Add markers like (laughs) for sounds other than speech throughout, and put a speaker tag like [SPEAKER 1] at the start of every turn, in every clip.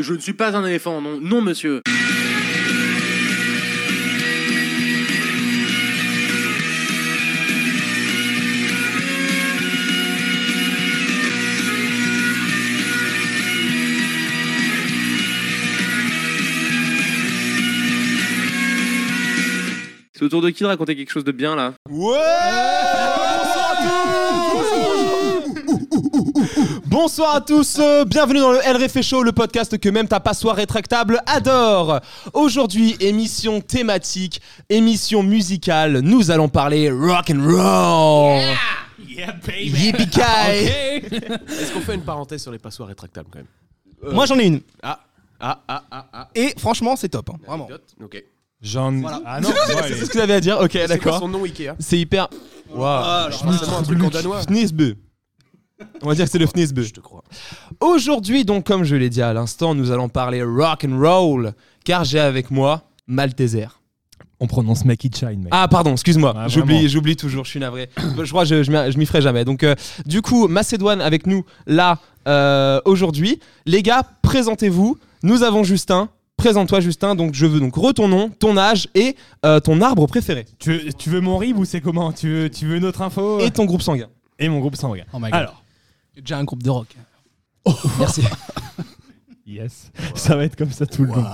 [SPEAKER 1] je ne suis pas un éléphant, non, non monsieur.
[SPEAKER 2] C'est au tour de qui de raconter quelque chose de bien là
[SPEAKER 3] Ouais Bonsoir à tous, euh, bienvenue dans le LRF Show, le podcast que même ta passoire rétractable adore. Aujourd'hui, émission thématique, émission musicale, nous allons parler rock and roll. Yippee-ki-yay.
[SPEAKER 4] Est-ce qu'on fait une parenthèse sur les passoires rétractables quand même
[SPEAKER 5] Moi j'en ai une.
[SPEAKER 4] Ah ah ah ah.
[SPEAKER 5] Et franchement, c'est top. hein, Vraiment.
[SPEAKER 4] Anecdote Ok.
[SPEAKER 3] J'en Ah non, ouais,
[SPEAKER 5] C'est ce que vous avez à dire Ok,
[SPEAKER 4] C'est quoi
[SPEAKER 5] d'accord.
[SPEAKER 4] son nom Ikea
[SPEAKER 5] C'est hyper.
[SPEAKER 3] waouh.
[SPEAKER 4] Ah, Forcément un truc en danois.
[SPEAKER 5] FNISB. On va dire que c'est le FNISB.
[SPEAKER 4] te crois.
[SPEAKER 5] Aujourd'hui, donc, comme je l'ai dit à l'instant, nous allons parler rock and roll, car j'ai avec moi Malteser.
[SPEAKER 3] On prononce Make It Shine, mec.
[SPEAKER 5] Ah pardon, excuse-moi,
[SPEAKER 3] Ah, vraiment.
[SPEAKER 5] j'oublie, j'oublie toujours, je suis navré. je crois que je, je m'y- je m'y ferai jamais. Donc euh, du coup, Macédoine avec nous là euh, aujourd'hui. Les gars, présentez-vous. Nous avons Justin. Présente-toi Justin. Donc je veux donc re ton nom, ton âge et euh, ton arbre préféré
[SPEAKER 3] Tu, veux- tu veux mon rib ou c'est comment tu veux, tu veux une autre info
[SPEAKER 5] et ton groupe sanguin.
[SPEAKER 3] Et mon groupe sanguin.
[SPEAKER 6] Oh my God.
[SPEAKER 3] Alors,
[SPEAKER 6] J'ai déjà un groupe de rock. Merci.
[SPEAKER 3] yes, ça va être comme ça tout le long.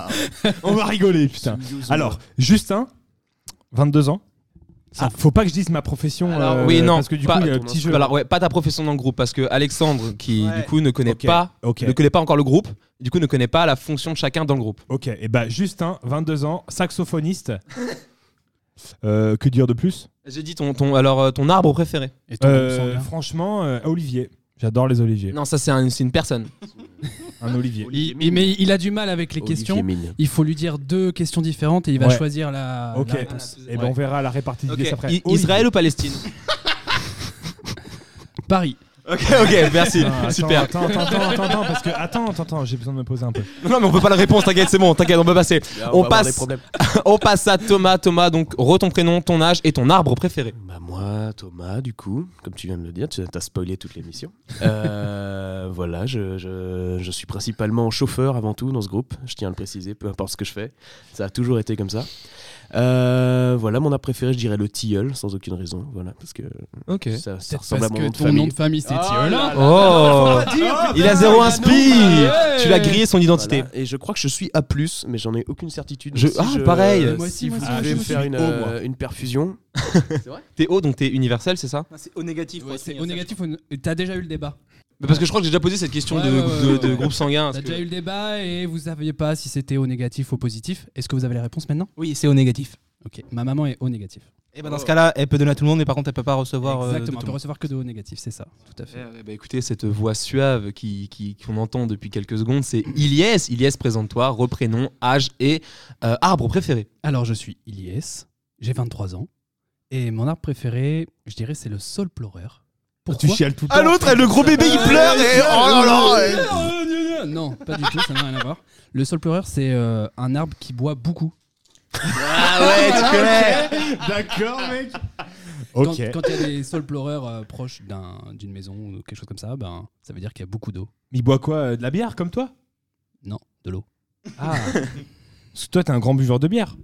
[SPEAKER 3] On va rigoler, putain. Alors, Justin, 22 ans. Ah, faut pas que je dise ma profession.
[SPEAKER 5] Alors,
[SPEAKER 3] euh,
[SPEAKER 5] oui, non,
[SPEAKER 3] Parce que du
[SPEAKER 5] pas-
[SPEAKER 3] coup, il y a un petit jeu. hein.
[SPEAKER 5] Alors ouais, pas ta profession dans le groupe parce que Alexandre qui
[SPEAKER 3] Ouais.
[SPEAKER 5] du coup ne connaît
[SPEAKER 3] Ok,
[SPEAKER 5] pas
[SPEAKER 3] ok.
[SPEAKER 5] ne connaît pas encore le groupe, du coup ne connaît pas la fonction de chacun dans le groupe.
[SPEAKER 3] Ok, et bah Justin, 22 ans,
[SPEAKER 5] (laughs)
[SPEAKER 3] saxophoniste. Euh, que dire de plus
[SPEAKER 5] J'ai dit ton, ton alors euh, ton arbre préféré.
[SPEAKER 6] Et ton
[SPEAKER 3] Euh,
[SPEAKER 6] groupe sanguin.
[SPEAKER 3] Franchement, euh, Olivier. J'adore les oliviers.
[SPEAKER 5] Non, ça c'est un- c'est une personne. (laughs)
[SPEAKER 3] Un olivier.
[SPEAKER 4] Olivier
[SPEAKER 6] Il-
[SPEAKER 4] Mine.
[SPEAKER 6] il- mais il a du mal avec les
[SPEAKER 4] Olivier
[SPEAKER 6] questions.
[SPEAKER 4] Mine.
[SPEAKER 6] Il faut lui dire deux questions différentes et il va
[SPEAKER 3] Ouais.
[SPEAKER 6] choisir la,
[SPEAKER 3] Ok,
[SPEAKER 6] la réponse.
[SPEAKER 3] et ben on verra la répartie
[SPEAKER 5] Ok,
[SPEAKER 3] des pièces après.
[SPEAKER 5] I- Israël ou Palestine
[SPEAKER 6] Paris.
[SPEAKER 5] (laughs) Ok, ok, merci.
[SPEAKER 3] (laughs) Ah, attends,
[SPEAKER 5] Super.
[SPEAKER 3] Attends, attends, attends, attends, attends, parce que attends, attends, attends, j'ai besoin de me poser un peu.
[SPEAKER 5] Non, mais on peut pas la réponse, t'inquiète, c'est bon, t'inquiète, on peut passer.
[SPEAKER 4] Là,
[SPEAKER 5] On
[SPEAKER 4] va avoir
[SPEAKER 5] passe.
[SPEAKER 4] des problèmes.
[SPEAKER 5] (laughs) On passe à Thomas, Thomas, donc re ton prénom, ton âge et ton arbre préféré.
[SPEAKER 4] Bah moi, Thomas, du coup, comme tu viens de le dire, tu as spoilé
[SPEAKER 5] (laughs)
[SPEAKER 4] toute l'émission. Euh, voilà, je, je- je suis principalement chauffeur avant tout dans ce groupe, je tiens à le préciser, peu importe ce que je fais, ça a toujours été comme ça. Euh, voilà, mon art préféré, je dirais le tilleul, sans aucune raison, voilà, parce que
[SPEAKER 5] Ok.
[SPEAKER 4] ça, ça
[SPEAKER 6] Peut-être
[SPEAKER 4] ressemble
[SPEAKER 6] parce
[SPEAKER 4] à mon
[SPEAKER 6] que
[SPEAKER 4] nom de
[SPEAKER 6] ton nom
[SPEAKER 4] famille.
[SPEAKER 6] de famille c'est Tiola.
[SPEAKER 5] Oh Il a zéro inspi
[SPEAKER 3] Ah
[SPEAKER 5] Tu l'as grillé son identité.
[SPEAKER 4] Voilà, Et je crois que je suis A+, mais j'en ai aucune certitude.
[SPEAKER 5] Je-
[SPEAKER 4] Donc, euh,
[SPEAKER 5] ah, pareil.
[SPEAKER 6] Moi aussi,
[SPEAKER 4] bah, si
[SPEAKER 6] moi
[SPEAKER 4] vous devez
[SPEAKER 6] aussi, Ah, je
[SPEAKER 4] Ah, me
[SPEAKER 6] suis
[SPEAKER 4] faire une,
[SPEAKER 6] O, moi.
[SPEAKER 4] euh, une perfusion,
[SPEAKER 5] T'es haut, donc t'es universel, c'est ça
[SPEAKER 1] C'est au négatif.
[SPEAKER 6] Ouais, c'est au négatif, ou au- t'as déjà eu le débat.
[SPEAKER 5] Parce que je crois que j'ai déjà posé cette question
[SPEAKER 6] Ouais,
[SPEAKER 5] de,
[SPEAKER 6] ouais, ouais,
[SPEAKER 5] de-
[SPEAKER 6] ouais,
[SPEAKER 5] de
[SPEAKER 6] ouais.
[SPEAKER 5] groupe sanguin.
[SPEAKER 6] T'as
[SPEAKER 5] parce que-
[SPEAKER 6] déjà eu le débat et vous saviez pas si c'était au négatif ou au positif. Est-ce que vous avez la réponse maintenant
[SPEAKER 7] Oui, c'est au négatif.
[SPEAKER 6] Ok, ma maman est au négatif.
[SPEAKER 7] Et ben dans ce cas-là, elle peut donner à tout le monde, mais par contre, elle peut pas recevoir. euh, de
[SPEAKER 6] Exactement, on
[SPEAKER 7] tout
[SPEAKER 6] peut
[SPEAKER 7] le monde.
[SPEAKER 6] recevoir que de au négatif, c'est ça. Tout à fait.
[SPEAKER 5] Eh, eh ben, écoutez, cette voix suave qui, qui- qu'on entend depuis quelques secondes, c'est Iliès. Iliès, présente-toi, reprénom, âge et euh, arbre préféré.
[SPEAKER 6] Alors, je suis Iliès, j'ai 23 ans, et mon arbre préféré, je dirais, c'est le sol pleureur.
[SPEAKER 3] Tu
[SPEAKER 6] Pourquoi
[SPEAKER 3] chiales tout le temps.
[SPEAKER 5] Ah
[SPEAKER 3] (laughs)
[SPEAKER 5] l'autre, le gros bébé, il
[SPEAKER 6] Euh,
[SPEAKER 5] pleure et oh là là.
[SPEAKER 6] Non, pas du tout, ça n'a rien à voir. Le sol pleureur, c'est euh, un arbre qui boit beaucoup.
[SPEAKER 5] Ah ouais, tu connais.
[SPEAKER 3] D'accord, mec.
[SPEAKER 6] Quand-
[SPEAKER 3] Ok.
[SPEAKER 6] Quand il y a des sols pleureurs euh, proches d'un- d'une maison ou quelque chose comme ça, ben, ça veut dire qu'il y a beaucoup d'eau.
[SPEAKER 3] Il boit quoi euh, De la bière, comme toi
[SPEAKER 6] Non, de l'eau.
[SPEAKER 3] Ah. Parce que toi, t'es un grand buveur de bière.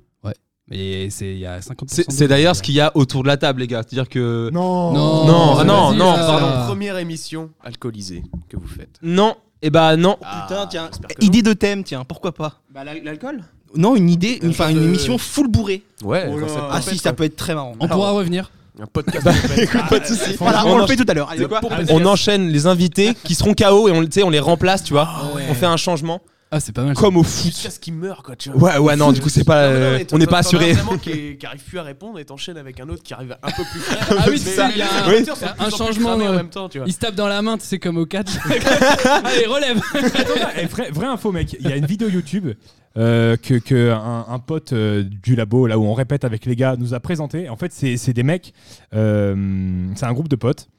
[SPEAKER 6] Mais c'est- il y a 50%.
[SPEAKER 5] C'est, c'est d'ailleurs ce qu'il y a autour de la table, les gars. C'est-à-dire que.
[SPEAKER 3] Euh, Non.
[SPEAKER 6] Non,
[SPEAKER 5] Non, ah non,
[SPEAKER 6] vas-y,
[SPEAKER 5] non,
[SPEAKER 6] là.
[SPEAKER 5] pardon.
[SPEAKER 4] première émission alcoolisée que vous faites.
[SPEAKER 5] Non, et bah non.
[SPEAKER 7] Putain, tiens,
[SPEAKER 4] j'espère que
[SPEAKER 7] idée de thème, tiens, pourquoi pas
[SPEAKER 1] Bah, l'alcool
[SPEAKER 7] Non, une idée, une, enfin, une
[SPEAKER 4] Euh,
[SPEAKER 7] émission full bourrée.
[SPEAKER 4] non. Ouais,
[SPEAKER 1] Oh là.
[SPEAKER 4] ça-
[SPEAKER 7] Ah si, ça peut être très marrant.
[SPEAKER 6] On pourra revenir.
[SPEAKER 4] un podcast. de fête.
[SPEAKER 5] Ah,
[SPEAKER 7] pas de soucis. Voilà,
[SPEAKER 5] Franchement,
[SPEAKER 7] on
[SPEAKER 5] on
[SPEAKER 7] le fait Ah, tout à l'heure. Allez,
[SPEAKER 5] C'est quoi
[SPEAKER 7] pour-
[SPEAKER 5] on enchaîne les invités qui seront KO et on, tu sais, on les remplace, tu vois. On fait un changement.
[SPEAKER 6] Ah, c'est pas mal. ça.
[SPEAKER 5] Comme au foot.
[SPEAKER 4] Jusqu'à ce qu'il meure, quoi, tu vois.
[SPEAKER 5] Ouais, ouais, non, du coup, c'est pas.
[SPEAKER 4] Non, mais non,
[SPEAKER 5] euh,
[SPEAKER 4] mais t'en-
[SPEAKER 5] on n'est pas
[SPEAKER 4] t'en as
[SPEAKER 5] assuré.
[SPEAKER 4] un vraiment qui, est- qui arrive plus à répondre et t'enchaînes avec un autre qui arrive un peu plus frais.
[SPEAKER 6] Ah oui, c'est ça.
[SPEAKER 4] Mais
[SPEAKER 6] Il y a un-
[SPEAKER 4] les auditeurs sont
[SPEAKER 6] un
[SPEAKER 4] de plus en plus
[SPEAKER 6] changement,
[SPEAKER 4] cramés en
[SPEAKER 6] euh,
[SPEAKER 4] même temps, tu vois.
[SPEAKER 6] Il se tape dans la main, c'est comme au catch. (laughs) Allez, relève
[SPEAKER 3] Eh, vraie, vraie info, mec. Il y a une vidéo YouTube euh, que, que un, un pote euh, du labo, là où on répète avec les gars, nous a présenté. En fait, c'est c'est des mecs. euh, c'est un groupe de potes.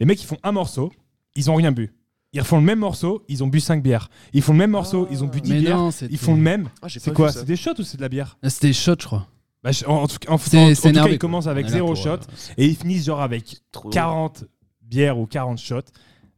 [SPEAKER 3] Les mecs, ils font un morceau. Ils ont rien bu. Ils refont le même morceau. Ils ont bu 5 bières. Ils font le même morceau. Ils ont bu 10
[SPEAKER 6] Mais
[SPEAKER 3] bières.
[SPEAKER 6] non, c'était-
[SPEAKER 3] ils font le même.
[SPEAKER 4] Ah, j'ai
[SPEAKER 3] C'est
[SPEAKER 4] pas
[SPEAKER 3] quoi
[SPEAKER 4] vu ça.
[SPEAKER 3] C'est des shots ou c'est de la bière
[SPEAKER 6] C'était shot, je crois.
[SPEAKER 3] Bah, je- En, en tout, en- en- en
[SPEAKER 6] C'est-
[SPEAKER 3] tout
[SPEAKER 6] c'est
[SPEAKER 3] cas,
[SPEAKER 6] énervé,
[SPEAKER 3] ils commencent avec
[SPEAKER 6] On est là
[SPEAKER 3] zéro
[SPEAKER 6] pour,
[SPEAKER 3] shot
[SPEAKER 6] euh,
[SPEAKER 3] et ils finissent genre avec
[SPEAKER 4] Trop.
[SPEAKER 3] 40 bières ou 40 shots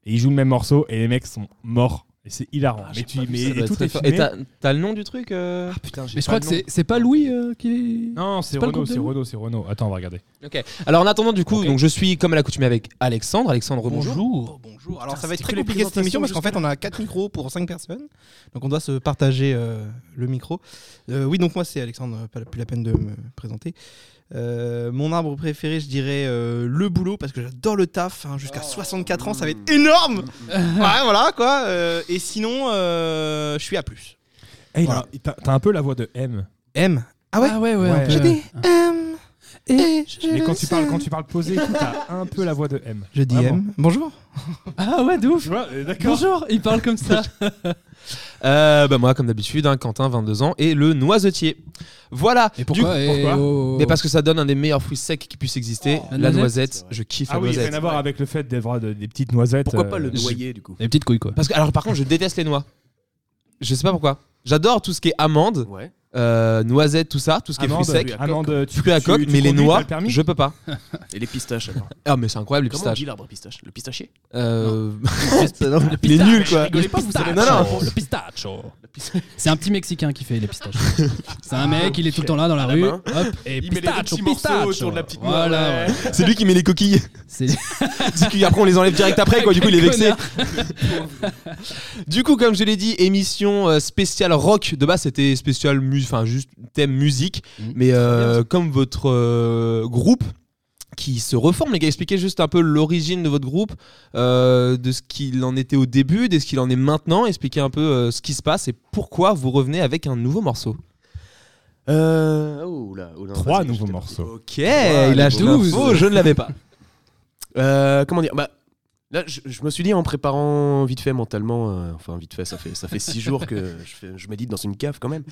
[SPEAKER 3] et ils jouent le même morceau et les mecs sont morts. Et c'est hilarant.
[SPEAKER 4] Ah,
[SPEAKER 3] mais
[SPEAKER 4] j'ai
[SPEAKER 3] tu,
[SPEAKER 4] pas vu
[SPEAKER 3] mais
[SPEAKER 4] ça,
[SPEAKER 3] et
[SPEAKER 4] doit être
[SPEAKER 3] tout
[SPEAKER 4] très
[SPEAKER 3] est Ah,
[SPEAKER 4] fort.
[SPEAKER 3] filmé.
[SPEAKER 5] Bah, Et t'as t'as le nom du truc euh
[SPEAKER 4] putain, j'ai
[SPEAKER 6] Mais je crois que c'est c'est pas Louis euh, qui.
[SPEAKER 3] Non, c'est
[SPEAKER 6] C'est pas le
[SPEAKER 3] Renault,
[SPEAKER 6] groupe de
[SPEAKER 3] c'est
[SPEAKER 6] loups
[SPEAKER 3] Renault, c'est Renault. Attends, on va regarder.
[SPEAKER 5] Ok. Alors en attendant, du coup, donc je suis comme à l'accoutumée avec Alexandre. Alexandre, bonjour.
[SPEAKER 7] Bonjour. Oh, Bonjour. Alors ça va être très compliqué cette émission parce qu'en fait on a 4 micros pour 5 personnes. Donc on doit se partager euh, le micro. Euh, oui, donc moi c'est Alexandre, pas la- plus la peine de me présenter. Euh, mon arbre préféré, je dirais euh, le boulot parce que j'adore le taf. hein, Jusqu'à 64 ans, ça va être (laughs) énorme. ouais, voilà quoi. Euh, et sinon, euh, je suis à plus.
[SPEAKER 3] Eh, il a-
[SPEAKER 7] Voilà.
[SPEAKER 3] il- T'as t'as un peu la voix de M.
[SPEAKER 7] M. Ah ouais.
[SPEAKER 6] Ah ouais, ouais.
[SPEAKER 3] Ouais.
[SPEAKER 6] un peu.
[SPEAKER 7] Je dis M. ah. Et je
[SPEAKER 3] Mais quand
[SPEAKER 7] le
[SPEAKER 3] tu parles,
[SPEAKER 7] sais.
[SPEAKER 3] quand tu parles posé, et tout, t'as un peu la voix de M.
[SPEAKER 7] Je dis
[SPEAKER 3] Vraiment.
[SPEAKER 7] M. Bonjour.
[SPEAKER 6] Ah ouais, de ouf.
[SPEAKER 3] Tu vois, euh, d'accord.
[SPEAKER 6] Bonjour, il parle comme ça.
[SPEAKER 5] Euh, bah moi, comme d'habitude, hein, Quentin, 22 ans, et le noisetier. Voilà.
[SPEAKER 6] Et pourquoi,
[SPEAKER 3] Du coup,
[SPEAKER 6] et-
[SPEAKER 3] pourquoi
[SPEAKER 6] oh.
[SPEAKER 5] Mais parce que ça donne un des meilleurs fruits secs qui puisse exister,
[SPEAKER 6] Oh, la
[SPEAKER 5] la
[SPEAKER 6] noisette.
[SPEAKER 5] noisette. Je kiffe
[SPEAKER 3] Ah
[SPEAKER 5] la
[SPEAKER 3] oui,
[SPEAKER 5] noisette.
[SPEAKER 3] rien à voir avec le fait d'avoir de- des petites noisettes.
[SPEAKER 4] Pourquoi
[SPEAKER 3] euh,
[SPEAKER 4] pas le noyer du coup
[SPEAKER 6] Les petites couilles, quoi.
[SPEAKER 5] Parce que alors par contre, je déteste les noix. Je sais pas pourquoi. J'adore tout ce qui est amandes,
[SPEAKER 4] Ouais.
[SPEAKER 5] euh, noisettes, tout ça, tout ce qui
[SPEAKER 3] Amande,
[SPEAKER 5] est fruits secs.
[SPEAKER 3] amande, tu
[SPEAKER 5] Fruits à
[SPEAKER 3] tu-
[SPEAKER 5] coque,
[SPEAKER 3] tu
[SPEAKER 5] mais les
[SPEAKER 3] conduis,
[SPEAKER 5] noix,
[SPEAKER 3] t'as le permis
[SPEAKER 5] je peux pas.
[SPEAKER 4] Et les pistaches alors.
[SPEAKER 5] Ah mais c'est incroyable les
[SPEAKER 4] Comment on
[SPEAKER 5] pistaches.
[SPEAKER 4] dit l'arbre à pistache Le pistachier
[SPEAKER 5] Euh... (laughs)
[SPEAKER 3] (laughs)
[SPEAKER 5] Il est nul quoi.
[SPEAKER 6] Le pistache.
[SPEAKER 5] Non, non.
[SPEAKER 6] Le pistacho. C'est un petit Mexicain qui fait les pistaches. C'est un mec, il est tout le temps là dans la rue.
[SPEAKER 4] main.
[SPEAKER 6] Hop, et
[SPEAKER 4] Il met les deux
[SPEAKER 6] pistacho,
[SPEAKER 4] petits morceaux
[SPEAKER 6] pistacho.
[SPEAKER 4] autour de la petite noix,
[SPEAKER 6] Voilà.
[SPEAKER 4] ouais.
[SPEAKER 6] ouais.
[SPEAKER 5] C'est lui qui met les
[SPEAKER 6] (laughs)
[SPEAKER 5] coquilles.
[SPEAKER 6] C'est
[SPEAKER 5] C'est qu'il- Après on les enlève direct après quoi. Du coup il est vexé.
[SPEAKER 6] Connard.
[SPEAKER 5] Du coup comme je l'ai dit, émission euh, spéciale rock. De base c'était spécial mus, enfin juste thème musique.
[SPEAKER 6] Mhm.
[SPEAKER 5] Mais euh, comme votre euh, groupe qui se reforme, les gars, expliquez juste un peu l'origine de votre groupe, euh, de ce qu'il en était au début, de ce qu'il en est maintenant. Expliquez un peu euh, ce qui se passe et pourquoi vous revenez avec un nouveau morceau.
[SPEAKER 4] Euh. Oh là. oh là,
[SPEAKER 3] Trois
[SPEAKER 4] vas-y,
[SPEAKER 3] nouveaux
[SPEAKER 4] j'étais
[SPEAKER 3] morceaux.
[SPEAKER 5] Ok,
[SPEAKER 4] il a
[SPEAKER 5] tout. Je ne l'avais pas.
[SPEAKER 4] Euh, comment dire bah, Là, je, je me suis dit en préparant vite fait mentalement, euh, enfin vite fait, ça fait ça fait six jours que je, fais- je médite dans une cave quand même.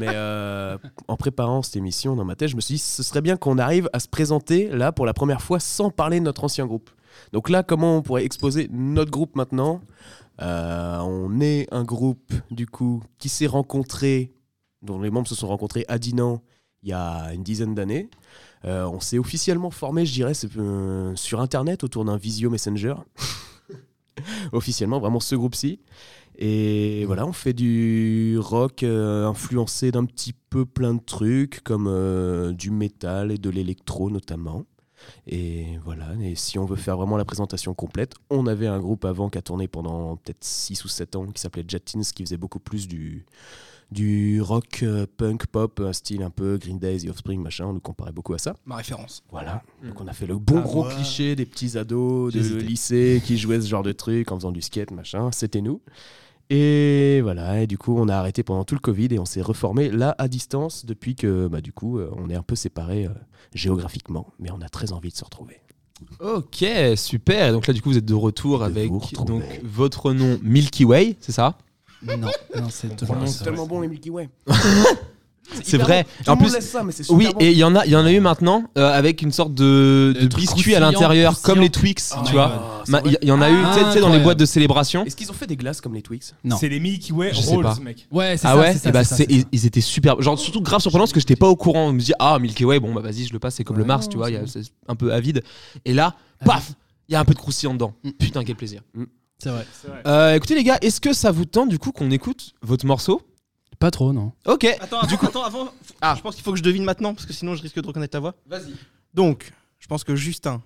[SPEAKER 4] Mais euh, en préparant cette émission dans ma tête, je me suis dit ce serait bien qu'on arrive à se présenter là pour la première fois sans parler de notre ancien groupe. Donc là, comment on pourrait exposer notre groupe maintenant Euh, On est un groupe du coup qui s'est rencontré, dont les membres se sont rencontrés à Dinan il y a une dizaine d'années. Euh, on s'est officiellement formé, je dirais, c'est, euh, sur Internet autour d'un Visio Messenger. (laughs) officiellement, vraiment ce groupe-ci. Et voilà, on fait du rock euh, influencé d'un petit peu plein de trucs, comme euh, du métal et de l'électro notamment. Et voilà, et si on veut faire vraiment la présentation complète, on avait un groupe avant qui a tourné pendant peut-être 6 ou 7 ans qui s'appelait Jetins, qui faisait beaucoup plus du, du rock, euh, punk, pop, euh, style un peu Green Day, The Offspring, machin, on nous comparait beaucoup à ça.
[SPEAKER 7] Ma référence.
[SPEAKER 4] Voilà. Donc on a fait le bon
[SPEAKER 7] Ah,
[SPEAKER 4] gros
[SPEAKER 7] ouais.
[SPEAKER 4] cliché des petits ados de
[SPEAKER 7] J'hésitais.
[SPEAKER 4] lycée qui jouaient ce genre de truc en faisant du skate, machin. C'était nous. Et voilà, et du coup, on a arrêté pendant tout le Covid et on s'est reformé là à distance depuis que, bah, du coup, euh, on est un peu séparés euh, géographiquement, mais on a très envie de se retrouver.
[SPEAKER 5] Ok, super. Et donc là, du coup, vous êtes de retour avec
[SPEAKER 4] vous retrouver.
[SPEAKER 5] donc, votre nom Milky Way, c'est ça
[SPEAKER 6] Non, non, c'est totalement
[SPEAKER 3] prononce
[SPEAKER 6] ça.
[SPEAKER 4] bon les Milky (laughs) Way.
[SPEAKER 5] C'est vrai.
[SPEAKER 4] en
[SPEAKER 5] En
[SPEAKER 4] plus,
[SPEAKER 5] plus,
[SPEAKER 4] ça, mais c'est super
[SPEAKER 5] oui,
[SPEAKER 4] bon.
[SPEAKER 5] et il y en a, il y en a eu maintenant euh, avec une sorte de,
[SPEAKER 6] Des
[SPEAKER 5] de
[SPEAKER 6] trucs
[SPEAKER 5] biscuit à
[SPEAKER 6] croustillants,
[SPEAKER 5] l'intérieur, comme les
[SPEAKER 6] croustillants.
[SPEAKER 5] Twix,
[SPEAKER 6] Oh
[SPEAKER 5] tu
[SPEAKER 6] my
[SPEAKER 5] vois.
[SPEAKER 6] God.
[SPEAKER 4] Ah, c'est
[SPEAKER 5] Ma- Il
[SPEAKER 4] vrai.
[SPEAKER 5] y, il y en a eu, tu sais, tu sais, dans les
[SPEAKER 6] Ah, Incroyable.
[SPEAKER 5] boîtes de célébration.
[SPEAKER 4] Est-ce qu'ils ont fait des glaces comme les Twix
[SPEAKER 6] Non.
[SPEAKER 3] C'est les Milky Way
[SPEAKER 5] Je sais
[SPEAKER 3] Rolls,
[SPEAKER 5] pas.
[SPEAKER 3] mec.
[SPEAKER 6] Ouais, c'est
[SPEAKER 5] Ah
[SPEAKER 6] ça,
[SPEAKER 5] ouais,
[SPEAKER 6] c'est ça,
[SPEAKER 5] et bah
[SPEAKER 6] c'est ça,
[SPEAKER 5] c'est-
[SPEAKER 6] c'est ça.
[SPEAKER 5] ils, ils étaient super. Genre surtout grave surprenant parce que j'étais pas au courant. On me dit ah Milky Way, bon bah vas-y je le passe, c'est comme le
[SPEAKER 6] Ouais, Ah
[SPEAKER 5] Mars, tu vois, il y a- c'est un peu avide. Et là, paf, il y a un peu de croustillant dedans.
[SPEAKER 6] Mm.
[SPEAKER 5] Putain quel plaisir.
[SPEAKER 6] C'est vrai.
[SPEAKER 5] Euh, écoutez les gars, est-ce que ça vous tente du coup qu'on écoute votre morceau
[SPEAKER 6] Pas trop, non.
[SPEAKER 5] Ok.
[SPEAKER 7] Attends, attends, attends, avant. faut-
[SPEAKER 5] Ah.
[SPEAKER 7] Je pense qu'il faut que je devine maintenant parce que sinon je risque de reconnaître ta voix. Vas-y. Donc, je pense que Justin,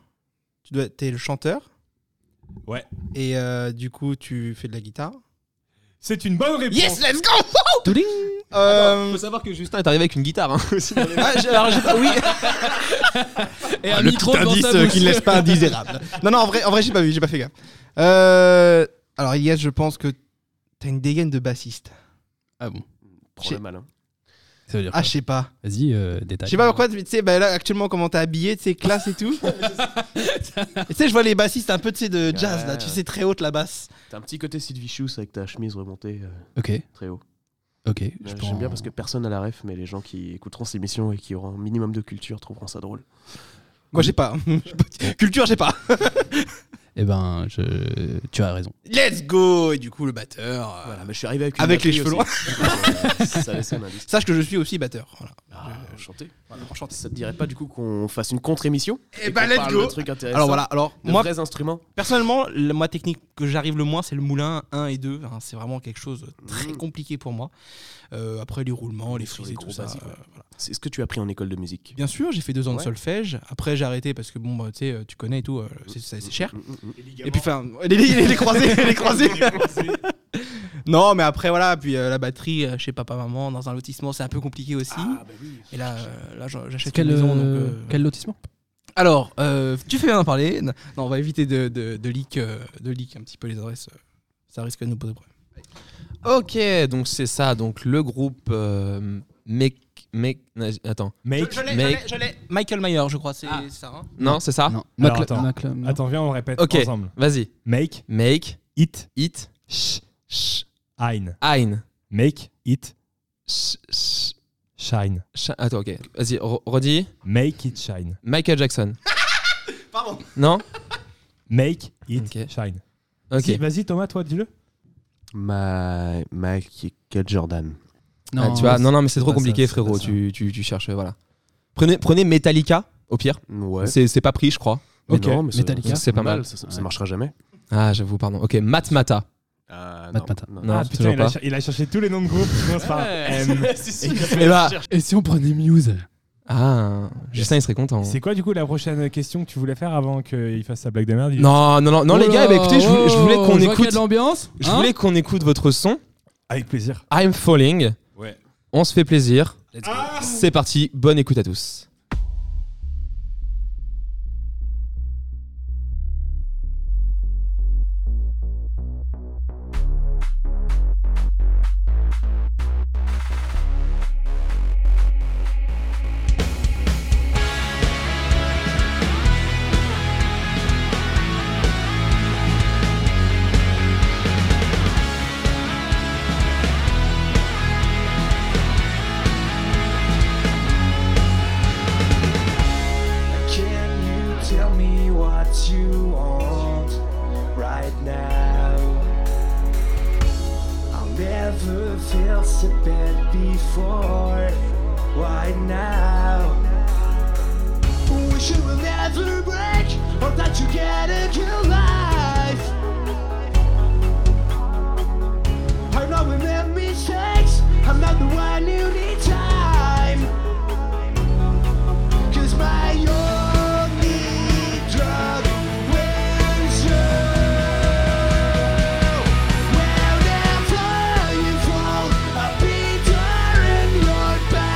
[SPEAKER 7] tu dois, t'es le chanteur.
[SPEAKER 3] Ouais.
[SPEAKER 7] Et euh, du coup, tu fais de la guitare.
[SPEAKER 3] C'est une bonne réponse.
[SPEAKER 7] Yes, (laughs) let's go Euh,
[SPEAKER 5] Faut savoir que Justin est arrivé avec une guitare. hein.
[SPEAKER 7] ah, j'ai- alors, j'ai- oui. (laughs) Ah,
[SPEAKER 6] Et un micro devant sa bouche.
[SPEAKER 7] pas indésirable. Non, non, en vrai, en vrai j'ai pas vu, j'ai pas fait gaffe. Euh, alors, Elias, je pense que t'as une dégaine de bassiste.
[SPEAKER 6] Ah bon,
[SPEAKER 4] Problème malin.
[SPEAKER 6] ça veut dire
[SPEAKER 7] Ah,
[SPEAKER 6] quoi
[SPEAKER 7] je sais pas.
[SPEAKER 6] Vas-y, euh, détail.
[SPEAKER 7] Je sais pas pourquoi, mais tu sais, bah, là, actuellement, comment t'es habillé, tu sais, classe et tout. Et tu sais, je vois les bassistes un peu, tu sais, de jazz,
[SPEAKER 4] Ouais,
[SPEAKER 7] là,
[SPEAKER 4] ouais.
[SPEAKER 7] tu sais, très haute la basse.
[SPEAKER 4] T'as un petit côté Sid Vicious avec ta chemise remontée euh,
[SPEAKER 6] Ok,
[SPEAKER 4] très haut.
[SPEAKER 6] ok. je
[SPEAKER 4] J'aime
[SPEAKER 6] prends-
[SPEAKER 4] bien parce que personne à la ref, mais les gens qui écouteront ces émissions et qui auront un minimum de culture trouveront ça drôle.
[SPEAKER 7] Moi, j'ai pas. (laughs) Culture, j'ai pas.
[SPEAKER 6] Eh ben, je... tu as raison.
[SPEAKER 7] Let's go Et du coup, le batteur. euh,
[SPEAKER 4] Voilà, mais je suis arrivé avec, une
[SPEAKER 7] Avec les
[SPEAKER 4] batterie
[SPEAKER 7] cheveux
[SPEAKER 4] aussi. (laughs) Euh, ça laissait un indice.
[SPEAKER 7] Sache que je suis aussi batteur. Voilà.
[SPEAKER 4] Ah, enchanté. enchanté. Ça te dirait pas du coup qu'on fasse une contre-émission
[SPEAKER 7] Eh ben, let's go
[SPEAKER 4] truc intéressant.
[SPEAKER 7] Alors voilà, alors, moi,
[SPEAKER 4] vrais instruments.
[SPEAKER 7] personnellement, le- moi, technique que que j'arrive le moins, c'est le moulin 1 et 2. hein. c'est vraiment quelque chose de très compliqué pour moi. Euh, après, les roulements, Mm. les
[SPEAKER 4] Sur
[SPEAKER 7] frisés,
[SPEAKER 4] les
[SPEAKER 7] tout
[SPEAKER 4] gros
[SPEAKER 7] ça.
[SPEAKER 4] basiques,
[SPEAKER 7] euh,
[SPEAKER 4] ouais.
[SPEAKER 7] voilà.
[SPEAKER 4] C'est ce que tu as appris en école de musique.
[SPEAKER 7] Bien sûr, j'ai fait deux ans de
[SPEAKER 4] Ouais.
[SPEAKER 7] solfège. Après, j'ai arrêté parce que, bon, bah, tu sais, euh, tu connais et tout, euh, c'est- ça- c'est cher.
[SPEAKER 4] Mm, mm, mm.
[SPEAKER 7] Et puis enfin, les, les, les (laughs) croisés, les croisés. non, mais après voilà, puis euh, la batterie euh, chez papa maman dans un lotissement, c'est un peu compliqué aussi. Et là, euh, là j'en- j'achète une
[SPEAKER 6] Quel,
[SPEAKER 7] maison.
[SPEAKER 6] euh,
[SPEAKER 7] donc, euh,
[SPEAKER 6] quel lotissement
[SPEAKER 7] Alors, euh, tu fais bien d'en parler. Non, on va éviter de, de, de leak, euh, de leak un petit peu les adresses. euh, Ça risque de nous poser problème.
[SPEAKER 5] (laughs) Ok, donc c'est ça. Donc le groupe euh, Mec. Mec. non, j- Attends.
[SPEAKER 3] Make.
[SPEAKER 5] Mec-
[SPEAKER 7] Michael Mayer, je crois, c'est ça. hein.
[SPEAKER 5] Non, c'est ça
[SPEAKER 6] Non.
[SPEAKER 3] Alors,
[SPEAKER 6] Macle-
[SPEAKER 3] attends.
[SPEAKER 6] Macle- non.
[SPEAKER 3] Attends, viens, on répète
[SPEAKER 5] Ok.
[SPEAKER 3] ensemble.
[SPEAKER 5] Vas-y.
[SPEAKER 3] Make
[SPEAKER 5] Make.
[SPEAKER 3] it
[SPEAKER 5] It. Sh. Sh.
[SPEAKER 3] ein.
[SPEAKER 5] Ein.
[SPEAKER 3] Make it
[SPEAKER 5] Sh. Sh.
[SPEAKER 3] shine.
[SPEAKER 5] sh- Attends, ok. Vas-y, re- redis.
[SPEAKER 3] Make it shine.
[SPEAKER 5] Michael Jackson.
[SPEAKER 7] Pardon.
[SPEAKER 5] Non
[SPEAKER 3] Make it
[SPEAKER 5] Ok.
[SPEAKER 3] shine.
[SPEAKER 5] Ok.
[SPEAKER 3] Si, Vas-y, Thomas, toi, dis-le.
[SPEAKER 4] Ma... Michael Jordan.
[SPEAKER 5] Ah, tu vois,
[SPEAKER 6] c'est-
[SPEAKER 5] non, non, mais c'est trop
[SPEAKER 6] pas ça,
[SPEAKER 5] compliqué,
[SPEAKER 6] c'est
[SPEAKER 5] frérot.
[SPEAKER 6] pas ça.
[SPEAKER 5] Tu, tu, tu cherches, voilà. Prenez, prenez Metallica, au pire.
[SPEAKER 4] Ouais.
[SPEAKER 5] C'est c'est pas pris, je crois.
[SPEAKER 4] Mais
[SPEAKER 3] Ok.
[SPEAKER 4] non, mais ça-
[SPEAKER 6] Metallica.
[SPEAKER 4] ça-
[SPEAKER 5] C'est pas mal.
[SPEAKER 4] Ça, ça- ça marchera jamais.
[SPEAKER 5] Ah, j'avoue, pardon. Ok, Matmata.
[SPEAKER 4] Ah,
[SPEAKER 6] Matt Mata.
[SPEAKER 5] Non,
[SPEAKER 3] ah,
[SPEAKER 5] toujours
[SPEAKER 3] putain, il
[SPEAKER 5] pas.
[SPEAKER 3] a, cher- il a cherché tous les noms de groupes qui commencent par (laughs) M.
[SPEAKER 5] Eh bah,
[SPEAKER 6] Et si on prenait Muse
[SPEAKER 5] ah, Justin, il serait content.
[SPEAKER 3] C'est quoi, du coup, la prochaine question que tu voulais faire avant qu'il fasse sa blague de merde il-
[SPEAKER 5] Non, non, non, non, les
[SPEAKER 6] Oh
[SPEAKER 5] gars,
[SPEAKER 6] là,
[SPEAKER 5] eh ben, écoutez, je voulais, je voulais
[SPEAKER 6] oh,
[SPEAKER 5] qu'on
[SPEAKER 6] je vois qu'il y a
[SPEAKER 5] écoute,
[SPEAKER 6] de l'ambiance.
[SPEAKER 5] je
[SPEAKER 6] hein
[SPEAKER 5] voulais qu'on écoute votre son.
[SPEAKER 3] Avec plaisir.
[SPEAKER 5] I'm Falling.
[SPEAKER 3] Ouais.
[SPEAKER 5] On se fait plaisir. Ah. C'est parti. Bonne écoute à tous.
[SPEAKER 8] Can you tell me what you want right now? I'll never feel so bad before. Why now? We should will never break or that you get in your life. I know we made mistakes. I'm not the one you need time. Cause my only drug wins you. Whenever you fall, I'll be there in your back.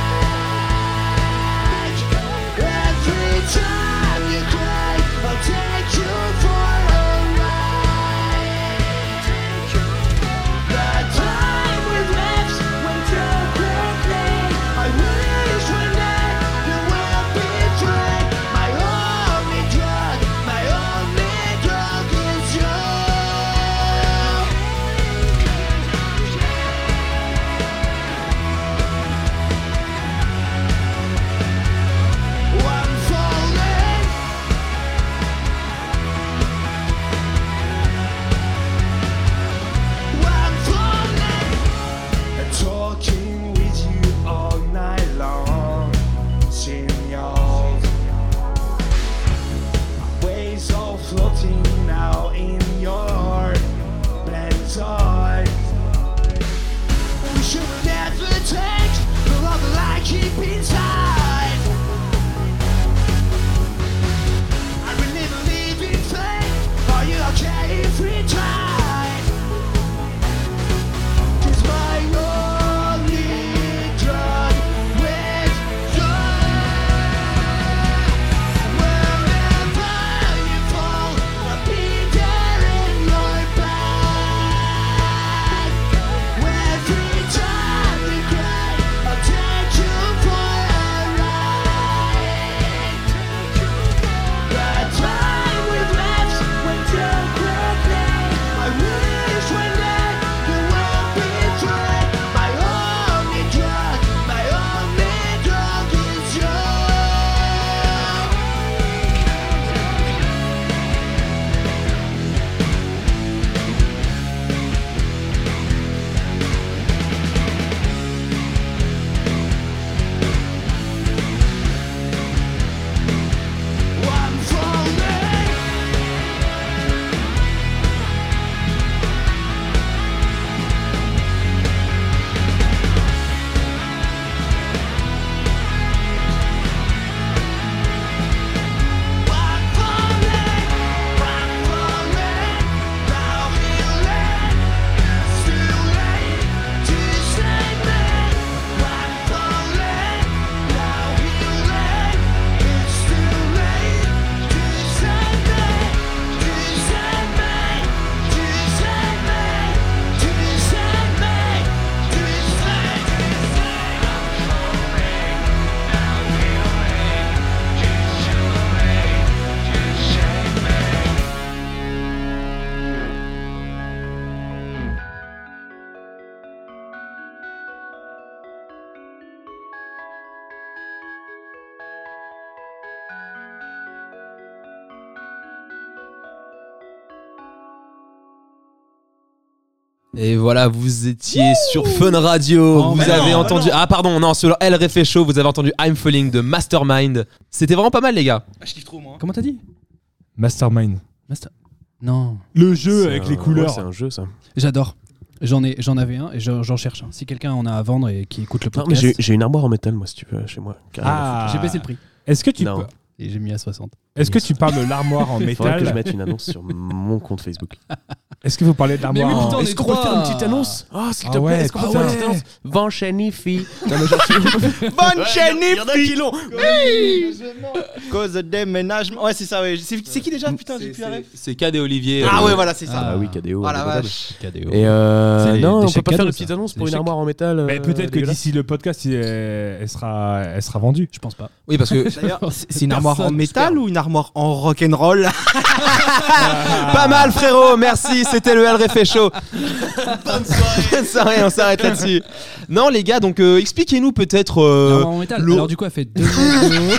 [SPEAKER 5] Et voilà, vous étiez sur Fun Radio.
[SPEAKER 6] Oh,
[SPEAKER 5] vous
[SPEAKER 6] mais
[SPEAKER 5] avez
[SPEAKER 6] non,
[SPEAKER 5] entendu. Ah, pardon, non, sur le LRF Show, vous avez entendu I'm Falling de Mastermind. C'était vraiment pas mal, les gars.
[SPEAKER 7] Ah, je kiffe trop, moi.
[SPEAKER 6] Comment t'as dit
[SPEAKER 3] Mastermind.
[SPEAKER 6] Non,
[SPEAKER 3] Le jeu
[SPEAKER 4] C'est un-
[SPEAKER 3] avec les
[SPEAKER 4] ouais, c'est
[SPEAKER 3] couleurs.
[SPEAKER 4] un jeu, ça.
[SPEAKER 6] j'adore. J'en ai, j'en avais un et j'en j'en cherche un. Si quelqu'un en a à vendre et qui écoute le
[SPEAKER 4] Non, mais
[SPEAKER 6] podcast,
[SPEAKER 4] j'ai j'ai une armoire en métal, moi, si tu veux, chez moi. carrément.
[SPEAKER 3] Ah.
[SPEAKER 6] j'ai baissé le prix
[SPEAKER 3] Est-ce que tu
[SPEAKER 4] Non.
[SPEAKER 3] peux-
[SPEAKER 6] et j'ai mis à 60.
[SPEAKER 3] est-ce que tu parles de l'armoire (laughs) en
[SPEAKER 4] Faudrait que je
[SPEAKER 3] métal
[SPEAKER 4] mette une annonce sur mon compte Facebook.
[SPEAKER 3] Est-ce que vous parlez de
[SPEAKER 6] oui,
[SPEAKER 3] l'armoire
[SPEAKER 6] putain,
[SPEAKER 3] en
[SPEAKER 6] on est trois.
[SPEAKER 4] Ah, s'il
[SPEAKER 3] Ah ouais, putain.
[SPEAKER 4] Van Chenifi. Van Chenifi.
[SPEAKER 7] Cause déménagement. Ouais, c'est ça, ouais. C'est c'est qui déjà Putain, j'ai plus la ref.
[SPEAKER 5] C'est Cad et Olivier. euh,
[SPEAKER 7] Ah ouais, voilà, c'est ça.
[SPEAKER 4] Ah oui, KDO.
[SPEAKER 7] Ah la
[SPEAKER 4] incontournable.
[SPEAKER 7] vache.
[SPEAKER 4] Et
[SPEAKER 6] C'est
[SPEAKER 4] euh,
[SPEAKER 6] les-
[SPEAKER 4] non,
[SPEAKER 6] des
[SPEAKER 4] on peut
[SPEAKER 6] chèques
[SPEAKER 4] pas faire
[SPEAKER 6] cadeaux,
[SPEAKER 4] de petites
[SPEAKER 6] ça.
[SPEAKER 4] annonces
[SPEAKER 6] C'est
[SPEAKER 4] pour
[SPEAKER 6] des
[SPEAKER 4] une armoire en métal.
[SPEAKER 3] Mais
[SPEAKER 4] euh,
[SPEAKER 3] peut-être que
[SPEAKER 4] dégueulasse.
[SPEAKER 3] d'ici le podcast, il est- elle sera, elle sera vendue.
[SPEAKER 6] Je pense pas.
[SPEAKER 5] Oui, parce que.
[SPEAKER 7] (laughs) D'ailleurs, c'est c'est une armoire en métal ou une armoire en rock'n'roll
[SPEAKER 3] Ah.
[SPEAKER 5] Pas mal, frérot, merci, c'était le LRF Show. Bonne soirée, on s'arrête là-dessus. Non, les gars, donc euh, expliquez-nous peut-être. euh,
[SPEAKER 6] Alors, en métal.
[SPEAKER 5] lourd.
[SPEAKER 6] Alors du coup, elle fait 2 mètres de haut,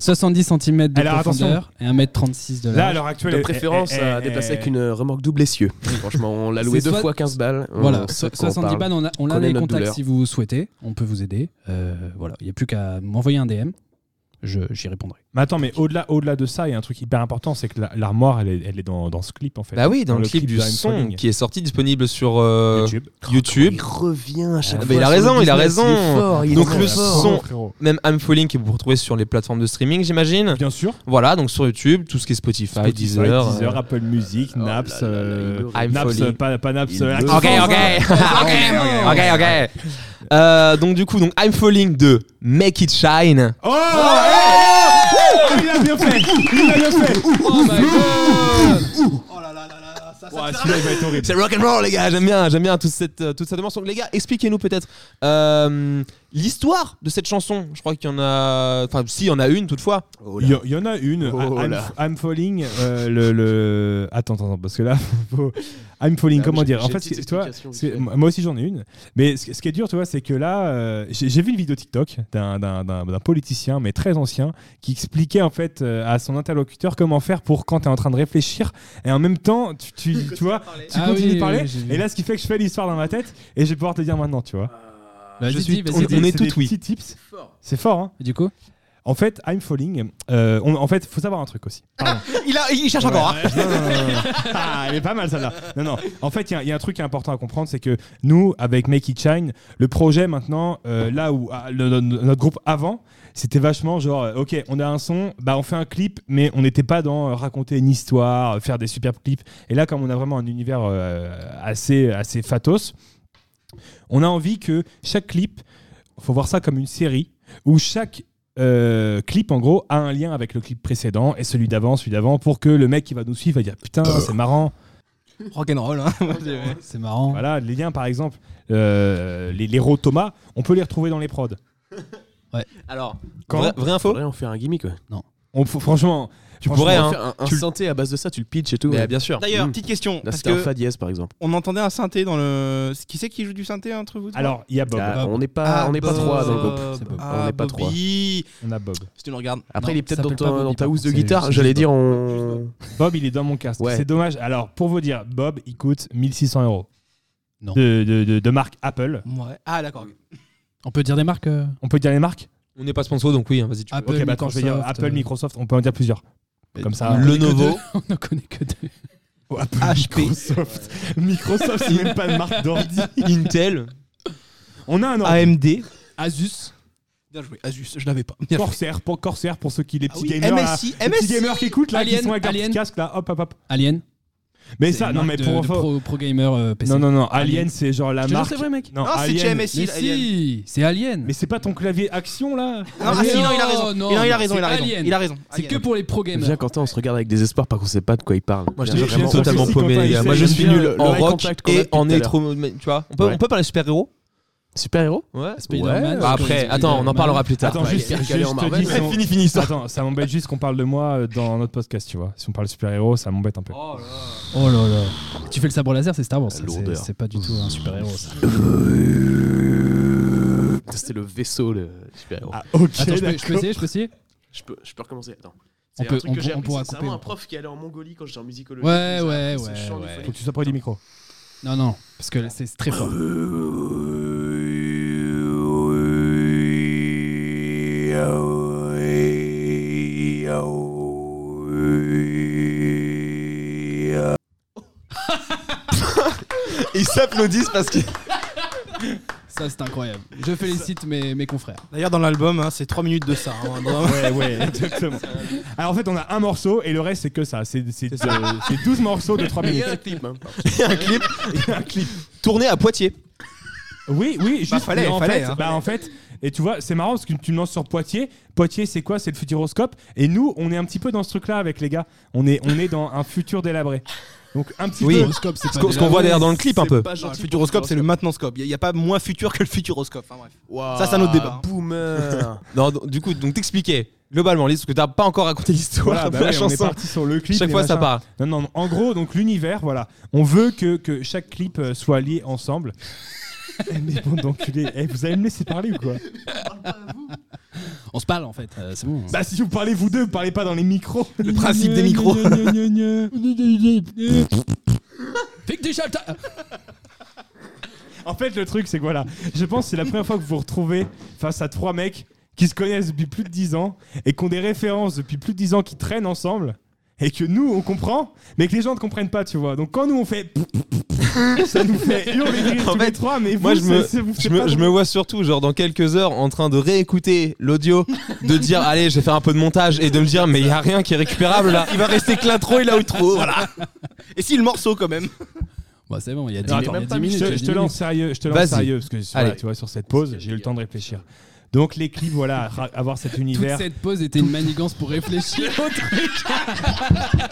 [SPEAKER 6] 70 cm de
[SPEAKER 3] Alors,
[SPEAKER 6] profondeur et 1 m 36 de
[SPEAKER 3] Là, à
[SPEAKER 6] large.
[SPEAKER 3] l'heure actuelle,
[SPEAKER 4] De
[SPEAKER 3] elle-
[SPEAKER 4] préférence
[SPEAKER 3] elle-
[SPEAKER 4] à
[SPEAKER 3] elle-
[SPEAKER 4] déplacer
[SPEAKER 3] elle-
[SPEAKER 4] avec une remorque double essieu. Franchement, on l'a loué
[SPEAKER 6] C'est
[SPEAKER 4] deux
[SPEAKER 6] soit-
[SPEAKER 4] fois 15 balles. On
[SPEAKER 6] Voilà,
[SPEAKER 4] sait
[SPEAKER 6] so-
[SPEAKER 4] de quoi on
[SPEAKER 6] 70
[SPEAKER 4] parle.
[SPEAKER 6] balles, on a, on a
[SPEAKER 4] Connaît
[SPEAKER 6] les
[SPEAKER 4] notre
[SPEAKER 6] contacts
[SPEAKER 4] douleur.
[SPEAKER 6] si vous souhaitez, on peut vous aider. Euh, voilà, il n'y a plus qu'à m'envoyer un DM, Je- j'y répondrai.
[SPEAKER 3] Mais attends, mais au-delà, au-delà de ça, il y a un truc hyper important, c'est que la- l'armoire, elle est, elle est dans, dans ce clip en fait.
[SPEAKER 5] Bah oui, dans, le, clip, du
[SPEAKER 3] d'Iron
[SPEAKER 5] son
[SPEAKER 3] Falling.
[SPEAKER 5] qui est sorti disponible sur euh,
[SPEAKER 3] YouTube.
[SPEAKER 5] YouTube.
[SPEAKER 4] Il revient à chaque
[SPEAKER 5] Ah,
[SPEAKER 4] fois.
[SPEAKER 5] mais il a
[SPEAKER 4] sur
[SPEAKER 5] raison,
[SPEAKER 4] le
[SPEAKER 5] il a
[SPEAKER 4] business,
[SPEAKER 5] raison.
[SPEAKER 4] il est fort, il est
[SPEAKER 5] Donc
[SPEAKER 4] fort.
[SPEAKER 5] le son-
[SPEAKER 3] frérot.
[SPEAKER 5] Même I'm Falling que vous retrouvez sur les plateformes de streaming, j'imagine.
[SPEAKER 3] Bien sûr.
[SPEAKER 5] Voilà, donc sur YouTube, tout ce qui est Spotify,
[SPEAKER 3] Spotify,
[SPEAKER 5] Deezer. euh,
[SPEAKER 3] Deezer, Apple Music,
[SPEAKER 4] là
[SPEAKER 3] Naps,
[SPEAKER 4] là là,
[SPEAKER 3] euh,
[SPEAKER 4] il est
[SPEAKER 5] horrible.
[SPEAKER 3] Naps,
[SPEAKER 5] Folly.
[SPEAKER 3] pas, pas Naps.
[SPEAKER 4] Il
[SPEAKER 3] euh,
[SPEAKER 4] est
[SPEAKER 3] Active
[SPEAKER 5] Ok,
[SPEAKER 3] Sans,
[SPEAKER 5] ok,
[SPEAKER 7] (laughs)
[SPEAKER 3] hein.
[SPEAKER 5] ok, ok, ok. Euh, donc du coup, donc I'm Falling de Make It Shine.
[SPEAKER 3] Oh, eh, Il a bien fait. Il a bien fait.
[SPEAKER 5] Oh my god
[SPEAKER 3] Ouah, Celui-là, il va être horrible.
[SPEAKER 5] C'est rock and roll les gars, j'aime bien, j'aime bien toute cette euh, toute cette dimension. Les gars, expliquez-nous peut-être euh, l'histoire de cette chanson. Je crois qu'il y en a, enfin si, il y en a une toutefois.
[SPEAKER 4] Oh là.
[SPEAKER 3] Il y, il y en a une,
[SPEAKER 4] Oh
[SPEAKER 3] I'm,
[SPEAKER 4] là.
[SPEAKER 3] I'm Falling, euh, le, le- Attends, attends, attends, parce que là, (laughs) faut- I'm Falling,
[SPEAKER 4] Ah,
[SPEAKER 3] comment
[SPEAKER 4] j'ai-
[SPEAKER 3] dire En
[SPEAKER 4] j'ai
[SPEAKER 3] fait,
[SPEAKER 4] une petite
[SPEAKER 3] c'est- tu vois,
[SPEAKER 4] explication vite
[SPEAKER 3] c'est-
[SPEAKER 4] fait.
[SPEAKER 3] moi moi aussi j'en ai une, mais ce, ce qui est dur, tu vois, c'est que là, euh, j'ai j'ai vu une vidéo TikTok d'un- d'un d'un- d'un politicien, mais très ancien, qui expliquait en fait euh, à son interlocuteur comment faire pour quand tu es en train de réfléchir, et en même temps, tu, tu- tu vois, tu
[SPEAKER 6] Ah
[SPEAKER 3] continues
[SPEAKER 6] oui,
[SPEAKER 3] de parler,
[SPEAKER 6] oui, j'ai vu.
[SPEAKER 3] et là, ce qui fait que je fais l'histoire dans ma tête, et je vais pouvoir te dire maintenant, tu vois.
[SPEAKER 6] Bah, Vas-y,
[SPEAKER 3] Je
[SPEAKER 6] dis,
[SPEAKER 3] suis,
[SPEAKER 6] vas-y,
[SPEAKER 3] on,
[SPEAKER 6] dis.
[SPEAKER 3] on est
[SPEAKER 5] C'est
[SPEAKER 3] tout
[SPEAKER 5] des
[SPEAKER 3] oui. C'est fort, hein
[SPEAKER 6] Du coup,
[SPEAKER 3] En fait, I'm Falling, euh, on- en fait, faut savoir un truc aussi. Pardon.
[SPEAKER 7] Ah,
[SPEAKER 5] Il a, il cherche
[SPEAKER 7] hein.
[SPEAKER 5] encore.
[SPEAKER 3] Non, non, non, non. Ah, elle est pas mal celle-là. Non, non. En fait, il y a- il y, a un truc qui est important à comprendre, c'est que nous, avec Make It Shine, le projet maintenant, euh, là où ah, le- le- notre groupe avant, c'était vachement genre, euh, ok, on a un son, bah on fait un clip, mais on n'était pas dans euh, raconter une histoire, euh, faire des superbes clips. Et là, comme on a vraiment un univers euh, assez, assez fatos, on a envie que chaque clip, faut voir ça comme une série où chaque euh, clip en gros a un lien avec le clip précédent et celui d'avant, celui d'avant, pour que le mec qui va nous suivre va dire putain
[SPEAKER 6] Euh.
[SPEAKER 3] c'est marrant.
[SPEAKER 7] Rock'n'roll, hein.
[SPEAKER 6] c'est marrant.
[SPEAKER 3] Voilà les liens par exemple, euh, les, les Raw Thomas, on peut les retrouver dans les prods.
[SPEAKER 6] (laughs)
[SPEAKER 5] Alors,
[SPEAKER 3] Quand
[SPEAKER 5] vraie vrai info.
[SPEAKER 4] Faudrait en faire un gimmick. ouais.
[SPEAKER 3] On faut- franchement,
[SPEAKER 5] Tu pourrais
[SPEAKER 4] On
[SPEAKER 5] hein.
[SPEAKER 4] va faire Un, un
[SPEAKER 5] Tu le-
[SPEAKER 4] synthé à base de ça, tu le pitches et tout.
[SPEAKER 5] Mais
[SPEAKER 4] ouais.
[SPEAKER 5] bien sûr.
[SPEAKER 7] D'ailleurs,
[SPEAKER 4] Mm.
[SPEAKER 7] petite question.
[SPEAKER 4] Là,
[SPEAKER 7] parce
[SPEAKER 4] c'était un
[SPEAKER 7] que
[SPEAKER 4] fa dièse, par exemple.
[SPEAKER 7] on entendait un synthé dans le. Qui c'est qui joue du synthé entre
[SPEAKER 5] hein.
[SPEAKER 7] vous trois
[SPEAKER 3] alors il y a Bob,
[SPEAKER 4] Ah,
[SPEAKER 6] Bob.
[SPEAKER 4] On n'est pas, on n'est pas
[SPEAKER 7] Bob.
[SPEAKER 4] trois dans le groupe.
[SPEAKER 6] C'est Bob.
[SPEAKER 7] Ah,
[SPEAKER 4] On n'est pas trois.
[SPEAKER 7] Bobby.
[SPEAKER 3] on a Bob.
[SPEAKER 7] Si tu nous regardes.
[SPEAKER 4] Après,
[SPEAKER 6] Non,
[SPEAKER 4] il est
[SPEAKER 6] ça
[SPEAKER 4] peut-être dans,
[SPEAKER 6] s'appelle
[SPEAKER 4] ta-
[SPEAKER 6] pas Bobby,
[SPEAKER 4] dans ta
[SPEAKER 6] par
[SPEAKER 4] housse de
[SPEAKER 6] contre, c'est-
[SPEAKER 4] guitare.
[SPEAKER 6] c'est
[SPEAKER 4] J'allais
[SPEAKER 6] juste
[SPEAKER 4] dire, on.
[SPEAKER 3] Bob il est dans mon casque,
[SPEAKER 4] Ouais.
[SPEAKER 3] c'est dommage. Alors pour vous dire, Bob il coûte 1600 euros.
[SPEAKER 6] Non.
[SPEAKER 3] De, de- de- de marque Apple.
[SPEAKER 7] Ouais. Ah, d'accord.
[SPEAKER 6] On peut dire des marques euh,
[SPEAKER 3] On peut dire les marques
[SPEAKER 5] On n'est pas sponsor, donc oui, hein, vas-y. Tu...
[SPEAKER 6] Apple,
[SPEAKER 3] Ok, bah attends, je vais dire
[SPEAKER 6] Microsoft,
[SPEAKER 3] Apple,
[SPEAKER 6] euh,
[SPEAKER 3] Microsoft, on peut en dire plusieurs. Comme ça.
[SPEAKER 6] on en connaît que
[SPEAKER 5] Lenovo.
[SPEAKER 6] deux. (laughs) On n'en connaît que deux.
[SPEAKER 3] Apple,
[SPEAKER 7] HP.
[SPEAKER 3] Microsoft.
[SPEAKER 5] (laughs)
[SPEAKER 3] Microsoft, c'est même pas une marque d'ordi.
[SPEAKER 5] Intel.
[SPEAKER 3] (laughs) On Ah, a un
[SPEAKER 6] Ah,
[SPEAKER 3] ordi.
[SPEAKER 7] AMD.
[SPEAKER 6] Asus.
[SPEAKER 7] Bien joué. Asus, je l'avais pas.
[SPEAKER 3] Corsair, pour Corsair pour ceux qui les
[SPEAKER 7] Ah
[SPEAKER 3] petits
[SPEAKER 7] oui,
[SPEAKER 3] gamers là,
[SPEAKER 7] MSI,
[SPEAKER 3] les petits
[SPEAKER 7] MSI.
[SPEAKER 3] gamers qui écoutent là,
[SPEAKER 6] Alien,
[SPEAKER 3] qui sont avec leur petit
[SPEAKER 6] Alien.
[SPEAKER 3] casque là, hop hop hop.
[SPEAKER 6] Alien.
[SPEAKER 3] Mais
[SPEAKER 6] C'est
[SPEAKER 3] ça,
[SPEAKER 6] une
[SPEAKER 3] non mais
[SPEAKER 6] marque de-
[SPEAKER 3] pour
[SPEAKER 6] de
[SPEAKER 3] info-
[SPEAKER 6] pro, pro gamer euh, PC.
[SPEAKER 3] non non non,
[SPEAKER 6] Alien.
[SPEAKER 3] Alien c'est genre la
[SPEAKER 6] Je te jure,
[SPEAKER 3] marque.
[SPEAKER 6] c'est vrai, mec.
[SPEAKER 3] Non,
[SPEAKER 7] Non, c'est chez
[SPEAKER 3] Alien.
[SPEAKER 6] Mais
[SPEAKER 7] MSI. là, il y a-
[SPEAKER 6] si, c'est Alien.
[SPEAKER 3] Mais c'est pas ton clavier action là
[SPEAKER 7] Non, ah, si, non, il a raison.
[SPEAKER 6] non,
[SPEAKER 7] il, a- il a
[SPEAKER 6] non,
[SPEAKER 7] raison,
[SPEAKER 6] c'est
[SPEAKER 7] il a raison.
[SPEAKER 6] Alien.
[SPEAKER 7] Il a raison.
[SPEAKER 6] C'est
[SPEAKER 7] Alien.
[SPEAKER 6] que pour les pro gamers.
[SPEAKER 4] Bien, Quentin, on se regarde avec désespoir parce qu'on sait pas de quoi il parle.
[SPEAKER 5] Moi, je
[SPEAKER 4] Bien,
[SPEAKER 5] suis
[SPEAKER 4] vraiment.
[SPEAKER 5] totalement
[SPEAKER 3] Francis,
[SPEAKER 5] paumé,
[SPEAKER 3] Quentin,
[SPEAKER 5] les
[SPEAKER 3] il
[SPEAKER 5] gars.
[SPEAKER 3] sait,
[SPEAKER 5] Moi, je
[SPEAKER 3] il
[SPEAKER 5] suis
[SPEAKER 3] aime bien
[SPEAKER 5] nul
[SPEAKER 4] le- le
[SPEAKER 5] en
[SPEAKER 4] eye
[SPEAKER 5] rock
[SPEAKER 4] contact qu'on a
[SPEAKER 5] et
[SPEAKER 4] depuis tout à
[SPEAKER 5] en
[SPEAKER 4] l'heure.
[SPEAKER 5] électro. Tu vois, on peut,
[SPEAKER 4] Ouais.
[SPEAKER 5] on peut parler de super-héros
[SPEAKER 4] Super héros
[SPEAKER 5] Ouais.
[SPEAKER 6] Spider-Man.
[SPEAKER 4] Ouais.
[SPEAKER 5] Bah, après, attends, bah, on en parlera plus tard.
[SPEAKER 3] Attends
[SPEAKER 5] Ouais.
[SPEAKER 3] juste,
[SPEAKER 4] il y a
[SPEAKER 3] je-
[SPEAKER 4] Calais en
[SPEAKER 3] je te
[SPEAKER 4] Marvel.
[SPEAKER 3] dis si on- Attends, ça m'embête juste qu'on parle de moi euh, dans notre podcast, tu vois. Si on parle super-héros, ça m'embête un peu.
[SPEAKER 6] Oh là là. Tu fais le sabre laser, c'est Star Wars. ça, c'est-
[SPEAKER 4] lourdeur.
[SPEAKER 6] C'est pas du tout un super héros. ça.
[SPEAKER 4] C'était le vaisseau, le super héros.
[SPEAKER 3] Ah OK.
[SPEAKER 6] Attends, je peux, je peux
[SPEAKER 3] d'accord.
[SPEAKER 6] essayer, je peux essayer.
[SPEAKER 4] Je peux, je peux recommencer. Attends.
[SPEAKER 6] On
[SPEAKER 4] C'est un
[SPEAKER 6] peut-
[SPEAKER 4] truc
[SPEAKER 6] on
[SPEAKER 4] que
[SPEAKER 6] peut-
[SPEAKER 4] j'ai
[SPEAKER 6] on
[SPEAKER 4] appris,
[SPEAKER 6] pourra
[SPEAKER 4] c'est
[SPEAKER 6] couper,
[SPEAKER 4] vraiment un
[SPEAKER 6] ouais.
[SPEAKER 4] prof qui allait en Mongolie quand j'étais en musicologie.
[SPEAKER 6] Ouais,
[SPEAKER 4] Il nous a
[SPEAKER 6] ouais,
[SPEAKER 4] appris ce
[SPEAKER 6] ouais,
[SPEAKER 4] chant
[SPEAKER 6] ouais.
[SPEAKER 4] des
[SPEAKER 3] Faut
[SPEAKER 6] (laughs)
[SPEAKER 4] phonées.
[SPEAKER 3] que tu sois près du micro.
[SPEAKER 6] Non, non, parce que c'est c'est très fort.
[SPEAKER 5] Ils s'applaudissent parce que.
[SPEAKER 6] Ça, c'est incroyable. Je félicite mes, mes confrères.
[SPEAKER 7] D'ailleurs, dans l'album, hein, c'est 3 minutes de ça. hein. Dans-
[SPEAKER 3] Ouais, ouais, exactement. Alors en fait, on a un morceau et le reste, c'est que ça. C'est c'est- euh, c'est 12 morceaux de
[SPEAKER 6] (laughs)
[SPEAKER 3] 3
[SPEAKER 4] Il y
[SPEAKER 3] minutes.
[SPEAKER 4] a un clip. hein.
[SPEAKER 5] un clip. un clip. Tourné à Poitiers.
[SPEAKER 3] Oui, oui, juste.
[SPEAKER 7] fallait,
[SPEAKER 3] mais en
[SPEAKER 7] fallait,
[SPEAKER 3] Fait,
[SPEAKER 7] hein.
[SPEAKER 3] Bah en fait, et tu vois, c'est marrant parce que tu me lances sur Poitiers. Poitiers, c'est quoi C'est le futuroscope. Et nous, on est un petit peu dans ce truc-là avec les gars. On est, on est dans un futur délabré. Donc un petit
[SPEAKER 5] Oui.
[SPEAKER 6] (laughs)
[SPEAKER 3] peu.
[SPEAKER 6] Horoscope, c'est
[SPEAKER 5] Ce
[SPEAKER 6] pas
[SPEAKER 5] qu'on- ce qu'on voit derrière dans le clip un
[SPEAKER 4] C'est
[SPEAKER 5] peu.
[SPEAKER 4] pas gentil
[SPEAKER 7] le
[SPEAKER 4] pour
[SPEAKER 7] futuroscope,
[SPEAKER 4] le
[SPEAKER 7] c'est le maintenantscope. Il n'y a, pas moins futur que le futuroscope. Enfin, bref.
[SPEAKER 4] Waouh,
[SPEAKER 7] Ça, c'est un autre débat.
[SPEAKER 4] (laughs) Boomer.
[SPEAKER 5] Non, donc, du coup, donc t'expliquer globalement, Lise, parce que t'as pas encore raconté l'histoire
[SPEAKER 3] Voilà,
[SPEAKER 5] de
[SPEAKER 3] bah
[SPEAKER 5] la
[SPEAKER 3] ouais, on est
[SPEAKER 5] chanson.
[SPEAKER 3] parti sur le clip.
[SPEAKER 5] Chaque
[SPEAKER 3] les
[SPEAKER 5] fois, ça
[SPEAKER 3] machins.
[SPEAKER 5] part.
[SPEAKER 3] Non, non, non. en gros, donc l'univers, voilà. On veut que, que chaque clip euh, soit lié ensemble. Eh, Mais bon, d'enculé. Eh, vous allez me laisser parler ou quoi
[SPEAKER 6] On se parle en fait. Euh, c'est bon.
[SPEAKER 3] Bah, si vous parlez vous deux, parlez pas dans les micros.
[SPEAKER 7] Le principe
[SPEAKER 3] (laughs)
[SPEAKER 7] des micros.
[SPEAKER 6] Fais que Ah, des chalta-
[SPEAKER 3] En fait, le truc, c'est que voilà, je pense que c'est la première fois que vous vous retrouvez face à trois mecs qui se connaissent depuis plus de 10 ans et qui ont des références depuis plus de 10 ans qui traînent ensemble et que nous, on comprend, mais que les gens ne comprennent pas, tu vois. Donc quand nous, on fait. (laughs) ça nous fait hurler de rire
[SPEAKER 5] En
[SPEAKER 3] tous
[SPEAKER 5] fait,
[SPEAKER 3] les trois, mais
[SPEAKER 5] moi,
[SPEAKER 3] vous,
[SPEAKER 5] je me-
[SPEAKER 3] ça- ça vous fait
[SPEAKER 5] Je
[SPEAKER 3] pas
[SPEAKER 5] me, je
[SPEAKER 3] drôle.
[SPEAKER 5] me vois surtout, genre, dans quelques heures, en train de réécouter l'audio, de
[SPEAKER 7] (laughs)
[SPEAKER 5] dire, allez, je vais faire un peu de montage, et de me dire, mais il y a rien qui est récupérable là. Il va rester que l'intro et l'outro, voilà.
[SPEAKER 7] Et si le morceau, quand même
[SPEAKER 6] Bah, c'est bon, il y a 10,
[SPEAKER 3] Non,
[SPEAKER 6] il y a
[SPEAKER 3] attends,
[SPEAKER 6] 10 minutes. il y
[SPEAKER 3] je,
[SPEAKER 6] a
[SPEAKER 3] te-
[SPEAKER 6] 10
[SPEAKER 3] je te lance
[SPEAKER 6] minutes.
[SPEAKER 3] sérieux, je te lance
[SPEAKER 5] Vas-y.
[SPEAKER 3] sérieux parce que voilà,
[SPEAKER 5] Allez.
[SPEAKER 3] tu vois sur cette pause, j'ai eu le temps de réfléchir. Donc les clips, voilà, ra- avoir cet
[SPEAKER 6] Toute
[SPEAKER 3] univers.
[SPEAKER 6] cette pause était une manigance pour réfléchir au truc.
[SPEAKER 5] (laughs)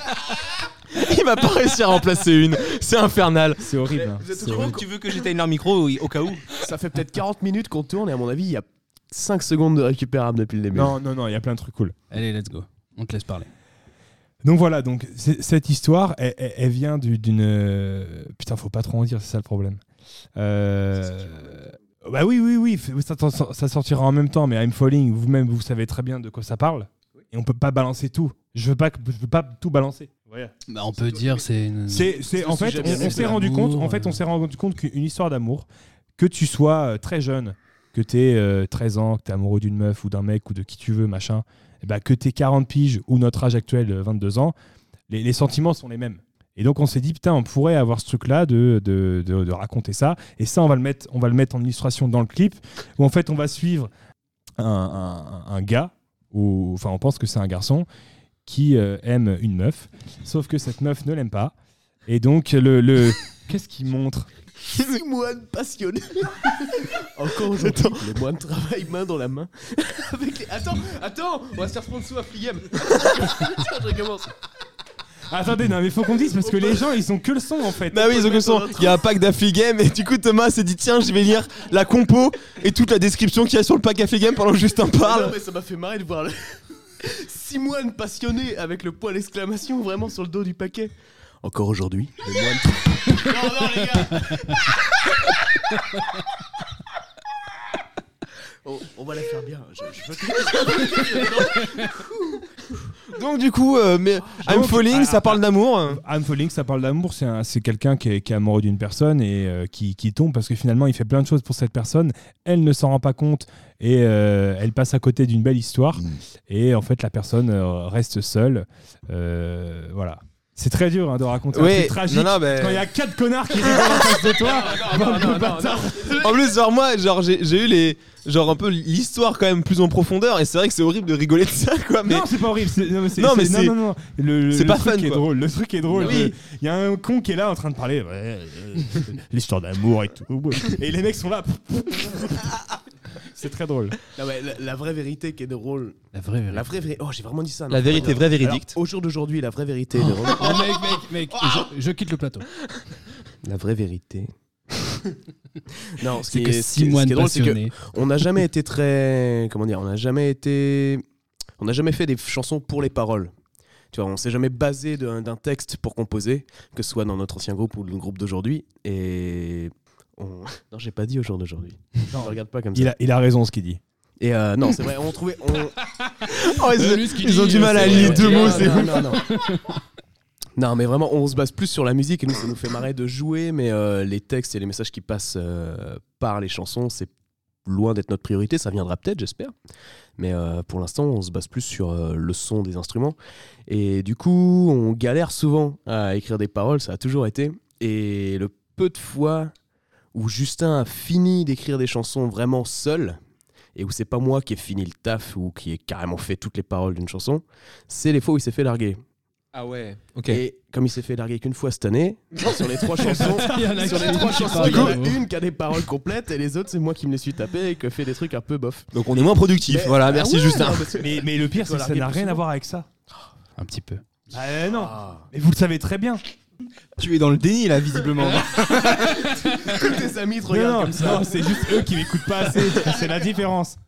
[SPEAKER 5] Il va pas réussir à en placer une. C'est infernal.
[SPEAKER 3] C'est horrible. hein.
[SPEAKER 7] Vous êtes au courant que tu veux que j'éteigne leur micro oui, au cas où
[SPEAKER 4] Ça fait peut-être 40 minutes qu'on tourne et à mon avis, il y a 5 secondes de récupérable depuis le début.
[SPEAKER 3] Non, non, non, il y a plein de trucs cool.
[SPEAKER 6] Allez, let's go. On te laisse parler.
[SPEAKER 3] Donc voilà, donc c'est- cette histoire, elle, elle- elle vient du- d'une. euh, Putain, faut pas trop en dire, c'est ça le problème. Euh, Bah oui, oui, oui, f- ça, t'en- ça sortira en même temps, mais I'm Falling, vous-même, vous savez très bien de quoi ça parle. Et on peut pas balancer tout. Je veux pas, que- je veux pas tout balancer.
[SPEAKER 6] Bah, on peut dire, c'est une.
[SPEAKER 3] C'est, c'est- en fait,
[SPEAKER 4] sujet
[SPEAKER 3] on, on
[SPEAKER 6] de
[SPEAKER 3] s'est
[SPEAKER 6] l'amour,
[SPEAKER 3] rendu compte, en
[SPEAKER 6] euh.
[SPEAKER 3] fait, on s'est rendu compte qu'une histoire d'amour, que tu sois euh, très jeune, que tu es 13 ans, que tu es amoureux d'une meuf ou d'un mec ou de qui tu veux, machin, eh ben, que tu es 40 piges ou notre âge actuel, euh, 22 ans, les, les sentiments sont les mêmes. Et donc on s'est dit putain on pourrait avoir ce truc là de, de, de- de raconter ça et ça on va le mettre on va le mettre en illustration dans le clip où en fait on va suivre un, un- un gars ou enfin on pense que c'est un garçon qui euh, aime une meuf sauf que cette meuf ne l'aime pas et donc le, le- (laughs) qu'est-ce qu'il montre
[SPEAKER 4] Les moines passionnés. (laughs) Encore aujourd'hui, les moines travaillent main dans la main. (laughs) Avec les- Attends, attends, on va se faire sponsor à Free Game. (laughs) Attends, je recommence.
[SPEAKER 3] Attendez non mais faut qu'on dise parce que les gens ils ont que le son en fait
[SPEAKER 5] Bah oui, ils ont que son. Il y a un pack d'Affli Game, et du coup, Thomas s'est dit, tiens, je vais lire la compo et toute la description qu'il y a sur le pack Affli Game pendant que Justin
[SPEAKER 4] Non,
[SPEAKER 5] parle.
[SPEAKER 4] mais ça m'a fait marrer de voir le... (laughs) six moines passionnés avec le point d'exclamation vraiment sur le dos du paquet. Encore aujourd'hui, les moines. non, non, les gars On, on va la faire bien. Je, je veux que-
[SPEAKER 5] Donc, du coup, euh, mais I'm
[SPEAKER 3] Donc,
[SPEAKER 5] Falling,
[SPEAKER 3] ah,
[SPEAKER 5] ça parle d'amour.
[SPEAKER 3] I'm Falling, ça parle d'amour, c'est un- c'est quelqu'un qui est, qui est amoureux d'une personne et euh, qui, qui tombe parce que finalement il fait plein de choses pour cette personne, elle ne s'en rend pas compte et euh, elle passe à côté d'une belle histoire
[SPEAKER 5] Mm.
[SPEAKER 3] et en fait la personne euh, reste seule. Euh, voilà. C'est très dur hein, de raconter un
[SPEAKER 5] Oui,
[SPEAKER 3] truc tragique
[SPEAKER 5] non, non, mais.
[SPEAKER 3] quand il y a quatre connards qui rigolent en face de toi. bande de bâtards.
[SPEAKER 5] En plus, genre moi, genre j'ai j'ai eu les, genre un peu l'histoire quand même plus en profondeur, et c'est vrai que c'est horrible de rigoler de ça, quoi. Mais
[SPEAKER 3] Non, c'est pas horrible. c'est- Non, mais c'est,
[SPEAKER 5] Non, mais
[SPEAKER 3] c'est-
[SPEAKER 5] c'est-
[SPEAKER 3] non, non, non. Le, le-
[SPEAKER 5] c'est
[SPEAKER 3] le
[SPEAKER 5] pas
[SPEAKER 3] truc
[SPEAKER 5] fun,
[SPEAKER 3] est
[SPEAKER 5] quoi.
[SPEAKER 3] drôle. Le truc est drôle. euh,
[SPEAKER 5] Oui.
[SPEAKER 3] Il y a un con qui est là en train de parler. ouais, euh, (laughs) l'histoire d'amour et tout. Et les mecs sont là. (laughs) c'est très drôle.
[SPEAKER 4] Non, mais la, la vraie vérité qui est drôle.
[SPEAKER 6] La
[SPEAKER 4] La
[SPEAKER 6] vraie vérité.
[SPEAKER 4] vraie vérité. Oh, j'ai vraiment dit ça. non
[SPEAKER 5] la vérité vraie véridique.
[SPEAKER 4] Alors, au jour d'aujourd'hui, la vraie vérité est
[SPEAKER 6] (laughs)
[SPEAKER 4] drôle.
[SPEAKER 6] Oh, mec, mec, mec, je, je quitte le plateau.
[SPEAKER 4] La vraie
[SPEAKER 6] (laughs)
[SPEAKER 4] vérité. non, ce qui
[SPEAKER 6] C'est
[SPEAKER 4] est,
[SPEAKER 6] que
[SPEAKER 4] ce qui-
[SPEAKER 6] six
[SPEAKER 4] ce
[SPEAKER 6] moines
[SPEAKER 4] qui est drôle, c'est que
[SPEAKER 6] passionnés.
[SPEAKER 4] on n'a jamais été très comment dire on n'a jamais été on n'a jamais fait des chansons pour les paroles tu vois on s'est jamais basé d'un d'un texte pour composer que ce soit dans notre ancien groupe ou le groupe d'aujourd'hui et on... non j'ai pas dit au jour d'aujourd'hui je regarde pas comme ça
[SPEAKER 3] Il a, il a raison ce qu'il dit.
[SPEAKER 4] et euh, non c'est vrai on trouvait on-
[SPEAKER 5] (laughs) Oh, ils,
[SPEAKER 6] Euh, lui, ce qu'il
[SPEAKER 5] ils ont
[SPEAKER 6] dit,
[SPEAKER 5] du
[SPEAKER 6] euh,
[SPEAKER 5] mal à
[SPEAKER 6] c'est-
[SPEAKER 5] lier
[SPEAKER 6] ouais,
[SPEAKER 5] deux
[SPEAKER 6] ouais,
[SPEAKER 5] mots,
[SPEAKER 6] ouais,
[SPEAKER 5] c'est
[SPEAKER 4] non,
[SPEAKER 5] ouf.
[SPEAKER 4] non, non. (laughs) Non, mais vraiment, on se base plus sur la musique et nous, ça nous fait marrer de jouer, mais euh, les textes et les messages qui passent euh, par les chansons, c'est loin d'être notre priorité. Ça viendra peut-être, j'espère. Mais euh, pour l'instant, on se base plus sur euh, le son des instruments. Et du coup, on galère souvent à écrire des paroles, ça a toujours été. Et le peu de fois où Justin a fini d'écrire des chansons vraiment seul, et où c'est pas moi qui ai fini le taf ou qui ai carrément fait toutes les paroles d'une chanson, c'est les fois où il s'est fait larguer.
[SPEAKER 5] Ah ouais, ok.
[SPEAKER 4] Et comme il s'est fait larguer qu'une fois cette année, sur les trois chansons,
[SPEAKER 6] Il y en a
[SPEAKER 4] sur
[SPEAKER 6] qui-
[SPEAKER 4] les trois
[SPEAKER 6] je sais
[SPEAKER 4] chansons,
[SPEAKER 6] pas,
[SPEAKER 4] il y en a
[SPEAKER 6] bravo.
[SPEAKER 4] une qui a des paroles complètes et les autres, c'est moi qui me les suis tapées et qui fait des trucs un peu bof.
[SPEAKER 9] Donc on est moins productif.
[SPEAKER 4] Mais-
[SPEAKER 9] voilà,
[SPEAKER 4] Ah
[SPEAKER 9] merci
[SPEAKER 4] ouais,
[SPEAKER 9] Justin.
[SPEAKER 4] non, parce que-
[SPEAKER 3] Mais, mais le pire, c'est que ça
[SPEAKER 4] Voilà,
[SPEAKER 3] n'a rien
[SPEAKER 4] souvent.
[SPEAKER 3] à voir avec ça.
[SPEAKER 6] Un petit peu.
[SPEAKER 3] Ah
[SPEAKER 5] euh,
[SPEAKER 3] non,
[SPEAKER 4] Ah.
[SPEAKER 3] mais vous le savez très bien.
[SPEAKER 7] Tu es dans le déni là, visiblement.
[SPEAKER 4] Tous tes amis te
[SPEAKER 3] Non,
[SPEAKER 4] regardent
[SPEAKER 3] non,
[SPEAKER 4] comme ça.
[SPEAKER 3] non, c'est juste eux qui m'écoutent pas assez. c'est la différence.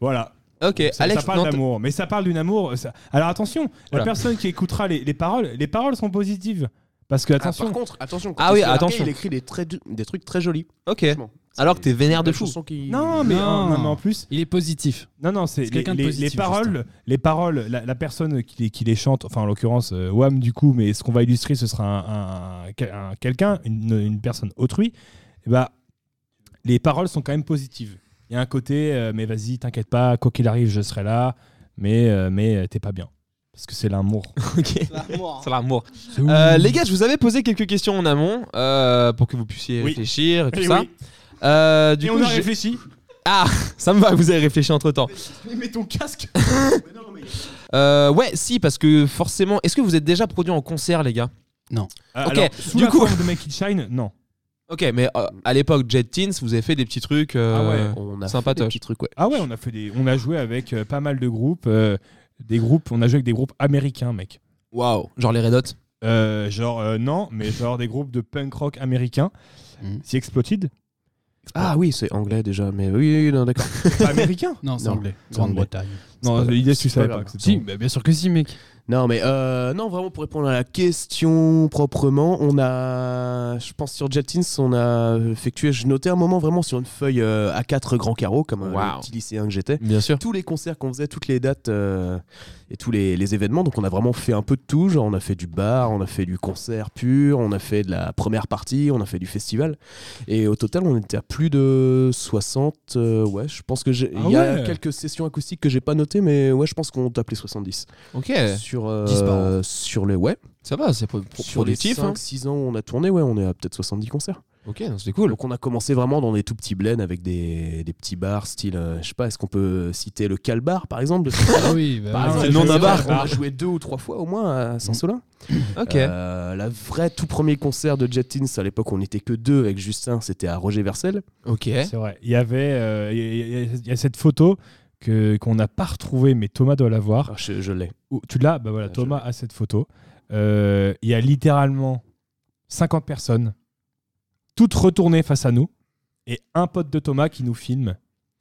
[SPEAKER 3] Voilà.
[SPEAKER 5] Ok,
[SPEAKER 3] Ça,
[SPEAKER 5] Alex,
[SPEAKER 3] ça parle
[SPEAKER 5] non, t-
[SPEAKER 3] d'amour, mais ça parle d'une amour. ça- Alors attention,
[SPEAKER 5] Voilà.
[SPEAKER 3] la personne qui écoutera les, les paroles, les paroles sont positives. Parce que
[SPEAKER 4] Ah,
[SPEAKER 3] attention,
[SPEAKER 4] par contre, attention.
[SPEAKER 5] Ah
[SPEAKER 4] quand
[SPEAKER 5] oui,
[SPEAKER 4] il s'est largué,
[SPEAKER 5] attention.
[SPEAKER 4] Il écrit des, très- des trucs très jolis.
[SPEAKER 5] ok.
[SPEAKER 4] franchement.
[SPEAKER 5] Alors
[SPEAKER 4] C'est
[SPEAKER 5] que t'es vénère
[SPEAKER 4] des
[SPEAKER 5] de fou.
[SPEAKER 4] chansons qui-
[SPEAKER 3] non, mais,
[SPEAKER 6] Non.
[SPEAKER 3] non, mais en plus,
[SPEAKER 6] Il est positif.
[SPEAKER 3] non, non, c'est
[SPEAKER 6] C'est
[SPEAKER 3] les,
[SPEAKER 6] quelqu'un de
[SPEAKER 3] les-
[SPEAKER 6] positif,
[SPEAKER 3] les paroles, les paroles, la, la personne qui les, qui les chante, enfin en l'occurrence euh, Wham du coup, mais ce qu'on va illustrer, ce sera un, un- un- quelqu'un, une, une personne autrui. Et bah, les paroles sont quand même positives. Il y a un côté, euh, mais vas-y, t'inquiète pas, quoi qu'il arrive, je serai là, mais euh, mais euh, t'es pas bien, parce que c'est l'amour.
[SPEAKER 5] Ok.
[SPEAKER 7] Ah,
[SPEAKER 5] Ça va, amour. Euh, les gars, je vous avais posé quelques questions en amont euh, pour que vous puissiez
[SPEAKER 3] Oui.
[SPEAKER 5] réfléchir et tout
[SPEAKER 3] Eh
[SPEAKER 5] ça.
[SPEAKER 3] oui.
[SPEAKER 5] Euh, du coup, j'ai-
[SPEAKER 3] réfléchi.
[SPEAKER 5] Ah, ça me va, vous avez réfléchi entre temps.
[SPEAKER 3] Mais ton
[SPEAKER 5] (laughs)
[SPEAKER 3] casque.
[SPEAKER 5] Euh, ouais, si, parce que forcément. Est-ce que vous êtes déjà produit en concert, les gars Ok,
[SPEAKER 3] Ah, Alors, sous
[SPEAKER 5] du
[SPEAKER 3] la
[SPEAKER 5] coup-
[SPEAKER 3] forme de Make It Shine, non.
[SPEAKER 5] Ok, mais euh, à l'époque, Jet Teens, vous avez fait des petits trucs. euh,
[SPEAKER 3] Ah
[SPEAKER 4] On a
[SPEAKER 5] Sympatoche.
[SPEAKER 4] fait des petits trucs, ouais.
[SPEAKER 3] Ah ouais, on a fait des, on a joué avec euh, pas mal de groupes, euh, des groupes, on a joué avec des groupes américains, mec.
[SPEAKER 5] Waouh, genre les Red Hot.
[SPEAKER 3] Euh, genre euh, non, mais genre des groupes de punk rock américains,
[SPEAKER 6] Mm.
[SPEAKER 3] si Exploded,
[SPEAKER 4] Ah oui, c'est anglais déjà, mais oui, oui, non, d'accord.
[SPEAKER 3] américain.
[SPEAKER 6] Non, c'est
[SPEAKER 4] Non,
[SPEAKER 6] anglais.
[SPEAKER 4] c'est
[SPEAKER 6] Grande-Bretagne.
[SPEAKER 3] (laughs) Non,
[SPEAKER 4] pas grave.
[SPEAKER 3] l'idée c'est que tu
[SPEAKER 4] C'est
[SPEAKER 3] savais
[SPEAKER 4] pas
[SPEAKER 3] pas.
[SPEAKER 4] grave.
[SPEAKER 3] que c'était
[SPEAKER 6] Si,
[SPEAKER 3] en-
[SPEAKER 6] bah, bien sûr que si, mec.
[SPEAKER 4] Non, mais euh, non, vraiment pour répondre à la question proprement, on a, je pense sur Jetins, on a effectué, je notais un moment vraiment sur une feuille euh, A4 grand carreau, comme un
[SPEAKER 5] Wow.
[SPEAKER 4] petit lycéen que j'étais.
[SPEAKER 5] Bien sûr.
[SPEAKER 4] Tous les concerts qu'on faisait, toutes les dates euh, et tous les, les événements, donc on a vraiment fait un peu de tout. Genre on a fait du bar, on a fait du concert pur, on a fait de la première partie, on a fait du festival. Et au total, on était à plus de 60. euh, ouais, je pense que j'ai.
[SPEAKER 3] Ah
[SPEAKER 4] Il y a
[SPEAKER 3] ouais.
[SPEAKER 4] quelques sessions acoustiques que j'ai pas notées, mais ouais, je pense qu'on tapait les 70
[SPEAKER 5] Ok,
[SPEAKER 4] sur euh,
[SPEAKER 5] 10 par an.
[SPEAKER 4] sur les ouais
[SPEAKER 5] ça va, c'est pro- pro-
[SPEAKER 4] sur les
[SPEAKER 5] productif.
[SPEAKER 4] 5
[SPEAKER 5] hein.
[SPEAKER 4] 6 ans où on a tourné ouais on est à peut-être 70 concerts
[SPEAKER 5] Ok, non, c'est cool.
[SPEAKER 4] donc on a commencé vraiment dans des tout petits blends avec des, des petits bars style euh, je sais pas est-ce qu'on peut citer le Calbar par exemple de
[SPEAKER 6] Ah oui, bah,
[SPEAKER 4] Par
[SPEAKER 6] oui.
[SPEAKER 4] exemple,
[SPEAKER 3] le nom
[SPEAKER 4] on
[SPEAKER 3] d'un
[SPEAKER 4] a-
[SPEAKER 3] bar.
[SPEAKER 4] on a joué deux ou trois fois au moins à Saint-Solin
[SPEAKER 5] Mm. (coughs) Ok.
[SPEAKER 4] Euh, la vraie tout premier concert de Jettins à l'époque on n'était que deux avec Justin c'était à Roger Versel
[SPEAKER 5] ok.
[SPEAKER 4] bah.
[SPEAKER 3] C'est vrai. Il y avait, euh, il y, a- il y a- il y a cette photo que qu'on n'a pas retrouvée, mais Thomas doit l'avoir.
[SPEAKER 4] Ah, je, je l'ai
[SPEAKER 3] Ou- tu l'as bah voilà
[SPEAKER 4] Ah, je
[SPEAKER 3] Thomas a cette photo Euh, il y a littéralement 50 personnes toutes retournées face à nous et un pote de Thomas qui nous filme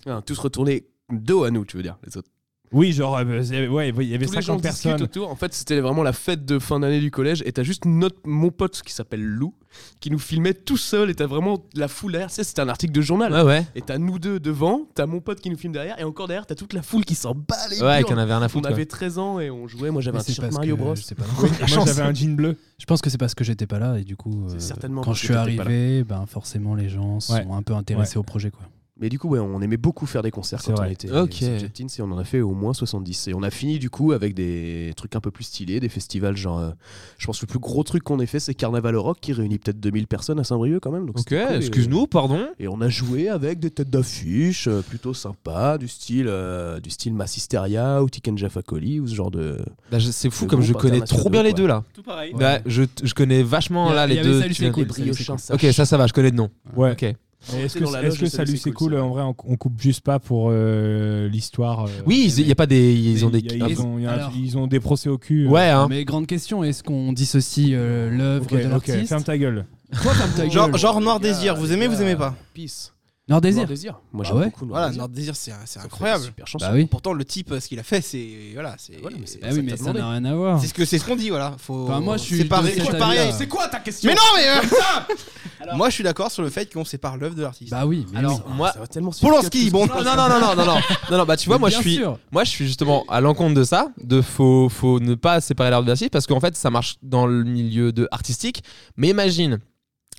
[SPEAKER 4] Ah, tous retournés dos à nous tu veux dire les autres
[SPEAKER 3] oui genre euh, c'est- ouais il y avait
[SPEAKER 4] Tous les gens
[SPEAKER 3] 50
[SPEAKER 4] discutent
[SPEAKER 3] personnes
[SPEAKER 4] autour. En fait, c'était vraiment la fête de fin d'année du collège. Et t'as juste notre, mon pote qui s'appelle Lou qui nous filmait tout seul. Et t'as vraiment la foule derrière. Tu sais, c'était un article de journal.
[SPEAKER 5] Ouais, ouais.
[SPEAKER 4] Et t'as nous deux devant. T'as mon pote qui nous filme derrière. Et encore derrière, t'as toute la foule qui s'en bat les
[SPEAKER 5] Ouais,
[SPEAKER 4] burnes.
[SPEAKER 5] qu'on avait rien à
[SPEAKER 4] On
[SPEAKER 5] foutre. quoi.
[SPEAKER 4] avait 13 ans et on jouait. Moi, j'avais
[SPEAKER 6] Mais
[SPEAKER 4] un
[SPEAKER 6] c'est
[SPEAKER 4] t-shirt
[SPEAKER 6] parce
[SPEAKER 4] Mario
[SPEAKER 6] que-
[SPEAKER 4] Bros.
[SPEAKER 6] je sais pas.
[SPEAKER 3] Oui, et moi j'avais un jean bleu
[SPEAKER 6] Je pense que c'est parce que j'étais pas là et du coup,
[SPEAKER 4] C'est
[SPEAKER 6] euh,
[SPEAKER 4] certainement
[SPEAKER 6] quand
[SPEAKER 4] parce
[SPEAKER 6] je
[SPEAKER 4] que
[SPEAKER 6] suis
[SPEAKER 4] t'étais pas
[SPEAKER 6] arrivé, ben forcément les gens sont
[SPEAKER 3] Ouais.
[SPEAKER 6] un peu intéressés au projet quoi.
[SPEAKER 4] Mais du coup, ouais, on aimait beaucoup faire des concerts
[SPEAKER 3] C'est
[SPEAKER 4] quand on
[SPEAKER 3] vrai.
[SPEAKER 4] était
[SPEAKER 5] Ok.
[SPEAKER 4] sur Jet Teens, et on en a fait au moins 70. Et on a fini du coup avec des trucs un peu plus stylés, des festivals genre. euh, je pense que le plus gros truc qu'on ait fait, c'est Carnaval au Rock qui réunit peut-être 2000 personnes à Saint-Brieuc quand même. Donc
[SPEAKER 5] Ok,
[SPEAKER 4] c'était cool, et-
[SPEAKER 5] excuse-nous, pardon.
[SPEAKER 4] Et on a joué avec des têtes d'affiche euh, plutôt sympas, du style, euh, du style Massisteria ou Tiken Jaffa Coli ou ce genre de.
[SPEAKER 5] Bah, je- c'est fou
[SPEAKER 4] Le
[SPEAKER 5] comme je
[SPEAKER 4] groupe
[SPEAKER 5] connais trop bien les
[SPEAKER 4] internationaux,
[SPEAKER 5] deux là.
[SPEAKER 1] Tout pareil.
[SPEAKER 5] Ouais, je, je connais vachement
[SPEAKER 6] Il y a-
[SPEAKER 5] là
[SPEAKER 6] il
[SPEAKER 5] les
[SPEAKER 6] y avait
[SPEAKER 5] deux.
[SPEAKER 6] Salut,
[SPEAKER 5] tu
[SPEAKER 6] c'est
[SPEAKER 5] viens-
[SPEAKER 6] cool.
[SPEAKER 4] Briochins, ça
[SPEAKER 5] Ok, ça, ça va, je connais de nom.
[SPEAKER 3] ouais
[SPEAKER 5] Ok.
[SPEAKER 3] Mais est-ce
[SPEAKER 4] était
[SPEAKER 3] que,
[SPEAKER 4] dans la
[SPEAKER 3] est-ce
[SPEAKER 4] loge
[SPEAKER 3] que
[SPEAKER 4] de
[SPEAKER 3] ça
[SPEAKER 4] Salut,
[SPEAKER 3] lui
[SPEAKER 4] c'est
[SPEAKER 3] c'est
[SPEAKER 4] cool,
[SPEAKER 3] cool
[SPEAKER 4] ça.
[SPEAKER 3] en vrai on, on coupe juste pas pour euh, l'histoire euh,
[SPEAKER 5] Oui, ils- il y a pas des. Ils ont
[SPEAKER 3] mais
[SPEAKER 5] des.
[SPEAKER 3] il y a- ils, ont, il y a-
[SPEAKER 6] Alors-
[SPEAKER 3] ils ont des procès au cul euh.
[SPEAKER 5] Ouais, hein.
[SPEAKER 6] Mais grande question, est-ce qu'on dissocie euh, l'œuvre
[SPEAKER 3] Ok,
[SPEAKER 6] de
[SPEAKER 3] ok,
[SPEAKER 6] l'artiste
[SPEAKER 3] ferme ta gueule
[SPEAKER 7] hein. genre, genre Noir Désir, vous aimez, vous aimez pas
[SPEAKER 4] Peace.
[SPEAKER 6] Nord Désir.
[SPEAKER 4] Noir Désir. Moi,
[SPEAKER 6] Ah
[SPEAKER 4] j'aime
[SPEAKER 6] ouais
[SPEAKER 4] beaucoup Noir
[SPEAKER 7] Voilà,
[SPEAKER 4] Désir.
[SPEAKER 7] Nord Désir, c'est un- c'est
[SPEAKER 4] Ça fait
[SPEAKER 7] incroyable.
[SPEAKER 4] une Super chanson.
[SPEAKER 6] Bah oui.
[SPEAKER 7] Pourtant, le type, euh, ce qu'il a fait, c'est. Voilà, c'est.
[SPEAKER 4] Voilà, mais c'est
[SPEAKER 6] Ah
[SPEAKER 4] pas
[SPEAKER 6] oui,
[SPEAKER 4] que
[SPEAKER 6] mais
[SPEAKER 4] t'as
[SPEAKER 6] ça
[SPEAKER 4] demandé.
[SPEAKER 6] n'a rien à voir.
[SPEAKER 4] Ah.
[SPEAKER 7] C'est ce que c'est ce qu'on dit, voilà. Faut.
[SPEAKER 6] Enfin, Bah, moi, je suis
[SPEAKER 7] séparer-
[SPEAKER 6] de cet
[SPEAKER 7] séparer-
[SPEAKER 6] avis-là.
[SPEAKER 7] C'est
[SPEAKER 5] quoi ta question
[SPEAKER 7] Mais non, mais euh, putain Moi, je suis d'accord sur le fait qu'on sépare l'œuvre de l'artiste.
[SPEAKER 6] Bah oui, mais
[SPEAKER 5] Alors,
[SPEAKER 6] oui.
[SPEAKER 5] moi.
[SPEAKER 4] Ça va tellement se
[SPEAKER 7] Polanski, bon.
[SPEAKER 5] Non, non, non, non, non, non, non, non, non, bah
[SPEAKER 6] (laughs)
[SPEAKER 5] tu vois, moi je
[SPEAKER 6] Bien
[SPEAKER 5] suis,
[SPEAKER 6] sûr.
[SPEAKER 5] moi je suis justement à l'encontre de ça, de faut, faut ne pas séparer l'art de l'artiste parce qu'en fait ça marche dans le milieu de artistique. Mais imagine,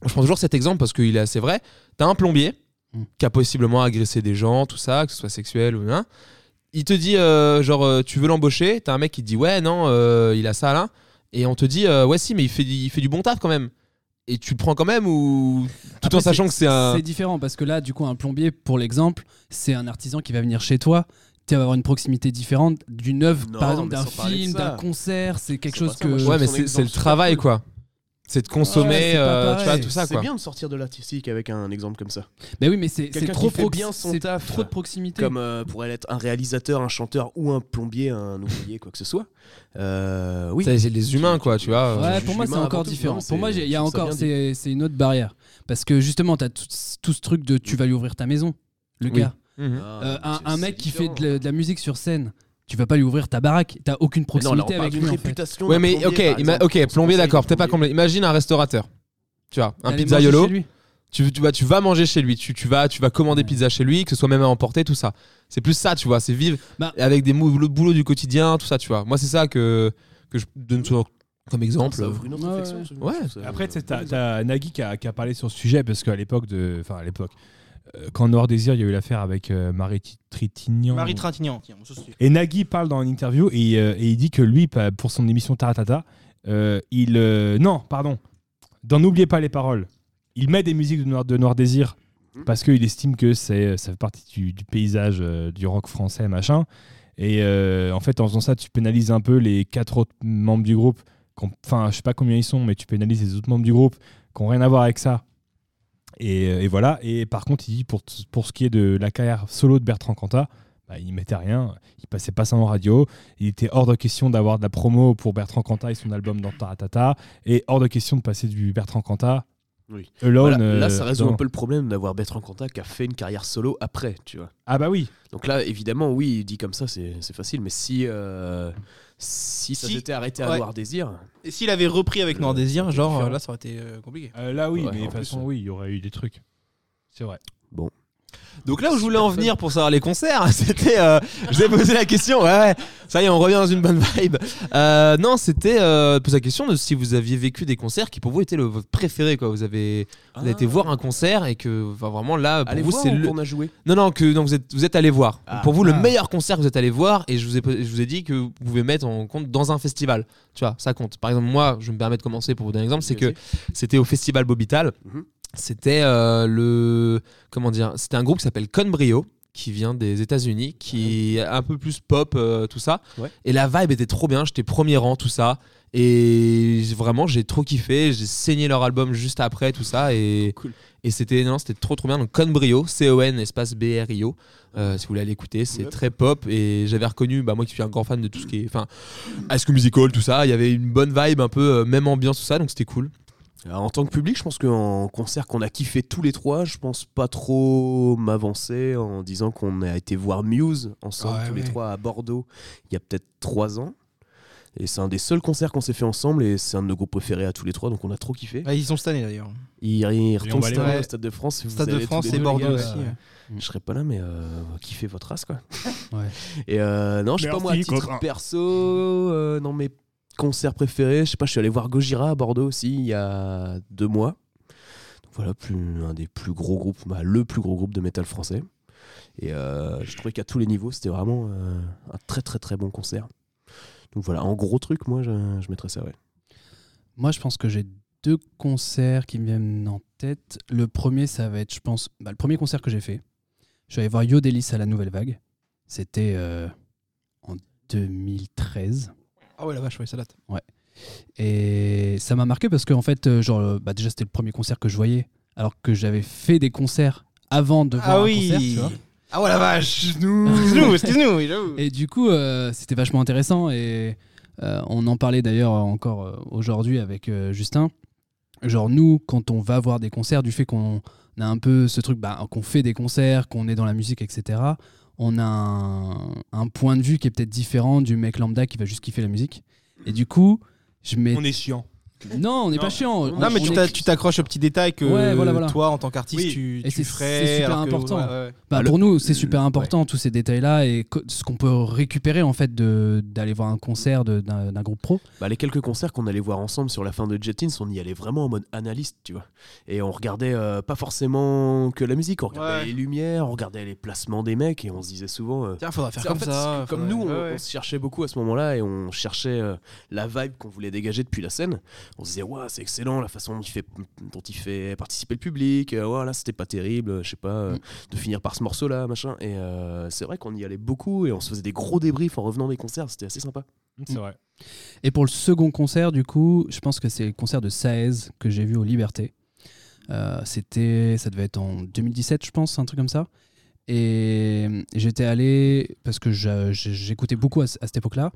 [SPEAKER 5] je prends toujours cet exemple parce qu'il est assez vrai. T'as un plombier
[SPEAKER 6] Mm.
[SPEAKER 5] qui a possiblement agressé des gens, tout ça, que ce soit sexuel ou non. Il te dit euh, genre euh, tu veux l'embaucher, t'as un mec qui te dit ouais non euh, il a ça là, et on te dit euh, ouais si mais il fait, il fait du bon taf quand même. Et tu le prends quand même ou tout
[SPEAKER 6] Après,
[SPEAKER 5] en sachant que c'est un
[SPEAKER 6] C'est différent parce que là, du coup, un plombier, pour l'exemple, c'est un artisan qui va venir chez toi. Tu vas avoir une proximité différente d'une œuvre,
[SPEAKER 4] Non,
[SPEAKER 6] par exemple,
[SPEAKER 4] mais
[SPEAKER 6] d'un
[SPEAKER 4] sans parler de
[SPEAKER 6] film,
[SPEAKER 4] ça.
[SPEAKER 6] d'un concert. C'est quelque
[SPEAKER 4] C'est
[SPEAKER 6] chose
[SPEAKER 4] pas ça, moi, je
[SPEAKER 6] que.
[SPEAKER 5] Ouais,
[SPEAKER 4] trouve
[SPEAKER 5] mais
[SPEAKER 4] son
[SPEAKER 5] c'est
[SPEAKER 4] exemple
[SPEAKER 5] c'est le
[SPEAKER 4] super
[SPEAKER 5] travail,
[SPEAKER 4] cool.
[SPEAKER 5] quoi. C'est de
[SPEAKER 6] Ouais,
[SPEAKER 5] consommer,
[SPEAKER 6] c'est pas
[SPEAKER 5] euh, tu vois,
[SPEAKER 6] pareil.
[SPEAKER 5] tout ça,
[SPEAKER 4] C'est
[SPEAKER 5] quoi.
[SPEAKER 4] bien de sortir de l'artistique avec un exemple comme ça.
[SPEAKER 6] Mais Ben oui, mais c'est c'est
[SPEAKER 4] Quelqu'un
[SPEAKER 6] trop
[SPEAKER 4] qui fait
[SPEAKER 6] prox-
[SPEAKER 4] bien son
[SPEAKER 6] c'est
[SPEAKER 4] taf.
[SPEAKER 6] trop de proximité.
[SPEAKER 4] Comme euh, pourrait l'être un réalisateur, un chanteur ou un plombier, un ouvrier, quoi que ce soit. Euh, oui.
[SPEAKER 5] C'est c'est les humains, quoi, tu vois.
[SPEAKER 6] Ouais,
[SPEAKER 4] je
[SPEAKER 6] pour
[SPEAKER 4] suis
[SPEAKER 6] moi, c'est
[SPEAKER 4] humain
[SPEAKER 6] encore
[SPEAKER 4] euh, avant tout.
[SPEAKER 6] différent.
[SPEAKER 4] Non,
[SPEAKER 6] Pour moi,
[SPEAKER 4] c'est-
[SPEAKER 6] j'ai- il y a
[SPEAKER 4] je trouve ça
[SPEAKER 6] encore,
[SPEAKER 4] bien
[SPEAKER 6] c'est c'est une autre barrière. Parce que justement, t'as tout, tout ce truc de tu vas lui ouvrir ta maison, le
[SPEAKER 5] Oui.
[SPEAKER 6] gars.
[SPEAKER 5] Mhm.
[SPEAKER 4] Ah,
[SPEAKER 6] Euh,
[SPEAKER 4] mais
[SPEAKER 6] un,
[SPEAKER 4] c'est-
[SPEAKER 6] un
[SPEAKER 4] c'est
[SPEAKER 6] mec qui fait
[SPEAKER 4] différent.
[SPEAKER 6] de la, de la musique sur scène, tu vas pas lui ouvrir ta baraque. T'as aucune
[SPEAKER 4] Mais Ah non, là, on
[SPEAKER 6] proximité
[SPEAKER 4] parle
[SPEAKER 6] avec
[SPEAKER 4] d'une
[SPEAKER 6] lui. en fait.
[SPEAKER 4] réputation
[SPEAKER 5] Ouais,
[SPEAKER 4] d'un
[SPEAKER 5] mais
[SPEAKER 4] plombier,
[SPEAKER 5] ok,
[SPEAKER 4] par
[SPEAKER 5] ima-
[SPEAKER 4] exemple.
[SPEAKER 5] ok,
[SPEAKER 4] Parce qu'on
[SPEAKER 5] plombier,
[SPEAKER 4] sait
[SPEAKER 5] d'accord,
[SPEAKER 4] que
[SPEAKER 5] peut-être pas
[SPEAKER 4] plombier-
[SPEAKER 5] complet. Imagine un restaurateur. Tu vois, un
[SPEAKER 6] T'as les
[SPEAKER 5] pizzaiolo.
[SPEAKER 6] manger chez lui.
[SPEAKER 5] Tu, tu, vas- tu vas manger chez lui, tu, tu, vas, tu vas commander
[SPEAKER 6] Ouais.
[SPEAKER 5] pizza chez lui, que ce soit même à emporter, tout ça. C'est plus ça, tu vois, c'est vivre
[SPEAKER 6] Bah-
[SPEAKER 5] avec des mou- le boulot du quotidien, tout ça, tu vois. Moi, c'est ça que, que je donne toujours comme exemple.
[SPEAKER 4] Ça ouvre une autre
[SPEAKER 6] Ouais,
[SPEAKER 4] réflexion,
[SPEAKER 6] ouais.
[SPEAKER 4] ce-
[SPEAKER 5] Ouais.
[SPEAKER 4] je trouve ça-
[SPEAKER 3] Après, t'as- t'as t'as Nagui qui a, qui a parlé sur ce sujet parce qu'à l'époque de. Enfin, à l'époque. euh, Quand Noir Désir, il y a eu l'affaire avec euh, Marie Ti- Trintignant.
[SPEAKER 7] Marie Trintignant, tiens, on se suit.
[SPEAKER 3] Et Nagui parle dans une interview et, euh, et il dit que lui, pa- pour son émission Taratata, euh, il. euh, non, pardon. Dans N'oubliez pas les paroles, il met des musiques de Noir, de Noir Désir parce qu'il estime que c'est, ça fait partie du, du paysage euh, du rock français, machin. Et euh, en fait, en faisant ça, tu pénalises un peu les quatre autres membres du groupe. qu'on- Enfin, je sais pas combien ils sont, mais tu pénalises les autres membres du groupe qui n'ont rien à voir avec ça. Et, euh, et voilà. Et par contre, il dit pour, t- pour ce qui est de la carrière solo de Bertrand Cantat, bah, il mettait rien. Il passait pas ça en radio. Il était hors de question d'avoir de la promo pour Bertrand Cantat et son album dans Taratata. Et hors de question de passer du Bertrand Cantat.
[SPEAKER 4] Oui.
[SPEAKER 3] Alone,
[SPEAKER 4] Voilà, là,
[SPEAKER 3] euh,
[SPEAKER 4] ça résout
[SPEAKER 3] dans-
[SPEAKER 4] un peu le problème d'avoir Bertrand Cantat qui a fait une carrière solo après, tu vois.
[SPEAKER 3] Ah bah oui.
[SPEAKER 4] Donc là, évidemment, oui, dit comme ça, c'est c'est facile, mais si, euh, si ça
[SPEAKER 7] Si-
[SPEAKER 4] s'était arrêté à
[SPEAKER 7] ouais.
[SPEAKER 4] Noir Désir,
[SPEAKER 7] Et s'il avait repris avec Noir
[SPEAKER 4] Le-
[SPEAKER 7] Désir,
[SPEAKER 4] c'était
[SPEAKER 7] genre,
[SPEAKER 4] différent.
[SPEAKER 7] euh, là, ça aurait été euh, compliqué.
[SPEAKER 3] Euh, là, oui,
[SPEAKER 4] Ouais,
[SPEAKER 3] mais de
[SPEAKER 4] en
[SPEAKER 3] toute façon,
[SPEAKER 4] plus,
[SPEAKER 3] oui, il y aurait eu des trucs. C'est vrai.
[SPEAKER 5] Donc là où je voulais en venir pour savoir les concerts, (laughs) c'était. euh, je vous ai posé la question, ouais, ouais, ça y est, on revient dans une bonne vibe. Euh, non, c'était euh, poser la question de si vous aviez vécu des concerts qui pour vous étaient le, votre préféré, quoi. Vous avez, vous avez été voir un concert et que enfin, vraiment là, pour
[SPEAKER 4] Ah. allez
[SPEAKER 5] vous,
[SPEAKER 4] voir
[SPEAKER 5] c'est
[SPEAKER 4] où
[SPEAKER 5] le.
[SPEAKER 4] qu'on a joué.
[SPEAKER 5] Non, non, que non, vous êtes, vous êtes allé voir.
[SPEAKER 4] Ah.
[SPEAKER 5] pour vous, le
[SPEAKER 7] Ah.
[SPEAKER 5] meilleur concert que vous êtes allé voir, et je vous, ai, je vous ai dit que vous pouvez mettre en compte dans un festival. Tu vois, ça compte. Par exemple, moi, je me permets de commencer pour vous donner un exemple, c'est que c'était au festival Bobital.
[SPEAKER 4] Mhm.
[SPEAKER 5] C'était euh, le comment dire C'était un groupe qui s'appelle Conbrio qui vient des États-Unis, qui est un peu plus pop, euh, tout ça.
[SPEAKER 4] Ouais.
[SPEAKER 5] Et la vibe était trop bien. J'étais premier rang, tout ça. Et j'ai- vraiment, j'ai trop kiffé. J'ai saigné leur album juste après, tout ça. Et
[SPEAKER 4] Cool.
[SPEAKER 5] et c'était non, c'était trop trop bien. Donc Conbrio, C-O-N espace B-R-I-O. Euh, si vous voulez aller écouter, c'est
[SPEAKER 4] Ouais.
[SPEAKER 5] très pop. Et j'avais reconnu, bah, moi qui suis un grand fan de tout ce qui est, enfin, high school musical, tout ça. Il y avait une bonne vibe, un peu euh, même ambiance, tout ça. Donc c'était cool.
[SPEAKER 4] Alors, Euh, en tant que public, je pense qu'en concert qu'on a kiffé tous les trois, je pense pas trop m'avancer en disant qu'on a été voir Muse ensemble,
[SPEAKER 7] Ouais,
[SPEAKER 4] tous les
[SPEAKER 7] ouais.
[SPEAKER 4] trois à Bordeaux, il y a peut-être trois ans. Et c'est un des seuls concerts qu'on s'est fait ensemble et c'est un de nos groupes préférés à tous les trois, donc on a trop kiffé.
[SPEAKER 7] Ouais, Bah, ils sont cette année d'ailleurs.
[SPEAKER 4] Il, il
[SPEAKER 3] on
[SPEAKER 4] retourne
[SPEAKER 3] va aller
[SPEAKER 4] cette année
[SPEAKER 7] voir.
[SPEAKER 4] au Stade de France. vous
[SPEAKER 7] Stade
[SPEAKER 4] allez
[SPEAKER 7] de
[SPEAKER 4] tous
[SPEAKER 7] France
[SPEAKER 4] les
[SPEAKER 7] et
[SPEAKER 4] deux,
[SPEAKER 7] Bordeaux
[SPEAKER 4] les gars,
[SPEAKER 7] aussi. hein.
[SPEAKER 4] euh,
[SPEAKER 7] ouais.
[SPEAKER 4] Je serais pas là, mais euh, kiffez votre race, quoi.
[SPEAKER 6] Ouais.
[SPEAKER 4] Et euh, non, je sais pas
[SPEAKER 3] Merci,
[SPEAKER 4] moi, à titre
[SPEAKER 3] copain.
[SPEAKER 4] perso, euh, non, mes concerts préférés, je sais pas, je suis allé voir Gojira à Bordeaux aussi il y a deux mois. Donc voilà, plus, un des plus gros groupes, bah, le plus gros groupe de métal français. Et euh, je trouvais qu'à tous les niveaux, c'était vraiment euh, un très très très bon concert. Donc voilà, en gros truc, moi, je, je mettrais ça, ouais.
[SPEAKER 6] Moi, je pense que j'ai deux concerts qui me viennent en tête. Le premier, ça va être, je pense, bah, le premier concert que j'ai fait. Je suis allé voir Yo Delis à la Nouvelle Vague. C'était euh, en 2013.
[SPEAKER 7] Ah ouais, la vache, ouais, ça date.
[SPEAKER 6] Et ça m'a marqué parce que, en fait, euh, genre, euh, bah, déjà, c'était le premier concert que je voyais. Alors que j'avais fait des concerts avant de voir un concert, tu vois.
[SPEAKER 7] Ah ouais, la vache
[SPEAKER 6] (laughs)
[SPEAKER 7] Excuse-nous, excuse-nous, oui, (laughs) j'avoue.
[SPEAKER 6] Et du coup, euh, c'était vachement intéressant et euh, on en parlait d'ailleurs encore euh, aujourd'hui avec euh, Justin. genre nous, quand on va voir des concerts, du fait qu'on a un peu ce truc, bah, qu'on fait des concerts, qu'on est dans la musique, etc., on a un, un point de vue qui est peut-être différent du mec lambda qui va juste kiffer la musique. Et du coup, je mets...
[SPEAKER 3] On est chiant.
[SPEAKER 6] Non, on n'est pas chiant.
[SPEAKER 7] Non, mais tu t'a- tu t'accroches aux petits détails que
[SPEAKER 6] Ouais, voilà, voilà.
[SPEAKER 7] toi, en tant qu'artiste,
[SPEAKER 6] Oui.
[SPEAKER 7] tu,
[SPEAKER 6] Et
[SPEAKER 7] tu
[SPEAKER 6] c'est-
[SPEAKER 7] ferais.
[SPEAKER 6] c'est super
[SPEAKER 7] alors que-
[SPEAKER 6] important.
[SPEAKER 7] ouais, ouais.
[SPEAKER 6] Bah,
[SPEAKER 4] Ah, le-
[SPEAKER 6] pour nous, c'est super important tous ces détails-là et co- ce qu'on peut récupérer en fait de- d'aller voir un concert de- d'un d'un groupe pro.
[SPEAKER 4] Bah, les quelques concerts qu'on allait voir ensemble sur la fin de Jetins, on y allait vraiment en mode analyste, tu vois. Et on regardait euh, pas forcément que la musique, on regardait
[SPEAKER 7] Ouais.
[SPEAKER 4] les lumières, on regardait les placements des mecs et on se disait souvent. euh,
[SPEAKER 7] Tiens, faudra faire
[SPEAKER 4] C'est-
[SPEAKER 7] comme
[SPEAKER 4] en fait,
[SPEAKER 7] ça.
[SPEAKER 4] c'est Comme
[SPEAKER 7] faudrait-
[SPEAKER 4] nous, on,
[SPEAKER 7] ouais, ouais.
[SPEAKER 4] on se cherchait beaucoup à ce moment-là et on cherchait euh, la vibe qu'on voulait dégager depuis la scène. On se disait, ouais, c'est excellent la façon dont il fait, dont il fait participer le public. euh, ouais, là, c'était pas terrible, euh, je sais pas, euh, de finir par ce morceau-là, machin. Et euh, c'est vrai qu'on y allait beaucoup et on se faisait des gros débriefs en revenant des concerts. C'était assez sympa.
[SPEAKER 3] C'est vrai.
[SPEAKER 6] Et pour le second concert, du coup, je pense que c'est le concert de Saez que j'ai vu au Liberté. Euh, C'était, ça devait être en 2017, je pense, un truc comme ça. Et euh, j'étais allé parce que j'a- j'ai- j'écoutais beaucoup à, ce- à cette époque-là.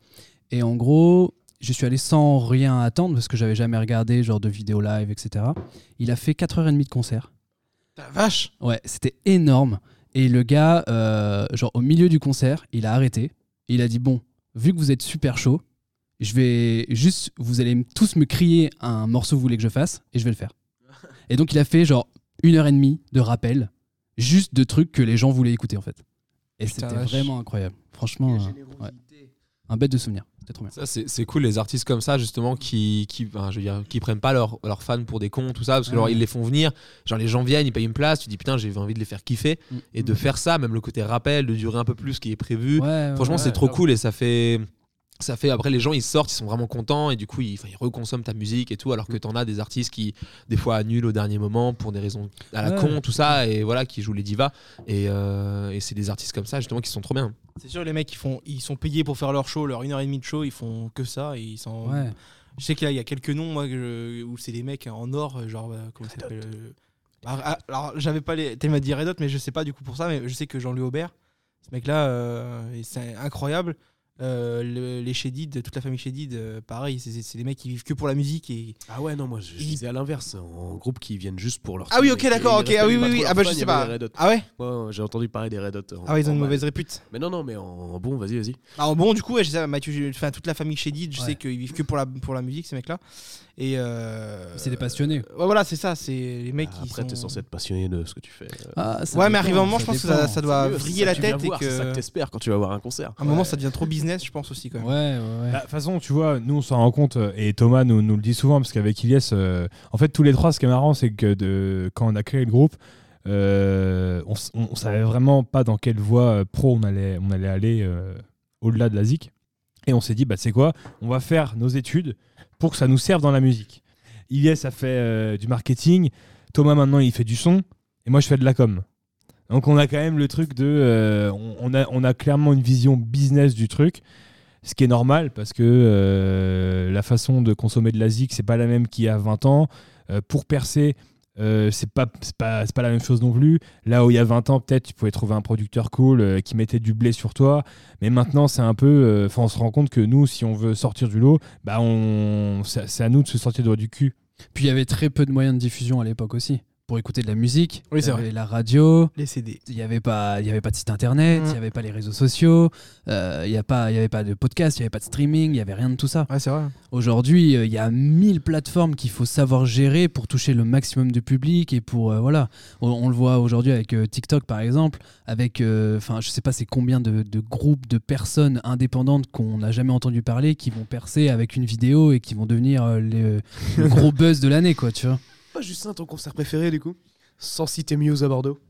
[SPEAKER 6] Et en gros, je suis allé sans rien attendre parce que j'avais jamais regardé genre de vidéo live, etc. Il a fait 4h30 de concert.
[SPEAKER 7] Ta vache
[SPEAKER 6] Ouais, c'était énorme. Et le gars, euh, genre au milieu du concert, il a arrêté. Et il a dit bon, vu que vous êtes super chaud, je vais juste, vous allez m- tous me crier un morceau que vous voulez que je fasse, et je vais le
[SPEAKER 7] (laughs)
[SPEAKER 6] faire. Et donc il a fait genre une heure et demie de rappel, juste de trucs que les gens voulaient écouter en fait. Et
[SPEAKER 7] Putain,
[SPEAKER 6] c'était
[SPEAKER 7] vache.
[SPEAKER 6] vraiment incroyable. Franchement, euh, ouais. un bête de souvenir. C'était trop bien.
[SPEAKER 5] Ça, c'est c'est cool, les artistes comme ça, justement, qui, qui, ben, je veux dire, qui prennent pas leurs leurs fans pour des cons, tout ça, parce que genre, ils les font venir. Genre, les gens viennent, ils payent une place, tu dis putain, j'ai envie de les faire kiffer.
[SPEAKER 6] Mm.
[SPEAKER 5] Et de faire ça, même le côté rappel, de durer un peu plus qui est prévu.
[SPEAKER 6] Ouais,
[SPEAKER 5] Franchement,
[SPEAKER 6] ouais.
[SPEAKER 5] c'est trop cool et ça fait. Ça fait après les gens ils sortent, ils sont vraiment contents et du coup ils, enfin, ils reconsomment ta musique et tout alors
[SPEAKER 6] Mmh.
[SPEAKER 5] que t'en as des artistes qui des fois annulent au dernier moment pour des raisons à la
[SPEAKER 6] Ouais.
[SPEAKER 5] con tout ça et voilà qui jouent les divas et, euh, et c'est des artistes comme ça justement qui sont trop bien.
[SPEAKER 7] C'est sûr, les mecs, ils, font, ils sont payés pour faire leur show, leur une heure et demie de show, ils font que ça. Et ils sont...
[SPEAKER 6] Ouais.
[SPEAKER 7] Je sais qu'il y a- il y a quelques noms moi, que je- où c'est des mecs en or, genre, euh, comment ça s'appelle euh, ah, ah, Alors, j'avais pas les. T'as m'a dit Red Hot, mais je sais pas du coup pour ça, mais je sais que Jean-Louis Aubert, ce mec-là, euh, et c'est incroyable. Euh, le- les Shedid, toute la famille Shedid, euh, pareil, c'est- c'est c'est des mecs qui vivent que pour la musique et
[SPEAKER 4] Ah ouais, non, moi je, je
[SPEAKER 7] Il-
[SPEAKER 4] disais à l'inverse, en groupe qui viennent juste pour leur.
[SPEAKER 7] Ah oui,
[SPEAKER 4] son
[SPEAKER 7] ok,
[SPEAKER 4] et- et ils
[SPEAKER 7] d'accord, ok. Ah oui,
[SPEAKER 4] respectent pas
[SPEAKER 7] oui, oui.
[SPEAKER 4] trop
[SPEAKER 7] Ah
[SPEAKER 4] leur
[SPEAKER 7] bah, je
[SPEAKER 4] fan, il y
[SPEAKER 7] sais
[SPEAKER 4] avait
[SPEAKER 7] pas.
[SPEAKER 4] les Red Hot.
[SPEAKER 7] Ah ouais
[SPEAKER 4] Ouais, ouais, j'ai entendu parler des Red Hot. en-
[SPEAKER 7] Ah ouais, ils ont
[SPEAKER 4] en
[SPEAKER 7] une
[SPEAKER 4] mal.
[SPEAKER 7] mauvaise répute.
[SPEAKER 4] Mais non, non, mais en, en bon, vas-y, vas-y.
[SPEAKER 7] Alors bon, du coup, ouais, je sais, Mathieu, enfin, toute la famille Shedid, je
[SPEAKER 6] Ouais.
[SPEAKER 7] sais qu'ils vivent que pour la, pour la musique, ces mecs-là. Et. Euh...
[SPEAKER 6] C'est des passionnés.
[SPEAKER 7] Ouais, voilà, c'est ça, c'est les mecs qui.
[SPEAKER 4] Bah, Après,
[SPEAKER 7] sont-
[SPEAKER 4] t'es censé être passionné de ce que tu fais. euh,
[SPEAKER 6] Ah, ça
[SPEAKER 7] Ouais, mais
[SPEAKER 6] dépend,
[SPEAKER 7] arrivé un moment, je pense que ça,
[SPEAKER 6] dépend.
[SPEAKER 7] ça doit
[SPEAKER 4] c'est mieux,
[SPEAKER 7] vriller
[SPEAKER 4] c'est ça
[SPEAKER 7] la
[SPEAKER 4] que tu viens
[SPEAKER 7] tête et
[SPEAKER 4] voir,
[SPEAKER 7] que.
[SPEAKER 4] C'est ça que t'espères quand tu vas voir un concert.
[SPEAKER 7] À un moment, ça devient trop business, je pense aussi quand même.
[SPEAKER 6] Ouais, ouais, ouais.
[SPEAKER 3] Bah, De toute façon, tu vois, nous on s'en rend compte, euh, et Thomas nous, nous le dit souvent, parce qu'avec Ilyes, euh, en fait, tous les trois, ce qui est marrant, c'est que de, quand on a créé le groupe, euh, on, s- on- on savait vraiment pas dans quelle voie euh, pro on allait, on allait aller euh, au-delà de la ZIC. Et on s'est dit, bah, c'est quoi On va faire nos études pour que ça nous serve dans la musique. Ilyes a fait euh, du marketing, Thomas maintenant il fait du son, et moi je fais de la com. Donc on a quand même le truc de... euh, on, on a, on a clairement une vision business du truc, ce qui est normal parce que euh, la façon de consommer de la ZIC, c'est pas la même qu'il y a 20 ans. Euh, pour percer, euh, c'est pas, c'est pas, c'est pas la même chose non plus. Là où il y a 20 ans, peut-être, tu pouvais trouver un producteur cool euh, qui mettait du blé sur toi. Mais maintenant, c'est un peu. euh, Enfin, on se rend compte que nous, si on veut sortir du lot, bah on, c'est c'est à nous de se sortir du cul.
[SPEAKER 6] Puis il y avait très peu de moyens de diffusion à l'époque aussi. Pour écouter de la musique,
[SPEAKER 7] Oui,
[SPEAKER 6] il
[SPEAKER 7] c'est
[SPEAKER 6] y avait la radio,
[SPEAKER 7] Les CD.
[SPEAKER 6] il n'y avait, pas- il y avait pas de site internet, il
[SPEAKER 7] Mm.
[SPEAKER 6] n'y avait pas les réseaux sociaux, euh, il n'y a pas- il y avait pas de podcast, il n'y avait pas de streaming, il n'y avait rien de tout ça.
[SPEAKER 7] Ouais, c'est vrai.
[SPEAKER 6] Aujourd'hui, euh, il y a 1000 plateformes qu'il faut savoir gérer pour toucher le maximum de public et pour euh, voilà, on, on le voit aujourd'hui avec euh, TikTok par exemple, avec euh, enfin je sais pas c'est combien de, de groupes de personnes indépendantes qu'on n'a jamais entendu parler qui vont percer avec une vidéo et qui vont devenir euh, les- le
[SPEAKER 7] (laughs)
[SPEAKER 6] gros buzz de l'année quoi, tu vois.
[SPEAKER 4] Pas Justin, ton concert préféré du coup Sans citer Muse à Bordeaux.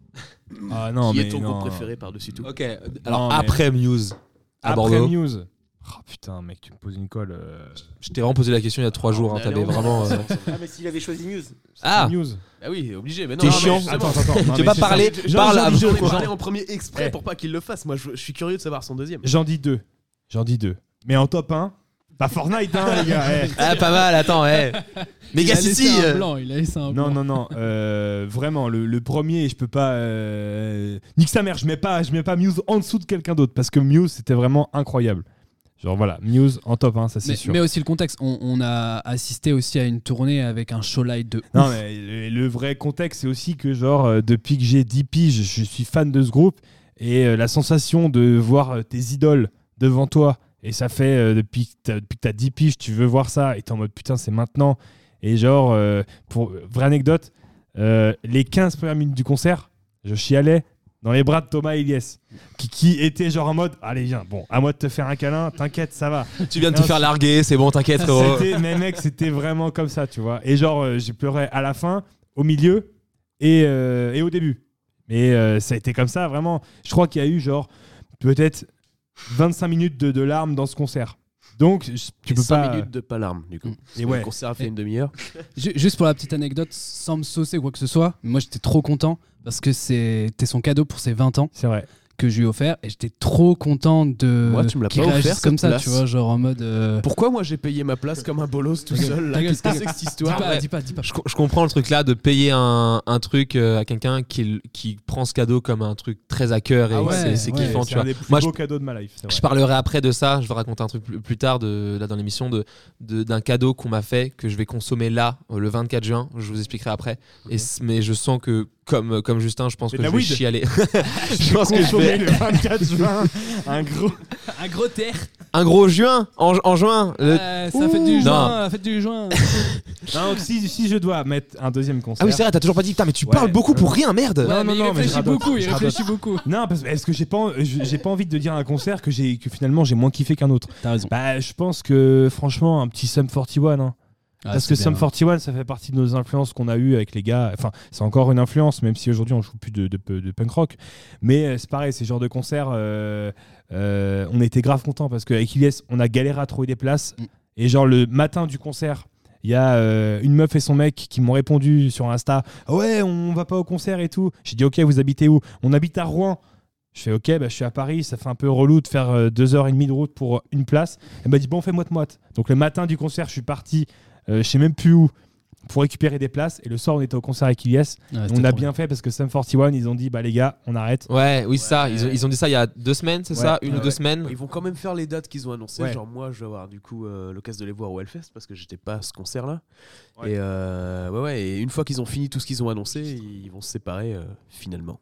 [SPEAKER 3] Ah non,
[SPEAKER 4] qui
[SPEAKER 3] mais
[SPEAKER 4] est ton
[SPEAKER 3] non.
[SPEAKER 4] groupe préféré par-dessus tout
[SPEAKER 5] Ok, alors
[SPEAKER 3] mais-
[SPEAKER 5] après Muse à
[SPEAKER 3] Après
[SPEAKER 5] Bordeaux.
[SPEAKER 3] Muse. Oh putain, mec, tu me poses une colle. euh,
[SPEAKER 5] Je t'ai vraiment posé la question il y a trois jours, hein, t'avais vraiment. euh,
[SPEAKER 1] Ah, mais s'il avait choisi Muse.
[SPEAKER 5] Ah
[SPEAKER 3] Muse.
[SPEAKER 4] Ah oui, obligé, mais non.
[SPEAKER 5] T'es
[SPEAKER 4] non, mais
[SPEAKER 5] chiant.
[SPEAKER 4] justement,
[SPEAKER 3] Attends, attends, attends. Non,
[SPEAKER 5] Tu
[SPEAKER 3] mais
[SPEAKER 5] vas
[SPEAKER 3] c'est
[SPEAKER 5] parler,
[SPEAKER 4] j'ai- j'ai-
[SPEAKER 5] parle
[SPEAKER 4] j'ai-
[SPEAKER 5] avant.
[SPEAKER 4] J'en ai
[SPEAKER 3] Quoi,
[SPEAKER 4] parlé en premier exprès
[SPEAKER 3] Eh.
[SPEAKER 4] pour pas qu'il le fasse. Moi, je, je suis curieux de savoir son deuxième.
[SPEAKER 3] J'en dis deux. J'en dis deux. Mais en top 1, bah Fortnite, hein, les
[SPEAKER 4] (laughs)
[SPEAKER 3] gars. eh.
[SPEAKER 5] Ah, pas mal, attends, eh.
[SPEAKER 6] Il a
[SPEAKER 5] Méga
[SPEAKER 6] laissé
[SPEAKER 5] City
[SPEAKER 6] un
[SPEAKER 5] euh,
[SPEAKER 6] blanc, il a laissé un
[SPEAKER 3] Non,
[SPEAKER 6] blanc.
[SPEAKER 3] non, non. euh, vraiment, le, le premier, je peux pas. Euh... Nique sa mère, je mets pas, je mets pas Muse en dessous de quelqu'un d'autre parce que Muse, c'était vraiment incroyable. Genre voilà, Muse en top 1, ça c'est
[SPEAKER 6] Mais,
[SPEAKER 3] sûr.
[SPEAKER 6] mais aussi le contexte. On, on a assisté aussi à une tournée avec un show live de.
[SPEAKER 3] Non,
[SPEAKER 6] ouf.
[SPEAKER 3] mais le, le vrai contexte, c'est aussi que, genre, euh, depuis que j'ai 10 piges, je suis fan de ce groupe. Et euh, la sensation de voir euh, tes idoles devant toi, et ça fait euh, depuis, que t'as- depuis que t'as 10 piges, tu veux voir ça, et t'es en mode putain, c'est maintenant. Et genre, euh, pour vraie anecdote, euh, les 15 premières minutes du concert, je chialais dans les bras de Thomas Elias, qui, qui était genre en mode Allez, viens, bon, à moi de te faire un câlin, t'inquiète, ça va.
[SPEAKER 5] Tu viens de te faire larguer, c'est bon,
[SPEAKER 3] (laughs)
[SPEAKER 5] t'inquiète, frérot.
[SPEAKER 3] C'était, mais mec, c'était vraiment comme ça, tu vois. Et genre, euh, j'ai pleuré à la fin, au milieu et, euh, et au début. Mais euh, ça a été comme ça, vraiment. Je crois qu'il y a eu genre peut-être 25 minutes de, de larmes dans ce concert. Donc, je- tu peux
[SPEAKER 4] 5
[SPEAKER 3] pas.
[SPEAKER 4] minutes de pas larmes, du coup.
[SPEAKER 3] Et
[SPEAKER 4] Le
[SPEAKER 3] ouais.
[SPEAKER 4] concert a fait une demi-heure.
[SPEAKER 6] Ju- Juste pour la petite anecdote, sans me saucer ou quoi que ce soit, moi j'étais trop content parce que c'était son cadeau pour ses 20 ans
[SPEAKER 3] C'est vrai.
[SPEAKER 6] que je lui ai offert et j'étais trop content de.
[SPEAKER 4] Moi, tu me l'as
[SPEAKER 6] qu'il
[SPEAKER 4] pas offert,
[SPEAKER 6] réagisse comme
[SPEAKER 4] cette
[SPEAKER 6] ça,
[SPEAKER 4] place.
[SPEAKER 6] tu vois, genre en mode. euh,
[SPEAKER 4] Pourquoi moi j'ai payé ma place comme un bolos tout
[SPEAKER 6] Ta gueule,
[SPEAKER 4] seul là
[SPEAKER 6] ta gueule,
[SPEAKER 4] Qu'est-ce que
[SPEAKER 6] ta
[SPEAKER 4] c'est que cette
[SPEAKER 6] Dis
[SPEAKER 4] histoire
[SPEAKER 6] pas,
[SPEAKER 5] ouais.
[SPEAKER 6] dis pas, dis pas.
[SPEAKER 5] Je, co- je comprends le truc là de payer un, un truc euh, à quelqu'un qui, qui prend ce cadeau comme un truc très à cœur et
[SPEAKER 6] Ah ouais,
[SPEAKER 5] c'est c'est
[SPEAKER 6] ouais,
[SPEAKER 5] kiffant,
[SPEAKER 3] c'est
[SPEAKER 5] tu
[SPEAKER 3] un
[SPEAKER 5] vois.
[SPEAKER 3] des plus
[SPEAKER 5] Moi, je-
[SPEAKER 3] beaux cadeaux de ma life. c'est vrai.
[SPEAKER 5] Je parlerai après de ça, je vais raconter un truc plus, plus tard de, là dans l'émission de, de- d'un cadeau qu'on m'a fait que je vais consommer là euh, le 24 juin, je vous expliquerai après. Et, c- mais je sens que comme, comme Justin, je pense
[SPEAKER 3] Mais
[SPEAKER 5] que
[SPEAKER 3] de
[SPEAKER 5] je
[SPEAKER 3] la
[SPEAKER 5] vais
[SPEAKER 3] weed.
[SPEAKER 5] chialer. (laughs) (laughs) je pense que je
[SPEAKER 3] Consommer
[SPEAKER 5] vais
[SPEAKER 3] le 24 juin, un gros.
[SPEAKER 6] Un gros terre euh,
[SPEAKER 5] un gros juin en, ju- en juin. le-
[SPEAKER 3] Euh,
[SPEAKER 5] Ah
[SPEAKER 6] C'est la fête
[SPEAKER 5] Ouh.
[SPEAKER 6] du
[SPEAKER 5] Non.
[SPEAKER 6] juin, la fête du juin
[SPEAKER 3] Non, donc, si, si je dois mettre un deuxième concert.
[SPEAKER 5] Ah oui, c'est vrai, t'as toujours pas dit putain mais tu
[SPEAKER 3] Ouais.
[SPEAKER 5] parles beaucoup pour rien, merde.
[SPEAKER 3] Non,
[SPEAKER 6] Ouais,
[SPEAKER 3] non,
[SPEAKER 6] mais
[SPEAKER 3] non,
[SPEAKER 6] il
[SPEAKER 3] mais je
[SPEAKER 6] réfléchit
[SPEAKER 3] radote,
[SPEAKER 6] beaucoup,
[SPEAKER 3] je
[SPEAKER 6] il réfléchit beaucoup.
[SPEAKER 3] Non, parce est-ce que j'ai pas, en- j'ai j'ai pas envie de dire un concert que j'ai que finalement j'ai moins kiffé qu'un autre.
[SPEAKER 6] T'as raison.
[SPEAKER 3] Bah, je pense que franchement, un petit Sum 41. Hein.
[SPEAKER 6] Ah,
[SPEAKER 3] Parce que Sum 41, ça fait partie de nos influences qu'on a eues avec les gars. Enfin, c'est encore une influence, même si aujourd'hui on joue plus de, de, de punk rock. Mais euh, c'est pareil, ces genres de concerts, euh, euh, on était grave contents parce qu'avec Ilyes, on a galéré à trouver des places.
[SPEAKER 6] Mm.
[SPEAKER 3] Et genre le matin du concert, il y a euh, une meuf et son mec qui m'ont répondu sur Insta Ah Ouais, on va pas au concert et tout. J'ai dit Ok, vous habitez où On habite à Rouen. Je fais ok, bah, je suis à Paris, ça fait un peu relou de faire euh, deux heures et demie de route pour une place. Elle m'a dit bon, fais moite-moite. Donc le matin du concert, je suis parti, euh, je sais même plus où, pour récupérer des places. Et le soir, on était au concert avec
[SPEAKER 6] Ah,
[SPEAKER 3] Ilyes.
[SPEAKER 4] Ah,
[SPEAKER 3] on a bien fait parce que Sum 41, ils ont dit bah les gars, on arrête.
[SPEAKER 5] Ouais, oui, ça, ils ont, ils ont dit ça il y a deux semaines, c'est
[SPEAKER 3] Ouais.
[SPEAKER 5] ça Une
[SPEAKER 4] Ouais,
[SPEAKER 5] ou deux
[SPEAKER 4] ouais.
[SPEAKER 5] semaines
[SPEAKER 4] Ils vont quand même faire les dates qu'ils ont annoncées.
[SPEAKER 3] Ouais.
[SPEAKER 4] Genre moi, je vais avoir du coup euh, l'occasion de les voir au Hellfest parce que j'étais pas à ce concert-là.
[SPEAKER 3] Ouais.
[SPEAKER 4] Et euh, ouais, ouais. Et une fois qu'ils ont fini tout ce qu'ils ont annoncé, ils vont se séparer euh, finalement.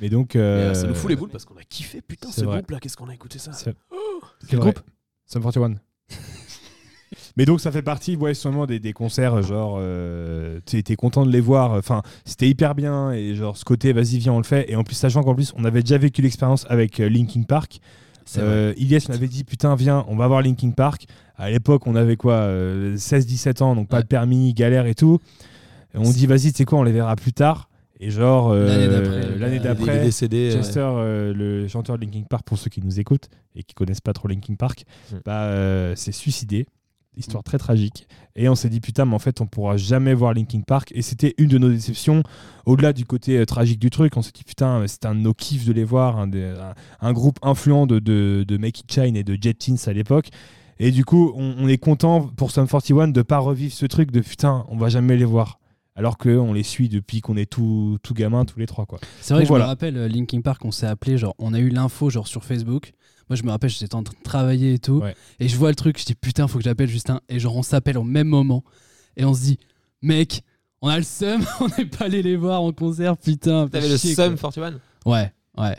[SPEAKER 3] Mais donc.
[SPEAKER 4] Et,
[SPEAKER 3] euh,
[SPEAKER 4] euh, ça nous fout les boules parce qu'on a kiffé putain
[SPEAKER 3] c'est
[SPEAKER 4] ce
[SPEAKER 3] vrai.
[SPEAKER 4] groupe-là. Qu'est-ce qu'on a écouté ça
[SPEAKER 3] C'est-
[SPEAKER 6] Quel
[SPEAKER 3] vrai.
[SPEAKER 6] groupe
[SPEAKER 3] Sum 41. (laughs) Mais donc ça fait partie, ouais, sûrement des, des concerts, genre, euh, t'es t'es content de les voir, enfin, c'était hyper bien, et genre, ce côté, vas-y, viens, on le fait, et en plus, sachant qu'en plus, on avait déjà vécu l'expérience avec euh, Linkin Park,
[SPEAKER 6] C'est vrai.
[SPEAKER 3] Euh, Ilyes m'avait dit putain viens on va voir Linkin Park à l'époque on avait quoi euh, 16-17 ans donc pas
[SPEAKER 6] Ouais.
[SPEAKER 3] de permis galère et tout Et on dit vas-y tu sais quoi on les verra plus tard et genre euh,
[SPEAKER 6] L'année d'après,
[SPEAKER 3] l'année
[SPEAKER 6] le gars,
[SPEAKER 5] Il est
[SPEAKER 3] d'après
[SPEAKER 5] décédé. euh,
[SPEAKER 3] Chester euh, le chanteur de Linkin Park pour ceux qui nous écoutent et qui connaissent pas trop Linkin Park
[SPEAKER 5] Mm.
[SPEAKER 3] bah euh, s'est suicidé histoire très tragique et on s'est dit putain mais en fait on pourra jamais voir Linkin Park et c'était une de nos déceptions au-delà du côté euh, tragique du truc on s'est dit putain c'était un de nos kiffs de les voir un des- un- un groupe influent de, de, de Make It Shine et de Jet Teens à l'époque. Et du coup, on, on est content pour Sum 41 de pas revivre ce truc de putain, on va jamais les voir. Alors qu'on les suit depuis qu'on est tout, tout gamin, tous les trois. quoi.
[SPEAKER 6] C'est vrai
[SPEAKER 3] Donc
[SPEAKER 6] que
[SPEAKER 3] voilà.
[SPEAKER 6] je me rappelle, euh, Linkin Park, on s'est appelé, genre, on a eu l'info, genre, sur Facebook. Moi, je me rappelle, j'étais en train de travailler et tout.
[SPEAKER 3] Ouais.
[SPEAKER 6] Et je vois le truc, je dis, putain, faut que j'appelle Justin. Et genre, on s'appelle au même moment. Et on se dit, mec, on a le seum, (laughs) on n'est pas allé les voir en concert, putain. fais
[SPEAKER 5] T'avais le
[SPEAKER 6] chier,
[SPEAKER 5] Sum
[SPEAKER 6] quoi.
[SPEAKER 5] 41
[SPEAKER 6] Ouais, ouais.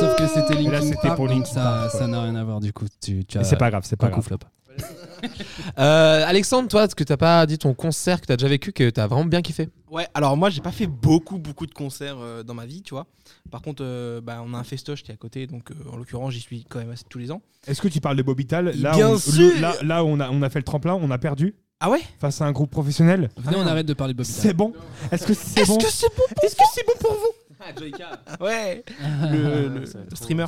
[SPEAKER 6] Sauf que c'était
[SPEAKER 3] Et là,
[SPEAKER 6] Linkin
[SPEAKER 3] c'était
[SPEAKER 6] Park,
[SPEAKER 3] pour
[SPEAKER 6] donc
[SPEAKER 3] Linkin
[SPEAKER 6] ça,
[SPEAKER 3] Park, ouais.
[SPEAKER 6] ça n'a rien à voir, du coup. Tu, tu
[SPEAKER 3] Et
[SPEAKER 6] as
[SPEAKER 3] c'est pas grave, c'est pas
[SPEAKER 6] coco
[SPEAKER 3] grave.
[SPEAKER 6] flop.
[SPEAKER 5] Euh, Alexandre, toi, est-ce que t'as pas dit ton concert que t'as déjà vécu, que t'as vraiment bien kiffé
[SPEAKER 7] Ouais, alors moi j'ai pas fait beaucoup beaucoup de concerts euh, dans ma vie, tu vois. Par contre, euh, bah, on a un festoche qui est à côté, donc euh, en l'occurrence j'y suis quand même assez tous les ans.
[SPEAKER 3] Est-ce que tu parles de Bobital là,
[SPEAKER 7] Bien
[SPEAKER 3] on,
[SPEAKER 7] sûr
[SPEAKER 3] le- là, là, on, a, on a fait le tremplin, on a perdu
[SPEAKER 7] Ah ouais
[SPEAKER 3] face à un groupe professionnel.
[SPEAKER 6] Venez, on arrête de parler de Bobby.
[SPEAKER 3] Ah C'est bon Est-ce que c'est bon
[SPEAKER 7] c'est bon pour Est-ce que c'est bon pour vous Ah, Ouais.
[SPEAKER 6] (laughs)
[SPEAKER 7] Le, le streamer.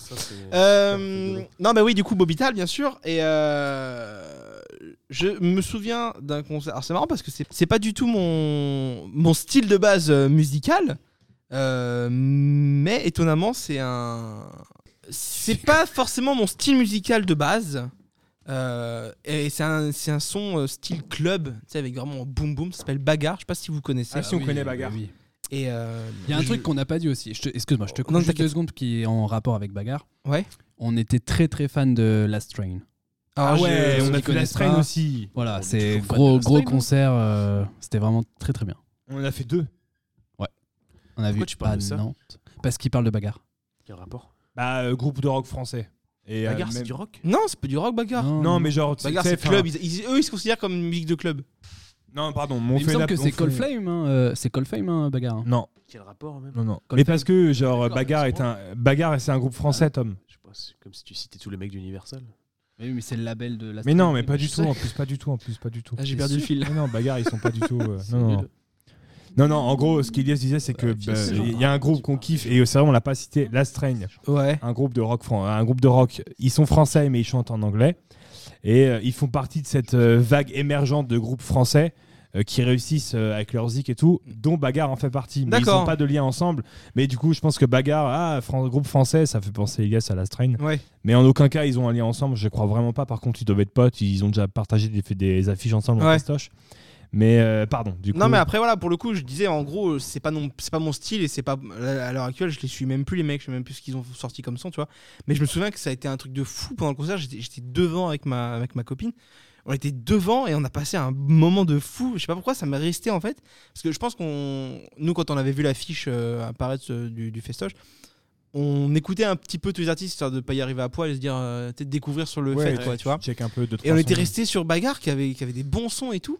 [SPEAKER 7] Euh, non, bah oui, du coup, Bobital, bien sûr. Et euh, je me souviens d'un concert. Alors, c'est marrant parce que c'est c'est pas du tout mon, mon style de base euh, musical. Euh, mais étonnamment, c'est un. C'est pas forcément mon style musical de base. Euh, et c'est un, c'est un son euh, style club, tu sais, avec vraiment boom boom. Ça s'appelle Bagarre. Je sais pas si vous connaissez.
[SPEAKER 3] Ah, si on connaît Bagarre.
[SPEAKER 6] oui.
[SPEAKER 7] Et euh,
[SPEAKER 6] Il y a un
[SPEAKER 7] je-
[SPEAKER 6] truc qu'on n'a pas dit aussi. Je te- Excuse-moi, je te
[SPEAKER 7] Non,
[SPEAKER 6] coupe juste
[SPEAKER 7] t'inquiète.
[SPEAKER 6] deux secondes qui est en rapport avec bagarre.
[SPEAKER 7] Ouais.
[SPEAKER 6] on était très très fan de Last Train.
[SPEAKER 3] Ah ouais,
[SPEAKER 6] je-
[SPEAKER 3] on a
[SPEAKER 6] ceux qui
[SPEAKER 3] fait
[SPEAKER 6] connaissent
[SPEAKER 3] Last Train
[SPEAKER 6] pas.
[SPEAKER 3] aussi.
[SPEAKER 6] Voilà,
[SPEAKER 3] On est
[SPEAKER 6] c'est
[SPEAKER 3] toujours fan de
[SPEAKER 6] gros
[SPEAKER 3] Last
[SPEAKER 6] gros
[SPEAKER 3] Train, nous.
[SPEAKER 6] concert. euh, C'était vraiment très très bien.
[SPEAKER 3] On en a fait deux.
[SPEAKER 6] On a
[SPEAKER 4] Pourquoi
[SPEAKER 6] vu
[SPEAKER 4] tu parles
[SPEAKER 6] à
[SPEAKER 4] de ça
[SPEAKER 6] Nantes parce qu'il parle de bagarre.
[SPEAKER 4] Quel rapport
[SPEAKER 3] Bah, euh, groupe de rock français. Et, euh,
[SPEAKER 4] Bagarre, c'est
[SPEAKER 3] même-
[SPEAKER 4] du rock
[SPEAKER 7] Non, c'est pas du rock, Bagarre.
[SPEAKER 3] Non, mais genre, tu
[SPEAKER 7] Bagarre,
[SPEAKER 3] sais,
[SPEAKER 7] c'est
[SPEAKER 3] enfin,
[SPEAKER 7] club. Ils- ils- eux, ils se considèrent comme une musique de club.
[SPEAKER 3] Non, pardon,
[SPEAKER 6] Mais
[SPEAKER 3] on
[SPEAKER 6] il
[SPEAKER 3] fait
[SPEAKER 6] me semble
[SPEAKER 3] la-
[SPEAKER 6] que
[SPEAKER 3] on
[SPEAKER 6] c'est
[SPEAKER 3] fait-
[SPEAKER 6] Coldflame, hein, euh, c'est Coldflame hein, bagarre. hein.
[SPEAKER 3] Non,
[SPEAKER 4] Quel rapport même
[SPEAKER 3] non, non.
[SPEAKER 6] Coldplay.
[SPEAKER 3] Mais parce que, genre,
[SPEAKER 4] D'accord,
[SPEAKER 3] Bagarre est un. Bagarre, c'est un groupe français, Tom.
[SPEAKER 4] Je sais pas, c'est comme si tu citais tous les mecs d'Universal.
[SPEAKER 6] Mais oui, mais c'est le label de Last
[SPEAKER 3] Mais
[SPEAKER 6] Train.
[SPEAKER 3] non, mais pas du
[SPEAKER 4] je
[SPEAKER 3] tout,
[SPEAKER 4] sais.
[SPEAKER 3] en plus, pas du tout, en plus, pas du tout.
[SPEAKER 6] Ah, j'ai perdu le
[SPEAKER 3] sûr.
[SPEAKER 6] fil.
[SPEAKER 3] Mais Non, Bagarre, ils sont pas du tout. euh,
[SPEAKER 4] C'est
[SPEAKER 3] non, non.
[SPEAKER 4] nul.
[SPEAKER 3] Non, non, en gros, ce qu'Ilias disait, c'est que
[SPEAKER 4] Ouais, puis c'est
[SPEAKER 3] bah,
[SPEAKER 4] genre-
[SPEAKER 3] il y a un groupe qu'on kiffe, et c'est vrai, on l'a pas cité, Last Train,
[SPEAKER 7] Ouais.
[SPEAKER 3] un groupe de rock, fran- un groupe de rock. Ils sont français, mais ils chantent en anglais. Et euh, ils font partie de cette euh, vague émergente de groupes français euh, qui réussissent euh, avec leur zik et tout, dont Bagarre en fait partie. Mais ils
[SPEAKER 7] D'accord.
[SPEAKER 3] n'ont pas de lien ensemble. Mais du coup, je pense que Bagarre, ah, fran- groupe français, ça fait penser, Ilias, à Last Train.
[SPEAKER 7] Ouais.
[SPEAKER 3] Mais en aucun cas, ils ont un lien ensemble. Je crois vraiment pas. Par contre, ils doivent être potes. Ils ont déjà partagé des, des affiches ensemble en
[SPEAKER 7] Ouais.
[SPEAKER 3] festoche. Mais euh, pardon, du coup.
[SPEAKER 7] Non mais après voilà pour le coup je disais en gros c'est pas non c'est pas mon style et c'est pas à l'heure actuelle je les suis même plus les mecs je sais même plus ce qu'ils ont sorti comme son tu vois mais je me souviens que ça a été un truc de fou pendant le concert j'étais j'étais devant avec ma avec ma copine on était devant et on a passé un moment de fou je sais pas pourquoi ça m'est resté en fait parce que je pense qu'on nous quand on avait vu l'affiche euh, apparaître euh, du, du festoche on écoutait un petit peu tous les artistes histoire de pas y arriver à poil et se dire euh, peut-être découvrir sur le
[SPEAKER 3] Ouais,
[SPEAKER 7] fait quoi tu vois
[SPEAKER 3] check un peu deux,
[SPEAKER 7] et on
[SPEAKER 3] trois
[SPEAKER 7] était
[SPEAKER 3] sons.
[SPEAKER 7] resté sur Bagarre qui avait, qui avait des bons sons et tout.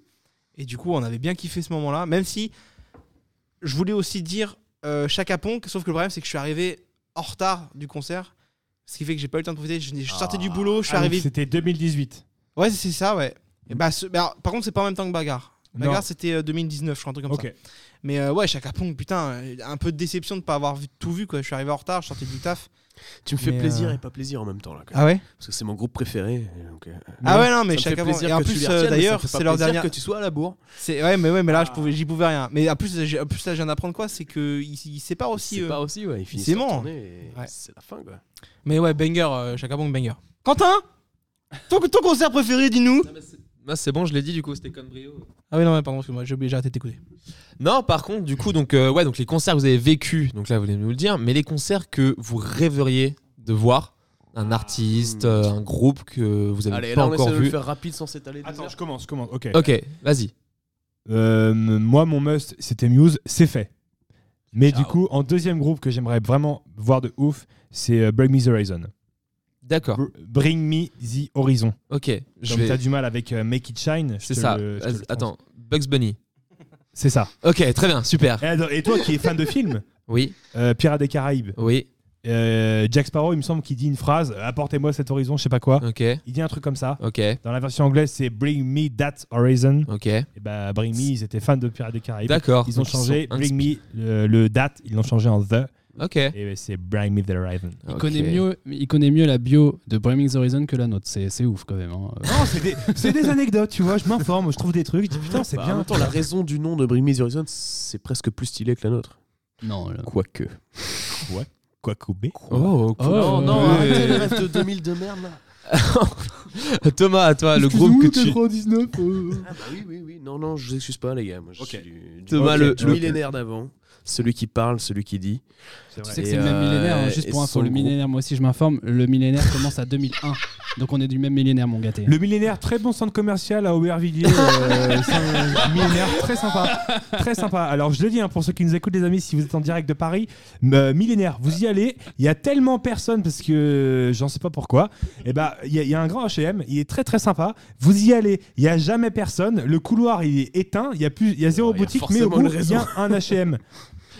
[SPEAKER 7] Et du coup, on avait bien kiffé ce moment-là. Même si je voulais aussi dire euh, Chaka Ponk, sauf que le problème, c'est que je suis arrivé en retard du concert. Ce qui fait que j'ai pas eu le temps de profiter. Je, je sortais du boulot, je suis
[SPEAKER 3] Ah, donc
[SPEAKER 7] arrivé.
[SPEAKER 3] C'était 2018.
[SPEAKER 7] Ouais, c'est ça, ouais. Et bah, ce- bah, alors, par contre, c'est pas en même temps que Bagarre.
[SPEAKER 3] Non.
[SPEAKER 7] Bagarre, c'était euh, 2019, je crois, un truc comme ça.
[SPEAKER 3] Ok.
[SPEAKER 7] Mais euh, ouais, Chaka Ponk, putain, euh, un peu de déception de pas avoir vu- tout vu, quoi. Je suis arrivé en retard, je sortais du taf.
[SPEAKER 4] Tu me fais
[SPEAKER 7] Mais,
[SPEAKER 4] plaisir
[SPEAKER 7] euh,
[SPEAKER 4] et pas plaisir en même temps là. quand même.
[SPEAKER 7] Ah ouais
[SPEAKER 4] Parce que c'est mon groupe préféré. et Donc, euh,
[SPEAKER 7] Ah ouais, non, mais
[SPEAKER 4] ça me fait
[SPEAKER 7] Chaka Ponk.
[SPEAKER 4] plaisir
[SPEAKER 7] Et en
[SPEAKER 4] que tu
[SPEAKER 7] plus,
[SPEAKER 4] les
[SPEAKER 7] euh,
[SPEAKER 4] retiennes, mais ça me
[SPEAKER 7] d'ailleurs,
[SPEAKER 4] fait pas
[SPEAKER 7] c'est leur
[SPEAKER 4] plaisir
[SPEAKER 7] dernière.
[SPEAKER 4] que tu sois à la bourre.
[SPEAKER 7] C'est ouais, mais ouais, mais là
[SPEAKER 4] Ah.
[SPEAKER 7] je pouvais, j'y pouvais rien. Mais en plus, j'ai- en plus là, je viens d'apprendre quoi, c'est que il, il sépare aussi.
[SPEAKER 4] C'est
[SPEAKER 7] euh.
[SPEAKER 4] pas aussi, ouais. Ils finissent
[SPEAKER 7] c'est
[SPEAKER 4] leur
[SPEAKER 7] bon.
[SPEAKER 4] tournée et
[SPEAKER 7] Ouais.
[SPEAKER 4] C'est la fin, quoi.
[SPEAKER 7] Mais ouais, banger, euh, Chaka Bang banger. Quentin, ton, ton concert préféré, dis-nous.
[SPEAKER 5] Ah, c'est bon, je l'ai dit du coup, c'était comme brio.
[SPEAKER 7] Ah oui, non, mais pardon, excuse-moi, j'ai oublié, j'ai arrêté de t'écouter.
[SPEAKER 5] Non, par contre, du coup, donc, euh, ouais, donc les concerts que vous avez vécu, donc là, vous voulez nous le dire, mais les concerts que vous rêveriez de voir,
[SPEAKER 3] Ah.
[SPEAKER 5] un artiste, euh, un groupe que vous avez
[SPEAKER 4] Allez,
[SPEAKER 5] pas
[SPEAKER 4] là, on essaie
[SPEAKER 5] encore
[SPEAKER 4] de le
[SPEAKER 5] vu.
[SPEAKER 4] faire rapide sans s'étaler. des
[SPEAKER 3] Attends,
[SPEAKER 4] heures.
[SPEAKER 3] je commence, je commence. Ok.
[SPEAKER 5] Ok, vas-y.
[SPEAKER 3] Euh, moi, mon must, c'était Muse, c'est fait. Mais
[SPEAKER 5] Ciao.
[SPEAKER 3] du coup, en deuxième groupe que j'aimerais vraiment voir de ouf, c'est euh, Bring Me the Horizon.
[SPEAKER 5] D'accord.
[SPEAKER 3] Br- Bring Me the Horizon.
[SPEAKER 5] Ok, je
[SPEAKER 3] Comme t'as
[SPEAKER 5] vais.
[SPEAKER 3] du mal avec euh, Make It Shine. je
[SPEAKER 5] C'est
[SPEAKER 3] te
[SPEAKER 5] ça.
[SPEAKER 3] le- je te
[SPEAKER 5] Vas-y,
[SPEAKER 3] le trans-
[SPEAKER 5] Attends, Bugs Bunny.
[SPEAKER 3] C'est ça.
[SPEAKER 5] Ok, très bien, super.
[SPEAKER 3] Et attends, Et toi qui
[SPEAKER 5] (laughs)
[SPEAKER 3] es fan de films,
[SPEAKER 5] Oui,
[SPEAKER 3] euh, Pirates des Caraïbes,
[SPEAKER 5] oui, euh,
[SPEAKER 3] Jack Sparrow, il me semble qu'il dit une phrase euh, Apportez-moi cet horizon, je sais pas quoi.
[SPEAKER 5] ok,
[SPEAKER 3] Il dit un truc comme ça.
[SPEAKER 5] ok,
[SPEAKER 3] Dans la version anglaise, c'est Bring Me That Horizon.
[SPEAKER 5] ok.
[SPEAKER 3] Et bah, Bring Me, ils étaient fans de Pirates des Caraïbes.
[SPEAKER 5] D'accord.
[SPEAKER 3] Ils ont
[SPEAKER 5] Donc,
[SPEAKER 3] changé
[SPEAKER 5] sont
[SPEAKER 3] Bring Me, le, le That, ils l'ont changé en The.
[SPEAKER 5] inspi- Ok.
[SPEAKER 3] Et c'est Bring Me the Horizon.
[SPEAKER 6] Il, connaît mieux, il connaît mieux la bio de Bramings Horizon que la nôtre. C'est c'est ouf quand même. hein.
[SPEAKER 3] Non, c'est des, c'est des anecdotes, tu vois. Je m'informe, je trouve des trucs. Je dis putain, c'est
[SPEAKER 4] Bah, En
[SPEAKER 3] bien.
[SPEAKER 4] même temps, la raison du nom de Bring Me the Horizon, c'est presque plus stylé que la nôtre.
[SPEAKER 6] Non, là.
[SPEAKER 4] Quoique.
[SPEAKER 3] Quoi, Koubé
[SPEAKER 5] Oh, cool.
[SPEAKER 6] Oh,
[SPEAKER 4] Non, non,
[SPEAKER 6] ouais.
[SPEAKER 4] arrêtez le reste de 2000 de merde là.
[SPEAKER 5] (laughs) Thomas, à toi, le groupe que tu.
[SPEAKER 6] 99.
[SPEAKER 4] Ah bah oui, oui, oui. Non, non, je vous excuse pas, les gars. Moi, je
[SPEAKER 2] Ok.
[SPEAKER 4] suis du, du-
[SPEAKER 5] Thomas,
[SPEAKER 4] Ok,
[SPEAKER 5] le-
[SPEAKER 4] du
[SPEAKER 5] le-
[SPEAKER 4] millénaire d'avant. Celui qui parle, celui qui dit.
[SPEAKER 3] C'est
[SPEAKER 6] Tu
[SPEAKER 3] vrai.
[SPEAKER 6] sais que
[SPEAKER 4] Et,
[SPEAKER 6] c'est le même
[SPEAKER 4] euh,
[SPEAKER 6] millénaire, hein, juste
[SPEAKER 4] et
[SPEAKER 6] pour info.
[SPEAKER 4] son
[SPEAKER 6] Le
[SPEAKER 4] groupe.
[SPEAKER 6] millénaire, moi aussi je m'informe, le millénaire commence à 2001. Donc on est du même millénaire, mon gâté.
[SPEAKER 3] Le millénaire, très bon centre commercial à Aubervilliers. (laughs) euh, c'est un millénaire, très sympa. Très sympa. Alors, je le dis, hein, pour ceux qui nous écoutent, les amis, si vous êtes en direct de Paris, euh, millénaire, vous y allez. Il y a tellement personne, parce que euh, j'en sais pas pourquoi. Et bah, il y, a- il y a un grand HM, il est très très sympa. Vous y allez, il y a jamais personne. Le couloir, il est éteint. Il y, a plus- il y a zéro
[SPEAKER 4] Alors, il y a
[SPEAKER 3] boutique, mais au
[SPEAKER 4] forcément
[SPEAKER 3] bout,
[SPEAKER 4] une
[SPEAKER 3] il y a un HM.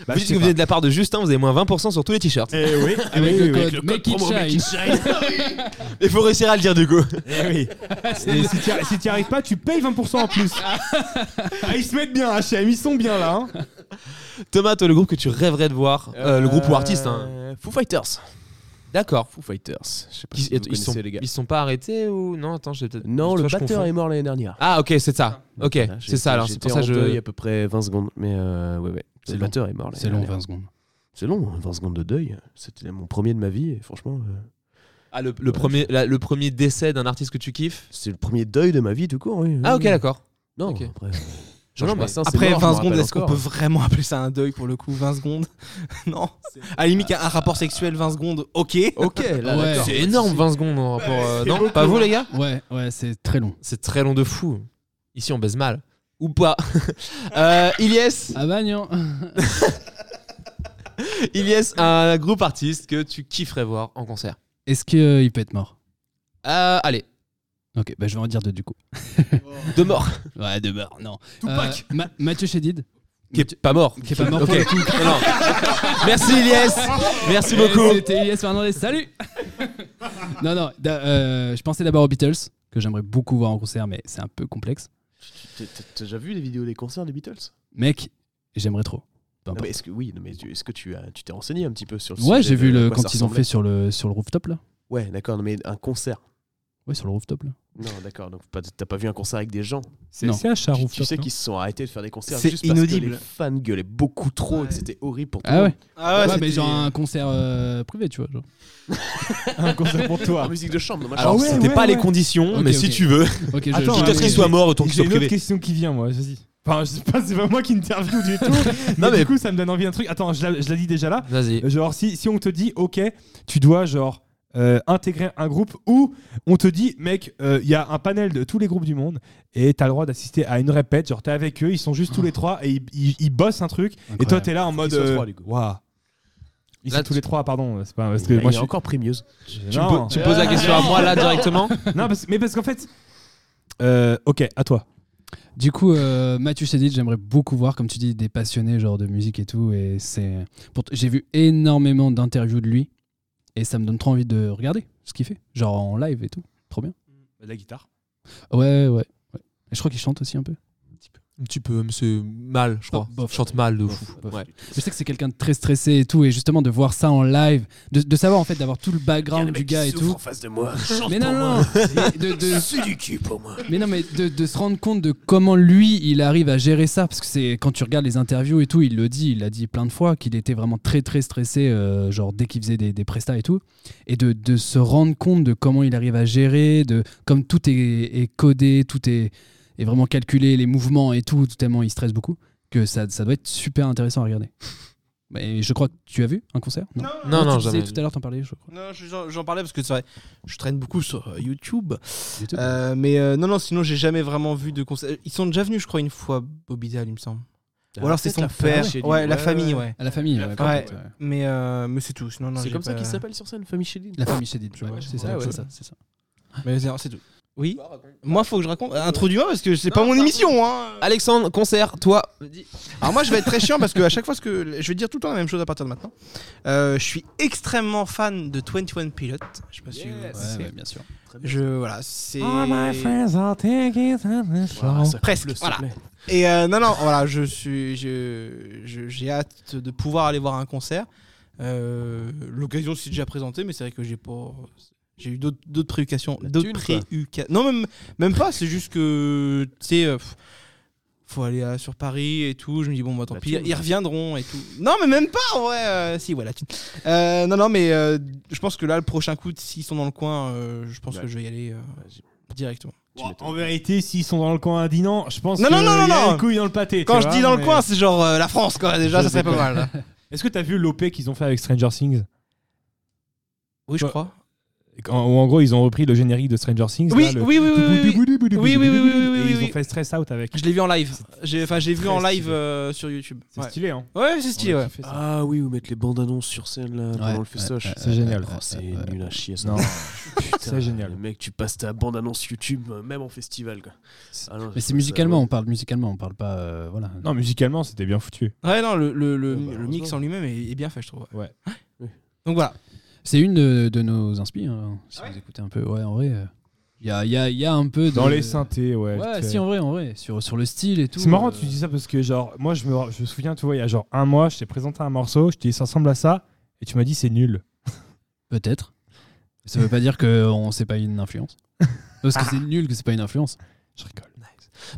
[SPEAKER 3] Bah,
[SPEAKER 5] Vous
[SPEAKER 3] je
[SPEAKER 5] dites
[SPEAKER 3] sais
[SPEAKER 5] que vous
[SPEAKER 3] pas.
[SPEAKER 5] venez de la part de Justin, vous avez moins 20% sur tous les t-shirts.
[SPEAKER 3] Eh oui, eh
[SPEAKER 6] Avec
[SPEAKER 3] oui,
[SPEAKER 6] le
[SPEAKER 3] oui, oui.
[SPEAKER 6] code Make It Shine.
[SPEAKER 5] (laughs) Il faut réussir à le dire du coup. (laughs)
[SPEAKER 3] Eh oui. (laughs) Et si t'y arri- si t'y arrives pas, tu payes 20% en plus. Ah, ils se mettent bien, HM, ils sont bien là. hein.
[SPEAKER 5] Thomas, toi, le groupe que tu rêverais de voir, euh, le groupe ou artiste. hein.
[SPEAKER 4] Euh, Foo Fighters.
[SPEAKER 5] D'accord.
[SPEAKER 4] Foo Fighters. Je sais pas
[SPEAKER 5] Ils,
[SPEAKER 4] si vous
[SPEAKER 5] ils sont,
[SPEAKER 4] connaissez, les gars.
[SPEAKER 5] ils sont pas arrêtés ou non Attends, j'ai peut-être.
[SPEAKER 4] Non,
[SPEAKER 5] toi,
[SPEAKER 4] le
[SPEAKER 5] je
[SPEAKER 4] batteur
[SPEAKER 5] confonds.
[SPEAKER 4] est mort l'année dernière.
[SPEAKER 5] Ah, ok, c'est ça. Ok,
[SPEAKER 4] Voilà, j'ai-
[SPEAKER 5] c'est ça. Alors, c'est
[SPEAKER 4] j'étais
[SPEAKER 5] pour ça
[SPEAKER 4] en
[SPEAKER 5] que
[SPEAKER 4] deuil il y
[SPEAKER 5] je.
[SPEAKER 4] a à peu près 20 secondes. Mais euh, ouais, ouais.
[SPEAKER 6] C'est
[SPEAKER 4] le
[SPEAKER 6] long.
[SPEAKER 4] batteur est mort. l'année
[SPEAKER 6] C'est long,
[SPEAKER 4] dernière.
[SPEAKER 6] 20 secondes.
[SPEAKER 4] C'est long, hein, 20 secondes de deuil. C'était mon premier de ma vie. Et franchement, euh,
[SPEAKER 5] Ah, le, le premier, la- le premier décès d'un artiste que tu kiffes.
[SPEAKER 4] c'est le premier deuil de ma vie, tout court. oui, oui, (laughs)
[SPEAKER 5] Ah, ok,
[SPEAKER 4] oui.
[SPEAKER 5] d'accord.
[SPEAKER 4] Non,
[SPEAKER 5] Ok.
[SPEAKER 4] après, euh, Georges Brassens, c'est
[SPEAKER 7] Après
[SPEAKER 4] mort, je
[SPEAKER 7] 20
[SPEAKER 4] m'en
[SPEAKER 7] secondes,
[SPEAKER 4] rappelle
[SPEAKER 7] est-ce qu'on
[SPEAKER 4] encore.
[SPEAKER 7] peut vraiment appeler ça un deuil pour le coup 20 secondes (laughs) Non. À la limite, un, un rapport sexuel 20 secondes, ok.
[SPEAKER 5] Ok, là,
[SPEAKER 6] Ouais.
[SPEAKER 5] d'accord. c'est énorme 20 secondes en rapport. euh, non, pas
[SPEAKER 4] hein.
[SPEAKER 5] vous les gars
[SPEAKER 6] Ouais, ouais, c'est très long.
[SPEAKER 5] C'est très long de fou. Ici, on baise mal. Ou pas. (laughs) euh, Ilyes,
[SPEAKER 6] Ah bah non.
[SPEAKER 5] Ilyes, un groupe artiste que tu kifferais voir en concert.
[SPEAKER 6] (laughs) Est-ce qu'il peut être mort
[SPEAKER 5] Euh, allez,
[SPEAKER 6] Ok, bah je vais en dire deux du coup.
[SPEAKER 5] de mort.
[SPEAKER 6] Ouais, de mort, non.
[SPEAKER 5] Tupac.
[SPEAKER 6] Euh, Ma- Mathieu Chédid,
[SPEAKER 5] Qui est pas mort.
[SPEAKER 6] qui est pas mort pour
[SPEAKER 5] Ok.
[SPEAKER 6] le coup.
[SPEAKER 5] Non, non. Merci Ilyes. Merci beaucoup.
[SPEAKER 6] Et C'était Ilyes Fernandez, salut (laughs) Non, non, d'a- euh, je pensais d'abord aux Beatles, que j'aimerais beaucoup voir en concert, mais c'est un peu complexe.
[SPEAKER 4] T'as t'as déjà vu les vidéos des concerts des Beatles
[SPEAKER 6] Mec, j'aimerais trop.
[SPEAKER 4] Non, mais
[SPEAKER 6] Peu importe.
[SPEAKER 4] Est-ce que oui, non, mais tu- est-ce que tu as- tu t'es renseigné un petit peu sur le
[SPEAKER 6] Ouais,
[SPEAKER 4] sujet
[SPEAKER 6] j'ai
[SPEAKER 4] de
[SPEAKER 6] vu
[SPEAKER 4] à
[SPEAKER 6] le,
[SPEAKER 4] quoi
[SPEAKER 6] quand
[SPEAKER 4] ça
[SPEAKER 6] ils ont
[SPEAKER 4] ressemblait
[SPEAKER 6] fait sur le, sur le rooftop, là.
[SPEAKER 4] Ouais, d'accord, non, mais un concert.
[SPEAKER 6] Ouais, sur le rooftop, là.
[SPEAKER 4] Non, d'accord, donc pas- t'as pas vu un concert avec des gens.
[SPEAKER 3] C'est
[SPEAKER 6] Non.
[SPEAKER 3] c'est un char
[SPEAKER 4] Tu, tu
[SPEAKER 3] rooftop,
[SPEAKER 4] sais
[SPEAKER 3] non
[SPEAKER 4] qu'ils se sont arrêtés de faire des concerts
[SPEAKER 7] C'est
[SPEAKER 4] juste
[SPEAKER 7] inaudible.
[SPEAKER 4] parce que les fans gueulaient beaucoup trop et que c'était horrible pour tout le
[SPEAKER 6] Ah
[SPEAKER 4] monde.
[SPEAKER 6] ouais
[SPEAKER 7] (laughs) Ah
[SPEAKER 6] Ouais, mais
[SPEAKER 7] c'était-
[SPEAKER 6] genre un concert euh, privé, tu vois. Genre.
[SPEAKER 3] Un concert pour
[SPEAKER 4] En (laughs)
[SPEAKER 3] toi.
[SPEAKER 4] musique de chambre, dans ma
[SPEAKER 6] Ah
[SPEAKER 5] Alors,
[SPEAKER 4] chambre.
[SPEAKER 3] ouais,
[SPEAKER 5] c'était
[SPEAKER 3] ouais,
[SPEAKER 5] pas
[SPEAKER 3] ouais.
[SPEAKER 5] les conditions,
[SPEAKER 6] Ok,
[SPEAKER 5] mais si
[SPEAKER 6] ok.
[SPEAKER 5] tu veux,
[SPEAKER 6] Ok,
[SPEAKER 3] Attends,
[SPEAKER 6] je,
[SPEAKER 3] hein,
[SPEAKER 6] je-
[SPEAKER 5] quitte à
[SPEAKER 3] mais-
[SPEAKER 5] ce qu'il soit mort, autant qu'il
[SPEAKER 3] J'ai
[SPEAKER 5] soit
[SPEAKER 3] une autre
[SPEAKER 5] privé.
[SPEAKER 3] question qui vient, moi, vas-y. Enfin, je sais pas, c'est pas moi qui interview du tout.
[SPEAKER 5] Non,
[SPEAKER 3] non, mais
[SPEAKER 5] mais-
[SPEAKER 3] du coup, ça me donne envie d'un truc. Attends, je la, je la dis déjà là.
[SPEAKER 5] Vas-y.
[SPEAKER 3] Euh, Genre, si, si on te dit, ok, tu dois, genre, euh, intégrer un groupe ou on te dit, mec, euh, il y a un panel de tous les groupes du monde et t'as le droit d'assister à une répète. Genre, t'es avec eux, ils sont juste tous les trois et ils, ils- ils bossent un truc. Et toi,
[SPEAKER 6] Incroyable.
[SPEAKER 3] t'es là en mode.
[SPEAKER 4] soient
[SPEAKER 3] euh,
[SPEAKER 4] trois, du coup.
[SPEAKER 3] Waouh. Ils
[SPEAKER 5] Là,
[SPEAKER 3] sont tous
[SPEAKER 5] tu-
[SPEAKER 3] les trois, pardon. C'est pas parce
[SPEAKER 4] Il
[SPEAKER 3] que
[SPEAKER 4] y a-
[SPEAKER 3] moi
[SPEAKER 4] il y
[SPEAKER 3] je
[SPEAKER 4] a
[SPEAKER 3] suis.
[SPEAKER 4] encore Primieuse.
[SPEAKER 5] Tu,
[SPEAKER 3] Non.
[SPEAKER 5] peux- tu poses la question à moi là directement
[SPEAKER 3] Non, parce- mais parce qu'en fait. euh, ok, à toi.
[SPEAKER 6] Du coup, euh, Mathieu Chédid, j'aimerais beaucoup voir, comme tu dis, des passionnés genre de musique et tout. Et c'est, pour- j'ai vu énormément d'interviews de lui, et ça me donne trop envie de regarder ce qu'il fait, genre en live et tout. Trop bien.
[SPEAKER 3] La guitare.
[SPEAKER 6] Ouais, ouais. ouais. Et je crois qu'il chante aussi un peu.
[SPEAKER 5] Un petit peu, mais c'est mal, je crois.
[SPEAKER 6] Oh, bof.
[SPEAKER 5] Chante mal de
[SPEAKER 6] Bof,
[SPEAKER 5] fou.
[SPEAKER 6] bof.
[SPEAKER 5] Ouais.
[SPEAKER 6] Je sais que c'est quelqu'un de très stressé et tout, et justement de voir ça en live, de, de savoir en fait d'avoir tout le background du gars et tout.
[SPEAKER 4] en face de moi. (laughs)
[SPEAKER 6] Mais non, non, non. Et de- de-
[SPEAKER 4] C'est du cul pour moi.
[SPEAKER 6] Mais non, mais de, de se rendre compte de comment lui, il arrive à gérer ça, parce que c'est quand tu regardes les interviews et tout, il le dit, il l'a dit plein de fois, qu'il était vraiment très très stressé, euh, genre dès qu'il faisait des, des prestats et tout, et de, de se rendre compte de comment il arrive à gérer, de comme tout est, est codé, tout est, est vraiment calculé, les mouvements et tout, tout tellement il stresse beaucoup, que ça, ça doit être super intéressant à regarder. Mais je crois que tu as vu un concert Non,
[SPEAKER 5] Non, non,
[SPEAKER 6] tu disais
[SPEAKER 5] jamais.
[SPEAKER 6] tout à l'heure, t'en parlais, je crois.
[SPEAKER 7] Non, je- j'en j'en parlais parce que c'est vrai, je traîne beaucoup sur euh, YouTube.
[SPEAKER 6] YouTube.
[SPEAKER 7] Euh, mais euh, non, non, sinon j'ai jamais vraiment vu de concert. Ils sont déjà venus, je crois, une fois, Bobby Dahl, il me semble. Ou alors c'est son père.
[SPEAKER 4] chez lui.
[SPEAKER 7] Ouais, la
[SPEAKER 4] Ouais,
[SPEAKER 7] famille,
[SPEAKER 4] ouais.
[SPEAKER 7] ouais.
[SPEAKER 6] À la famille, ouais,
[SPEAKER 7] famille,
[SPEAKER 6] peut-être, ouais.
[SPEAKER 7] Mais, euh, mais c'est tout. Sinon, non,
[SPEAKER 4] C'est
[SPEAKER 7] j'ai
[SPEAKER 4] comme ça
[SPEAKER 7] pas-
[SPEAKER 4] qu'il s'appelle sur scène, Famille Chéline.
[SPEAKER 6] La famille Shedid, ouais, c'est ça,
[SPEAKER 4] ouais.
[SPEAKER 6] c'est ça, c'est ça.
[SPEAKER 7] Mais c'est c'est tout. Oui. Moi, faut que je raconte. Introduis-moi parce que c'est pas mon émission. Hein.
[SPEAKER 5] Alexandre, concert, toi.
[SPEAKER 7] Alors moi, je vais être très chiant parce que à chaque fois, ce que je vais dire tout le temps la même chose à partir de maintenant. Euh, je suis extrêmement fan de 21 Pilot. Je sais pas si. vous-
[SPEAKER 6] Ouais, ouais, bien sûr.
[SPEAKER 7] Je voilà, c'est.
[SPEAKER 4] Voilà, ça coupe
[SPEAKER 7] Presque,
[SPEAKER 4] le, s'il
[SPEAKER 7] voilà.
[SPEAKER 4] plaît.
[SPEAKER 7] Et euh, non, non, voilà, je suis, je, je- j'ai hâte de pouvoir aller voir un concert. Euh, l'occasion s'est déjà présentée, mais c'est vrai que j'ai pas, j'ai eu d'autres, d'autres préoccupations,
[SPEAKER 4] La
[SPEAKER 7] d'autres
[SPEAKER 4] thune, quoi.
[SPEAKER 7] préoccupations. Non, même, même pas. C'est juste que, tu sais, euh, pff, faut aller à- sur Paris et tout. Je me dis bon, bah tant
[SPEAKER 4] La
[SPEAKER 7] pis,
[SPEAKER 4] thune.
[SPEAKER 7] ils reviendront et tout. Non, mais même pas. Ouais, euh, si, ouais, la thune. Euh, non, non, mais euh, je pense que là, le prochain coup, s'ils sont dans le coin, euh, je pense
[SPEAKER 4] Ouais.
[SPEAKER 7] que je vais y aller euh,
[SPEAKER 4] j'ai-
[SPEAKER 7] directement.
[SPEAKER 4] Tu
[SPEAKER 3] Bon,
[SPEAKER 4] m'étonnes.
[SPEAKER 3] en vérité, s'ils sont dans le coin à Dinan, je pense
[SPEAKER 7] Non,
[SPEAKER 3] que
[SPEAKER 7] non, non,
[SPEAKER 3] y a
[SPEAKER 7] non, non.
[SPEAKER 3] les couilles dans le pâté. tu
[SPEAKER 7] Quand je
[SPEAKER 3] vois,
[SPEAKER 7] dis dans le
[SPEAKER 3] mais-
[SPEAKER 7] coin, c'est genre euh, la France, quoi. Déjà,
[SPEAKER 3] Je
[SPEAKER 7] ça serait pas
[SPEAKER 3] déconne.
[SPEAKER 7] mal.
[SPEAKER 3] Est-ce que t'as vu l'OP qu'ils ont fait avec Stranger Things
[SPEAKER 7] Oui, je
[SPEAKER 3] Ouais.
[SPEAKER 7] crois.
[SPEAKER 3] En- Où en gros, ils ont repris le générique de Stranger Things.
[SPEAKER 7] Oui,
[SPEAKER 3] là, le-
[SPEAKER 7] oui, oui, oui,
[SPEAKER 3] (laughs)
[SPEAKER 7] oui, oui. Oui, oui, oui, oui, oui,
[SPEAKER 3] Et
[SPEAKER 7] oui,
[SPEAKER 3] Ils
[SPEAKER 7] oui.
[SPEAKER 3] ont fait Stress Out avec.
[SPEAKER 7] Je l'ai vu en live. J'ai- Enfin, j'ai vu
[SPEAKER 3] très
[SPEAKER 7] en live
[SPEAKER 3] stylé.
[SPEAKER 7] euh, sur YouTube.
[SPEAKER 3] C'est
[SPEAKER 7] Ouais,
[SPEAKER 3] stylé, hein
[SPEAKER 7] Ouais, c'est stylé.
[SPEAKER 3] On a
[SPEAKER 7] Ouais.
[SPEAKER 3] kiffé ça.
[SPEAKER 4] Ah oui, vous mettez les bandes annonces sur scène là, pendant le festoche.
[SPEAKER 6] ouais,
[SPEAKER 3] C'est génial.
[SPEAKER 4] Oh, c'est nul à chier ça. Putain,
[SPEAKER 3] Non, (laughs) c'est génial.
[SPEAKER 4] Le mec, tu passes ta bande annonce YouTube, euh, même en festival quoi. Ah non, je
[SPEAKER 6] Mais
[SPEAKER 4] trouve
[SPEAKER 6] c'est
[SPEAKER 4] ça-
[SPEAKER 6] musicalement, on parle musicalement, on parle pas. euh, voilà.
[SPEAKER 3] non, musicalement, c'était bien foutu.
[SPEAKER 7] Ouais, non, le, le, le,
[SPEAKER 4] Ouais, bah,
[SPEAKER 7] le mix
[SPEAKER 4] heureusement.
[SPEAKER 7] en lui-même est, est bien fait, je trouve. Hein
[SPEAKER 3] Ouais.
[SPEAKER 4] Oui.
[SPEAKER 7] Donc voilà.
[SPEAKER 6] C'est une de, de nos inspires, hein, si vous écoutez un peu. Ouais, en vrai, il y, a, y a- y a un peu. de-
[SPEAKER 3] Dans les synthés, ouais.
[SPEAKER 6] Ouais,
[SPEAKER 3] c'est-
[SPEAKER 6] si, en vrai, en vrai. Sur, sur le style et tout.
[SPEAKER 3] C'est marrant,
[SPEAKER 6] euh,
[SPEAKER 3] tu dis ça parce que, genre, moi, je me, je me souviens, tu vois, il y a genre un mois, je t'ai présenté un morceau, je t'ai dit ça ressemble à ça, et tu m'as dit c'est nul.
[SPEAKER 6] Peut-être. Ça veut pas dire que c'est pas une influence. Parce que c'est nul que c'est pas une influence.
[SPEAKER 3] Je rigole.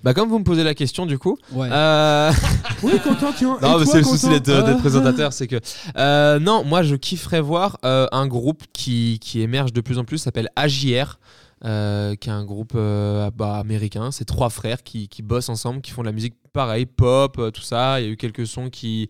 [SPEAKER 5] Bah, comme vous me posez la question, du coup.
[SPEAKER 6] Ouais.
[SPEAKER 5] euh,
[SPEAKER 3] (laughs) Oui, content, tu vois.
[SPEAKER 5] Non,
[SPEAKER 3] Et
[SPEAKER 5] mais
[SPEAKER 3] toi,
[SPEAKER 5] c'est le
[SPEAKER 3] content
[SPEAKER 5] souci d'être euh, d'être
[SPEAKER 3] Ah.
[SPEAKER 5] présentateur, c'est que. Euh, non, moi, je kifferais voir euh, un groupe qui, qui émerge de plus en plus, s'appelle AJR. euh, qui est un groupe euh, bah, américain. C'est trois frères qui, qui bossent ensemble, qui font de la musique pareil, pop, euh, tout ça. Il y a eu quelques sons qui,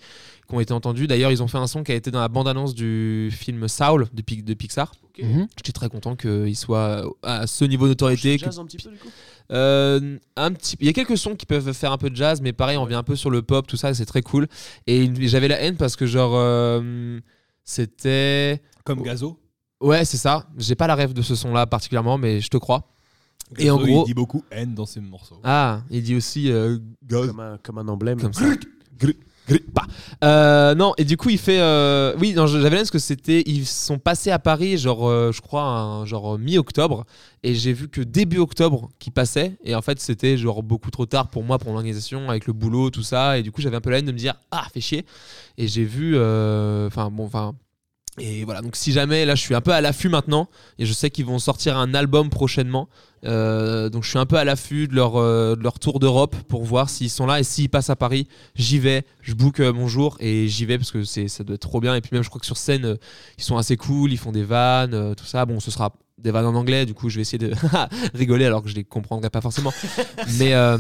[SPEAKER 5] qui ont été entendus. D'ailleurs, ils ont fait un son qui a été dans la bande-annonce du film Saul de, Pi- de Pixar.
[SPEAKER 3] Mmh.
[SPEAKER 6] Mhm.
[SPEAKER 5] J'étais très content qu'il soit à ce niveau de notoriété. que-
[SPEAKER 4] un petit peu, du coup
[SPEAKER 5] euh, un petit, il y a quelques sons qui peuvent faire un peu de jazz, mais pareil, on vient un peu sur le pop, tout ça, c'est très cool. Et une- j'avais la haine parce que genre euh, c'était,
[SPEAKER 3] Comme Gazo.
[SPEAKER 5] ouais, c'est ça. J'ai pas la rêve de ce son-là particulièrement, mais je te crois. Et en gros-
[SPEAKER 3] il dit bah beaucoup haine dans ses morceaux.
[SPEAKER 5] Ah, il dit aussi euh, goth.
[SPEAKER 4] comme un, comme un emblème.
[SPEAKER 5] Comme ça. Pas. Euh, non, et du coup, il fait. euh, Oui, non, j'avais l'air parce que c'était. Ils sont passés à Paris, genre, euh, je crois, un- genre euh, mi-octobre. Et j'ai vu que début octobre qui passait. Et en fait, c'était genre beaucoup trop tard pour moi, pour l'organisation, avec le boulot, tout ça. Et du coup, j'avais un peu la haine de me dire, ah, fait chier. Et j'ai vu. euh, Enfin, bon, enfin. Et voilà, donc si jamais, là, je suis un peu à l'affût maintenant. Et je sais qu'ils vont sortir un album prochainement. Euh, donc je suis un peu à l'affût de leur, euh, de leur tour d'Europe pour voir s'ils sont là et s'ils passent à Paris, j'y vais, je book euh, mon jour et j'y vais parce que c'est ça doit être trop bien et puis même je crois que sur scène euh, ils sont assez cool, ils font des vannes, euh, tout ça. Bon, ce sera des vannes en anglais, du coup je vais essayer de (laughs) rigoler alors que je les comprendrai pas forcément. mais euh,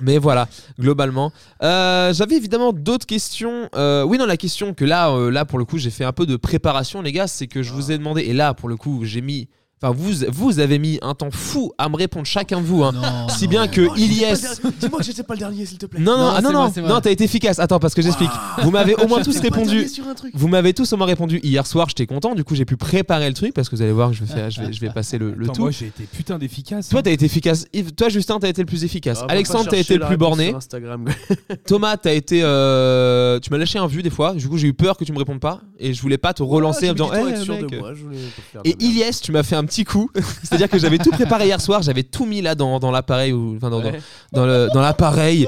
[SPEAKER 5] mais voilà, globalement. Euh, J'avais évidemment d'autres questions. Euh, oui, non, la question que là, euh, là pour le coup, j'ai fait un peu de préparation, les gars, c'est que je vous ai demandé, et là pour le coup, j'ai mis Enfin, vous, vous avez mis un temps fou à me répondre, chacun de vous. hein.
[SPEAKER 6] Non,
[SPEAKER 5] si
[SPEAKER 6] non.
[SPEAKER 5] bien que Ilyes.
[SPEAKER 4] Dis-moi que j'étais pas le dernier, s'il te plaît. Ah.
[SPEAKER 5] Non, non,
[SPEAKER 6] Non,
[SPEAKER 5] ah, non,
[SPEAKER 6] c'est
[SPEAKER 5] non,
[SPEAKER 6] moi, c'est moi.
[SPEAKER 5] non, t'as été efficace. Attends, parce que j'explique. Vous m'avez au moins tous répondu.
[SPEAKER 4] sur un truc.
[SPEAKER 5] Vous m'avez tous au moins répondu hier soir, j'étais content, du coup j'ai pu préparer le truc parce que vous allez voir, je vais, faire, je vais, je vais passer le, le
[SPEAKER 3] Attends,
[SPEAKER 5] tout.
[SPEAKER 3] Moi, j'ai été putain d'efficace. hein.
[SPEAKER 5] Toi t'as été efficace, Yves- toi Justin t'as été le plus
[SPEAKER 4] Ah,
[SPEAKER 5] efficace, Ah, Alexandre t'as été le plus borné,
[SPEAKER 4] Instagram.
[SPEAKER 5] Thomas t'as été... euh, tu m'as lâché un vu des fois, du coup j'ai eu peur que tu me répondes pas et je voulais pas te relancer en disant... Eh, mec, Et Ilyes, tu m'as fait un petit coup. (laughs) C'est-à-dire que j'avais tout préparé hier soir, j'avais tout mis là dans, dans l'appareil, ou enfin dans, dans-
[SPEAKER 4] Ouais.
[SPEAKER 5] dans, le- dans l'appareil,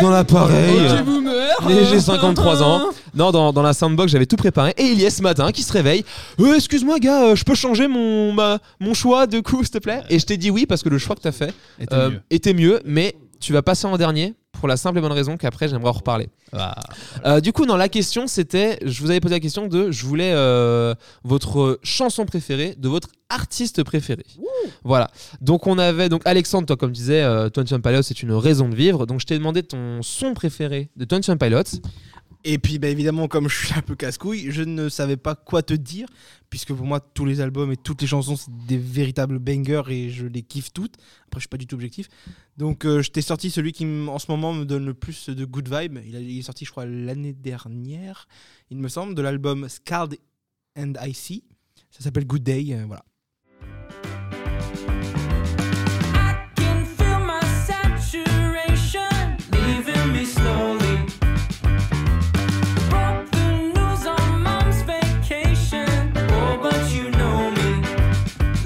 [SPEAKER 5] dans l'appareil.
[SPEAKER 6] Roger Boomer.
[SPEAKER 5] Mais j'ai 53 ans. Non, dans, dans la soundbox, j'avais tout préparé. Et Ilyes ce matin qui se réveille. Euh, excuse-moi, gars, euh, je peux changer mon, ma- mon choix de coup, s'il te plaît Et je t'ai dit oui parce que le choix que t'as fait
[SPEAKER 6] Et t'es
[SPEAKER 5] euh,
[SPEAKER 6] mieux.
[SPEAKER 5] était mieux, mais tu vas passer en dernier pour la simple et bonne raison qu'après j'aimerais en reparler. Euh, du coup, non, la question c'était, je vous avais posé la question de, je voulais euh, votre chanson préférée de votre artiste préféré. Voilà. Donc on avait donc Alexandre, toi comme tu disais, euh, Twenty Pilots c'est une raison de vivre. Donc je t'ai demandé ton son préféré de Twenty Pilots.
[SPEAKER 7] Et puis, bah, évidemment, comme je suis un peu casse-couille, je ne savais pas quoi te dire, puisque pour moi, tous les albums et toutes les chansons, c'est des véritables bangers et je les kiffe toutes. Après, je suis pas du tout objectif. Donc, euh, je t'ai sorti celui qui, m- en ce moment, me donne le plus de good vibe. Il, a- il est sorti, je crois, l'année dernière, il me semble, de l'album Scarred and I See. Ça s'appelle Good Day, euh, voilà.
[SPEAKER 9] can feel my saturation leaving me slowly. Broke the news on mom's vacation. Oh, but you know me,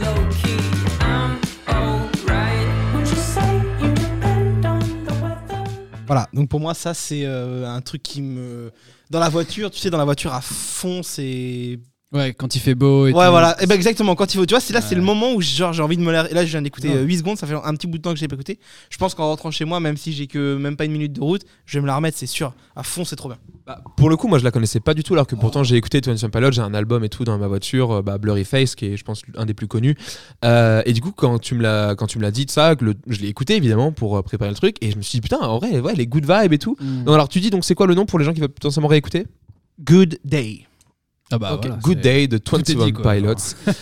[SPEAKER 9] low key, I'm alright. Would you say you depend on the weather?
[SPEAKER 7] Voilà, donc pour moi, ça, c'est euh, un truc qui me. Dans la voiture, tu sais, dans la voiture à fond, c'est
[SPEAKER 6] Ouais, quand il fait beau. Et
[SPEAKER 7] ouais,
[SPEAKER 6] tout.
[SPEAKER 7] voilà. Et ben exactement. Quand il faut, tu vois, c'est là, c'est
[SPEAKER 6] Ouais.
[SPEAKER 7] le moment où genre j'ai envie de me la... Et là, je viens d'écouter
[SPEAKER 6] Non.
[SPEAKER 7] euh, 8 secondes. Ça fait un petit bout de temps que je l'ai pas écouté. Je pense qu'en rentrant chez moi, même si j'ai que même pas une minute de route, je vais me la remettre, c'est sûr. À fond, c'est trop bien.
[SPEAKER 5] Bah, pour le coup, moi je la connaissais pas du tout, alors que
[SPEAKER 6] Ah.
[SPEAKER 5] pourtant j'ai écouté Twenty Pilots, j'ai un album et tout dans ma voiture, euh, bah, Blurry Face, qui est je pense un des plus connus. Euh, et du coup, quand tu me l'as quand tu me l'as dit de ça, que le- je l'ai écouté évidemment pour euh, préparer le truc, et je me suis dit putain, en vrai, ouais, les good vibes et tout.
[SPEAKER 6] Mm.
[SPEAKER 5] Non, alors tu dis donc c'est quoi le nom pour les gens qui veulent potentiellement réécouter
[SPEAKER 7] Good day.
[SPEAKER 6] Ah bah,
[SPEAKER 5] Ok,
[SPEAKER 6] voilà,
[SPEAKER 5] Good
[SPEAKER 6] c'est-
[SPEAKER 5] Day de
[SPEAKER 6] est dit,
[SPEAKER 5] 21
[SPEAKER 6] quoi.
[SPEAKER 5] Pilots.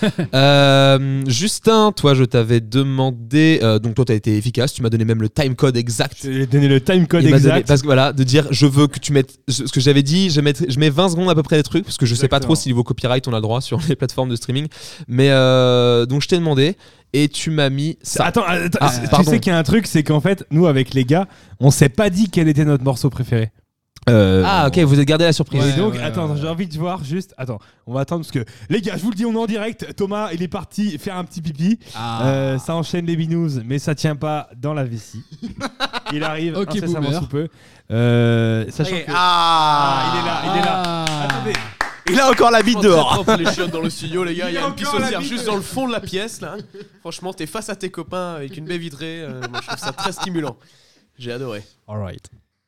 [SPEAKER 6] (laughs)
[SPEAKER 5] Euh, Justin, toi je t'avais demandé, euh, donc toi t'as été efficace, tu m'as donné même le time code exact.
[SPEAKER 3] Je lui ai donné le time code
[SPEAKER 5] Il m'a donné-
[SPEAKER 3] exact.
[SPEAKER 5] parce que voilà, bah, de dire je veux que tu mettes je- ce que j'avais dit, je mets, je mets 20 secondes à peu près des trucs parce que je sais pas
[SPEAKER 3] Exactement.
[SPEAKER 5] trop si niveau copyright on a le droit sur les plateformes de streaming. Mais euh, donc je t'ai demandé et tu m'as mis ça.
[SPEAKER 3] Attends, attends,
[SPEAKER 5] Ah,
[SPEAKER 3] tu
[SPEAKER 5] pardon.
[SPEAKER 3] sais qu'il y a un truc, c'est qu'en fait, nous avec les gars, on s'est pas dit quel était notre morceau préféré.
[SPEAKER 5] Ah ok, vous avez gardé la surprise.
[SPEAKER 3] Et
[SPEAKER 6] Ouais,
[SPEAKER 3] donc,
[SPEAKER 6] ouais,
[SPEAKER 3] attends,
[SPEAKER 6] ouais, ouais.
[SPEAKER 3] j'ai envie de voir juste. Attends, on va attendre parce que les gars, je vous le dis, on est en direct. Thomas, il est parti faire un petit pipi.
[SPEAKER 6] Ah.
[SPEAKER 3] Euh, ça enchaîne les binous, mais ça tient pas dans la vessie. il arrive
[SPEAKER 6] (laughs) Ok,
[SPEAKER 3] incessamment
[SPEAKER 6] boomer.
[SPEAKER 3] sous peu. Euh, sachant que. Ah, il est là, il est là.
[SPEAKER 6] Ah.
[SPEAKER 3] Attendez,
[SPEAKER 7] Il a encore la bite dehors.
[SPEAKER 4] les chiottes dans le studio, les gars. Il y
[SPEAKER 3] Il y
[SPEAKER 4] a
[SPEAKER 3] a
[SPEAKER 4] une
[SPEAKER 3] encore la
[SPEAKER 4] pissotière
[SPEAKER 3] bite.
[SPEAKER 4] juste dans le fond de la pièce, là. Franchement, t'es face à tes copains avec une baie vitrée. euh, moi, je trouve ça très stimulant. J'ai adoré.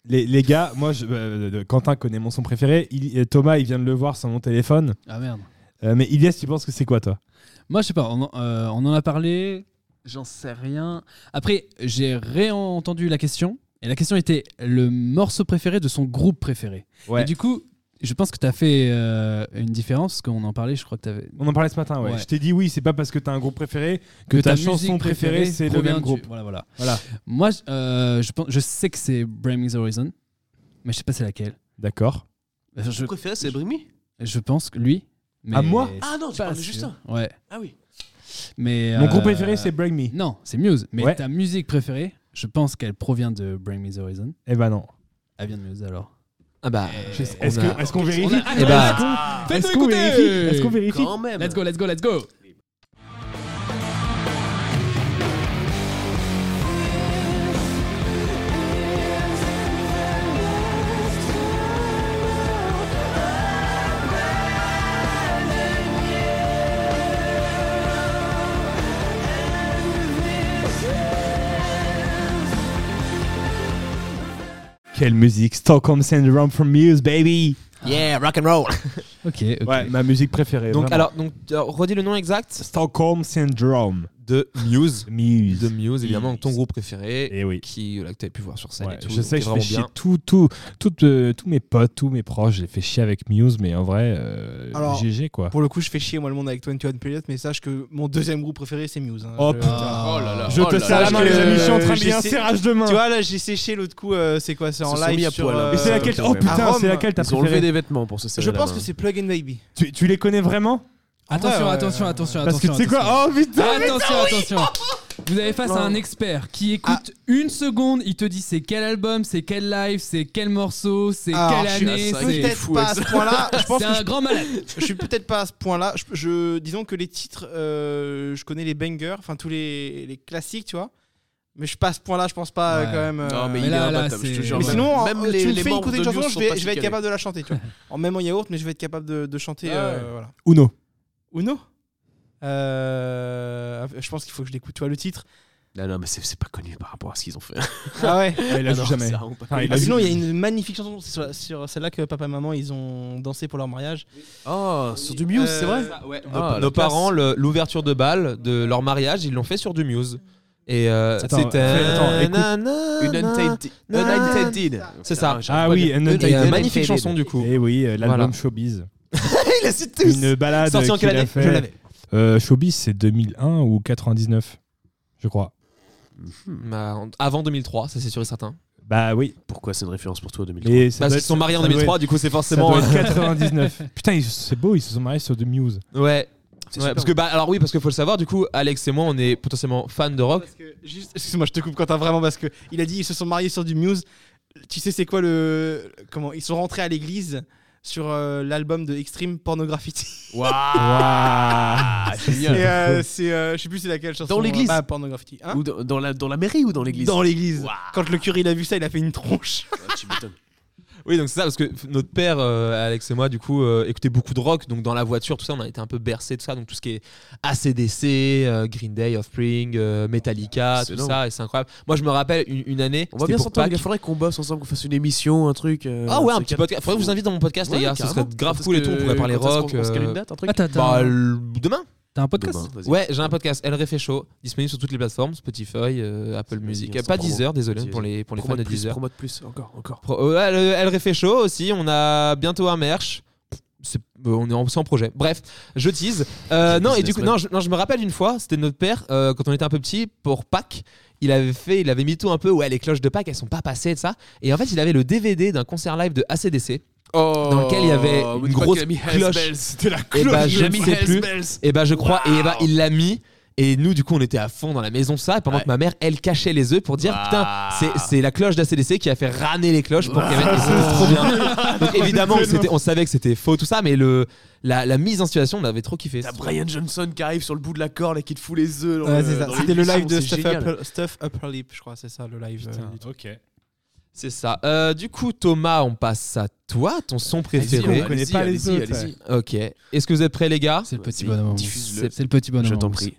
[SPEAKER 3] les, les gars, moi, je, euh, euh, Quentin connaît mon son préféré. Il- euh, Thomas, il vient de le voir sur mon téléphone.
[SPEAKER 6] Ah, merde.
[SPEAKER 3] Euh, mais Ilias, tu penses que c'est quoi, toi
[SPEAKER 6] Moi, je sais pas, on en, euh, on en a parlé. J'en sais rien. Après, j'ai réentendu la question. Et la question était le morceau préféré de son groupe préféré.
[SPEAKER 3] Ouais.
[SPEAKER 6] Et du coup, je pense que tu as fait euh, une différence, parce qu'on en parlait, je crois que tu avais.
[SPEAKER 3] On en parlait ce matin, ouais.
[SPEAKER 6] Ouais.
[SPEAKER 3] Je t'ai dit oui, c'est pas parce que t'as un groupe préféré que, ta, chanson préférée, c'est le même groupe.
[SPEAKER 6] Voilà, voilà.
[SPEAKER 3] Voilà.
[SPEAKER 6] Moi, je- euh, je, pense, je sais que c'est Bring Me the Horizon, mais je sais pas c'est laquelle.
[SPEAKER 3] D'accord.
[SPEAKER 6] Enfin, Je,
[SPEAKER 4] préféré, c'est Brimi
[SPEAKER 6] je pense que lui. Mais
[SPEAKER 3] À moi
[SPEAKER 4] Ah non, tu
[SPEAKER 6] pas
[SPEAKER 4] parles de
[SPEAKER 6] sûr.
[SPEAKER 4] Justin.
[SPEAKER 6] Ouais.
[SPEAKER 4] Ah oui.
[SPEAKER 6] Mais,
[SPEAKER 3] Mon
[SPEAKER 6] euh,
[SPEAKER 3] groupe préféré, c'est Break Me.
[SPEAKER 6] Non, c'est Muse. Mais
[SPEAKER 3] Ouais.
[SPEAKER 6] ta musique préférée, je pense qu'elle provient de Bring Me the Horizon.
[SPEAKER 3] Eh ben non.
[SPEAKER 6] Elle vient de Muse alors.
[SPEAKER 5] Ah bah.
[SPEAKER 3] Je- Est-ce
[SPEAKER 5] on a-
[SPEAKER 3] que- est-ce qu'on vérifie ben,
[SPEAKER 5] Eh bah.
[SPEAKER 3] Est-ce
[SPEAKER 6] Faites-nous
[SPEAKER 3] qu'on
[SPEAKER 6] écouter
[SPEAKER 3] vérifie Est-ce qu'on vérifie
[SPEAKER 4] Quand même.
[SPEAKER 6] Let's go, let's go, let's go
[SPEAKER 3] Quelle musique Stockholm Syndrome from Muse, baby
[SPEAKER 5] Yeah, rock and roll.
[SPEAKER 6] Ok, ok.
[SPEAKER 3] Ouais, ma musique préférée.
[SPEAKER 5] Donc
[SPEAKER 3] vraiment.
[SPEAKER 5] alors, donc euh, redis le nom exact
[SPEAKER 3] Stockholm Syndrome
[SPEAKER 5] de Muse.
[SPEAKER 3] Muse.
[SPEAKER 5] De Muse, évidemment, ton groupe préféré,
[SPEAKER 3] Eh oui.
[SPEAKER 5] qui euh, là, que t'avais pu voir sur scène.
[SPEAKER 3] Ouais,
[SPEAKER 5] et tout,
[SPEAKER 3] je sais que
[SPEAKER 5] qui est vraiment
[SPEAKER 3] je fais chier
[SPEAKER 5] bien.
[SPEAKER 3] tout, tout, tout, euh, tous mes potes, tous mes proches, j'ai fait chier avec Muse, mais en vrai, euh,
[SPEAKER 7] Alors,
[SPEAKER 3] GG quoi.
[SPEAKER 7] Pour le coup, je fais chier moi le monde avec 21 Pilots, mais sache que mon deuxième groupe préféré c'est Muse. hein.
[SPEAKER 3] Oh,
[SPEAKER 7] Je-
[SPEAKER 6] putain.
[SPEAKER 4] Oh là là.
[SPEAKER 3] Je
[SPEAKER 4] oh
[SPEAKER 3] te
[SPEAKER 4] là
[SPEAKER 3] serre
[SPEAKER 4] là,
[SPEAKER 3] la main,
[SPEAKER 4] je-
[SPEAKER 3] les amis, je suis en train de
[SPEAKER 7] j'ai
[SPEAKER 3] lier un
[SPEAKER 7] sé-
[SPEAKER 3] serrage de main.
[SPEAKER 7] Tu vois, là j'ai séché l'autre coup, euh, c'est quoi C'est en
[SPEAKER 4] Ils se sont mis
[SPEAKER 7] live
[SPEAKER 4] à
[SPEAKER 7] sur.
[SPEAKER 4] poil, hein.
[SPEAKER 7] euh,
[SPEAKER 3] Mais c'est laquelle
[SPEAKER 4] euh,
[SPEAKER 3] Oh putain,
[SPEAKER 7] à Rome,
[SPEAKER 3] c'est laquelle t'as
[SPEAKER 4] Ils ont enlevé
[SPEAKER 3] préféré
[SPEAKER 4] des vêtements pour hein. se serrer
[SPEAKER 7] Je
[SPEAKER 4] la
[SPEAKER 7] pense
[SPEAKER 4] main.
[SPEAKER 7] que c'est Plug and Baby.
[SPEAKER 3] tu, tu les connais vraiment
[SPEAKER 6] Attention,
[SPEAKER 7] Ouais, ouais,
[SPEAKER 6] attention,
[SPEAKER 7] ouais.
[SPEAKER 6] attention,
[SPEAKER 3] Parce que
[SPEAKER 6] attention.
[SPEAKER 3] tu sais
[SPEAKER 6] attention.
[SPEAKER 3] quoi Oh putain
[SPEAKER 6] Attention, attention. Vous avez face à un expert qui écoute une seconde, il te dit c'est quel album, c'est quel live, c'est quel morceau, c'est
[SPEAKER 7] Ah,
[SPEAKER 6] quelle
[SPEAKER 7] je suis
[SPEAKER 6] année,
[SPEAKER 4] à cinq.
[SPEAKER 6] c'est.
[SPEAKER 4] Il est
[SPEAKER 7] Peut-être
[SPEAKER 4] fou
[SPEAKER 7] pas à
[SPEAKER 4] avec
[SPEAKER 7] ce point-là. Je pense
[SPEAKER 6] C'est
[SPEAKER 7] que
[SPEAKER 6] un grand malade.
[SPEAKER 7] je suis peut-être pas à ce point-là. Je, je- disons que les titres, euh, je connais les bangers, enfin tous les, les classiques, tu vois. Mais je suis pas à ce point-là, je pense pas euh,
[SPEAKER 6] Ouais.
[SPEAKER 7] quand même. euh,
[SPEAKER 4] Non, mais,
[SPEAKER 6] Mais
[SPEAKER 4] il
[SPEAKER 6] là,
[SPEAKER 4] est
[SPEAKER 6] là,
[SPEAKER 4] imbattable, je te
[SPEAKER 6] c'est-
[SPEAKER 4] jure.
[SPEAKER 7] Mais
[SPEAKER 6] Ouais.
[SPEAKER 7] sinon,
[SPEAKER 4] même
[SPEAKER 7] euh,
[SPEAKER 4] les,
[SPEAKER 7] tu me
[SPEAKER 4] les
[SPEAKER 7] fais
[SPEAKER 4] membres
[SPEAKER 7] écouter
[SPEAKER 4] de
[SPEAKER 7] une chanson,
[SPEAKER 4] Muse
[SPEAKER 7] je
[SPEAKER 4] sont
[SPEAKER 7] vais,
[SPEAKER 4] pas
[SPEAKER 7] je vais être
[SPEAKER 4] chicanés.
[SPEAKER 7] capable de la chanter, tu vois. En même en yaourt, mais je vais être capable de, de chanter. euh, voilà.
[SPEAKER 5] Ah,
[SPEAKER 3] Uno.
[SPEAKER 7] Uno euh, Je pense qu'il faut que je l'écoute, tu vois, le titre.
[SPEAKER 4] Non, non, mais c'est c'est pas connu par rapport à ce qu'ils ont fait.
[SPEAKER 7] Ah ouais
[SPEAKER 3] Ah, il
[SPEAKER 4] Ah non,
[SPEAKER 3] a joué jamais.
[SPEAKER 4] c'est vraiment pas
[SPEAKER 3] Ah,
[SPEAKER 4] connu.
[SPEAKER 3] il a
[SPEAKER 7] Ah,
[SPEAKER 3] joué-
[SPEAKER 7] Sinon, il y a une magnifique chanson c'est sur, sur celle-là que papa et maman ils ont dansé pour leur mariage.
[SPEAKER 4] Oh, sur du Muse,
[SPEAKER 7] Euh,
[SPEAKER 4] c'est vrai Ah,
[SPEAKER 5] Nos
[SPEAKER 4] la classe.
[SPEAKER 5] parents, le- l'ouverture de bal de leur mariage, ils l'ont fait sur du Muse. Et euh,
[SPEAKER 3] Attends,
[SPEAKER 5] c'était.
[SPEAKER 3] fais- attends, écoute.
[SPEAKER 4] Une Untainted. Ah. Untainted.
[SPEAKER 5] C'est ça.
[SPEAKER 3] Ah oui, un
[SPEAKER 5] Et, euh,
[SPEAKER 3] Untainted.
[SPEAKER 5] magnifique chanson du coup.
[SPEAKER 3] Eh oui, euh, l'album
[SPEAKER 5] Voilà. (laughs)
[SPEAKER 3] Showbiz.
[SPEAKER 4] Il a cité
[SPEAKER 3] Une balade
[SPEAKER 5] Sorti en
[SPEAKER 3] qu'il
[SPEAKER 5] quelle
[SPEAKER 3] a
[SPEAKER 5] année
[SPEAKER 3] fait.
[SPEAKER 5] Je l'avais.
[SPEAKER 3] Euh, Showbiz, c'est 2001 ou 99, je crois.
[SPEAKER 5] Bah, en- avant 2003, ça c'est sûr et certain.
[SPEAKER 3] Bah oui.
[SPEAKER 4] Pourquoi c'est une référence pour toi 2003
[SPEAKER 3] Mais ça
[SPEAKER 5] Bah, Parce
[SPEAKER 3] doit
[SPEAKER 5] qu'ils
[SPEAKER 3] être-
[SPEAKER 5] sont mariés en
[SPEAKER 3] ça doit
[SPEAKER 5] 2003, du coup c'est
[SPEAKER 3] Ça doit
[SPEAKER 5] forcément. (laughs)
[SPEAKER 3] être 99. Putain, ils- c'est beau, ils se sont mariés sur The Muse.
[SPEAKER 5] euh, Ouais.
[SPEAKER 4] C'est
[SPEAKER 5] Ouais,
[SPEAKER 4] super
[SPEAKER 5] parce que bah alors oui parce qu'il faut le savoir du coup Alex et moi on est potentiellement fans de rock
[SPEAKER 7] Parce que, juste, excuse-moi, je te coupe Quentin vraiment parce que il a dit ils se sont mariés sur du Muse. Tu sais c'est quoi le comment ils sont rentrés à l'église sur euh, l'album de Extreme (laughs) Pornography.
[SPEAKER 3] (laughs) Waouh
[SPEAKER 7] Et
[SPEAKER 4] Génial.
[SPEAKER 7] euh, c'est euh, je sais plus c'est laquelle chanson.
[SPEAKER 4] Dans l'église
[SPEAKER 7] Bah, Pornography. Hein
[SPEAKER 4] Ou dans, dans la, dans la mairie ou dans l'église
[SPEAKER 7] Dans l'église.
[SPEAKER 4] Waouh.
[SPEAKER 7] Quand le curé il a vu ça, il a fait une tronche.
[SPEAKER 4] Ah, tu m'étonnes.
[SPEAKER 5] oui donc c'est ça parce que f- notre père euh, Alex et moi du coup euh, écoutait beaucoup de rock donc dans la voiture tout ça on a été un peu bercé tout ça donc tout ce qui est ACDC euh, Green Day Offspring euh, Metallica tout
[SPEAKER 4] Excellent.
[SPEAKER 5] ça et c'est incroyable moi je me rappelle une, une année
[SPEAKER 4] (laughs) On va
[SPEAKER 5] c'était
[SPEAKER 4] bien
[SPEAKER 5] pour
[SPEAKER 4] s'entendre, il
[SPEAKER 5] Pâques.
[SPEAKER 4] faudrait qu'on bosse ensemble, qu'on fasse une émission, un truc. euh,
[SPEAKER 5] ah ouais un
[SPEAKER 4] ce
[SPEAKER 5] petit
[SPEAKER 4] cadre.
[SPEAKER 5] podcast faudrait que je vous invite dans mon podcast
[SPEAKER 4] Ouais,
[SPEAKER 5] les gars ce serait
[SPEAKER 4] carrément.
[SPEAKER 5] grave
[SPEAKER 4] Quand
[SPEAKER 5] cool et
[SPEAKER 4] est-ce
[SPEAKER 5] tout on
[SPEAKER 4] que- euh,
[SPEAKER 5] pourrait parler
[SPEAKER 4] quand est-ce qu'on-
[SPEAKER 5] rock
[SPEAKER 4] On se cale
[SPEAKER 5] euh,
[SPEAKER 4] une date, un truc
[SPEAKER 6] Ah, t'as-
[SPEAKER 5] bah
[SPEAKER 6] t'as
[SPEAKER 5] l- demain
[SPEAKER 6] t'as un podcast
[SPEAKER 4] Demain, vas-y.
[SPEAKER 5] Ouais, j'ai un podcast, El Réfécho, disponible sur toutes les plateformes, Spotify, euh, Apple
[SPEAKER 4] Vas-y,
[SPEAKER 5] Music.
[SPEAKER 4] on
[SPEAKER 5] Euh, Pas
[SPEAKER 4] s'en
[SPEAKER 5] Deezer, désolé
[SPEAKER 4] Vas-y,
[SPEAKER 5] pour les, pour les fans
[SPEAKER 4] Promo
[SPEAKER 5] de
[SPEAKER 4] de plus,
[SPEAKER 5] Deezer.
[SPEAKER 4] promo de plus, encore, encore.
[SPEAKER 5] Pro- euh, ouais, le El Réfécho aussi, on a bientôt un merch. C'est- euh, on est en, c'est en projet. Bref, je tease. Euh, non, et du coup, non je, non, je me rappelle une fois, c'était notre père, euh, quand on était un peu petit, pour Pâques, il avait fait, il avait mis tout un peu, ouais, les cloches de Pâques, elles sont pas passées et ça. Et en fait, il avait le DVD d'un concert live de ACDC. Dans lequel il y avait
[SPEAKER 4] Oh,
[SPEAKER 5] une
[SPEAKER 4] mais dis pas
[SPEAKER 5] grosse
[SPEAKER 4] qu'il a mis
[SPEAKER 5] cloche.
[SPEAKER 4] Hells Bells, C'était la
[SPEAKER 5] Eh
[SPEAKER 4] cloche.
[SPEAKER 5] ben,
[SPEAKER 4] il
[SPEAKER 5] je
[SPEAKER 4] a
[SPEAKER 5] ne
[SPEAKER 4] mis
[SPEAKER 5] sais
[SPEAKER 4] Hells
[SPEAKER 5] plus.
[SPEAKER 4] Bells.
[SPEAKER 5] Et ben je crois, et eh ben il l'a mis. Et nous, du coup, on était à fond dans la maison, ça. Et pendant que ma mère, elle cachait les œufs pour dire
[SPEAKER 4] Waouh.
[SPEAKER 5] Putain, c'est- c'est la cloche d'ACDC qui a fait raner les cloches pour qu'elle mette. et C'était trop bien. Donc, évidemment, c'était- on savait que c'était faux, tout ça, mais le, la, la mise en situation, on avait trop kiffé.
[SPEAKER 4] T'as Brian Johnson qui arrive sur le bout de la corde et qui te fout les œufs. dans
[SPEAKER 7] Ouais,
[SPEAKER 4] le-
[SPEAKER 7] c'est ça.
[SPEAKER 4] dans
[SPEAKER 7] C'était le live de
[SPEAKER 4] l'émission,
[SPEAKER 7] Stuff
[SPEAKER 4] c'est génial.
[SPEAKER 7] Up, Stuff Up Her Lip, je crois, c'est ça le live. euh, du truc.
[SPEAKER 3] Ok.
[SPEAKER 5] C'est ça. Euh, du coup, Thomas, on passe à toi, ton son préféré.
[SPEAKER 3] on connaît pas les
[SPEAKER 4] allez-y,
[SPEAKER 3] autres.
[SPEAKER 4] allez-y.
[SPEAKER 5] Ok. Est-ce que vous êtes prêts, les gars
[SPEAKER 6] C'est le petit
[SPEAKER 4] Vas-y,
[SPEAKER 6] bonhomme.
[SPEAKER 4] diffuse-le.
[SPEAKER 6] C'est le petit bonhomme.
[SPEAKER 4] Je t'en prie.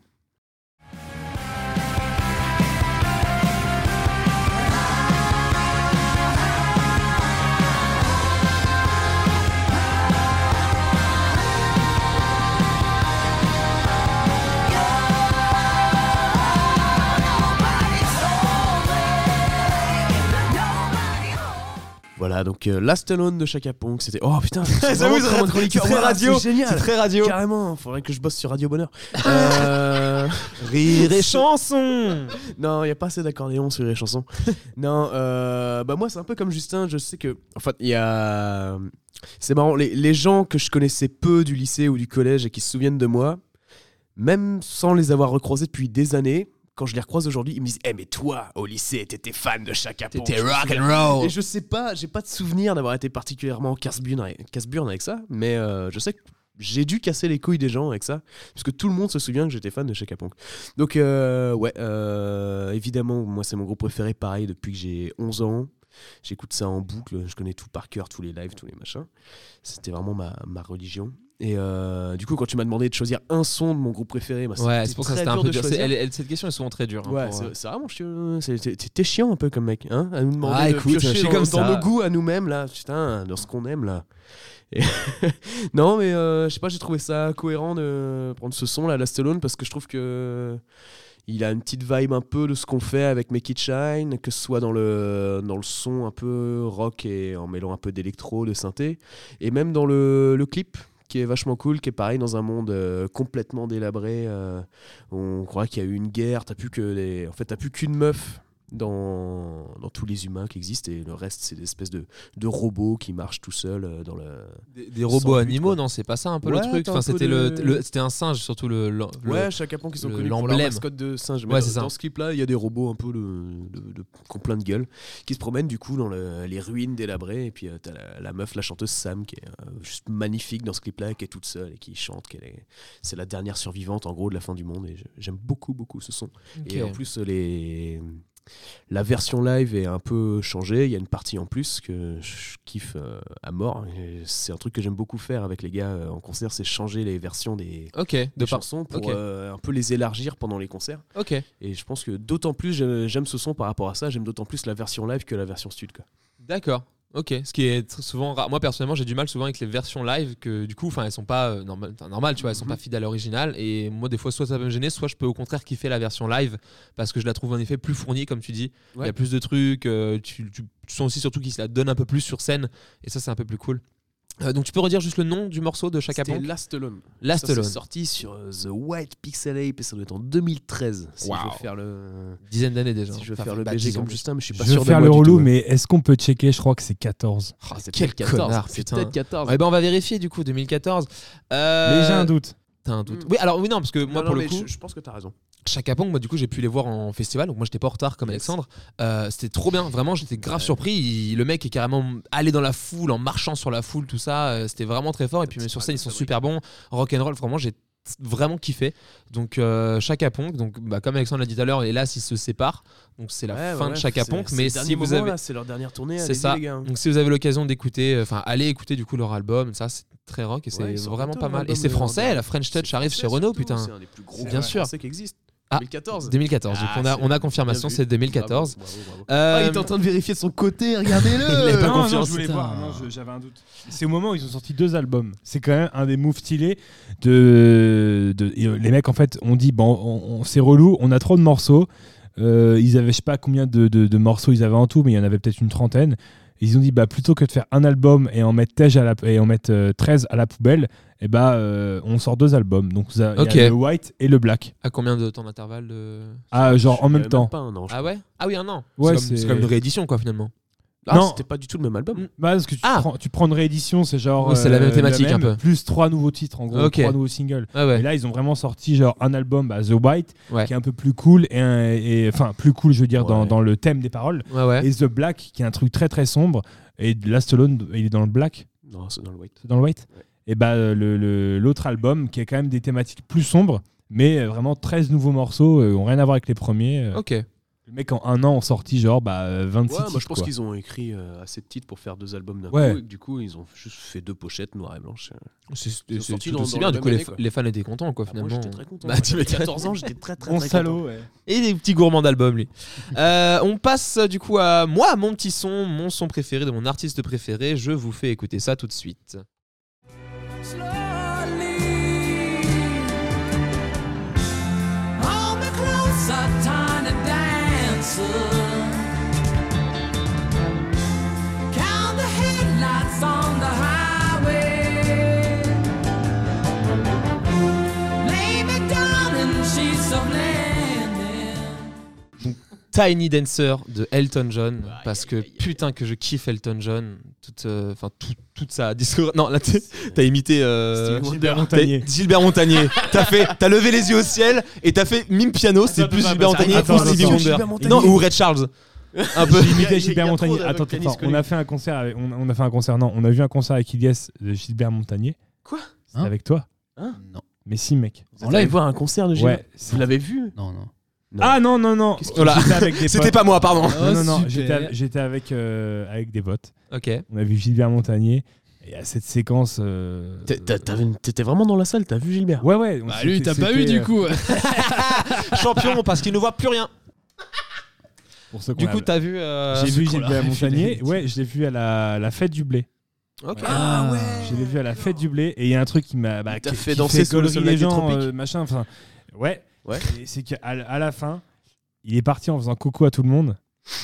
[SPEAKER 8] Thank
[SPEAKER 4] Voilà, donc euh, Last Alone de Chaka Punk, c'était. Oh putain, (laughs) c'est
[SPEAKER 5] J'avoue, c'est
[SPEAKER 4] vraiment
[SPEAKER 5] très-
[SPEAKER 4] chroniqueur.
[SPEAKER 5] c'est très
[SPEAKER 4] Voilà,
[SPEAKER 5] radio,
[SPEAKER 4] C'est génial.
[SPEAKER 5] C'est très radio.
[SPEAKER 4] Carrément, faudrait que je bosse sur Radio Bonheur. (laughs) Euh, Rire et chanson.
[SPEAKER 5] Chanson
[SPEAKER 4] Non, il n'y a pas assez d'accordéon sur les chansons. non, euh, bah moi c'est un peu comme Justin, je sais que... En fait, il y a... C'est marrant, les, les gens que je connaissais peu du lycée ou du collège et qui se souviennent de moi, même sans les avoir recroisés depuis des années, quand je les recroise aujourd'hui, ils me disent Eh mais toi, au lycée, t'étais fan de Chaka Punk.
[SPEAKER 8] T'étais rock and roll.
[SPEAKER 4] Et je sais pas, j'ai pas de souvenir d'avoir été particulièrement casse-burne avec- casse-burne avec ça, mais euh, je sais que j'ai dû casser les couilles des gens avec ça, parce que tout le monde se souvient que j'étais fan de Chaka Punk. Donc, euh, ouais, euh, évidemment, moi c'est mon groupe préféré, pareil, depuis que j'ai 11 ans. J'écoute ça en boucle, je connais tout par cœur, tous les lives, tous les machins. C'était vraiment ma, ma religion. Et euh, du coup, quand tu m'as demandé de choisir un son de mon groupe préféré, bah,
[SPEAKER 5] Ouais, c'est pour ça que
[SPEAKER 4] très
[SPEAKER 5] c'était un peu
[SPEAKER 4] de
[SPEAKER 5] dur. C'est-
[SPEAKER 4] choisir.
[SPEAKER 5] elle- elle- cette question est souvent très dure. hein,
[SPEAKER 4] Ouais,
[SPEAKER 5] pour, euh,
[SPEAKER 4] c'est c'est vraiment chiant. hein, C'est- t'es- T'es t'es chiant un peu comme mec, hein À nous demander
[SPEAKER 5] Ah,
[SPEAKER 4] de
[SPEAKER 5] écoute,
[SPEAKER 4] piocher
[SPEAKER 5] je suis
[SPEAKER 4] dans,
[SPEAKER 5] comme
[SPEAKER 4] dans
[SPEAKER 5] ça.
[SPEAKER 4] nos goûts à nous-mêmes là, putain, dans ce qu'on aime là. Et (laughs) non, mais euh, je sais pas, j'ai trouvé ça cohérent de prendre ce son là, Last Alone, parce que je trouve que il a une petite vibe un peu de ce qu'on fait avec Make It Shine, que ce soit dans le dans le son un peu rock et en mêlant un peu d'électro, de synthé, et même dans le, le clip qui est vachement cool, qui est pareil dans un monde euh, complètement délabré. euh, on croit qu'il y a eu une guerre, t'as plus que les... en fait t'as plus qu'une meuf dans... dans tous les humains qui existent et le reste c'est des espèces de, de robots qui marchent tout seuls euh, dans le.
[SPEAKER 5] Des, des robots
[SPEAKER 4] Sans but,
[SPEAKER 5] animaux,
[SPEAKER 4] quoi.
[SPEAKER 5] non, c'est pas ça un peu
[SPEAKER 4] Ouais,
[SPEAKER 5] le truc.
[SPEAKER 4] t'as un
[SPEAKER 5] Enfin,
[SPEAKER 4] peu
[SPEAKER 5] c'était
[SPEAKER 4] de-
[SPEAKER 5] le, le- c'était un singe surtout le. le- le-
[SPEAKER 4] Ouais, chacun qui sont
[SPEAKER 5] le-
[SPEAKER 4] connus pour leur
[SPEAKER 5] l'emblème.
[SPEAKER 4] mascotte de singe.
[SPEAKER 5] Ouais,
[SPEAKER 4] Mais
[SPEAKER 5] c'est
[SPEAKER 4] dans,
[SPEAKER 5] ça.
[SPEAKER 4] dans ce clip là, il y a des robots un peu de, de- de- qui ont plein de gueule qui se promènent du coup dans le- les ruines délabrées et puis euh, t'as la, la meuf, la chanteuse Sam qui est euh, juste magnifique dans ce clip là, qui est toute seule et qui chante qu'elle est c'est la dernière survivante en gros de la fin du monde et je- j'aime beaucoup beaucoup ce son.
[SPEAKER 5] Ok.
[SPEAKER 4] Et en plus, les... la version live est un peu changée. Il y a une partie en plus que je kiffe euh, à mort. Et C'est un truc que j'aime beaucoup faire avec les gars euh, en concert, c'est changer les versions des,
[SPEAKER 5] Ok, de
[SPEAKER 4] des
[SPEAKER 5] par.
[SPEAKER 4] chansons pour
[SPEAKER 5] ok.
[SPEAKER 4] euh, un peu les élargir pendant les concerts.
[SPEAKER 5] Ok.
[SPEAKER 4] Et je pense que d'autant plus je- j'aime ce son par rapport à ça, j'aime d'autant plus la version live que la version stud. Quoi.
[SPEAKER 5] D'accord. Ok, ce qui est tr- souvent rare. Moi personnellement, j'ai du mal souvent avec les versions live que du coup, enfin, elles sont pas euh, normal, enfin, normal, tu vois, elles
[SPEAKER 4] Mm-hmm.
[SPEAKER 5] sont pas fidèles à l'original. Et moi, des fois, soit ça peut me gêner, soit je peux au contraire kiffer la version live parce que je la trouve en effet plus fournie, comme tu dis. Il y
[SPEAKER 4] Ouais.
[SPEAKER 5] a plus de trucs. euh, tu, tu- tu sens aussi surtout qu'ils se la donnent un peu plus sur scène. Et ça, c'est un peu plus cool. Euh, donc, tu peux redire juste le nom du morceau de chaque
[SPEAKER 4] C'était
[SPEAKER 5] album.
[SPEAKER 4] Last Alone.
[SPEAKER 5] Last
[SPEAKER 4] Ça, c'est
[SPEAKER 5] Alone.
[SPEAKER 4] sorti sur euh, The White Pixel Ape et ça doit être en 2013. Si je
[SPEAKER 5] Waouh.
[SPEAKER 4] veux faire le,
[SPEAKER 5] Dizaine d'années déjà.
[SPEAKER 4] si je veux
[SPEAKER 5] Enfin,
[SPEAKER 4] faire le
[SPEAKER 5] bah,
[SPEAKER 4] BG
[SPEAKER 5] dix ans.
[SPEAKER 4] comme Justin, mais je suis pas
[SPEAKER 3] Je
[SPEAKER 4] sûr
[SPEAKER 3] vais
[SPEAKER 4] de
[SPEAKER 3] faire
[SPEAKER 4] moi
[SPEAKER 3] le
[SPEAKER 4] du
[SPEAKER 3] relou,
[SPEAKER 4] tout.
[SPEAKER 3] mais est-ce qu'on peut checker Je crois que c'est 14.
[SPEAKER 5] Ah,
[SPEAKER 4] Oh, C'est
[SPEAKER 5] quel
[SPEAKER 4] peut-être 14.
[SPEAKER 5] connard,
[SPEAKER 4] c'est
[SPEAKER 5] putain.
[SPEAKER 4] peut-être 14.
[SPEAKER 5] Eh ben, on va vérifier du coup 2014. Euh,
[SPEAKER 3] Mais j'ai un doute.
[SPEAKER 5] T'as un
[SPEAKER 4] Hmm.
[SPEAKER 5] doute. Oui, alors oui, non, parce que moi
[SPEAKER 4] Non,
[SPEAKER 5] pour
[SPEAKER 4] non,
[SPEAKER 5] le
[SPEAKER 4] mais
[SPEAKER 5] coup,
[SPEAKER 4] je, je pense que t'as raison.
[SPEAKER 5] Chaka Pong, moi du coup j'ai pu les voir en festival, donc moi j'étais pas en retard comme Alexandre. Euh, c'était trop bien, vraiment j'étais grave surpris. Il- le mec est carrément allé dans la foule, en marchant sur la foule, tout ça. euh, c'était vraiment très fort. Et puis
[SPEAKER 4] Petit
[SPEAKER 5] même sur scène ils
[SPEAKER 4] travail de
[SPEAKER 5] sont
[SPEAKER 4] fabrique.
[SPEAKER 5] super bons. Rock and roll, vraiment j'ai vraiment kiffé. Donc euh, Chaka Pong, donc bah, comme Alexandre l'a dit tout à l'heure, hélas ils se séparent. Donc c'est la fin de Chaka Pong, mais si vous avez
[SPEAKER 4] c'est leur dernière tournée,
[SPEAKER 5] c'est ça.
[SPEAKER 4] hein.
[SPEAKER 5] Donc si vous avez l'occasion d'écouter, euh, enfin allez écouter du coup leur album, ça c'est très rock et c'est
[SPEAKER 4] Ouais, ils sortent
[SPEAKER 5] vraiment
[SPEAKER 4] bientôt
[SPEAKER 5] pas mal.
[SPEAKER 4] l'album
[SPEAKER 5] Et c'est
[SPEAKER 4] de
[SPEAKER 5] français,
[SPEAKER 4] Renaud.
[SPEAKER 5] la French Touch arrive chez Renault, putain.
[SPEAKER 4] C'est un des plus gros
[SPEAKER 5] Bien
[SPEAKER 4] groupes
[SPEAKER 5] sûr.
[SPEAKER 4] français qui existe.
[SPEAKER 5] Ah,
[SPEAKER 4] 2014.
[SPEAKER 5] 2014.
[SPEAKER 4] Ah,
[SPEAKER 5] donc on a,
[SPEAKER 4] c'est
[SPEAKER 5] on a confirmation,
[SPEAKER 4] bien vu.
[SPEAKER 5] c'est 2014.
[SPEAKER 4] Bravo, bravo, bravo.
[SPEAKER 5] Euh,
[SPEAKER 4] Ah, il est en train de vérifier de son côté, regardez-le.
[SPEAKER 5] (laughs) Il a pas
[SPEAKER 3] non, non,
[SPEAKER 5] confiance,
[SPEAKER 3] je voulais
[SPEAKER 5] putain.
[SPEAKER 3] voir. Non, je- j'avais un doute. C'est au moment où ils ont sorti deux albums. C'est quand même un des moves stylés de, de- et, euh, les mecs. En fait, on dit bon, on, on- c'est relou. On a trop de morceaux. Euh, ils avaient je sais pas combien de, de- de morceaux ils avaient en tout, mais il y en avait peut-être une trentaine. Ils ont dit bah plutôt que de faire un album et en mettre 13 à la, et en mettre euh, 13 à la poubelle, et bah euh, on sort deux albums. Donc ça- il y a
[SPEAKER 5] Ok.
[SPEAKER 3] le white et le black.
[SPEAKER 5] à combien de temps d'intervalle de...
[SPEAKER 3] Ah genre en
[SPEAKER 4] Il y a
[SPEAKER 3] même temps.
[SPEAKER 4] Pas un an, je
[SPEAKER 5] Ah ouais Ah oui, un an.
[SPEAKER 3] Ouais,
[SPEAKER 5] c'est comme,
[SPEAKER 3] c'est-
[SPEAKER 5] c'est comme une réédition quoi finalement.
[SPEAKER 4] crois.
[SPEAKER 3] Non.
[SPEAKER 4] Ah, c'était pas du tout le même album.
[SPEAKER 3] Bah, parce que tu,
[SPEAKER 5] Ah.
[SPEAKER 3] prends, tu prends une réédition, c'est genre euh,
[SPEAKER 5] Ouais, c'est la même thématique, un peu.
[SPEAKER 3] plus trois nouveaux titres en gros,
[SPEAKER 5] Ok.
[SPEAKER 3] trois nouveaux singles.
[SPEAKER 5] Ah
[SPEAKER 3] Et
[SPEAKER 5] ouais.
[SPEAKER 3] là, ils ont vraiment sorti genre un album, bah, The White,
[SPEAKER 5] Ouais.
[SPEAKER 3] qui est un peu plus cool, et un- et enfin plus cool, je veux dire, dans,
[SPEAKER 4] Ouais.
[SPEAKER 3] dans le thème des paroles,
[SPEAKER 5] Ouais, ouais.
[SPEAKER 3] et The Black, qui est un truc très très sombre, et Last Alone, il est dans le black,
[SPEAKER 4] Non, c'est dans le White.
[SPEAKER 3] c'est dans le white.
[SPEAKER 4] Ouais.
[SPEAKER 3] Et bah le- le- l'autre album, qui est quand même des thématiques plus sombres, mais euh, vraiment 13 nouveaux morceaux, euh, ont rien à voir avec les premiers. Euh,
[SPEAKER 5] Ok.
[SPEAKER 3] Le mec en un an ont sorti genre bah, euh, 26
[SPEAKER 4] Ouais, moi je
[SPEAKER 3] titres,
[SPEAKER 4] pense
[SPEAKER 3] quoi.
[SPEAKER 4] qu'ils ont écrit euh, assez de titres pour faire deux albums d'un
[SPEAKER 3] Ouais.
[SPEAKER 4] coup. Et que, du coup, ils ont juste fait deux pochettes noires et blanches.
[SPEAKER 5] C'est c'est-
[SPEAKER 4] Ils ont
[SPEAKER 5] c'est
[SPEAKER 4] sorti
[SPEAKER 5] tout
[SPEAKER 4] dans-
[SPEAKER 5] aussi
[SPEAKER 4] dans
[SPEAKER 5] bien.
[SPEAKER 4] la
[SPEAKER 5] Du coup,
[SPEAKER 4] même
[SPEAKER 5] les,
[SPEAKER 4] année,
[SPEAKER 5] fa-
[SPEAKER 4] quoi.
[SPEAKER 5] les fans étaient contents quoi
[SPEAKER 4] Ah, moi
[SPEAKER 5] finalement.
[SPEAKER 4] j'étais très content.
[SPEAKER 5] Bah,
[SPEAKER 4] Quand
[SPEAKER 5] tu
[SPEAKER 4] j'avais
[SPEAKER 5] m'étonnes.
[SPEAKER 4] 14 ans, j'étais très très
[SPEAKER 3] Bon
[SPEAKER 4] très content.
[SPEAKER 3] salaud, ouais.
[SPEAKER 5] Et des petits gourmands d'albums,
[SPEAKER 4] (laughs)
[SPEAKER 5] lui. Euh, on passe euh, du coup à moi, mon petit son, mon son préféré de mon artiste préféré. Je vous fais écouter ça tout de suite.
[SPEAKER 9] Slowly, hold me close, I turn a dancer. Count the
[SPEAKER 5] Tiny Dancer de Elton John parce que putain que je kiffe Elton John toute euh, enfin tout- toute sa discographie non là t'es- t'as imité euh,
[SPEAKER 3] Gilbert
[SPEAKER 5] t'as-
[SPEAKER 3] Montagnier.
[SPEAKER 5] Gilbert Montagnier t'as fait t'as levé les yeux au ciel et t'as fait mime piano c'est
[SPEAKER 3] Attends,
[SPEAKER 5] plus
[SPEAKER 3] attends,
[SPEAKER 5] Gilbert
[SPEAKER 3] attends,
[SPEAKER 5] Montagnier
[SPEAKER 3] attends,
[SPEAKER 5] ou Stevie
[SPEAKER 3] attends.
[SPEAKER 5] Wonder
[SPEAKER 3] Gilbert Montagnier.
[SPEAKER 5] non ou Red Charles un peu
[SPEAKER 3] J'ai imité
[SPEAKER 4] y a-
[SPEAKER 3] Gilbert
[SPEAKER 4] il y a
[SPEAKER 3] Montagnier.
[SPEAKER 4] trop
[SPEAKER 3] Attends,
[SPEAKER 4] d'avocanis
[SPEAKER 3] attends, on
[SPEAKER 4] connus.
[SPEAKER 3] a fait un concert, avec- on, on a fait un concert, non, on a vu un concert avec Ilyes de Gilbert Montagnier.
[SPEAKER 4] Quoi
[SPEAKER 3] C'était
[SPEAKER 6] Hein
[SPEAKER 3] avec toi.
[SPEAKER 6] Non,
[SPEAKER 3] Mais si, mec.
[SPEAKER 4] Vous allez voir un concert de Gilbert
[SPEAKER 3] Ouais.
[SPEAKER 4] Vous l'avez vu
[SPEAKER 6] non, non.
[SPEAKER 3] Ah non, non, non.
[SPEAKER 4] Qu'est-ce
[SPEAKER 5] qu'il y a
[SPEAKER 3] J'étais avec des
[SPEAKER 5] c'était
[SPEAKER 3] potes.
[SPEAKER 5] pas moi pardon
[SPEAKER 3] Non, non, non,
[SPEAKER 6] Oh,
[SPEAKER 3] j'étais
[SPEAKER 6] super.
[SPEAKER 3] av- j'étais avec, euh, avec des potes.
[SPEAKER 5] ok
[SPEAKER 3] On a vu Gilbert Montagnier. Et il y a cette séquence. euh,
[SPEAKER 4] T'as- t'as- t'avais- T'étais vraiment dans la salle, t'as vu Gilbert
[SPEAKER 3] Ouais, ouais. on
[SPEAKER 6] Bah
[SPEAKER 3] s'était-
[SPEAKER 6] lui, t'as pas
[SPEAKER 3] c'était,
[SPEAKER 6] eu du
[SPEAKER 3] euh,
[SPEAKER 6] coup.
[SPEAKER 5] champion parce qu'il ne voit plus rien
[SPEAKER 3] Pour ceux
[SPEAKER 5] du
[SPEAKER 3] qu'on
[SPEAKER 5] coup
[SPEAKER 3] a-
[SPEAKER 5] t'as vu euh,
[SPEAKER 3] j'ai vu
[SPEAKER 6] qu'on l'a
[SPEAKER 3] Gilbert
[SPEAKER 6] vu, (laughs)
[SPEAKER 3] Montagnier.
[SPEAKER 6] David.
[SPEAKER 3] Ouais, je l'ai vu à la, la fête du blé.
[SPEAKER 5] ok
[SPEAKER 6] Ah ouais.
[SPEAKER 3] Je l'ai vu à la fête du blé et il y a un truc qui m'a bah,
[SPEAKER 4] Il t'a
[SPEAKER 3] qui-
[SPEAKER 4] fait
[SPEAKER 3] qui
[SPEAKER 4] danser sous le
[SPEAKER 3] colorer
[SPEAKER 4] soleil
[SPEAKER 3] les
[SPEAKER 4] des
[SPEAKER 3] gens,
[SPEAKER 4] tropiques.
[SPEAKER 3] euh, machin. Enfin, ouais.
[SPEAKER 4] Ouais.
[SPEAKER 3] Et C'est qu'à l- à la fin, il est parti en faisant coucou à tout le monde,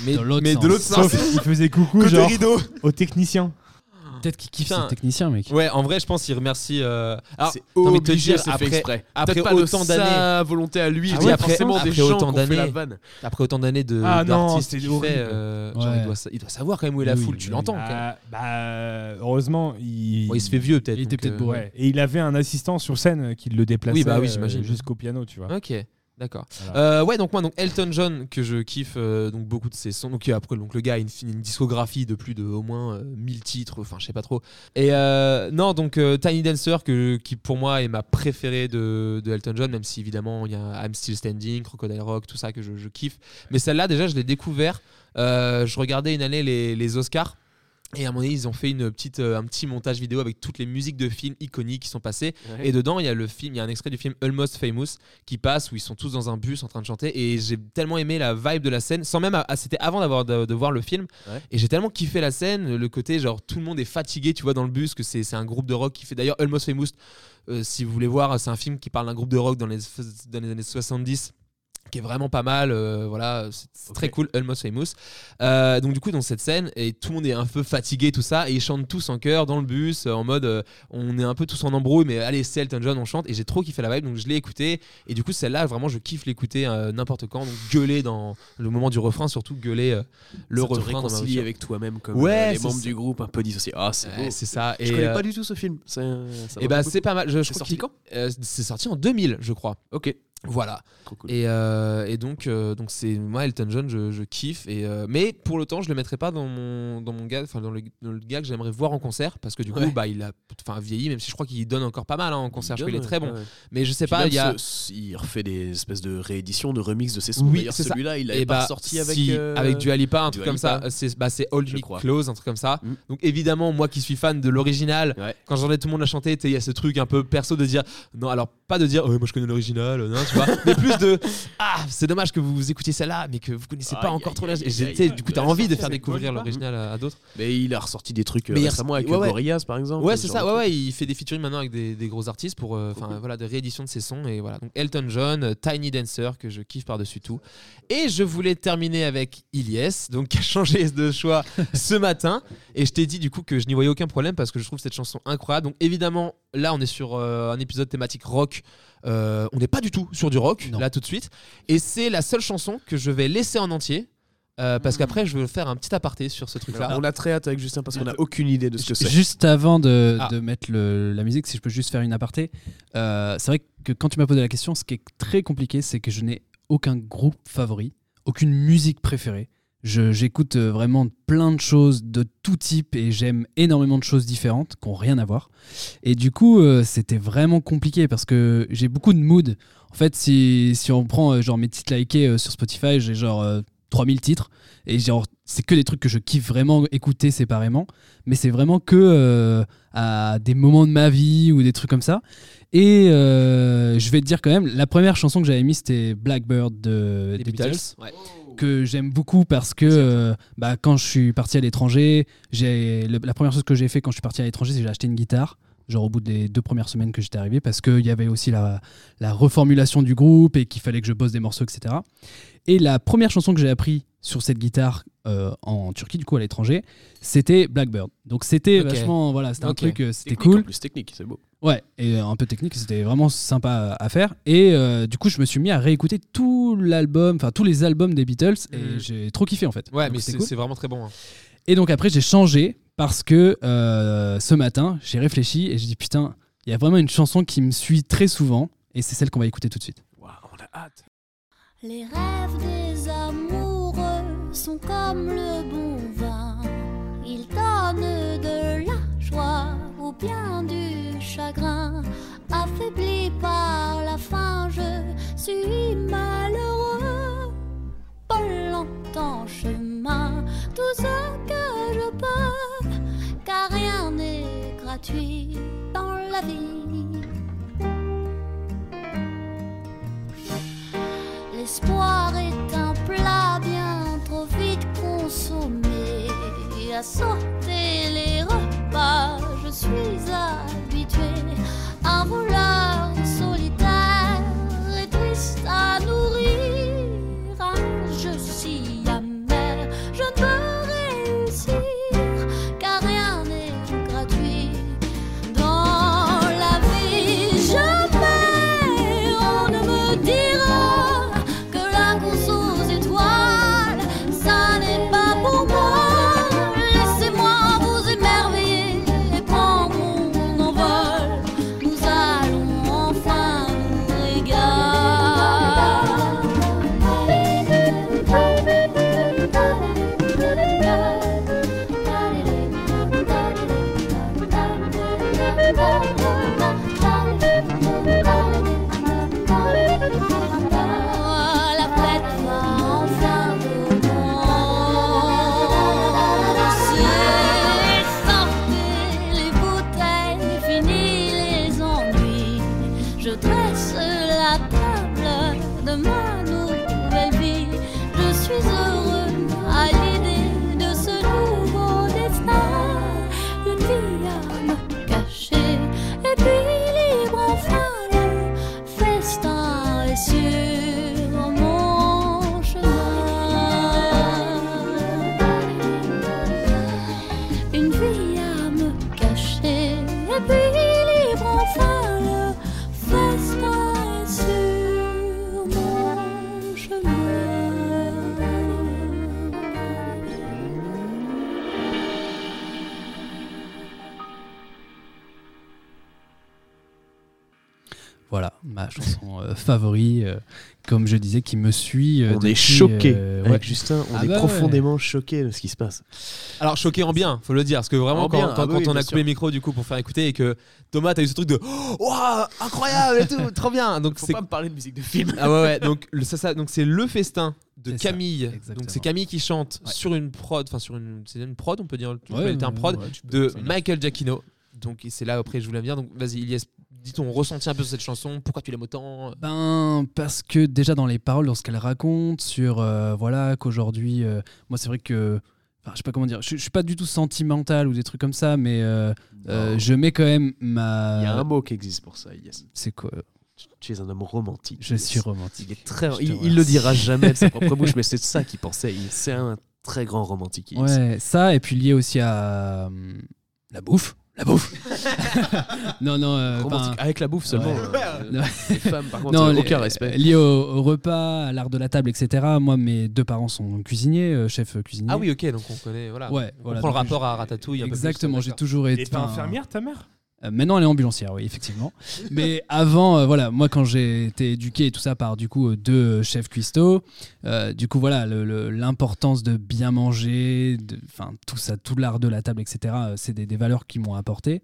[SPEAKER 5] mais
[SPEAKER 6] Dans l'autre
[SPEAKER 5] mais
[SPEAKER 6] sens.
[SPEAKER 5] de l'autre sens
[SPEAKER 3] sauf qu'il faisait coucou
[SPEAKER 5] côté
[SPEAKER 3] genre
[SPEAKER 5] rideau
[SPEAKER 3] aux techniciens.
[SPEAKER 6] Peut-être qu'il kiffe
[SPEAKER 5] Putain.
[SPEAKER 6] ses techniciens, mec.
[SPEAKER 5] ouais en vrai je pense qu'il remercie euh, alors
[SPEAKER 4] C'est
[SPEAKER 5] j'ai envie de te
[SPEAKER 4] obligé,
[SPEAKER 5] dire,
[SPEAKER 4] c'est
[SPEAKER 5] après-
[SPEAKER 4] fait exprès.
[SPEAKER 5] après
[SPEAKER 4] Peut-être pas de
[SPEAKER 5] autant
[SPEAKER 4] sa
[SPEAKER 5] d'années-
[SPEAKER 4] volonté à lui,
[SPEAKER 5] Ah
[SPEAKER 4] mais
[SPEAKER 5] ouais,
[SPEAKER 4] après, forcément
[SPEAKER 5] après
[SPEAKER 4] des gens
[SPEAKER 5] autant
[SPEAKER 4] qui ont fait la
[SPEAKER 5] d'années.
[SPEAKER 4] vanne.
[SPEAKER 5] Après autant d'années de
[SPEAKER 3] Ah non,
[SPEAKER 5] d'artistes
[SPEAKER 3] c'était
[SPEAKER 5] qu'il
[SPEAKER 3] horrible.
[SPEAKER 5] fait, euh, genre, il,
[SPEAKER 6] Ouais.
[SPEAKER 5] doit, sa- il doit savoir quand même où est la
[SPEAKER 6] Oui,
[SPEAKER 5] foule, tu
[SPEAKER 6] oui,
[SPEAKER 5] l'entends. quand même.
[SPEAKER 3] Ah, bah, heureusement, il...
[SPEAKER 5] Bon, il se fait vieux peut-être.
[SPEAKER 6] Il était
[SPEAKER 5] donc,
[SPEAKER 6] peut-être
[SPEAKER 5] euh,
[SPEAKER 6] bourré.
[SPEAKER 3] Ouais. Et il avait un assistant sur scène qui le déplaçait
[SPEAKER 5] Oui, bah oui,
[SPEAKER 3] euh,
[SPEAKER 5] j'imagine.
[SPEAKER 3] jusqu'au piano, tu vois.
[SPEAKER 5] Ok, d'accord.
[SPEAKER 3] Voilà.
[SPEAKER 5] Euh, ouais, donc moi, donc Elton John, que je kiffe euh, donc beaucoup de ses sons. Donc euh, après, donc le gars a une, fine- une discographie de plus de au moins euh, 1000 titres, enfin je sais pas trop. Et euh, non, donc euh, Tiny Dancer, que, qui pour moi est ma préférée de, de Elton John, même si évidemment il y a I'm Still Standing, Crocodile Rock, tout ça que je, je kiffe. Mais celle-là, déjà, je l'ai découvert. Euh, je regardais une année les, les Oscars. Et à mon avis, ils ont fait une petite, euh, un petit montage vidéo avec toutes les musiques de films iconiques qui sont passées. Et dedans, il y a le film, il y a un extrait du film Almost Famous qui passe où ils sont tous dans un bus en train de chanter. Et j'ai tellement aimé la vibe de la scène, sans même, ah, c'était avant d'avoir de, de voir le film.
[SPEAKER 4] Ouais.
[SPEAKER 5] Et j'ai tellement kiffé la scène, le côté genre tout le monde est fatigué, tu vois, dans le bus, que c'est c'est un groupe de rock qui fait d'ailleurs Almost Famous. euh, si vous voulez voir, c'est un film qui parle d'un groupe de rock dans les, dans les années 70 qui est vraiment pas mal, euh, voilà, c'est c'est très cool, Almost Famous. Euh, donc du coup dans cette scène et tout le monde est un peu fatigué tout ça et ils chantent tous en chœur dans le bus euh, en mode euh, on est un peu tous en embrouille mais allez c'est Elton John on chante et j'ai trop kiffé la vibe donc je l'ai écouté et du coup celle-là vraiment je kiffe l'écouter euh, n'importe quand donc gueuler dans le moment du refrain surtout gueuler euh, le
[SPEAKER 4] Ça te
[SPEAKER 5] refrain dans ma
[SPEAKER 4] réconcilie
[SPEAKER 5] voiture.
[SPEAKER 4] avec toi-même comme
[SPEAKER 5] Ouais,
[SPEAKER 4] euh, les
[SPEAKER 5] c'est
[SPEAKER 4] membres
[SPEAKER 5] ça.
[SPEAKER 4] du groupe un peu dissociés. Ah, c'est
[SPEAKER 5] Ouais,
[SPEAKER 4] beau.
[SPEAKER 5] c'est ça et
[SPEAKER 4] je connais
[SPEAKER 5] euh,
[SPEAKER 4] pas du tout ce film. C'est, euh, ça
[SPEAKER 5] et
[SPEAKER 4] m'a
[SPEAKER 5] bah
[SPEAKER 4] beaucoup-
[SPEAKER 5] c'est pas mal je, je
[SPEAKER 4] C'est
[SPEAKER 5] crois
[SPEAKER 4] sorti
[SPEAKER 5] qu'il-
[SPEAKER 4] quand
[SPEAKER 5] euh, c'est sorti en 2000 je crois
[SPEAKER 4] Ok,
[SPEAKER 5] voilà
[SPEAKER 4] trop cool.
[SPEAKER 5] Et, euh, et donc, euh, donc c'est moi Elton John, je, je kiffe. Et euh, mais pour le temps, je le mettrai pas dans mon dans mon gars, enfin dans le, dans le gars que j'aimerais voir en concert parce que du coup,
[SPEAKER 4] Ouais.
[SPEAKER 5] bah il a, enfin vieilli. Même si je crois qu'il donne encore pas mal hein, en concert, je crois qu'il est très bon.
[SPEAKER 4] Ouais.
[SPEAKER 5] Mais je sais
[SPEAKER 4] Puis
[SPEAKER 5] pas,
[SPEAKER 4] même
[SPEAKER 5] il y a
[SPEAKER 4] ce- ce- il refait des espèces de rééditions, de remix de ses sons.
[SPEAKER 5] Oui,
[SPEAKER 4] D'ailleurs,
[SPEAKER 5] c'est ça.
[SPEAKER 4] celui-là, il
[SPEAKER 5] et
[SPEAKER 4] l'avait
[SPEAKER 5] bah,
[SPEAKER 4] pas sorti avec,
[SPEAKER 5] si,
[SPEAKER 4] euh,
[SPEAKER 5] avec Dua Lipa, un truc
[SPEAKER 4] Dua
[SPEAKER 5] comme
[SPEAKER 4] Lipa.
[SPEAKER 5] ça. C'est bah, c'est Old
[SPEAKER 4] Je
[SPEAKER 5] Me
[SPEAKER 4] crois.
[SPEAKER 5] Close, un truc comme ça.
[SPEAKER 4] Mm.
[SPEAKER 5] Donc évidemment, moi qui suis fan de l'original,
[SPEAKER 4] Ouais.
[SPEAKER 5] quand j'entendais tout le monde la chanter, tu sais, il y a ce truc un peu perso de dire non, alors pas de dire ouais, moi je connais l'original, euh, non,
[SPEAKER 4] (laughs)
[SPEAKER 5] tu vois, mais plus de ah, c'est dommage que vous écoutiez celle-là, mais que vous connaissez pas
[SPEAKER 4] Aïe,
[SPEAKER 5] encore
[SPEAKER 4] aïe,
[SPEAKER 5] trop l'original.
[SPEAKER 4] aïe,
[SPEAKER 5] Et j'ai-
[SPEAKER 4] aïe,
[SPEAKER 5] tu sais,
[SPEAKER 4] aïe.
[SPEAKER 5] Du coup, t'as envie de faire
[SPEAKER 4] C'est
[SPEAKER 5] découvrir
[SPEAKER 4] Paul Lipa.
[SPEAKER 5] l'original à, à d'autres.
[SPEAKER 4] Mais il a ressorti des trucs euh,
[SPEAKER 5] Mais il-
[SPEAKER 4] récemment avec
[SPEAKER 5] ouais, ouais.
[SPEAKER 4] Gorillaz, par
[SPEAKER 6] Hein,
[SPEAKER 4] exemple.
[SPEAKER 5] Ouais,
[SPEAKER 4] ce
[SPEAKER 5] c'est
[SPEAKER 4] genre
[SPEAKER 5] ça.
[SPEAKER 4] de
[SPEAKER 5] Ouais,
[SPEAKER 4] trucs.
[SPEAKER 5] ouais, il fait des featuring maintenant avec des, des gros artistes pour, euh, enfin voilà, des rééditions de ses sons et voilà. Donc Elton John, euh, Tiny Dancer que je kiffe par-dessus tout. Et je voulais terminer avec Ilyes, donc (laughs) qui a changé de choix ce matin. Et je t'ai dit du coup que je n'y voyais aucun problème parce que je trouve cette chanson incroyable. Donc évidemment, là on est sur euh, un épisode thématique rock. Euh, on n'est pas du tout sur du rock
[SPEAKER 6] Non.
[SPEAKER 5] là tout de suite. Et c'est la seule chanson que je vais laisser en entier. euh,
[SPEAKER 6] Hmm.
[SPEAKER 5] parce qu'après, je veux faire un petit aparté sur ce
[SPEAKER 4] Alors,
[SPEAKER 6] Ah,
[SPEAKER 5] truc-là.
[SPEAKER 4] on a très hâte avec Justin parce qu'on a aucune idée de ce que c'est.
[SPEAKER 6] Juste avant de,
[SPEAKER 5] Ah.
[SPEAKER 6] de mettre le- la musique, si je peux juste faire une aparté, euh, c'est vrai que quand tu m'as posé la question, ce qui est très compliqué, c'est que je n'ai aucun groupe favori, aucune musique préférée. Je- J'écoute euh, vraiment plein de choses de tout type et j'aime énormément de choses différentes qui n'ont rien à voir. Et du coup, euh, c'était vraiment compliqué parce que j'ai beaucoup de moods. En fait, si, si on prend euh, genre mes titres likés euh, sur Spotify, j'ai genre euh, 3000 titres et genre c'est que des trucs que je kiffe vraiment écouter séparément mais c'est vraiment que euh, à des moments de ma vie ou des trucs comme ça. Et euh, je vais te dire quand même, la première chanson que j'avais mise c'était Blackbird de, des Beatles,
[SPEAKER 5] Ouais.
[SPEAKER 6] que j'aime beaucoup parce que euh, bah, quand je suis parti à l'étranger, j'ai le- la première chose que j'ai fait quand je suis parti à l'étranger, c'est que j'ai acheté une guitare. Genre au bout des deux premières semaines que j'étais arrivé, parce qu'il y avait aussi la, la reformulation du groupe et qu'il fallait que je bosse des morceaux, etc. Et la première chanson que j'ai appris sur cette guitare euh, en Turquie, du coup à l'étranger, c'était Blackbird. Donc c'était
[SPEAKER 5] Ok.
[SPEAKER 6] vachement, voilà, c'était
[SPEAKER 5] Ok.
[SPEAKER 6] un truc, euh, c'était
[SPEAKER 4] Technique, en
[SPEAKER 6] cool.
[SPEAKER 4] plus technique, c'est beau.
[SPEAKER 6] Ouais, et euh, un peu technique, c'était vraiment sympa à à faire. Et euh, du coup, je me suis mis à réécouter tout l'album, enfin tous les albums des Beatles, et
[SPEAKER 5] Mhm.
[SPEAKER 6] j'ai trop kiffé en fait.
[SPEAKER 5] Ouais,
[SPEAKER 6] Ah, Donc,
[SPEAKER 5] mais
[SPEAKER 6] c'était
[SPEAKER 5] c'est
[SPEAKER 6] cool.
[SPEAKER 5] c'est vraiment très bon. hein.
[SPEAKER 6] Et donc après, j'ai changé parce que euh, ce matin, j'ai réfléchi et j'ai dit putain, il y a vraiment une chanson qui me suit très souvent, et c'est celle qu'on va écouter tout de suite.
[SPEAKER 10] Les rêves des amoureux sont comme le bon vin. Ils donnent de la joie ou bien du chagrin. Affaibli par la faim, je suis malheureux. Pas longtemps chemin, tout ce que je peux, car rien n'est gratuit dans la vie. L'espoir est un plat bien trop vite consommé. À sauter les repas, je suis habituée. Un voleur solitaire et triste à nourrir. Un jeu si amer, je ne peux réussir. Car rien n'est gratuit dans la vie. Jamais on ne me dira que la course aux étoiles, ça n'est pas pour moi. Laissez-moi vous émerveiller et prendre mon envol. Nous allons enfin nous la fête va enfin commencer. Sortez les bouteilles, fini les ennuis. Je dresse la table de ma nouvelle vie. Je suis heureux à l'idée de ce nouveau destin. Une vie à me cacher et puis libre enfin le festin est sur mon chemin une vie à me cacher. Et puis libre enfin le festin est sur mon chemin.
[SPEAKER 6] Voilà, ma chanson euh, favorite, euh, comme je disais, qui me suit.
[SPEAKER 4] on
[SPEAKER 6] euh, depuis,
[SPEAKER 4] est choqué.
[SPEAKER 6] euh, ouais.
[SPEAKER 4] Avec Justin, on
[SPEAKER 6] Ah
[SPEAKER 4] est
[SPEAKER 6] bah ouais.
[SPEAKER 4] profondément choqué de ce qui se passe.
[SPEAKER 5] Alors choqué en bien, faut le dire, parce que vraiment
[SPEAKER 4] En
[SPEAKER 5] quand,
[SPEAKER 4] bien,
[SPEAKER 5] quand-
[SPEAKER 4] ah bah
[SPEAKER 5] quand
[SPEAKER 4] oui,
[SPEAKER 5] on a
[SPEAKER 4] bien
[SPEAKER 5] coupé
[SPEAKER 4] sûr.
[SPEAKER 5] le micro du coup pour faire écouter et que Thomas t'as eu ce truc de oh, Ouah, incroyable et tout, trop bien. Donc
[SPEAKER 4] Faut
[SPEAKER 5] c'est
[SPEAKER 4] pas me parler de musique de film.
[SPEAKER 5] (laughs) ah ouais, ouais donc le- ça, ça- donc c'est le festin de
[SPEAKER 6] C'est ça,
[SPEAKER 5] Camille.
[SPEAKER 6] exactement.
[SPEAKER 5] donc c'est Camille qui chante
[SPEAKER 6] Ouais.
[SPEAKER 5] sur une prod, enfin sur une c'est une prod on peut dire, tu
[SPEAKER 6] Ouais,
[SPEAKER 5] peux être un
[SPEAKER 6] ouais,
[SPEAKER 5] prod
[SPEAKER 6] ouais, tu peux
[SPEAKER 5] de
[SPEAKER 6] dire ça.
[SPEAKER 5] Michael Giacchino. Donc et c'est là après je voulais bien. Donc vas-y Ilyes, dis ton ressenti un peu sur cette chanson, pourquoi tu l'aimes autant
[SPEAKER 6] Ben parce que déjà dans les paroles, dans ce qu'elle raconte sur euh, voilà qu'aujourd'hui, euh, moi c'est vrai que enfin, je sais pas comment dire, je, je suis pas du tout sentimental ou des trucs comme ça, mais euh, euh, je mets quand même ma.
[SPEAKER 4] Il y
[SPEAKER 5] Euh,
[SPEAKER 4] a un mot qui existe pour ça, yes.
[SPEAKER 6] C'est quoi
[SPEAKER 4] Tu- Tu es un homme romantique.
[SPEAKER 6] Je
[SPEAKER 4] Yes.
[SPEAKER 6] suis romantique.
[SPEAKER 4] Il est très.
[SPEAKER 6] Je te
[SPEAKER 4] Il, il
[SPEAKER 6] remercie.
[SPEAKER 4] le dira jamais de sa (laughs) propre bouche, mais c'est ça qu'il pensait. Il- C'est un très grand romantique. yes.
[SPEAKER 6] Ouais, ça et puis lié aussi à hum, la bouffe,
[SPEAKER 5] (laughs)
[SPEAKER 6] la bouffe. non non. euh,
[SPEAKER 4] Romantique.
[SPEAKER 6] ben,
[SPEAKER 4] Avec la bouffe seulement.
[SPEAKER 6] Ouais.
[SPEAKER 4] euh,
[SPEAKER 6] Ouais.
[SPEAKER 4] Les femmes, (laughs) par contre,
[SPEAKER 6] Non,
[SPEAKER 4] euh,
[SPEAKER 6] les-
[SPEAKER 4] aucun respect.
[SPEAKER 6] lié au, au repas, à l'art de la table, etc. Moi, mes deux parents sont cuisiniers, euh, chefs cuisiniers.
[SPEAKER 5] Ah oui, OK, donc on connaît voilà.
[SPEAKER 6] Ouais,
[SPEAKER 5] on
[SPEAKER 6] voilà,
[SPEAKER 5] prend le
[SPEAKER 6] donc
[SPEAKER 5] rapport
[SPEAKER 6] je-
[SPEAKER 5] à Ratatouille un peu plus,
[SPEAKER 6] Exactement,
[SPEAKER 5] d'accord.
[SPEAKER 6] j'ai toujours été.
[SPEAKER 3] Et t'es
[SPEAKER 6] enfin,
[SPEAKER 3] infirmière, ta mère
[SPEAKER 6] Euh, maintenant, elle est ambulancière, oui, effectivement. Mais avant, euh, voilà, moi, quand j'ai été éduqué et tout ça par, du coup, euh, deux chefs cuistots, euh, du coup, voilà, le- le- l'importance de bien manger, de- enfin, tout ça, tout l'art de la table, etc., euh, c'est des, des valeurs qui m'ont apporté,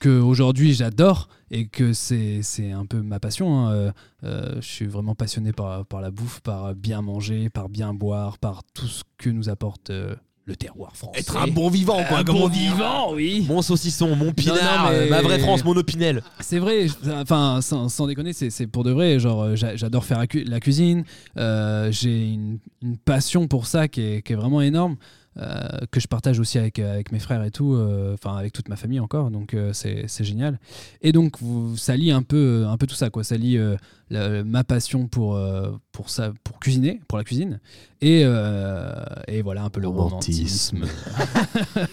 [SPEAKER 6] que aujourd'hui j'adore et que c'est c'est un peu ma passion. hein, euh, euh, je suis vraiment passionné par, par la bouffe, par bien manger, par bien boire, par tout ce que nous apporte euh, le terroir français.
[SPEAKER 5] Être un bon vivant quoi, comme on dit. hein.
[SPEAKER 6] vivant, oui
[SPEAKER 5] Mon saucisson, mon pinard, euh,
[SPEAKER 6] non, mais-
[SPEAKER 5] ma vraie France, mon opinel.
[SPEAKER 6] C'est vrai, je- enfin, sans, sans déconner, c'est c'est pour de vrai. Genre, euh, j'a- j'adore faire la, cu- la cuisine. euh, J'ai une, une passion pour ça qui est, qui est vraiment énorme. euh, que je partage aussi avec, avec mes frères et tout, euh, enfin avec toute ma famille encore, donc euh, c'est c'est génial. Et donc vous- ça lie un peu, un peu tout ça, quoi. Ça lie euh, la- ma passion pour, euh, pour, ça, pour cuisiner, pour la cuisine, et, euh, et voilà un peu le romantisme.
[SPEAKER 4] Romantisme.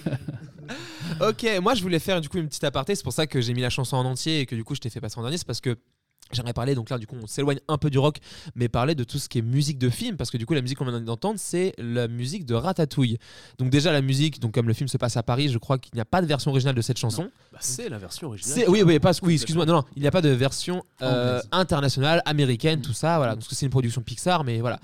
[SPEAKER 5] Ok, moi je voulais faire du coup une petite aparté, c'est pour ça que j'ai mis la chanson en entier et que du coup je t'ai fait passer en dernier, c'est parce que j'aimerais parler, donc là du coup on s'éloigne un peu du rock, mais parler de tout ce qui est musique de film, parce que du coup la musique qu'on vient d'entendre c'est la musique de Ratatouille. Donc déjà la musique, donc comme le film se passe à Paris, je crois qu'il n'y a pas de version originale de cette chanson.
[SPEAKER 4] Bah, c'est la version originale.
[SPEAKER 5] C'est, oui, oui, pas, oui, excuse-moi, non, non, il n'y a pas de version euh,
[SPEAKER 6] Anglaise.
[SPEAKER 5] internationale, américaine, tout ça, voilà, parce que c'est une production Pixar, mais voilà.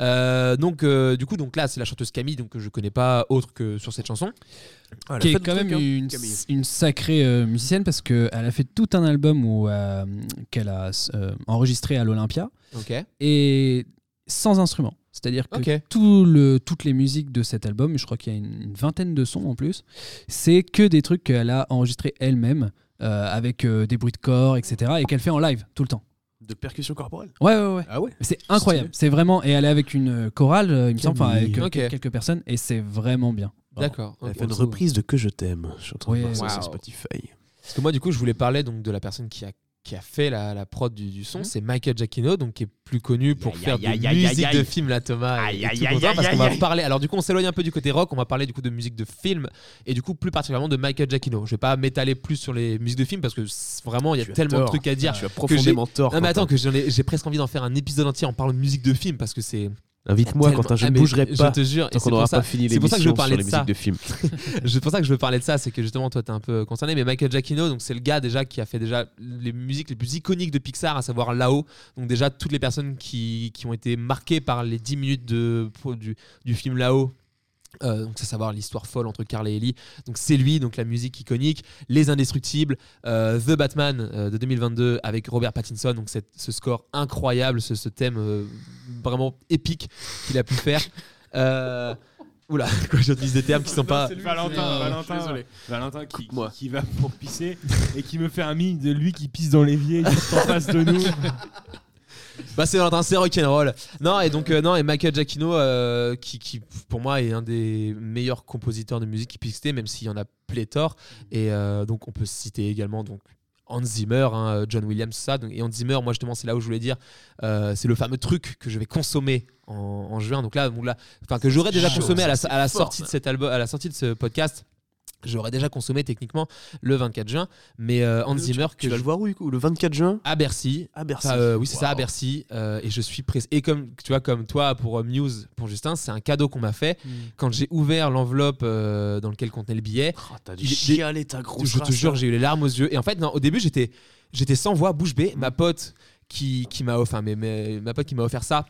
[SPEAKER 5] Euh, donc, euh, du coup, donc là, c'est la chanteuse Camille, donc que je connais pas autre que sur cette chanson.
[SPEAKER 4] Ah,
[SPEAKER 5] Voilà,
[SPEAKER 6] qui est
[SPEAKER 5] faites
[SPEAKER 6] quand
[SPEAKER 5] le
[SPEAKER 6] même
[SPEAKER 5] truc, hein.
[SPEAKER 6] une,
[SPEAKER 4] Camille.
[SPEAKER 6] une sacrée euh, musicienne parce qu'elle a fait tout un album où, euh, qu'elle a euh, enregistré à l'Olympia
[SPEAKER 5] Ok.
[SPEAKER 6] et sans instrument. C'est-à-dire que
[SPEAKER 5] Ok.
[SPEAKER 6] tout le, toutes les musiques de cet album, je crois qu'il y a une, une vingtaine de sons en plus, c'est que des trucs qu'elle a enregistrés elle-même euh, avec euh, des bruits de corps, etc. et qu'elle fait en live tout le temps.
[SPEAKER 4] De percussion corporelle.
[SPEAKER 6] Ouais, ouais, ouais.
[SPEAKER 4] Ah ouais
[SPEAKER 6] C'est incroyable. C'est vraiment. Et elle est avec une euh, chorale, euh, il me semble, enfin, avec euh,
[SPEAKER 5] Ok.
[SPEAKER 6] quelques personnes et c'est vraiment bien.
[SPEAKER 5] D'accord.
[SPEAKER 4] Elle a
[SPEAKER 5] ok.
[SPEAKER 4] fait une reprise de Que je t'aime. Je suis en train
[SPEAKER 6] Oui,
[SPEAKER 4] de voir ça sur
[SPEAKER 5] wow.
[SPEAKER 4] Spotify.
[SPEAKER 5] Parce que moi, du coup, je voulais parler donc de la personne qui a qui a fait la, la prod du, du son, c'est Michael Giacchino, donc qui est plus connu pour
[SPEAKER 4] Mhm. Aïe,
[SPEAKER 5] faire
[SPEAKER 4] aïe, aïe,
[SPEAKER 5] des
[SPEAKER 4] aïe,
[SPEAKER 5] musiques
[SPEAKER 4] aïe, aïe.
[SPEAKER 5] de films, là, Thomas. et-
[SPEAKER 4] Aïe,
[SPEAKER 5] et
[SPEAKER 4] aïe,
[SPEAKER 5] tout
[SPEAKER 4] aïe,
[SPEAKER 5] content, parce
[SPEAKER 4] aïe,
[SPEAKER 5] qu'on va
[SPEAKER 4] aïe.
[SPEAKER 5] parler. Alors, du coup, on s'éloigne un peu du côté rock, on va parler du coup de musique de film et du coup, plus particulièrement de Michael Giacchino. Je vais pas m'étaler plus sur les musiques de film parce que c'est- vraiment, il y a
[SPEAKER 4] Tu as
[SPEAKER 5] tellement de
[SPEAKER 4] tort.
[SPEAKER 5] trucs à dire.
[SPEAKER 4] Tu as profondément tort.
[SPEAKER 5] Non, mais attends,
[SPEAKER 4] Quentin.
[SPEAKER 5] que j'en ai- j'ai presque envie d'en faire un épisode entier en parlant de musique de film parce que c'est.
[SPEAKER 4] Invite-moi,
[SPEAKER 5] tellement-
[SPEAKER 4] Quentin, je
[SPEAKER 5] Ah,
[SPEAKER 4] ne
[SPEAKER 5] mais
[SPEAKER 4] bougerai pas.
[SPEAKER 5] Je te jure, et
[SPEAKER 4] Tant
[SPEAKER 5] c'est
[SPEAKER 4] qu'on
[SPEAKER 5] pour
[SPEAKER 4] n'aura
[SPEAKER 5] ça.
[SPEAKER 4] pas fini
[SPEAKER 5] c'est pour ça que je veux
[SPEAKER 4] l'émission
[SPEAKER 5] parler
[SPEAKER 4] sur les
[SPEAKER 5] de ça.
[SPEAKER 4] musiques de films.
[SPEAKER 5] (laughs) C'est pour ça que je veux parler de ça, c'est que justement toi t'es un peu concerné, mais Michael Giacchino, donc c'est le gars déjà qui a fait déjà les musiques les plus iconiques de Pixar, à savoir là-haut. Donc déjà toutes les personnes qui, qui ont été marquées par les 10 minutes de, pour- du, du film là-haut. Euh, donc c'est savoir l'histoire folle entre Carl et Ellie. Donc c'est lui, donc la musique iconique, Les Indestructibles, euh, The Batman euh, de 2022 avec Robert Pattinson. Donc cette- ce score incroyable, ce, ce thème euh, vraiment épique qu'il a pu faire. Euh, oula, (laughs) quoi j'utilise des termes qui sont pas.
[SPEAKER 3] Valentin,
[SPEAKER 1] Euh,
[SPEAKER 3] Valentin,
[SPEAKER 1] désolé.
[SPEAKER 3] Valentin qui, qui-
[SPEAKER 4] Moi.
[SPEAKER 3] qui va pour pisser et qui me fait un mime de lui qui pisse dans l'évier juste en face de nous.
[SPEAKER 5] Bah c'est Valentin, c'est rock'n'roll. Non et donc euh, non et Michael Giacchino euh, qui, qui pour moi est un des meilleurs compositeurs de musique qui puisse exister, même s'il y en a pléthore. Et euh, donc on peut citer également donc Hans Zimmer, hein, John Williams, ça. Donc, et Hans Zimmer, moi justement, c'est là où je voulais dire, euh, c'est le fameux truc que je vais consommer en, en juin. Donc là, bon, là enfin que j'aurais déjà
[SPEAKER 4] chaud,
[SPEAKER 5] consommé à la,
[SPEAKER 4] ça,
[SPEAKER 5] à la
[SPEAKER 4] c'est fort,
[SPEAKER 5] sortie de cet album, à la sortie de ce podcast. J'aurais déjà consommé techniquement le 24 juin, mais euh, Hans Zimmer
[SPEAKER 4] Tu
[SPEAKER 5] que
[SPEAKER 4] vas
[SPEAKER 5] je
[SPEAKER 4] le voir où, du coup Le 24 juin
[SPEAKER 5] à Bercy,
[SPEAKER 4] à Bercy.
[SPEAKER 5] Enfin, euh, oui, c'est ça, à
[SPEAKER 4] Ah, Waouh.
[SPEAKER 5] Bercy. euh, et je suis pressé. Et comme tu vois, comme toi pour euh, Muse, pour Justin, c'est un cadeau qu'on m'a fait.
[SPEAKER 4] Hmm.
[SPEAKER 5] Quand j'ai ouvert l'enveloppe euh, dans lequel contenait le billet,
[SPEAKER 4] Oh, T'as
[SPEAKER 5] Il
[SPEAKER 4] dû
[SPEAKER 5] est-
[SPEAKER 4] chialer ta grosse
[SPEAKER 5] je te
[SPEAKER 4] race, hein.
[SPEAKER 5] jure,
[SPEAKER 4] là.
[SPEAKER 5] j'ai eu les larmes aux yeux. Et en fait, non, au début, j'étais, j'étais sans voix, bouche bée. Ma pote qui, qui m'a offert, mais, mais- ma pote qui m'a offert ça.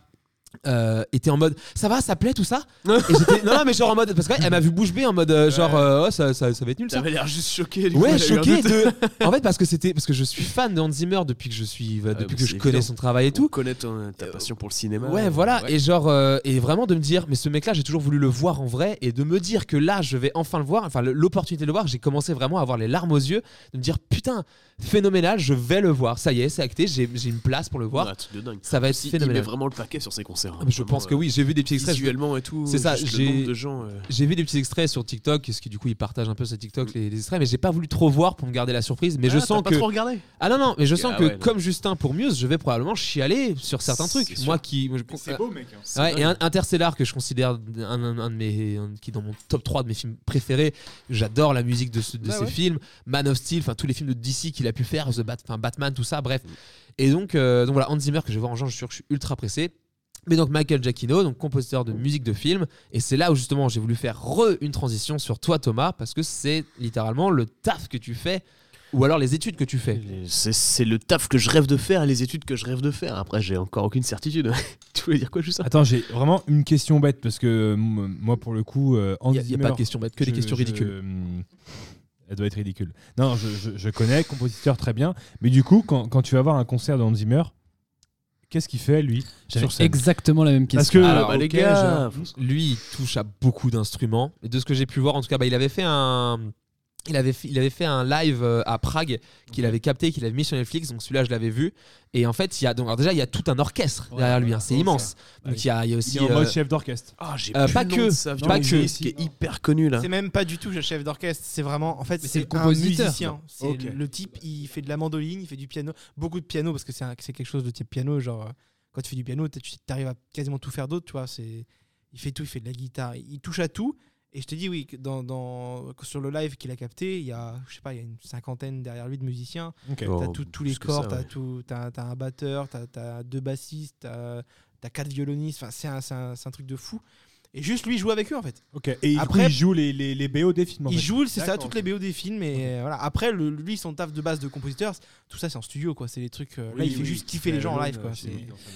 [SPEAKER 5] euh, était en mode ça va ça plaît tout
[SPEAKER 4] (laughs)
[SPEAKER 5] ça et j'étais non non, mais genre en mode parce qu'elle m'a vu bouche bée en mode euh, genre euh, oh, ça, ça, ça va être nul ça
[SPEAKER 4] T'avais l'air juste choqué. du coup,
[SPEAKER 5] Ouais,
[SPEAKER 4] elle a eu un
[SPEAKER 5] choqué
[SPEAKER 4] doute.
[SPEAKER 5] de- En fait, parce que c'était parce que je suis fan de Hans Zimmer depuis que je suis euh,
[SPEAKER 4] bah,
[SPEAKER 5] depuis que
[SPEAKER 4] c'est
[SPEAKER 5] je connais
[SPEAKER 4] évident.
[SPEAKER 5] son travail et
[SPEAKER 4] On
[SPEAKER 5] tout.
[SPEAKER 4] connaît ton- ta passion pour le cinéma.
[SPEAKER 5] Ouais, voilà. Et genre, euh, et vraiment de me dire, mais ce mec-là, j'ai toujours voulu le voir en vrai, et de me dire que là, je vais enfin le voir, enfin le- l'opportunité de le voir, j'ai commencé vraiment à avoir les larmes aux yeux, de me dire putain, phénoménal, je vais le voir. Ça y est, c'est acté, j'ai j'ai une place pour le voir.
[SPEAKER 4] Ouais, un truc de dingue.
[SPEAKER 5] Ça va être
[SPEAKER 4] Si, il met
[SPEAKER 5] phénoménal.
[SPEAKER 4] vraiment le paquet sur ses concerts. hein.
[SPEAKER 5] Ah, mais Je
[SPEAKER 4] Vraiment,
[SPEAKER 5] pense que
[SPEAKER 4] euh,
[SPEAKER 5] oui, j'ai vu des petits extraits. je-
[SPEAKER 4] Visuellement et tout.
[SPEAKER 5] C'est ça,
[SPEAKER 4] juste
[SPEAKER 5] j'ai-
[SPEAKER 4] Le nombre de gens. euh,
[SPEAKER 5] J'ai vu des petits extraits sur TikTok, ce qui du coup ils partagent un peu sur TikTok les, les extraits, mais j'ai pas voulu trop voir pour me garder la surprise. Mais je
[SPEAKER 4] Mm. ah,
[SPEAKER 5] sens
[SPEAKER 4] t'as
[SPEAKER 5] que
[SPEAKER 4] pas trop regardé.
[SPEAKER 5] Ah non, non, mais je
[SPEAKER 4] Ok,
[SPEAKER 5] sens
[SPEAKER 4] ah
[SPEAKER 5] que
[SPEAKER 4] ouais, non.
[SPEAKER 5] comme Justin pour Muse, je vais probablement chialer sur certains
[SPEAKER 4] C'est
[SPEAKER 5] trucs.
[SPEAKER 4] sûr.
[SPEAKER 5] Moi qui. moi, je-
[SPEAKER 3] beau, mec. hein.
[SPEAKER 5] Ouais, et un- Interstellar, que je considère un, un- un de mes. un- qui est dans mon top 3 de mes films préférés. J'adore la musique de, ce- de ces films. Man of Steel, enfin tous les films de DC qu'il a pu faire, The Bat, enfin, Batman, tout ça, bref. Et donc, euh, donc voilà, Hans Zimmer que je vais voir en juin, je suis sûr que je suis ultra pressé. Mais donc Michael Giacchino, donc compositeur de musique de film, et c'est là où justement j'ai voulu faire re une transition sur toi Thomas, parce que c'est littéralement le taf que tu fais, ou alors les études que tu fais.
[SPEAKER 4] Les- C'est c'est le taf que je rêve de faire et les études que je rêve de faire. Après, j'ai encore aucune certitude. (laughs) tu voulais dire quoi, juste
[SPEAKER 3] Attends, j'ai vraiment une question bête parce que euh, m- moi, pour le coup, euh, Hans
[SPEAKER 5] Il n'y a,
[SPEAKER 3] Zimmer,
[SPEAKER 5] pas de questions bêtes, que des
[SPEAKER 3] je-
[SPEAKER 5] questions
[SPEAKER 3] je-
[SPEAKER 5] ridicules.
[SPEAKER 3] hum, Elle doit être ridicule. Non, je, je- je connais, compositeur très bien. Mais du coup, quand, quand tu vas voir un concert de Hans Zimmer, qu'est-ce qu'il fait, lui
[SPEAKER 6] J'avais
[SPEAKER 3] Sur scène.
[SPEAKER 6] exactement la même question.
[SPEAKER 3] Parce que.
[SPEAKER 4] Ah, bah, les
[SPEAKER 3] ok,
[SPEAKER 4] gars,
[SPEAKER 3] je-
[SPEAKER 5] Lui, il touche à beaucoup d'instruments. Et de ce que j'ai pu voir, en tout cas, bah, il avait fait un, Il avait, fi- il avait fait un live euh, à Prague qu'il avait capté, qu'il avait mis sur Netflix. Donc celui-là, je l'avais vu. Et en fait, il y a donc alors déjà il y a tout un orchestre derrière lui. hein, c'est immense. Donc il y a, il y a aussi
[SPEAKER 3] Il est en
[SPEAKER 5] euh,
[SPEAKER 3] mode chef d'orchestre.
[SPEAKER 4] Ah, j'ai
[SPEAKER 5] euh,
[SPEAKER 4] plus
[SPEAKER 5] pas
[SPEAKER 4] le nom
[SPEAKER 5] que,
[SPEAKER 4] de sa
[SPEAKER 5] pas
[SPEAKER 4] violoniste
[SPEAKER 5] que.
[SPEAKER 4] qui est hyper connu là.
[SPEAKER 7] C'est même pas du tout le chef d'orchestre, c'est vraiment en fait
[SPEAKER 6] Mais
[SPEAKER 7] c'est
[SPEAKER 6] c'est
[SPEAKER 7] le
[SPEAKER 6] le
[SPEAKER 7] compositeur.
[SPEAKER 6] compositeur,
[SPEAKER 7] C'est
[SPEAKER 3] Ok.
[SPEAKER 7] le type, il fait de la mandoline, il fait du piano, beaucoup de piano parce que c'est un- c'est quelque chose de type piano genre euh, quand tu fais du piano, t'es- tu arrives à quasiment tout faire d'autre, tu vois, c'est il fait tout, il fait de la guitare, il, il touche à tout et je te dis oui, que dans, dans que sur le live qu'il a capté, il y a je sais pas, il y a une cinquantaine derrière lui de musiciens.
[SPEAKER 4] Oh,
[SPEAKER 7] T'as tout- tous les
[SPEAKER 4] plus que
[SPEAKER 7] corps,
[SPEAKER 4] ça,
[SPEAKER 7] t'as
[SPEAKER 4] ouais.
[SPEAKER 7] tout, t'as, t'as un batteur, t'as, t'as deux bassistes, t'as, t'as quatre violonistes. Enfin, c'est un, c'est un- c'est un truc de fou. Et juste lui joue avec eux en fait.
[SPEAKER 3] Ok. Et du coup,
[SPEAKER 7] Après-
[SPEAKER 3] il joue les, les, les BO des films. en
[SPEAKER 7] il
[SPEAKER 3] fait.
[SPEAKER 7] joue, c'est ça,
[SPEAKER 3] D'accord,
[SPEAKER 7] toutes les BO des films. Et euh, voilà. Après, le- lui, son taf de base de compositeur, c'est- tout ça, c'est en studio quoi. C'est les trucs. euh, là, il fait juste kiffer les gens en
[SPEAKER 3] euh,
[SPEAKER 7] live quoi. C'est-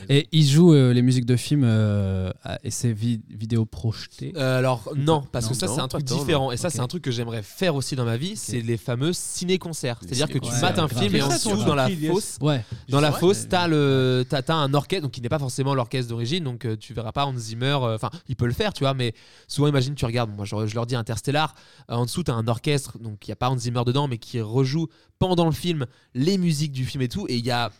[SPEAKER 6] Et il joue euh, les musiques de films euh, à- et ses vi- vidéos projetées.
[SPEAKER 5] Euh, alors non, parce que
[SPEAKER 6] Non,
[SPEAKER 5] ça
[SPEAKER 4] non,
[SPEAKER 5] c'est un truc
[SPEAKER 4] pas tant,
[SPEAKER 5] différent. Et ça
[SPEAKER 6] Ok.
[SPEAKER 5] c'est un truc que j'aimerais faire aussi dans ma vie, c'est les fameux ciné-concerts.
[SPEAKER 4] Les
[SPEAKER 5] C'est-à-dire que tu
[SPEAKER 6] ciné-concerts.
[SPEAKER 5] mates un
[SPEAKER 6] Ouais,
[SPEAKER 5] film
[SPEAKER 6] grave.
[SPEAKER 5] et en
[SPEAKER 6] C'est ça, ton
[SPEAKER 5] dessous dans la
[SPEAKER 3] truc, Ilias.
[SPEAKER 5] fosse,
[SPEAKER 6] Ouais,
[SPEAKER 5] dans la
[SPEAKER 4] Ouais,
[SPEAKER 5] fosse,
[SPEAKER 4] mais-
[SPEAKER 5] t'as le, t'as, t'as un orchestre, donc qui n'est pas forcément l'orchestre d'origine, donc euh, tu verras pas Hans Zimmer. euh, Enfin, il peut le faire, tu vois, mais souvent imagine, tu regardes, moi je, je leur dis Interstellar, euh, en dessous t'as un orchestre, donc il y a pas Hans Zimmer dedans, mais qui rejoue pendant le film les musiques du film et tout, et il y a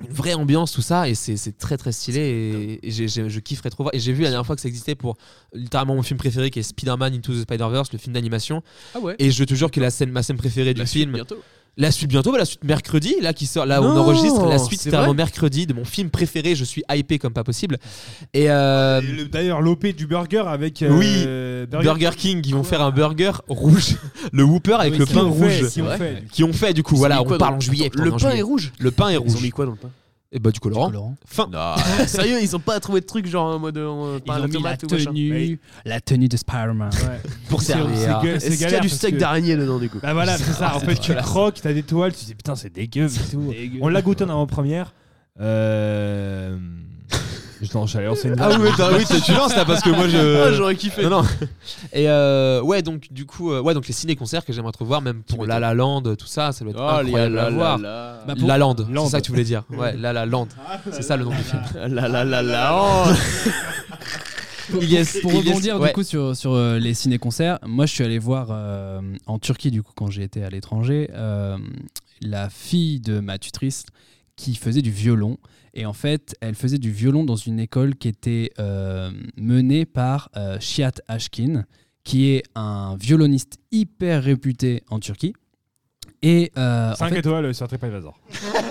[SPEAKER 5] une vraie ambiance tout ça et c'est c'est très très stylé et, et j'ai- j'ai- je kifferais trop voir et j'ai vu la dernière fois que ça existait pour littéralement mon film préféré qui est Spider-Man Into the Spider-Verse le film d'animation
[SPEAKER 4] Ah ouais.
[SPEAKER 5] et je te jure que la scène ma scène préférée du
[SPEAKER 4] La suite
[SPEAKER 5] film
[SPEAKER 4] bientôt.
[SPEAKER 5] la suite bientôt, bah, la suite mercredi, là qui sort, là où on
[SPEAKER 4] Non,
[SPEAKER 5] enregistre, la suite
[SPEAKER 4] c'est
[SPEAKER 5] c'est un
[SPEAKER 4] vrai
[SPEAKER 5] mercredi de mon film préféré, je suis hypé comme pas possible. Et euh,
[SPEAKER 3] Et le- D'ailleurs, l'OP du burger avec.
[SPEAKER 5] Oui,
[SPEAKER 3] euh,
[SPEAKER 5] Burger King, ils vont faire un burger rouge, (laughs) le Whooper avec
[SPEAKER 3] Oui,
[SPEAKER 5] le
[SPEAKER 3] si
[SPEAKER 5] pain
[SPEAKER 3] on fait,
[SPEAKER 5] rouge.
[SPEAKER 3] si on
[SPEAKER 4] Ouais.
[SPEAKER 3] fait, du coup.
[SPEAKER 5] Qui ont fait du coup,
[SPEAKER 4] Ils ont
[SPEAKER 5] voilà,
[SPEAKER 4] mis
[SPEAKER 5] on
[SPEAKER 4] quoi
[SPEAKER 5] parle
[SPEAKER 4] dans-
[SPEAKER 5] en juillet.
[SPEAKER 4] Attends, le
[SPEAKER 5] pendant
[SPEAKER 4] pain
[SPEAKER 5] juillet.
[SPEAKER 4] est rouge.
[SPEAKER 5] Le pain est
[SPEAKER 4] Ils ont
[SPEAKER 5] rouge.
[SPEAKER 4] mis quoi dans le pain
[SPEAKER 5] Et bah du colorant.
[SPEAKER 6] colorant.
[SPEAKER 5] Fin. Ah
[SPEAKER 4] Non, sérieux, ils ont pas trouvé de truc genre en mode euh,
[SPEAKER 6] Ils
[SPEAKER 4] par
[SPEAKER 6] ont
[SPEAKER 4] la
[SPEAKER 6] mis la
[SPEAKER 4] tomate ou machin.
[SPEAKER 6] tenue,
[SPEAKER 3] Oui.
[SPEAKER 6] la tenue de Spider-Man.
[SPEAKER 3] Ouais.
[SPEAKER 5] Pour
[SPEAKER 3] C'est-
[SPEAKER 5] servir.
[SPEAKER 3] c'est gueule- c'est
[SPEAKER 4] Est-ce qu'il y a
[SPEAKER 3] galère
[SPEAKER 4] du
[SPEAKER 3] parce
[SPEAKER 4] steak
[SPEAKER 3] que-
[SPEAKER 4] d'araignée dedans du coup
[SPEAKER 3] Bah voilà, c'est ça. En fait, tu
[SPEAKER 5] dégueulasse.
[SPEAKER 3] croques, t'as des toiles, tu te dis putain, c'est dégueu et tout. On l'a goûté en avant-première. Euh. Je t'en- j'allais lancer une
[SPEAKER 5] Ah oui, mais t'as- oui, t'as- tu lances là parce que moi
[SPEAKER 4] (laughs) Ah,
[SPEAKER 5] je.
[SPEAKER 4] j'aurais kiffé.
[SPEAKER 5] Non, non. Et euh, ouais, donc du coup, euh, ouais, donc les ciné-concerts que j'aimerais trop voir, même pour La La Land, tout ça, ça doit être
[SPEAKER 4] Oh, les
[SPEAKER 5] incroyable à
[SPEAKER 4] la
[SPEAKER 5] voir.
[SPEAKER 4] la Ah. la. Ah,
[SPEAKER 6] Bah, pour-
[SPEAKER 5] La Land,
[SPEAKER 3] Land.
[SPEAKER 5] c'est ça que tu voulais dire. Ouais, La La Land. C'est ça le nom du film.
[SPEAKER 4] (laughs) La la la la.
[SPEAKER 5] (laughs)
[SPEAKER 4] oh.
[SPEAKER 5] Yes,
[SPEAKER 6] pour
[SPEAKER 5] yes,
[SPEAKER 6] rebondir
[SPEAKER 5] ouais.
[SPEAKER 6] du coup sur, sur euh, les ciné-concerts, moi je suis allé voir euh, en Turquie du coup quand j'ai été à l'étranger euh, la fille de ma tutrice qui faisait du violon et en fait elle faisait du violon dans une école qui était euh, menée par euh, Shiat Ashkin qui est un violoniste hyper réputé en Turquie et euh, en
[SPEAKER 3] 5
[SPEAKER 6] fait-
[SPEAKER 3] étoiles sur TripAdvisor.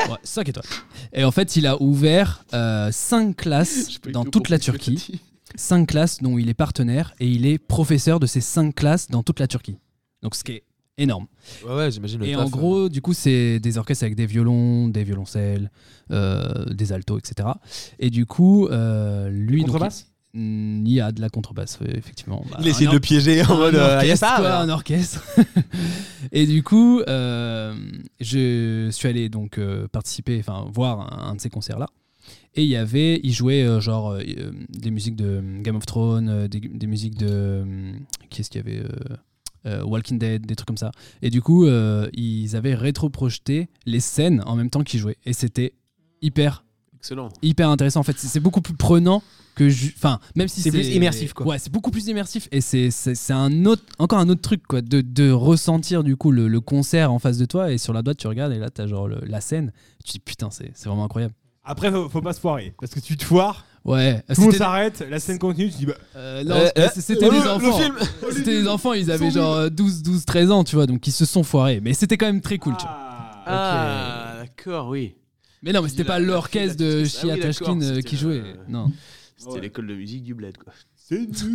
[SPEAKER 6] Ouais, cinq étoiles. Et en fait, il a ouvert 5 classes
[SPEAKER 4] J'ai pas eu
[SPEAKER 6] dans
[SPEAKER 4] tout
[SPEAKER 6] toute la
[SPEAKER 4] compris ce que t'as
[SPEAKER 6] Turquie.
[SPEAKER 4] dit.
[SPEAKER 6] 5 classes dont il est partenaire et il est professeur de ces 5 classes dans toute la Turquie. Donc ce qui est énorme.
[SPEAKER 5] Ouais, ouais, j'imagine le
[SPEAKER 6] Et
[SPEAKER 5] taf,
[SPEAKER 6] en
[SPEAKER 5] euh.
[SPEAKER 6] gros, du coup, c'est des orchestres avec des violons, des violoncelles, euh, des altos, etc. Et du coup, euh, lui... donc,
[SPEAKER 3] Contrebasse
[SPEAKER 6] il, Mm, il y a de la contrebasse, ouais, effectivement. Bah,
[SPEAKER 5] il essaie
[SPEAKER 6] un
[SPEAKER 5] de le piéger en mode. euh, y a
[SPEAKER 6] un orchestre,
[SPEAKER 5] ça,
[SPEAKER 6] quoi,
[SPEAKER 5] voilà.
[SPEAKER 6] un orchestre. (laughs) et du coup, euh, je suis allé donc euh, participer, enfin voir un, un de ces concerts-là. Et il y avait, il jouait euh, genre euh, euh, des musiques de Game of Thrones, euh, des, des musiques de euh, qu'est-ce qu'il y avait, euh, euh, Walking Dead, des trucs comme ça. Et du coup, euh, ils avaient rétro-projeté les scènes en même temps qu'ils jouaient. Et c'était hyper
[SPEAKER 4] Excellent.
[SPEAKER 6] hyper intéressant en fait c'est c'est beaucoup plus prenant que ju- enfin même si
[SPEAKER 7] C'est
[SPEAKER 6] c'est
[SPEAKER 7] plus immersif, quoi.
[SPEAKER 6] ouais c'est beaucoup plus immersif et c'est c'est c'est un autre encore un autre truc quoi de, de ressentir du coup le, le concert en face de toi et sur la droite tu regardes et là t'as genre le- la scène tu dis putain c'est c'est vraiment incroyable
[SPEAKER 3] Après, faut, faut pas se foirer. Parce que tu te foires, tout le
[SPEAKER 6] ouais euh,
[SPEAKER 3] monde
[SPEAKER 6] Bah, c'était-
[SPEAKER 3] s'arrête, la scène continue, tu dis bah.
[SPEAKER 6] euh, non,
[SPEAKER 5] Euh,
[SPEAKER 6] c'est-
[SPEAKER 5] euh,
[SPEAKER 6] c'était
[SPEAKER 5] le-
[SPEAKER 6] des
[SPEAKER 5] le
[SPEAKER 6] enfants
[SPEAKER 5] film.
[SPEAKER 6] c'était des enfants ils avaient genre euh, 12 12 13 ans tu vois donc ils se sont foirés mais c'était quand même très cool tu vois.
[SPEAKER 4] Ah, d'accord, oui.
[SPEAKER 6] mais non mais c'était
[SPEAKER 4] Il a-
[SPEAKER 6] pas
[SPEAKER 4] il a fait
[SPEAKER 6] l'orchestre
[SPEAKER 4] la
[SPEAKER 6] de
[SPEAKER 4] petite- ah oui,
[SPEAKER 6] Shia
[SPEAKER 4] d'accord,
[SPEAKER 6] Tashkin euh,
[SPEAKER 4] c'était
[SPEAKER 6] qui jouait
[SPEAKER 4] le-
[SPEAKER 6] non
[SPEAKER 4] C'était l'école de musique du bled, quoi.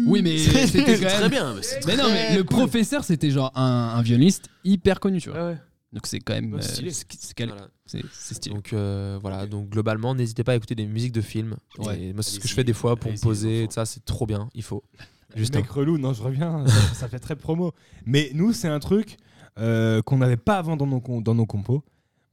[SPEAKER 6] oui mais c'était
[SPEAKER 4] (laughs)
[SPEAKER 6] quand
[SPEAKER 4] très
[SPEAKER 6] même
[SPEAKER 4] bien. mais c'est
[SPEAKER 6] Mais non, mais le professeur, c'était genre un, un violoniste hyper connu, tu vois. Donc c'est quand même.
[SPEAKER 4] Ouais,
[SPEAKER 6] euh,
[SPEAKER 4] stylé.
[SPEAKER 6] c'est c'est cal-
[SPEAKER 5] Voilà.
[SPEAKER 6] c'est- c'est stylé.
[SPEAKER 5] Donc euh, voilà, donc globalement, n'hésitez pas à écouter des musiques de films.
[SPEAKER 6] Ouais.
[SPEAKER 5] Et moi, c'est ce que
[SPEAKER 4] Allez-y,
[SPEAKER 5] je fais des fois pour me
[SPEAKER 4] allez-y, les
[SPEAKER 5] poser, et
[SPEAKER 4] enfants.
[SPEAKER 5] ça, c'est trop bien, il faut.
[SPEAKER 3] Juste
[SPEAKER 5] Juste
[SPEAKER 3] mec relou, non, je reviens, (laughs) ça, ça fait très promo. Mais nous, c'est un truc euh, qu'on n'avait pas avant dans nos, com- dans nos compos.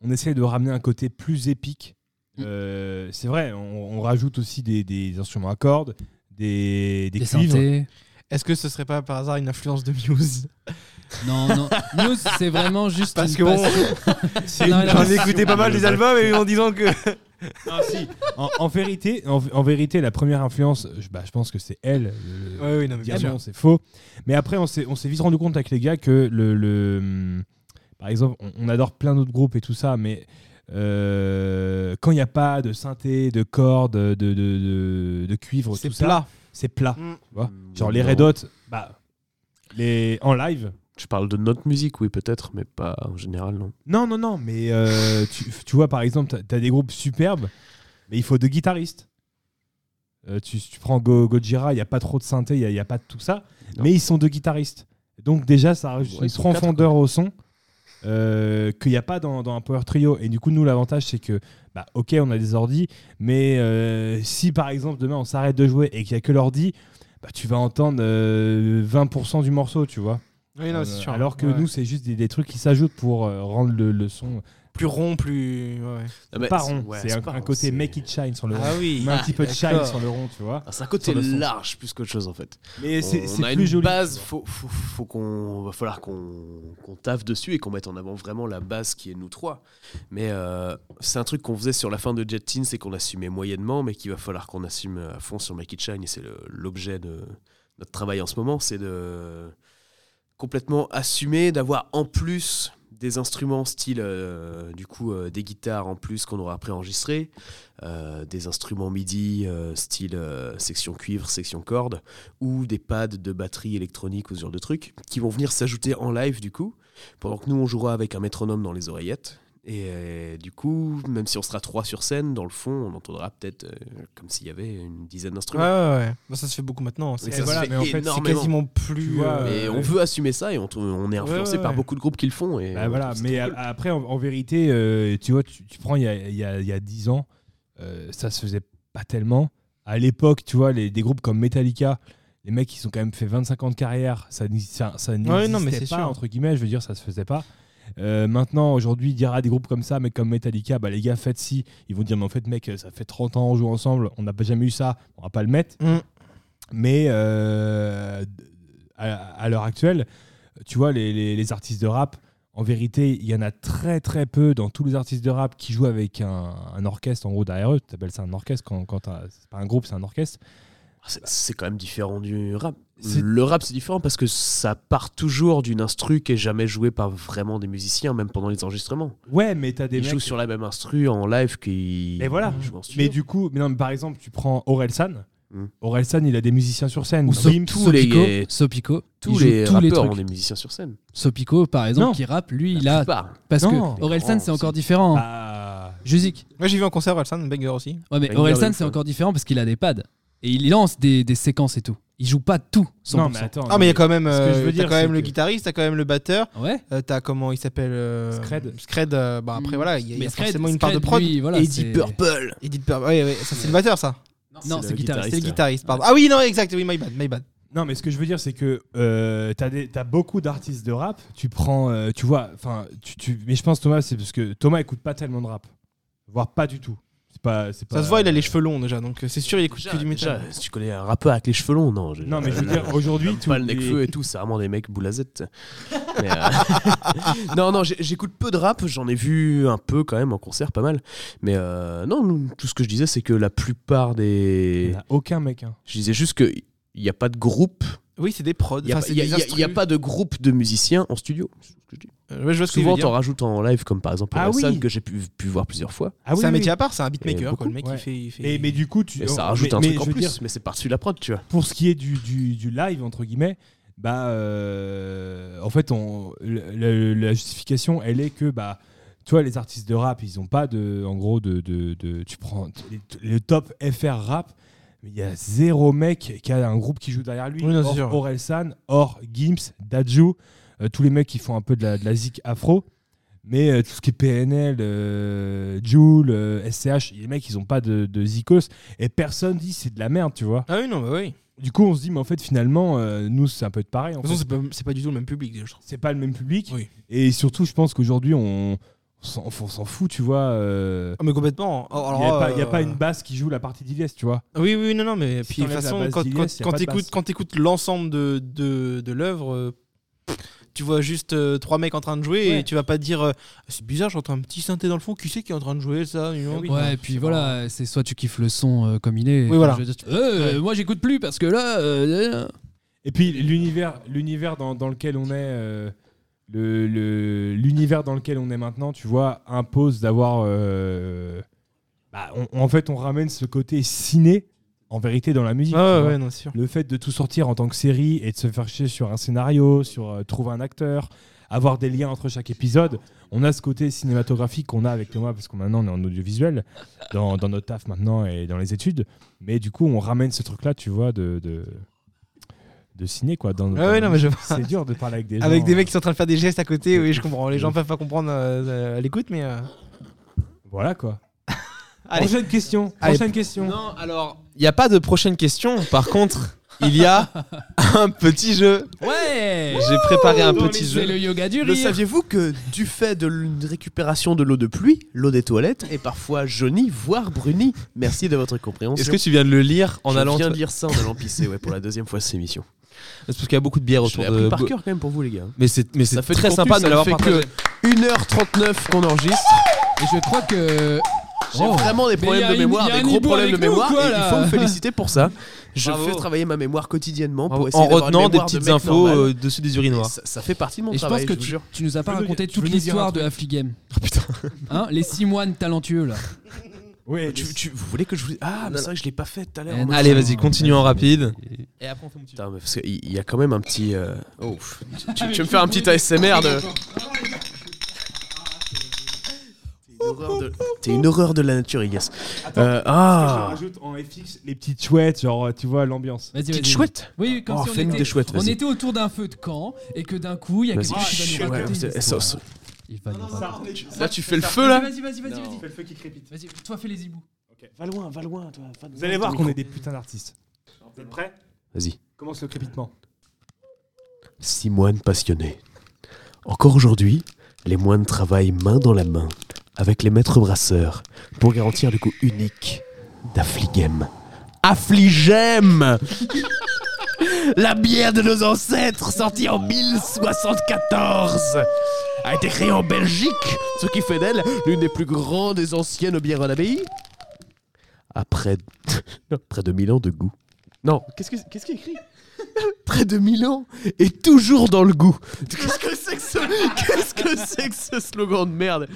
[SPEAKER 3] On essaie de ramener un côté plus épique.
[SPEAKER 6] Mm.
[SPEAKER 3] Euh, c'est vrai, on, on rajoute aussi des, des instruments à cordes, des, des,
[SPEAKER 6] Des
[SPEAKER 3] cuivres.
[SPEAKER 6] synthés.
[SPEAKER 7] Est-ce que ce serait pas par hasard une influence de Muse
[SPEAKER 6] Non, non. News,
[SPEAKER 4] (laughs)
[SPEAKER 6] c'est vraiment juste.
[SPEAKER 7] Parce
[SPEAKER 6] une
[SPEAKER 7] que bon,
[SPEAKER 6] passion.
[SPEAKER 3] C'est
[SPEAKER 6] Non,
[SPEAKER 3] une-
[SPEAKER 6] non,
[SPEAKER 7] écouté pas mal des albums et en disant que
[SPEAKER 3] Ah, si. en, en vérité, en, en vérité, la première influence, je, bah, je pense que c'est elle. le-
[SPEAKER 7] Ouais, oui, non, mais bien
[SPEAKER 3] Dire
[SPEAKER 7] sûr.
[SPEAKER 3] non, c'est faux. Mais après, on s'est on s'est vite rendu compte avec les gars que le. le, hum, par exemple, on, on adore plein d'autres groupes et tout ça, mais euh, quand il n'y a pas de synthé, de cordes, de, de, de, de cuivre,
[SPEAKER 7] C'est
[SPEAKER 3] tout
[SPEAKER 7] plat.
[SPEAKER 3] ça, c'est plat.
[SPEAKER 7] Mm.
[SPEAKER 3] tu vois. Genre les Red Hot, bah, les, en live,
[SPEAKER 4] Je parle de notre musique, oui, peut-être, mais pas en général, non.
[SPEAKER 3] non, non, non, mais euh, tu, tu vois, par exemple, t'as as des groupes superbes, mais il faut deux guitaristes. Euh, tu, tu prends Go- Gojira, il n'y a pas trop de synthé, il n'y a, y a pas de tout ça,
[SPEAKER 4] Non.
[SPEAKER 3] mais ils sont deux guitaristes. Donc déjà, ça rajoute
[SPEAKER 4] Ouais,
[SPEAKER 3] une
[SPEAKER 4] ils sont quatre,
[SPEAKER 3] profondeur au son euh, qu'il n'y a pas dans, dans un power trio. Et du coup, nous, l'avantage, c'est que, bah, ok, on a des ordis, mais euh, si par exemple demain on s'arrête de jouer et qu'il n'y a que l'ordi, bah, tu vas entendre euh, 20% du morceau, tu vois.
[SPEAKER 7] Oui, non, c'est
[SPEAKER 3] Euh,
[SPEAKER 7] sûr.
[SPEAKER 3] Alors que
[SPEAKER 7] Ouais.
[SPEAKER 3] nous, c'est juste des, des trucs qui s'ajoutent pour euh, rendre le, le son
[SPEAKER 7] plus rond, plus. ouais, ouais.
[SPEAKER 4] Ah, mais
[SPEAKER 3] pas
[SPEAKER 4] c'est-
[SPEAKER 3] rond.
[SPEAKER 4] ouais,
[SPEAKER 3] c'est un,
[SPEAKER 4] pas
[SPEAKER 3] un
[SPEAKER 4] rond,
[SPEAKER 3] côté
[SPEAKER 4] c'est-
[SPEAKER 3] make it shine sur le rond.
[SPEAKER 7] Ah oui.
[SPEAKER 3] Mais un petit peu de shine
[SPEAKER 7] d'accord.
[SPEAKER 3] sur le rond, tu vois.
[SPEAKER 4] Ah, C'est un côté
[SPEAKER 3] Sur le son.
[SPEAKER 4] large plus qu'autre chose en fait.
[SPEAKER 3] Mais c'est
[SPEAKER 4] on
[SPEAKER 3] c'est
[SPEAKER 4] a
[SPEAKER 3] plus
[SPEAKER 4] une
[SPEAKER 3] joli.
[SPEAKER 4] base, faut, faut, faut qu'on va falloir qu'on qu'on taffe dessus et qu'on mette en avant vraiment la base qui est nous trois. Mais euh, c'est un truc qu'on faisait sur la fin de Jet Teens et qu'on assumait moyennement, mais qu'il va falloir qu'on assume à fond sur Make It Shine et c'est le- l'objet de notre travail en ce moment, c'est de complètement assumer d'avoir en plus des instruments style euh, du coup euh, des guitares en plus qu'on aura préenregistrées, euh, des instruments MIDI euh, style euh, section cuivre, section corde ou des pads de batterie électronique ou ce genre de trucs qui vont venir s'ajouter en live du coup pendant que nous on jouera avec un métronome dans les oreillettes et euh, du coup même si on sera trois sur scène dans le fond on entendra peut-être euh, comme s'il y avait une dizaine
[SPEAKER 7] Ouais,
[SPEAKER 4] d'instruments
[SPEAKER 7] ouais, ouais. Bah, ça se fait beaucoup maintenant. C'est
[SPEAKER 4] Mais
[SPEAKER 3] Et
[SPEAKER 4] ça
[SPEAKER 3] voilà,
[SPEAKER 4] se fait
[SPEAKER 3] mais en fait, c'est
[SPEAKER 7] c'est
[SPEAKER 4] énormément
[SPEAKER 7] quasiment plus.
[SPEAKER 3] Tu vois,
[SPEAKER 7] euh,
[SPEAKER 4] mais
[SPEAKER 3] euh,
[SPEAKER 4] on veut assumer ça et on, trouve- on est influencé
[SPEAKER 7] Ouais, ouais,
[SPEAKER 4] par
[SPEAKER 7] ouais.
[SPEAKER 4] beaucoup de groupes qui le font et
[SPEAKER 3] Bah,
[SPEAKER 4] on
[SPEAKER 3] voilà,
[SPEAKER 4] trouve ça
[SPEAKER 3] mais
[SPEAKER 4] trop
[SPEAKER 3] a-
[SPEAKER 4] cool.
[SPEAKER 3] après, en, en vérité, euh, tu vois, tu, tu prends il y a, il y, a, il y a 10 ans, euh, ça se faisait pas tellement. À l'époque, tu vois, les, des groupes comme Metallica, les mecs, ils ont quand même fait 25 ans de carrière. Ça, n'ex- ça, ça n'existait
[SPEAKER 7] non, mais
[SPEAKER 3] pas,
[SPEAKER 7] c'est sûr.
[SPEAKER 3] entre guillemets, je veux dire, ça se faisait pas. Euh, maintenant, aujourd'hui, il dira des groupes comme ça, mais comme Metallica, bah les gars, faites si. Ils vont dire, mais en fait, mec, ça fait 30 ans, on joue ensemble, on n'a pas jamais eu ça, on va pas le mettre.
[SPEAKER 7] Mm.
[SPEAKER 3] Mais euh, à, à l'heure actuelle, tu vois, les, les- les artistes de rap, en vérité, il y en a très très peu dans tous les artistes de rap qui jouent avec un, un orchestre, en gros, derrière eux. Tu appelles ça un orchestre quand, quand t'as- c'est pas un groupe, c'est un orchestre.
[SPEAKER 4] Ah, C'est- c'est quand même différent du rap
[SPEAKER 3] C'est-
[SPEAKER 4] le rap c'est différent parce que ça part toujours d'une instru qui est jamais jouée par vraiment des musiciens même pendant les enregistrements
[SPEAKER 3] Ouais, mais t'as des
[SPEAKER 4] ils
[SPEAKER 3] mecs.
[SPEAKER 4] jouent sur la même instru en live qui
[SPEAKER 3] Mais voilà.
[SPEAKER 4] jouent en studio.
[SPEAKER 3] Mais du coup, mais non, mais par exemple, tu prends Orelsan.
[SPEAKER 7] Hmm.
[SPEAKER 4] Mm.
[SPEAKER 3] Orelsan, il a des musiciens sur scène.
[SPEAKER 6] Ou
[SPEAKER 3] Dans-
[SPEAKER 4] Sopico,
[SPEAKER 6] Sopico,
[SPEAKER 4] les-
[SPEAKER 6] Sopico,
[SPEAKER 4] tous
[SPEAKER 6] il joue
[SPEAKER 4] les
[SPEAKER 6] tous les
[SPEAKER 4] rappeurs ont
[SPEAKER 6] trucs.
[SPEAKER 4] des musiciens sur scène.
[SPEAKER 6] Sopico, par exemple,
[SPEAKER 3] Non.
[SPEAKER 6] qui rappe, lui, il
[SPEAKER 4] La
[SPEAKER 3] Ah,
[SPEAKER 6] a.
[SPEAKER 4] plupart.
[SPEAKER 6] Parce
[SPEAKER 3] Non.
[SPEAKER 6] que Orelsan,
[SPEAKER 4] Ah, Non, Oh,
[SPEAKER 6] c'est encore
[SPEAKER 4] c'est-
[SPEAKER 6] différent.
[SPEAKER 3] Ah.
[SPEAKER 6] Juzik.
[SPEAKER 7] Moi, j'ai vu en concert Orelsan, Banger aussi.
[SPEAKER 6] Ouais, mais
[SPEAKER 4] Banger
[SPEAKER 6] Orelsan,
[SPEAKER 4] Bah, Orelsan.
[SPEAKER 6] c'est encore différent parce qu'il a des pads. Et il lance des, des séquences et tout. Il joue pas tout. 100%.
[SPEAKER 3] Non, mais attends.
[SPEAKER 7] Ah, mais il y a quand même,
[SPEAKER 3] ce que je
[SPEAKER 7] euh,
[SPEAKER 3] veux
[SPEAKER 7] t'as
[SPEAKER 3] dire,
[SPEAKER 7] quand même
[SPEAKER 3] c'est
[SPEAKER 7] le
[SPEAKER 3] que-
[SPEAKER 7] guitariste, t'as quand même le batteur,
[SPEAKER 6] Ouais.
[SPEAKER 7] euh, t'as comment il s'appelle euh,
[SPEAKER 3] Scred.
[SPEAKER 7] Scred, euh, bah après
[SPEAKER 6] Mm.
[SPEAKER 7] voilà, il y a, il y a
[SPEAKER 6] Mais Scred-
[SPEAKER 7] forcément une part de
[SPEAKER 6] Scred,
[SPEAKER 7] prod.
[SPEAKER 6] lui, voilà,
[SPEAKER 4] Eddie
[SPEAKER 6] c'est-
[SPEAKER 4] Purple.
[SPEAKER 7] Edith Piaf, ouais, ouais, ça c'est le batteur ça.
[SPEAKER 6] Non, c'est
[SPEAKER 4] le
[SPEAKER 6] guitariste.
[SPEAKER 7] C'est le
[SPEAKER 4] Ouais.
[SPEAKER 7] guitariste, pardon. Ah oui, non, exact, oui, my bad, my bad.
[SPEAKER 3] Non, mais ce que je veux dire, c'est que euh, t'as des- t'as beaucoup d'artistes de rap. Tu prends, euh, tu vois, enfin, tu, tu- mais je pense Thomas, c'est parce que Thomas écoute pas tellement de rap, voire pas du tout. C'est pas, c'est
[SPEAKER 7] Ça
[SPEAKER 3] pas-
[SPEAKER 7] se voit, il a les cheveux longs déjà, donc euh, c'est sûr, il écoute
[SPEAKER 4] Déjà,
[SPEAKER 7] que du métal.
[SPEAKER 4] déjà, si tu connais un rappeur avec les cheveux longs, non. je-
[SPEAKER 3] Non, mais je veux
[SPEAKER 4] euh,
[SPEAKER 3] dire, aujourd'hui,
[SPEAKER 7] (laughs)
[SPEAKER 3] tout.
[SPEAKER 4] pas le nec feu et tout, c'est vraiment des mecs boulazettes. Mais, euh, (laughs) non, non, j'ai- j'écoute peu de rap, j'en ai vu un peu quand même en concert, pas mal. Mais euh, non, nous, tout ce que je disais, c'est que la plupart des.
[SPEAKER 3] aucun mec. hein.
[SPEAKER 4] Je disais juste que. Il n'y a pas de groupe,
[SPEAKER 7] Oui, c'est des prods.
[SPEAKER 4] il n'y a,
[SPEAKER 7] Enfin,
[SPEAKER 4] pas-
[SPEAKER 7] c'est
[SPEAKER 4] il y a-
[SPEAKER 7] des
[SPEAKER 4] il y a- il y a
[SPEAKER 7] instrus.
[SPEAKER 4] pas de groupe de musiciens en studio. c'est ce que je dis.
[SPEAKER 7] Euh, ouais, je vois ce que tu veux
[SPEAKER 4] Souvent,
[SPEAKER 7] dire.
[SPEAKER 4] t'en rajoutes en live, comme par exemple
[SPEAKER 3] Ah
[SPEAKER 4] la scène
[SPEAKER 3] oui.
[SPEAKER 4] que j'ai pu, pu voir plusieurs fois.
[SPEAKER 3] Ah oui,
[SPEAKER 7] c'est un
[SPEAKER 3] oui,
[SPEAKER 7] métier à part, c'est un beatmaker,
[SPEAKER 4] Et
[SPEAKER 7] quoi. Le mec,
[SPEAKER 3] beaucoup.
[SPEAKER 7] il fait. il fait-
[SPEAKER 3] oui. Mais, mais du coup, tu.
[SPEAKER 4] Et ça
[SPEAKER 3] oh,
[SPEAKER 4] rajoute
[SPEAKER 3] mais-
[SPEAKER 4] un
[SPEAKER 3] mais
[SPEAKER 4] truc en
[SPEAKER 3] je veux
[SPEAKER 4] plus,
[SPEAKER 3] dire,
[SPEAKER 4] mais c'est par-dessus la prod, tu vois.
[SPEAKER 3] pour ce qui est du, du, du live, entre guillemets, bah, euh, en fait, on, le- le- la justification, elle est que, bah, tu vois, les artistes de rap, ils ont pas de. En gros, de. de, de- tu prends t- le top FR rap, mais il y a zéro mec qui a un groupe qui joue derrière lui.
[SPEAKER 7] Oui, non, c'est sûr.
[SPEAKER 3] or Orelsan, or Gims, Dadju, euh, tous les mecs qui font un peu de la, de la zik afro. Mais euh, tout ce qui est PNL, euh, Joule, euh, SCH, les mecs, ils ont pas de, de zikos. Et personne dit c'est de la merde, tu vois.
[SPEAKER 7] Ah oui, non, bah oui.
[SPEAKER 3] Du coup, on se dit, mais en fait, finalement, euh, nous, c'est un peu de pareil. en
[SPEAKER 7] De toute façon,
[SPEAKER 3] fait.
[SPEAKER 7] c'est pas- c'est pas du tout le même public, déjà, je trouve.
[SPEAKER 3] C'est pas le même public.
[SPEAKER 7] Oui.
[SPEAKER 3] Et surtout, je pense qu'aujourd'hui, on, s'en- on s'en fout, tu vois. euh,
[SPEAKER 7] Ah, mais complètement. Oh,
[SPEAKER 3] Il
[SPEAKER 7] alors,
[SPEAKER 3] n'y a, pas- il y a
[SPEAKER 7] euh,
[SPEAKER 3] pas une basse qui joue la partie d'Ilias, tu vois.
[SPEAKER 7] Ah Oui, oui, non, non, mais
[SPEAKER 3] Si
[SPEAKER 7] puis de toute
[SPEAKER 3] t'enlèves la
[SPEAKER 7] façon,
[SPEAKER 3] base
[SPEAKER 7] quand,
[SPEAKER 3] d'Ilias, y
[SPEAKER 7] quand,
[SPEAKER 3] a
[SPEAKER 7] quand
[SPEAKER 3] pas de
[SPEAKER 7] t'écoutes-
[SPEAKER 3] basse.
[SPEAKER 7] quand t'écoutes l'ensemble de, de, de l'œuvre, euh, tu vois juste euh, trois mecs en train de jouer et tu vas pas te dire euh, c'est bizarre, j'entends un petit synthé dans le fond, qui c'est qui est en train de jouer ça dis donc
[SPEAKER 6] ouais, et puis voilà, c'est soit tu kiffes le son euh, comme il est.
[SPEAKER 7] Oui, voilà.
[SPEAKER 6] Je veux dire, tu- Euh, Moi, j'écoute plus parce que là. euh, euh,
[SPEAKER 3] Et puis l'univers, l'univers dans, dans lequel on est, euh, le, le- l'univers dans lequel on est maintenant, tu vois, impose d'avoir. euh, bah, on- en fait, on ramène ce côté ciné en vérité dans la musique. tu
[SPEAKER 7] Ah ouais,
[SPEAKER 3] vois.
[SPEAKER 7] ouais, non, c'est sûr.
[SPEAKER 3] Le fait de tout sortir en tant que série et de se faire chier sur un scénario, sur euh, trouver un acteur, avoir des liens entre chaque épisode, on a ce côté cinématographique qu'on a avec Thomas parce qu'on maintenant on est en audiovisuel dans, dans notre taf maintenant et dans les études. Mais du coup, on ramène ce truc-là, tu vois, de, de, de ciné quoi. Dans,
[SPEAKER 7] Ah ouais,
[SPEAKER 3] dans-
[SPEAKER 7] non, mais je vois.
[SPEAKER 3] (laughs) C'est dur de parler avec des
[SPEAKER 7] Avec
[SPEAKER 3] gens,
[SPEAKER 7] des
[SPEAKER 3] euh,
[SPEAKER 7] mecs qui sont en train de faire des gestes à côté, oui, je comprends. Les gens
[SPEAKER 3] Oui.
[SPEAKER 7] peuvent pas comprendre euh, à l'écoute, mais. euh,
[SPEAKER 3] Voilà quoi.
[SPEAKER 7] (laughs) Allez.
[SPEAKER 3] Prochaine question.
[SPEAKER 7] Allez.
[SPEAKER 3] Prochaine question.
[SPEAKER 5] Non, alors, il n'y a pas de prochaine question. Par contre, il y
[SPEAKER 4] (laughs)
[SPEAKER 5] a un petit jeu.
[SPEAKER 6] Ouais
[SPEAKER 5] J'ai préparé un petit
[SPEAKER 6] C'est
[SPEAKER 5] jeu.
[SPEAKER 6] le yoga du
[SPEAKER 4] Le
[SPEAKER 6] rire.
[SPEAKER 4] saviez-vous que du fait de la récupération de l'eau de pluie, l'eau des toilettes est parfois jaunie, voire brunie Merci de votre compréhension.
[SPEAKER 5] Est-ce que tu viens de le lire en
[SPEAKER 4] Je
[SPEAKER 5] allant
[SPEAKER 4] viens
[SPEAKER 5] toi-
[SPEAKER 4] de lire ça en allant pisser ouais, pour la deuxième fois de cette émission.
[SPEAKER 5] Parce qu'il y a beaucoup de bière
[SPEAKER 4] Je l'ai
[SPEAKER 5] autour
[SPEAKER 4] appris
[SPEAKER 5] de.
[SPEAKER 4] par cœur quand même pour vous les gars.
[SPEAKER 5] Mais c'est mais c'est
[SPEAKER 4] Ça fait
[SPEAKER 5] très
[SPEAKER 4] du
[SPEAKER 5] sympa
[SPEAKER 4] contenu,
[SPEAKER 5] de l'avoir
[SPEAKER 4] ça ne fait
[SPEAKER 5] partagé.
[SPEAKER 4] 1h39 qu'on enregistre.
[SPEAKER 6] Et je crois que.
[SPEAKER 4] J'ai
[SPEAKER 6] Oh.
[SPEAKER 4] vraiment des
[SPEAKER 6] Mais y
[SPEAKER 4] problèmes
[SPEAKER 6] a
[SPEAKER 4] de
[SPEAKER 6] une-
[SPEAKER 4] mémoire,
[SPEAKER 6] y a
[SPEAKER 4] des
[SPEAKER 6] un
[SPEAKER 4] gros
[SPEAKER 6] hibou
[SPEAKER 4] problèmes de
[SPEAKER 6] avec nous,
[SPEAKER 4] mémoire.
[SPEAKER 6] quoi,
[SPEAKER 4] et il
[SPEAKER 6] là.
[SPEAKER 4] faut me féliciter pour ça. Je
[SPEAKER 5] Bravo.
[SPEAKER 4] fais travailler ma mémoire quotidiennement pour essayer
[SPEAKER 5] En
[SPEAKER 4] d'avoir une
[SPEAKER 5] retenant des
[SPEAKER 4] mémoire de
[SPEAKER 5] petites
[SPEAKER 4] mec
[SPEAKER 5] infos
[SPEAKER 4] normal.
[SPEAKER 5] euh, dessus des urinoirs.
[SPEAKER 4] Ça, ça fait partie de mon
[SPEAKER 6] Et je pense
[SPEAKER 4] travail,
[SPEAKER 6] que
[SPEAKER 4] je vous
[SPEAKER 6] tu,
[SPEAKER 4] jure.
[SPEAKER 6] tu nous as pas
[SPEAKER 3] Je veux
[SPEAKER 6] raconté
[SPEAKER 3] dire- je
[SPEAKER 6] toute
[SPEAKER 3] veux dire un
[SPEAKER 6] l'histoire de Affli
[SPEAKER 7] (laughs)
[SPEAKER 6] Game.
[SPEAKER 7] Oh,
[SPEAKER 6] Hein, les six moines talentueux là.
[SPEAKER 3] Ouais,
[SPEAKER 4] Tu- tu- vous voulez que je vous. Ah, mais
[SPEAKER 5] Non,
[SPEAKER 4] c'est vrai que je l'ai pas fait tout à l'heure.
[SPEAKER 6] Eh,
[SPEAKER 4] moi.
[SPEAKER 5] Allez, vas-y, continue en rapide.
[SPEAKER 6] Et après on fait mon petit.
[SPEAKER 4] Putain, mais parce qu'il il y a quand même un petit. euh, Oh, pff, tu, tu- tu veux me faire un petit ASMR de. T'es une horreur de- T'es une horreur de la nature, Igas. Euh, ah,
[SPEAKER 3] rajoute en FX les petites chouettes, genre euh, tu vois l'ambiance.
[SPEAKER 6] Vas-y,
[SPEAKER 4] petite
[SPEAKER 6] vas-y.
[SPEAKER 4] chouette.
[SPEAKER 6] Oui, oui, comme
[SPEAKER 4] Oh,
[SPEAKER 6] si on
[SPEAKER 4] fais-nous
[SPEAKER 6] était-
[SPEAKER 4] des chouettes,
[SPEAKER 6] On
[SPEAKER 4] vas-y.
[SPEAKER 6] était autour d'un feu de camp et que d'un coup, il y a
[SPEAKER 4] Vas-y,
[SPEAKER 6] quelqu'un qui
[SPEAKER 4] chut,
[SPEAKER 6] va nous
[SPEAKER 4] ouais,
[SPEAKER 6] raconter. une
[SPEAKER 4] c'est-
[SPEAKER 6] histoire.
[SPEAKER 4] ça- ça-
[SPEAKER 6] Il va nous raconter.
[SPEAKER 4] Là, tu fais le feu là.
[SPEAKER 6] Vas-y, vas-y, vas-y, vas-y.
[SPEAKER 2] Non.
[SPEAKER 6] Fais le feu qui crépite. Vas-y, toi fais les hiboux.
[SPEAKER 3] Va loin, va loin, toi. Vous allez voir qu'on est des putains d'artistes. Vous êtes prêts
[SPEAKER 4] Vas-y.
[SPEAKER 3] Commence le crépitement.
[SPEAKER 4] Six moines passionnés. Encore aujourd'hui, les moines travaillent main dans la main avec les maîtres brasseurs pour garantir le goût unique d'Affligem. Affligem (laughs) La bière de nos ancêtres, sortie en 1074, a été créée en Belgique, ce qui fait d'elle l'une des plus grandes et anciennes bières en abbaye. Après (laughs) près de 1000 ans de goût. Non, qu'est-ce que- qu'est-ce qu'il écrit (laughs) Près de 1000 ans et toujours dans le goût. (laughs) Qu'est-ce que c'est que ce, qu'est-ce que c'est que ce slogan de merde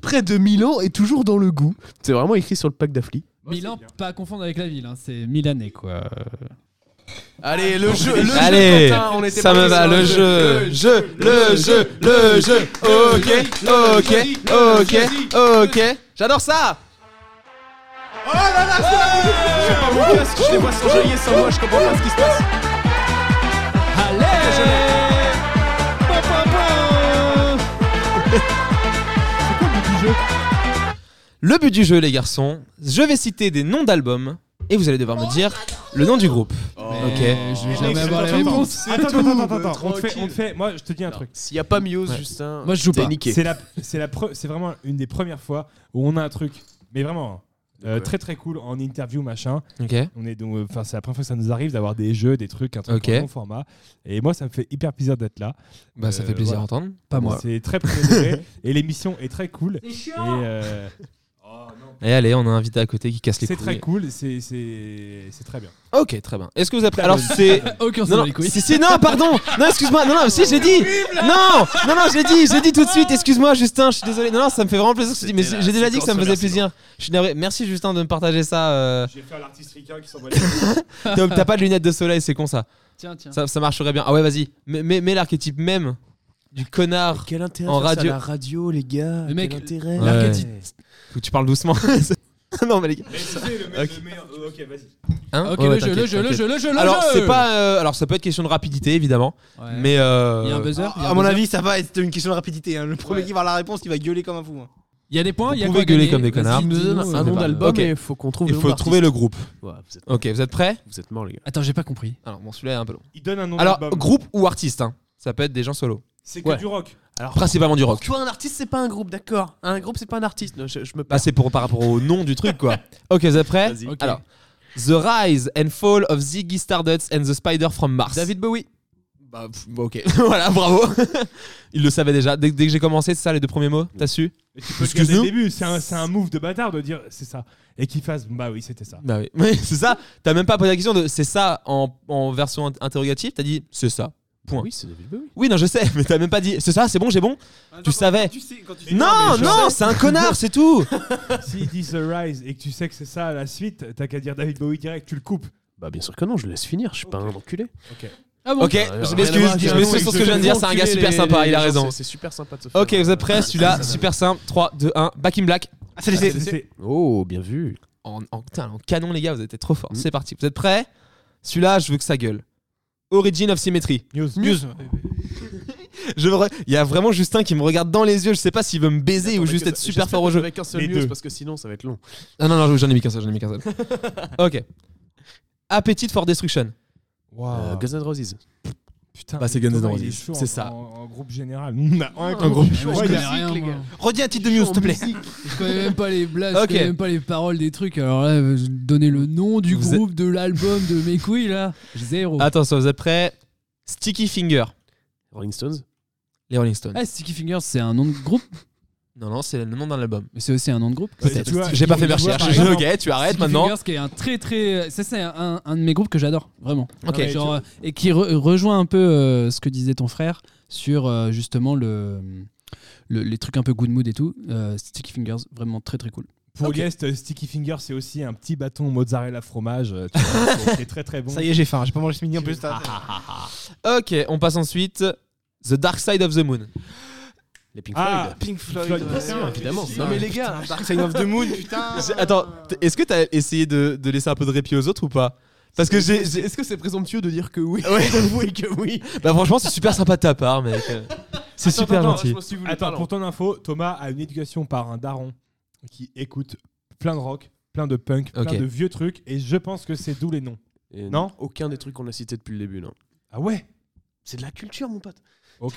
[SPEAKER 4] Près de 1000 ans et toujours dans le goût. C'est vraiment écrit sur le pack d'Affli.
[SPEAKER 6] Milan, pas à confondre avec la ville, hein, c'est Milanais quoi. Euh,
[SPEAKER 4] Allez, le jeu, le
[SPEAKER 5] Allez,
[SPEAKER 4] jeu, Quentin, on était
[SPEAKER 5] ça
[SPEAKER 4] pas
[SPEAKER 5] me va,
[SPEAKER 4] sur
[SPEAKER 5] le jeu, jeu, le jeu, le jeu, ok, ok, ok, ok, j'adore ça
[SPEAKER 4] Je les vois s'enjailler sans moi, je comprends pas ce qui se passe.
[SPEAKER 5] Le but du jeu, les garçons, je vais citer des noms d'albums et vous allez devoir me dire le nom du groupe.
[SPEAKER 3] Oh.
[SPEAKER 6] ok. Je vais jamais avoir les réponses.
[SPEAKER 3] Attends, attends, attends, attends. On te fait, on te fait, moi je te dis un truc.
[SPEAKER 4] S'il y a pas Muse, Justin,
[SPEAKER 6] Moi, je joue
[SPEAKER 4] t'es
[SPEAKER 6] pas.
[SPEAKER 5] Bah,
[SPEAKER 4] niqué.
[SPEAKER 3] C'est la, c'est la pre- c'est vraiment une des premières fois où on a un truc, mais vraiment euh,
[SPEAKER 4] Ouais.
[SPEAKER 3] très très cool en interview machin.
[SPEAKER 5] Ok.
[SPEAKER 3] On est donc, euh, enfin c'est la première fois que ça nous arrive d'avoir des jeux, des trucs, un truc
[SPEAKER 5] Ok.
[SPEAKER 3] en bon format. Et moi ça me fait hyper plaisir d'être là.
[SPEAKER 5] Bah ça
[SPEAKER 3] Euh,
[SPEAKER 5] fait plaisir
[SPEAKER 3] voilà.
[SPEAKER 5] d'entendre.
[SPEAKER 6] Pas moi.
[SPEAKER 3] C'est très
[SPEAKER 5] (laughs)
[SPEAKER 3] premier degré, et l'émission est très cool. Et euh,
[SPEAKER 5] Et allez, on a un invité à côté qui casse les
[SPEAKER 3] c'est
[SPEAKER 5] couilles.
[SPEAKER 3] très cool, c'est c'est c'est très bien.
[SPEAKER 5] Ok, très bien. Est-ce que vous appelez Alors c'est
[SPEAKER 6] Aucun (laughs)
[SPEAKER 5] non,
[SPEAKER 6] sens
[SPEAKER 5] non,
[SPEAKER 6] les couilles.
[SPEAKER 5] si, si, non, pardon Non, excuse-moi, non, non, si, j'ai dit Non, non, non, j'ai dit, j'ai dit tout de suite, excuse-moi, Justin, je suis désolé. Non, non, ça me fait vraiment plaisir que tu dis, mais
[SPEAKER 4] C'était
[SPEAKER 5] j'ai j'ai
[SPEAKER 4] la
[SPEAKER 5] déjà dit que ça me faisait
[SPEAKER 4] séquence
[SPEAKER 5] plaisir. Je suis navré. Merci, Justin, de me partager ça. euh.
[SPEAKER 3] Je vais faire l'artiste ricain qui s'envoie
[SPEAKER 5] T'as t'as pas de lunettes de soleil, c'est con ça.
[SPEAKER 6] Tiens, tiens.
[SPEAKER 5] Ça, ça marcherait bien. Ah ouais, vas-y, mets, mets- mets l'archétype même du connard.
[SPEAKER 4] Quel intérêt
[SPEAKER 5] En
[SPEAKER 4] en
[SPEAKER 5] radio.
[SPEAKER 4] radio. la radio, les gars
[SPEAKER 6] Le mec,
[SPEAKER 4] Quel intérêt
[SPEAKER 5] l'archétype. Faut que tu parles doucement. (laughs) non, mais les gars.
[SPEAKER 3] Euh, OK, vas-y.
[SPEAKER 5] Hein
[SPEAKER 6] Ok,
[SPEAKER 5] Ouais,
[SPEAKER 6] le,
[SPEAKER 5] ouais,
[SPEAKER 6] jeu, le
[SPEAKER 5] t'inquiète,
[SPEAKER 6] jeu, le
[SPEAKER 5] t'inquiète.
[SPEAKER 6] jeu, le jeu, le
[SPEAKER 5] Alors,
[SPEAKER 6] jeu.
[SPEAKER 5] c'est pas. euh, alors, ça peut être question de rapidité, évidemment.
[SPEAKER 6] Ouais.
[SPEAKER 5] Mais. euh,
[SPEAKER 6] Il y a un buzzer. il y a
[SPEAKER 7] À
[SPEAKER 6] un
[SPEAKER 7] mon
[SPEAKER 6] buzzer.
[SPEAKER 7] avis, ça va être une question de rapidité. hein. Le premier qui va avoir la réponse, il va gueuler comme un fou. hein.
[SPEAKER 6] Il y a des points.
[SPEAKER 5] Vous
[SPEAKER 6] Il y a
[SPEAKER 5] pouvez
[SPEAKER 6] quoi
[SPEAKER 5] gueuler
[SPEAKER 6] gagner
[SPEAKER 5] comme des
[SPEAKER 6] Vas-y,
[SPEAKER 5] connards.
[SPEAKER 4] Un
[SPEAKER 6] dis-nous,
[SPEAKER 4] nom- un nom
[SPEAKER 6] euh,
[SPEAKER 4] d'album,
[SPEAKER 5] Ok.
[SPEAKER 4] mais il faut qu'on trouve
[SPEAKER 5] il
[SPEAKER 4] le
[SPEAKER 5] faut
[SPEAKER 4] nom
[SPEAKER 5] trouver le groupe.
[SPEAKER 4] d'artiste. Ouais, vous, êtes,
[SPEAKER 5] Ok, vous êtes prêts
[SPEAKER 4] vous êtes morts, les gars.
[SPEAKER 6] Attends, j'ai pas compris.
[SPEAKER 5] Alors, bon, celui-là est un peu long.
[SPEAKER 3] Il donne un nom
[SPEAKER 5] Alors,
[SPEAKER 3] d'album.
[SPEAKER 5] groupe ou artiste hein. Ça peut être des gens solo.
[SPEAKER 3] C'est que
[SPEAKER 4] Ouais.
[SPEAKER 3] du rock.
[SPEAKER 4] Alors,
[SPEAKER 5] Principalement du rock.
[SPEAKER 4] tu vois, un artiste, c'est pas un groupe, d'accord Un groupe, c'est pas un artiste. Non, je, je me
[SPEAKER 5] Bah, c'est pour, par rapport au nom du truc, quoi. (laughs) Ok, vous êtes prêts
[SPEAKER 4] Vas-y.
[SPEAKER 6] Ok.
[SPEAKER 5] Alors, The Rise and Fall of Ziggy Stardust and the Spider from Mars.
[SPEAKER 4] David Bowie.
[SPEAKER 5] Bah, pff, bah, ok. (laughs) voilà, bravo. Il le savait déjà. Dès, dès que j'ai commencé, c'est ça les deux premiers mots T'as su
[SPEAKER 3] Excuse-nous.
[SPEAKER 5] Excuse-nous.
[SPEAKER 3] début, c'est un, c'est un move de bâtard de dire c'est ça. Et qu'il fasse, bah oui, c'était ça.
[SPEAKER 5] Bah oui. (laughs) Mais c'est ça. T'as même pas posé la question de c'est ça en, en version int- interrogative. T'as dit c'est ça. Point.
[SPEAKER 4] Oui, c'est David Bowie.
[SPEAKER 5] Oui, non, je sais, (laughs) mais t'as même pas dit c'est ça, c'est bon, j'ai bon. Tu savais. Non, non, c'est un connard, c'est tout.
[SPEAKER 3] S'il dit The Rise et que tu sais que c'est ça la suite, t'as qu'à dire David Bowie direct, tu le coupes.
[SPEAKER 4] Bah bien sûr que non, je le laisse finir, je suis pas un enculé.
[SPEAKER 6] Ah
[SPEAKER 5] Ok, je m'excuse, je m'excuse sur ce que je viens de dire, c'est un gars super sympa, il a raison.
[SPEAKER 4] C'est super sympa de se faire. Ah,
[SPEAKER 5] Ok, vous êtes prêts Celui-là, super simple. 3, 2, 1, back in black.
[SPEAKER 3] Ah, C'est
[SPEAKER 4] Oh, bien vu.
[SPEAKER 5] En, en- putain, en canon, les gars, vous étiez trop forts. C'est parti, vous êtes prêts Celui-là, je veux que ça gueule. Origin of Symmetry.
[SPEAKER 3] news.
[SPEAKER 5] Je me re- Il y a vraiment Justin qui me regarde dans les yeux, je sais pas s'il veut me baiser ou juste être super fort au jeu.
[SPEAKER 4] Avec un seul
[SPEAKER 3] Les
[SPEAKER 4] news,
[SPEAKER 3] deux.
[SPEAKER 4] parce que sinon ça va être long.
[SPEAKER 5] Ah non, non, j'en ai mis qu'un seul, j'en ai mis qu'un (laughs) seul. ok. Appetite for Destruction.
[SPEAKER 4] Euh, Guns N' Roses.
[SPEAKER 3] Putain,
[SPEAKER 5] Bah, c'est
[SPEAKER 3] mais
[SPEAKER 5] Guns N'
[SPEAKER 3] comment
[SPEAKER 5] Roses,
[SPEAKER 3] il est chaud
[SPEAKER 5] c'est
[SPEAKER 3] en-
[SPEAKER 5] ça.
[SPEAKER 3] En, en groupe général. Non, en
[SPEAKER 4] En groupe.
[SPEAKER 6] Ouais, je
[SPEAKER 3] Ouais, il y a-
[SPEAKER 6] connais rien, moi.
[SPEAKER 7] Redis un titre de news, s'il te plaît.
[SPEAKER 6] Je connais même pas les blagues,
[SPEAKER 5] Ok.
[SPEAKER 6] je connais même pas les paroles des trucs. Alors là, euh, donner le nom du
[SPEAKER 5] Vous Ah.
[SPEAKER 6] groupe, de l'album, de mes couilles, là, zéro.
[SPEAKER 5] Attention, vous êtes prêts Sticky Finger,
[SPEAKER 4] Rolling Stones.
[SPEAKER 5] les Rolling Stones.
[SPEAKER 6] Ah, Sticky Fingers, c'est un nom de groupe,
[SPEAKER 5] Non, non, c'est le nom d'un album.
[SPEAKER 6] mais c'est aussi un nom de groupe.
[SPEAKER 3] Bah, tu vois,
[SPEAKER 5] J'ai pas fait mes
[SPEAKER 3] tu vois,
[SPEAKER 5] recherches.
[SPEAKER 3] par exemple,
[SPEAKER 5] Ok, tu arrêtes
[SPEAKER 6] Sticky
[SPEAKER 5] maintenant.
[SPEAKER 6] Fingers, qui est un très très. Ça, c'est un, un de mes groupes que j'adore, vraiment.
[SPEAKER 5] Ok.
[SPEAKER 3] Ouais,
[SPEAKER 6] Genre, euh, et qui re- rejoint un peu euh, ce que disait ton frère sur euh, justement le, le- les trucs un peu good mood et tout. Euh, Sticky Fingers, vraiment très très cool.
[SPEAKER 3] Pour Guest, euh, Sticky Finger, c'est aussi un petit bâton mozzarella fromage euh, tu vois, (laughs) qui est très très bon.
[SPEAKER 7] Ça y est, j'ai faim. J'ai pas mangé ce midi en plus. t'as-
[SPEAKER 5] Ok, on passe ensuite. The Dark Side of the Moon.
[SPEAKER 4] Les Pink
[SPEAKER 3] Ah,
[SPEAKER 7] Pink Floyd.
[SPEAKER 3] Floyd,
[SPEAKER 7] ouais.
[SPEAKER 3] putain,
[SPEAKER 4] évidemment.
[SPEAKER 7] Non, mais les gars,
[SPEAKER 4] bah,
[SPEAKER 7] Dark Side of the Moon, putain.
[SPEAKER 5] Ah, Attends, t- est-ce que t'as essayé de, de laisser un peu de répit aux autres ou pas Parce que j'ai. j'ai-
[SPEAKER 4] Est-ce que c'est présomptueux de dire que oui (laughs)
[SPEAKER 5] oui, que oui. Bah, franchement, c'est super sympa de ta part, mec. C'est
[SPEAKER 3] Attends,
[SPEAKER 5] super
[SPEAKER 3] attends,
[SPEAKER 5] gentil.
[SPEAKER 3] Attends, pour ton info, Thomas a une éducation par un daron qui écoute plein de rock, plein de punk, plein
[SPEAKER 5] Ok.
[SPEAKER 3] de vieux trucs, et je pense que c'est d'où les noms.
[SPEAKER 4] Et
[SPEAKER 3] Non
[SPEAKER 4] Aucun des trucs qu'on a cités depuis le début, non.
[SPEAKER 3] Ah ouais
[SPEAKER 4] C'est de la culture, mon pote.
[SPEAKER 3] Ok.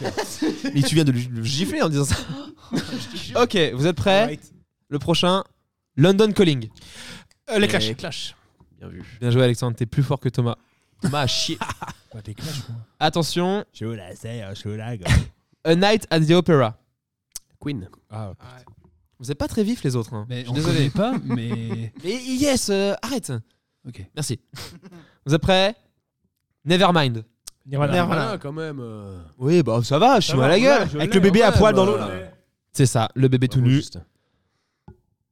[SPEAKER 5] Mais tu viens de le gifler en disant
[SPEAKER 4] (laughs)
[SPEAKER 5] ça. ok, vous êtes prêts
[SPEAKER 3] Right.
[SPEAKER 5] Le prochain, London Calling. Eh,
[SPEAKER 7] Euh, Les Clash.
[SPEAKER 4] Clash. Bien vu.
[SPEAKER 5] Bien joué, Alexandre, t'es plus fort que Thomas. Thomas (laughs) a chié.
[SPEAKER 3] Bah, t'es clash, quoi.
[SPEAKER 5] Attention,
[SPEAKER 3] Je la sais, je la
[SPEAKER 5] A Night at the Opera.
[SPEAKER 4] Queen.
[SPEAKER 3] Ah,
[SPEAKER 5] Vous êtes pas très vifs les autres. hein.
[SPEAKER 6] Mais
[SPEAKER 5] Je
[SPEAKER 6] on
[SPEAKER 5] suis désolé.
[SPEAKER 6] connaît pas, mais.
[SPEAKER 5] Mais yes, euh, arrête.
[SPEAKER 6] (laughs) Ok.
[SPEAKER 5] Merci. vous êtes prêts Nevermind.
[SPEAKER 3] Nirvana.
[SPEAKER 4] Voilà, quand même. euh,
[SPEAKER 5] Oui, bah ça va, je suis
[SPEAKER 3] Ça
[SPEAKER 5] mal à la
[SPEAKER 3] va,
[SPEAKER 5] gueule.
[SPEAKER 3] je
[SPEAKER 5] Avec le
[SPEAKER 3] l'ai,
[SPEAKER 5] bébé à
[SPEAKER 4] ouais,
[SPEAKER 5] poil dans
[SPEAKER 4] bah,
[SPEAKER 5] l'eau. C'est ça, le bébé tout
[SPEAKER 4] bravo,
[SPEAKER 5] nu.
[SPEAKER 4] Justin.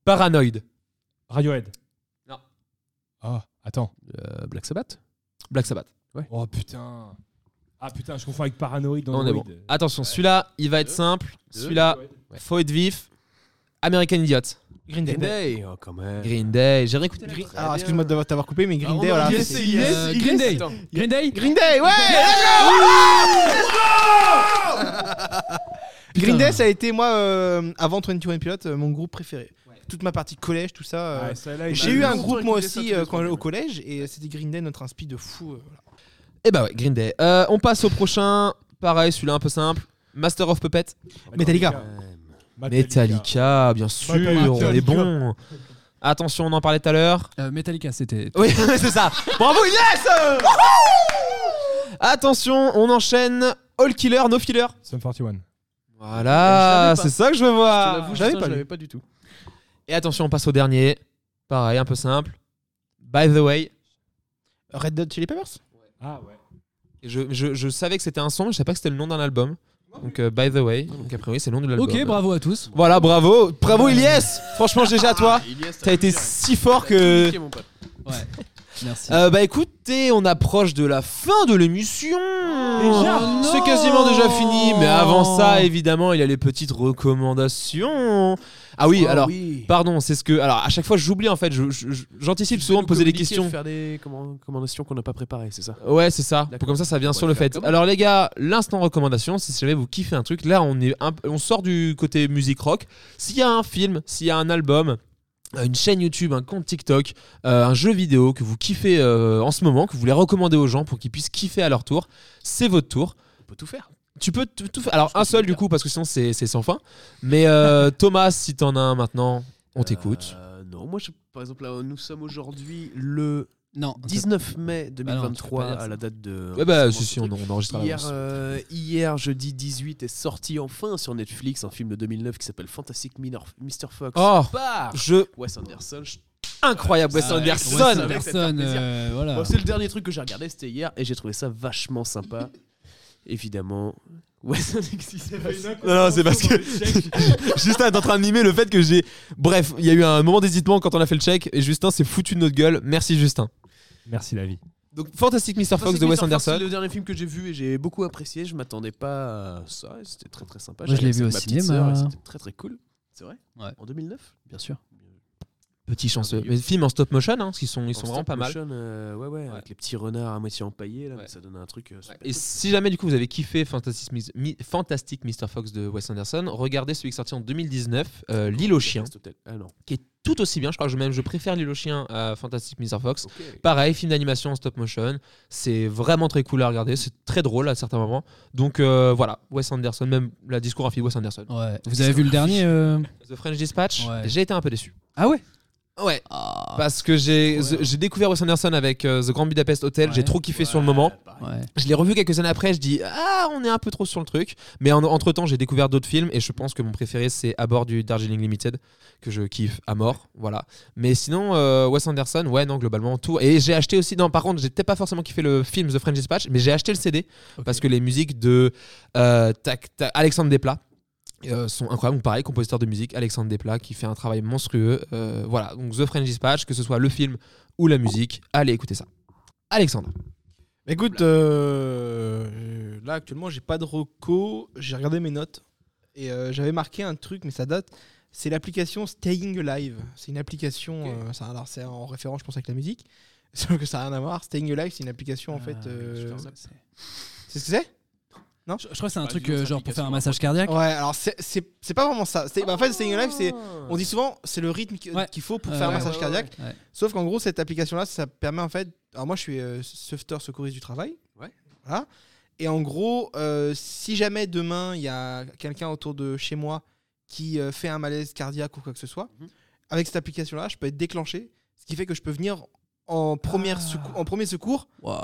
[SPEAKER 5] Paranoid.
[SPEAKER 3] Radiohead.
[SPEAKER 5] Non.
[SPEAKER 3] Ah, attends.
[SPEAKER 4] Euh, Black Sabbath.
[SPEAKER 5] Black Sabbath.
[SPEAKER 3] Oh putain. Ah putain, je confonds avec Paranoid dans
[SPEAKER 5] On est bon. Attention, celui-là, il va être simple. Celui-là, faut être vif. American Idiot.
[SPEAKER 7] Green Day.
[SPEAKER 4] Green Day. Oh, quand même.
[SPEAKER 5] Green Day. J'ai réécouté la
[SPEAKER 7] Green-
[SPEAKER 5] chanson.
[SPEAKER 7] Alors, excuse-moi de t'avoir coupé, mais Green Day,
[SPEAKER 4] Ah, on a
[SPEAKER 7] voilà.
[SPEAKER 4] oublié,
[SPEAKER 7] c'est-
[SPEAKER 4] c'est-
[SPEAKER 6] Euh, Green
[SPEAKER 4] Eh,
[SPEAKER 6] Day Green Day
[SPEAKER 7] Green Day, ouais Green Day, ça a été, moi, euh, avant 21 Pilot, euh, mon groupe préféré. Toute ma partie collège, tout ça.
[SPEAKER 3] Ah,
[SPEAKER 7] euh, J'ai eu un groupe, moi aussi, euh, quand, au collège, et c'était Green Day, notre inspi de fou. euh, voilà.
[SPEAKER 5] Eh bah ouais, Green Day. Euh, on passe au prochain. Pareil, celui-là un peu simple. Master of Puppet.
[SPEAKER 4] bah
[SPEAKER 7] Metallica.
[SPEAKER 5] Metallica, bien sûr, on est bon. Attention, on en parlait tout à l'heure.
[SPEAKER 6] Euh, Metallica, c'était.
[SPEAKER 5] Oui, (laughs) c'est ça. Bravo, yes Attention, on enchaîne. All killer, no filler.
[SPEAKER 3] Sum 41.
[SPEAKER 5] Voilà,
[SPEAKER 4] Je l'avais pas.
[SPEAKER 5] c'est ça que je veux voir.
[SPEAKER 4] je l'avoue,
[SPEAKER 5] J'avais
[SPEAKER 4] Justin, je
[SPEAKER 5] pas
[SPEAKER 4] l'avais
[SPEAKER 5] lu.
[SPEAKER 4] pas du tout.
[SPEAKER 5] Et attention, on passe au dernier. Pareil, un peu simple. By the way.
[SPEAKER 7] Red Dead Chili Peppers
[SPEAKER 3] Ah ouais.
[SPEAKER 5] Et Je, je- je savais que c'était un son, mais je savais pas que c'était le nom d'un album. Donc, euh, by the way. Donc, a priori, c'est le nom de l'album.
[SPEAKER 6] Ok, bravo à tous.
[SPEAKER 5] Voilà, bravo. Bravo, Ilyes. Franchement, GG à toi. T'as été si fort que.
[SPEAKER 4] mon pote.
[SPEAKER 6] Merci.
[SPEAKER 5] Euh, bah écoutez, on approche de la fin de l'émission.
[SPEAKER 6] Oh
[SPEAKER 5] C'est
[SPEAKER 6] non
[SPEAKER 5] quasiment déjà fini, mais avant ça, évidemment, il y a les petites recommandations. Ah oui, alors, pardon, c'est ce que. Alors, à chaque fois, j'oublie en fait, je- je- je- j'anticipe souvent de poser des
[SPEAKER 4] des
[SPEAKER 5] questions.
[SPEAKER 4] Faire des comment- recommandations qu'on n'a pas préparées, c'est ça
[SPEAKER 5] Ouais, c'est ça.
[SPEAKER 4] D'accord.
[SPEAKER 5] Pour comme ça, ça vient
[SPEAKER 4] On
[SPEAKER 5] sur
[SPEAKER 4] va
[SPEAKER 5] le
[SPEAKER 4] faire
[SPEAKER 5] fait.
[SPEAKER 4] comme-
[SPEAKER 5] Alors les gars, l'instant recommandation, si jamais vous kiffez un truc, là on est un peu- on sort du côté musique rock. S'il y a un film, s'il y a un album, euh, une chaîne YouTube, un compte TikTok, euh, un jeu vidéo que vous kiffez euh, en ce moment, que vous voulez recommander aux gens pour qu'ils puissent kiffer à leur tour, c'est votre tour.
[SPEAKER 4] On peut tout faire.
[SPEAKER 5] Tu peux tout, tout faire. Alors un seul du coup parce que sinon c'est c'est sans fin. Mais
[SPEAKER 4] (laughs)
[SPEAKER 5] euh, Thomas, si t'en as un maintenant, on t'écoute.
[SPEAKER 4] Euh, non, moi, je- par exemple, là, nous sommes aujourd'hui le
[SPEAKER 6] Non,
[SPEAKER 4] 19
[SPEAKER 5] Ah
[SPEAKER 4] mai
[SPEAKER 6] Bah non, tu peux
[SPEAKER 4] 2023
[SPEAKER 6] pas dire
[SPEAKER 4] à
[SPEAKER 6] ça.
[SPEAKER 4] la date de.
[SPEAKER 5] Ouais, bah,
[SPEAKER 4] de
[SPEAKER 5] si, si,
[SPEAKER 4] ce
[SPEAKER 5] on,
[SPEAKER 4] truc.
[SPEAKER 5] on enregistre à
[SPEAKER 4] Hier,
[SPEAKER 5] l'avance.
[SPEAKER 4] euh, hier, jeudi 18, est sorti enfin sur Netflix un film de 2009 qui s'appelle Fantastic Minor, Mr. Fox.
[SPEAKER 5] Oh,
[SPEAKER 4] Par
[SPEAKER 5] je.
[SPEAKER 4] Wes Anderson. Je-
[SPEAKER 5] Incroyable, Wes
[SPEAKER 6] Ah,
[SPEAKER 5] Anderson.
[SPEAKER 6] Wes
[SPEAKER 4] Ça va te faire
[SPEAKER 6] Anderson,
[SPEAKER 4] plaisir.
[SPEAKER 6] euh, voilà.
[SPEAKER 4] Bon, c'est le dernier truc que j'ai regardé, c'était hier, et j'ai trouvé ça vachement sympa. Évidemment. Wes (laughs) Anderson.
[SPEAKER 5] Non, non, c'est parce que. (laughs) Justin est en train de mimer le fait que j'ai. Bref, il y a eu un moment d'hésitement quand on a fait le check et Justin s'est foutu de notre gueule. Merci, Justin.
[SPEAKER 3] Merci la vie.
[SPEAKER 5] Donc, Fantastic Mr. Fox
[SPEAKER 4] Fantastic
[SPEAKER 5] de Wes
[SPEAKER 4] Mr. Fox, C'est
[SPEAKER 5] Anderson.
[SPEAKER 4] le dernier film que j'ai vu et j'ai beaucoup apprécié. Je m'attendais pas à ça. et C'était très très sympa.
[SPEAKER 6] Moi, je l'ai
[SPEAKER 4] J'ai
[SPEAKER 6] vu
[SPEAKER 4] regardé
[SPEAKER 6] au
[SPEAKER 4] ça avec ma petite
[SPEAKER 6] cinéma.
[SPEAKER 4] sœur et C'était très très cool. C'est vrai
[SPEAKER 6] Ouais.
[SPEAKER 4] En 2009
[SPEAKER 6] Bien sûr.
[SPEAKER 5] Petit chanceux. Mais films en stop motion, hein, parce qu'ils sont, ils
[SPEAKER 4] En
[SPEAKER 5] sont vraiment pas
[SPEAKER 4] stop
[SPEAKER 5] mal.
[SPEAKER 4] motion, euh, ouais, ouais,
[SPEAKER 5] Ouais.
[SPEAKER 4] avec les petits renards à moitié empaillés, là,
[SPEAKER 5] Ouais.
[SPEAKER 4] mais ça donne un truc. euh, super
[SPEAKER 5] Et
[SPEAKER 4] cool.
[SPEAKER 5] si jamais du coup vous avez kiffé Fantastic, Mis- Mi- Fantastic Mr. Fox de Wes Anderson, regardez celui qui est sorti en 2019, euh, L'île aux chiens,
[SPEAKER 4] Rest Hotel. Ah non.
[SPEAKER 5] qui est tout aussi bien. Je crois que je- même je préfère L'île aux chiens à Fantastic Mr. Fox.
[SPEAKER 4] Ok.
[SPEAKER 5] Pareil, film d'animation en stop motion. C'est vraiment très cool à regarder. C'est très drôle à certains moments. Donc euh, voilà, Wes Anderson, même la discographie de Wes Anderson.
[SPEAKER 6] Ouais. Vous avez vu le dernier euh,
[SPEAKER 5] The French Dispatch,
[SPEAKER 6] Ouais.
[SPEAKER 5] j'ai été un peu déçu.
[SPEAKER 6] Ah ouais
[SPEAKER 5] Ouais.
[SPEAKER 6] Ah,
[SPEAKER 5] Parce que j'ai
[SPEAKER 6] Ouais.
[SPEAKER 5] j'ai découvert Wes Anderson avec euh, The Grand Budapest Hotel. J'ai
[SPEAKER 6] Ouais.
[SPEAKER 5] trop kiffé sur le moment.
[SPEAKER 6] ouais.
[SPEAKER 5] Je l'ai revu quelques années après, je dis ah on est un peu trop sur le truc, mais en- entre-temps j'ai découvert d'autres films et je pense que mon préféré c'est à bord du Darjeeling Limited que je kiffe à mort, voilà. Mais sinon euh, Wes Anderson, ouais non globalement tout et j'ai acheté aussi non par contre, j'ai peut-être pas forcément kiffé le film The French Dispatch, mais j'ai acheté le CD
[SPEAKER 6] Ok.
[SPEAKER 5] parce que les musiques de euh, tac, tac, Alexandre Desplat euh, sont incroyables. Donc, pareil, compositeur de musique, Alexandre Desplat, qui fait un travail monstrueux. Euh, voilà, donc The French Dispatch, que ce soit le film ou la musique, allez écouter ça. Alexandre.
[SPEAKER 7] Bah, Écoute, euh, là actuellement j'ai pas de reco, j'ai regardé mes notes et euh, j'avais marqué un truc, mais ça date. C'est l'application Staying Alive. C'est une application, euh, ça- alors c'est en référence je pense avec la musique, (laughs) sauf que ça n'a rien à voir. Staying Alive, c'est une application en fait.
[SPEAKER 6] Ah
[SPEAKER 7] euh, c'est ce que c'est
[SPEAKER 6] Je, je crois que c'est un
[SPEAKER 2] Bah,
[SPEAKER 6] truc
[SPEAKER 2] disons,
[SPEAKER 6] euh,
[SPEAKER 2] c'est
[SPEAKER 6] genre pour faire un
[SPEAKER 2] application,
[SPEAKER 6] massage cardiaque.
[SPEAKER 7] Ouais, alors c'est- c'est c'est pas vraiment ça. C'est- bah, en fait, Staying Alive, c'est on dit souvent c'est le rythme qui-
[SPEAKER 6] Ah. Ouais.
[SPEAKER 7] qu'il faut pour
[SPEAKER 6] Ouais,
[SPEAKER 7] faire un
[SPEAKER 6] ouais,
[SPEAKER 7] massage
[SPEAKER 6] ouais,
[SPEAKER 7] cardiaque.
[SPEAKER 6] ouais. Ouais.
[SPEAKER 7] Sauf qu'en gros, cette application-là, ça permet en fait. Alors moi, je suis euh, sauveteur secouriste du travail.
[SPEAKER 4] Ouais.
[SPEAKER 7] Voilà. Et en gros, euh, si jamais demain il y a quelqu'un autour de chez moi qui euh, fait un malaise cardiaque ou quoi que ce soit,
[SPEAKER 4] Mhm.
[SPEAKER 7] avec cette application-là, je peux être déclenché, ce qui fait que je peux venir en première
[SPEAKER 6] Ah.
[SPEAKER 7] secou- en premier secours
[SPEAKER 6] Waouh.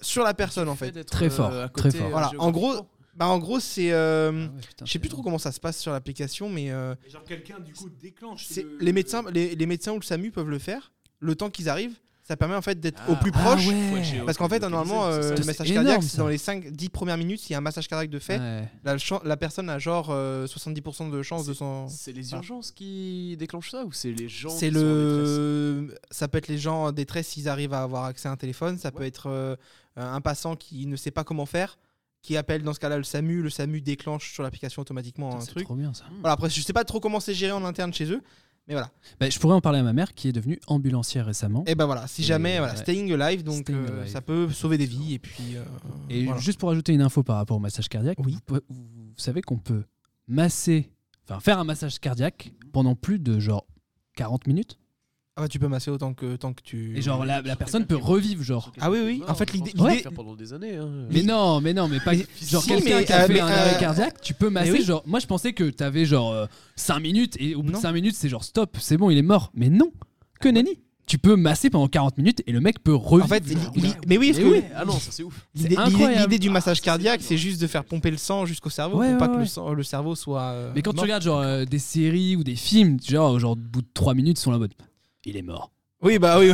[SPEAKER 7] sur la personne en
[SPEAKER 4] Le fait
[SPEAKER 7] fait.
[SPEAKER 4] d'être,
[SPEAKER 6] Très
[SPEAKER 4] euh,
[SPEAKER 6] fort,
[SPEAKER 4] à
[SPEAKER 6] très
[SPEAKER 4] côté,
[SPEAKER 6] fort.
[SPEAKER 4] euh,
[SPEAKER 7] Voilà. En gros, bah en gros, c'est euh,
[SPEAKER 6] Ah ouais, putain,
[SPEAKER 7] je sais plus
[SPEAKER 6] c'est-
[SPEAKER 7] trop comment ça se passe sur l'application, mais euh,
[SPEAKER 1] Genre quelqu'un du coup déclenche.
[SPEAKER 7] c'est- les, médecins, les, les médecins ou le SAMU peuvent le faire. Le temps qu'ils arrivent, ça permet en fait d'être au
[SPEAKER 4] Ah,
[SPEAKER 7] plus
[SPEAKER 6] Ah
[SPEAKER 7] proche.
[SPEAKER 6] ouais.
[SPEAKER 4] faut être géo-
[SPEAKER 7] Parce qu'en fait, normalement,
[SPEAKER 4] localisé, c'est
[SPEAKER 7] euh,
[SPEAKER 4] ça.
[SPEAKER 7] le
[SPEAKER 6] C'est
[SPEAKER 7] massage
[SPEAKER 6] énorme,
[SPEAKER 7] cardiaque, c'est
[SPEAKER 6] ça.
[SPEAKER 7] dans les 5-10 premières minutes. S'il y a un massage cardiaque de fait,
[SPEAKER 6] Ouais.
[SPEAKER 7] la, chan- la personne a genre euh, 70% de chance de son.
[SPEAKER 4] C'est les urgences qui déclenchent ça ou c'est les gens
[SPEAKER 7] C'est
[SPEAKER 4] qui sont en détresse
[SPEAKER 7] le. Ça peut être les gens en détresse s'ils arrivent à avoir accès à un téléphone. Ça peut être euh, un passant qui ne sait pas comment faire, qui appelle dans ce cas-là le SAMU. Le SAMU déclenche sur l'application automatiquement un
[SPEAKER 6] C'est
[SPEAKER 7] truc.
[SPEAKER 6] trop bien ça.
[SPEAKER 7] Voilà, après, je sais pas trop comment c'est géré en interne chez eux, mais voilà.
[SPEAKER 6] Bah, je pourrais en parler à ma mère qui est devenue ambulancière récemment.
[SPEAKER 7] Et ben voilà, si
[SPEAKER 6] Et
[SPEAKER 7] jamais, voilà,
[SPEAKER 6] ouais.
[SPEAKER 7] staying alive, donc
[SPEAKER 6] Staying
[SPEAKER 7] euh,
[SPEAKER 6] alive.
[SPEAKER 7] ça peut sauver des vies. Et puis. euh,
[SPEAKER 6] Et
[SPEAKER 7] voilà.
[SPEAKER 6] juste pour ajouter une info par rapport au massage cardiaque,
[SPEAKER 7] Oui.
[SPEAKER 6] vous, pouvez- vous- vous savez qu'on peut masser, enfin faire un massage cardiaque pendant plus de genre 40 minutes.
[SPEAKER 7] Ah bah, tu peux masser autant que, tant que tu.
[SPEAKER 6] Et genre la, la personne peut revivre, genre.
[SPEAKER 7] Ah oui, oui.
[SPEAKER 4] Non,
[SPEAKER 7] En fait,
[SPEAKER 4] hein, je
[SPEAKER 7] l'idée.
[SPEAKER 4] pense qu'on
[SPEAKER 7] l'idée-
[SPEAKER 4] peut le faire pendant des années. hein.
[SPEAKER 6] Mais non, mais non, mais pas. Genre
[SPEAKER 7] si,
[SPEAKER 6] quelqu'un
[SPEAKER 7] mais,
[SPEAKER 6] qui a
[SPEAKER 7] euh,
[SPEAKER 6] fait
[SPEAKER 7] mais,
[SPEAKER 6] un arrêt
[SPEAKER 7] euh,
[SPEAKER 6] cardiaque, tu peux masser,
[SPEAKER 7] oui.
[SPEAKER 6] genre. Moi je pensais que t'avais genre 5 minutes et au bout de
[SPEAKER 7] Non.
[SPEAKER 6] 5 minutes c'est genre stop, c'est bon, il est mort. Mais non, que nenni. Tu peux masser pendant 40 minutes et le mec peut revivre.
[SPEAKER 7] En fait, li- li-
[SPEAKER 6] Oula.
[SPEAKER 7] mais oui, parce
[SPEAKER 6] Mais
[SPEAKER 7] que
[SPEAKER 6] oui.
[SPEAKER 4] Ah non, ça c'est ouf.
[SPEAKER 7] l'idée- l'idée
[SPEAKER 6] incroyable.
[SPEAKER 7] l'idée du massage cardiaque, c'est juste de faire pomper le sang jusqu'au cerveau
[SPEAKER 6] Ouais,
[SPEAKER 7] pour pas
[SPEAKER 6] ouais,
[SPEAKER 7] que le,
[SPEAKER 6] ouais.
[SPEAKER 7] sang- le cerveau soit. euh,
[SPEAKER 6] Mais quand tu
[SPEAKER 7] mort.
[SPEAKER 6] regardes genre euh, des séries ou des films, genre, genre au bout de 3 minutes, ils sont là en mode il est
[SPEAKER 7] (laughs)
[SPEAKER 6] mort.
[SPEAKER 7] Oui, bah oui.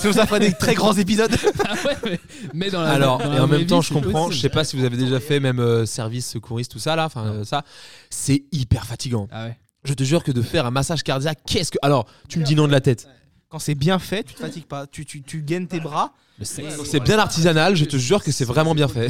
[SPEAKER 7] Sinon, ça ferait des très grands épisodes.
[SPEAKER 6] Ah ouais, mais, mais dans
[SPEAKER 5] (laughs)
[SPEAKER 6] la
[SPEAKER 5] Alors,
[SPEAKER 6] dans la
[SPEAKER 5] et en
[SPEAKER 6] vraie
[SPEAKER 5] même temps,
[SPEAKER 6] vie,
[SPEAKER 5] je
[SPEAKER 6] c'est
[SPEAKER 5] comprends. Je
[SPEAKER 6] possible.
[SPEAKER 5] sais pas si vous avez déjà fait même euh, service secouriste, tout ça là. Enfin, euh, ça, c'est hyper fatigant.
[SPEAKER 6] Ah ouais.
[SPEAKER 5] Je te jure que de faire un massage cardiaque, qu'est-ce que. Alors, tu me dis non de la tête.
[SPEAKER 7] Quand c'est bien fait, tu te fatigues pas. Tu, tu, tu gaines tes bras.
[SPEAKER 6] Le sexe.
[SPEAKER 5] C'est bien artisanal. Je te jure que c'est vraiment bien fait.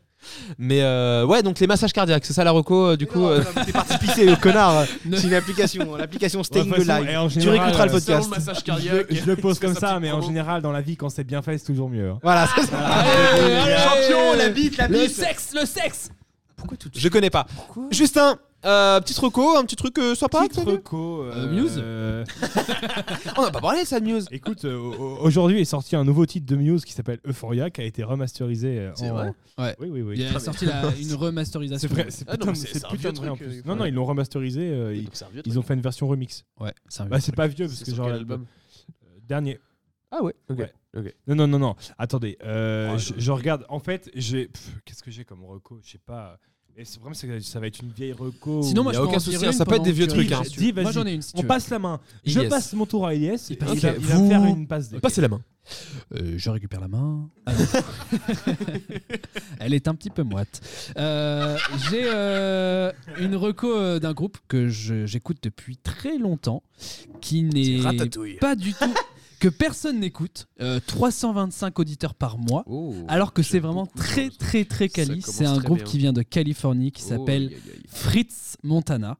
[SPEAKER 5] (laughs) Mais euh, ouais, donc les massages cardiaques, c'est ça la reco euh, du coup. euh,
[SPEAKER 7] T'es parti pisser, le connard.
[SPEAKER 6] Ne-
[SPEAKER 7] C'est une application. L'application
[SPEAKER 3] Ouais, de
[SPEAKER 7] Staying
[SPEAKER 3] toute façon,
[SPEAKER 7] Alive.
[SPEAKER 3] et en
[SPEAKER 7] Tu
[SPEAKER 3] général,
[SPEAKER 7] réécouteras le
[SPEAKER 3] euh,
[SPEAKER 7] podcast.
[SPEAKER 4] massage
[SPEAKER 3] Je, je le pose comme ça, mais en général, dans la vie, quand c'est bien fait, c'est toujours mieux. hein.
[SPEAKER 7] Voilà. ça, c'est- Champion, la bite, la
[SPEAKER 6] Le
[SPEAKER 7] bite.
[SPEAKER 6] sexe, le sexe.
[SPEAKER 5] (laughs) Je connais pas. Justin, euh, petite reco, un petit truc euh, sympa. que
[SPEAKER 3] Petite
[SPEAKER 5] t'as vu
[SPEAKER 3] reco, euh,
[SPEAKER 6] Euh, Muse
[SPEAKER 3] euh,
[SPEAKER 5] On n'a pas parlé de ça de news.
[SPEAKER 3] Écoute, euh, au- aujourd'hui est sorti un nouveau titre de Muse qui s'appelle Euphoria, qui a été remasterisé. euh,
[SPEAKER 4] C'est
[SPEAKER 3] en-
[SPEAKER 4] vrai
[SPEAKER 6] Ouais.
[SPEAKER 3] Oui, oui, oui.
[SPEAKER 6] Il y a sorti
[SPEAKER 7] (laughs)
[SPEAKER 6] la- une remasterisation.
[SPEAKER 3] C'est vrai, c'est
[SPEAKER 4] Ah non,
[SPEAKER 3] putain,
[SPEAKER 4] mais
[SPEAKER 3] c'est
[SPEAKER 4] c'est un
[SPEAKER 3] putain
[SPEAKER 4] vieux
[SPEAKER 3] de vrai en
[SPEAKER 4] truc,
[SPEAKER 3] plus.
[SPEAKER 4] euh,
[SPEAKER 3] Non, non, ils l'ont remasterisé. euh, ils, ils ont fait une version remix.
[SPEAKER 6] Ouais, c'est un
[SPEAKER 3] Bah, c'est pas vieux parce
[SPEAKER 4] C'est
[SPEAKER 3] que
[SPEAKER 4] sur
[SPEAKER 3] genre
[SPEAKER 4] quel
[SPEAKER 3] l'album
[SPEAKER 4] album
[SPEAKER 3] dernier.
[SPEAKER 4] Ah ouais, ok.
[SPEAKER 3] Ouais.
[SPEAKER 4] ok.
[SPEAKER 3] Non, non, non, non. Attendez, euh,
[SPEAKER 4] Ouais,
[SPEAKER 3] je, je regarde. En fait, j'ai. pff, Qu'est-ce que j'ai comme reco Je sais pas. Et le problème, c'est que ça va être une vieille reco.
[SPEAKER 6] Sinon,
[SPEAKER 3] où
[SPEAKER 6] moi,
[SPEAKER 3] il y
[SPEAKER 6] je
[SPEAKER 3] a
[SPEAKER 6] peux
[SPEAKER 3] aucun
[SPEAKER 6] en dire
[SPEAKER 3] souci.
[SPEAKER 6] une
[SPEAKER 3] Ça peut être des
[SPEAKER 6] pendant
[SPEAKER 3] vieux
[SPEAKER 6] que-
[SPEAKER 3] trucs.
[SPEAKER 6] Vas-y,
[SPEAKER 3] hein.
[SPEAKER 6] si tu
[SPEAKER 3] Dis,
[SPEAKER 6] veux. Moi, j'en ai
[SPEAKER 3] vas-y.
[SPEAKER 6] une, si tu
[SPEAKER 3] On
[SPEAKER 6] veux.
[SPEAKER 3] passe la main. Je
[SPEAKER 5] Ilyes.
[SPEAKER 3] passe mon tour à Elias. Il,
[SPEAKER 6] passe-
[SPEAKER 3] il va,
[SPEAKER 5] Ok,
[SPEAKER 3] il va faire
[SPEAKER 5] vous-
[SPEAKER 3] une passe D.
[SPEAKER 5] Passez la main.
[SPEAKER 6] Euh, je récupère la main.
[SPEAKER 4] Ah
[SPEAKER 6] (laughs) Elle est un petit peu moite. Euh, J'ai euh, une reco euh, d'un groupe que je- j'écoute depuis très longtemps, qui n'est pas du tout que personne n'écoute. Euh, 325 auditeurs par mois. Alors que c'est
[SPEAKER 4] j'aime
[SPEAKER 6] vraiment
[SPEAKER 4] Oh, beaucoup
[SPEAKER 6] très
[SPEAKER 4] ça.
[SPEAKER 6] très très quali.
[SPEAKER 4] Ça commence
[SPEAKER 6] C'est un
[SPEAKER 4] très
[SPEAKER 6] groupe
[SPEAKER 4] bien. Oh,
[SPEAKER 6] qui vient de Californie qui s'appelle Fritz Montana.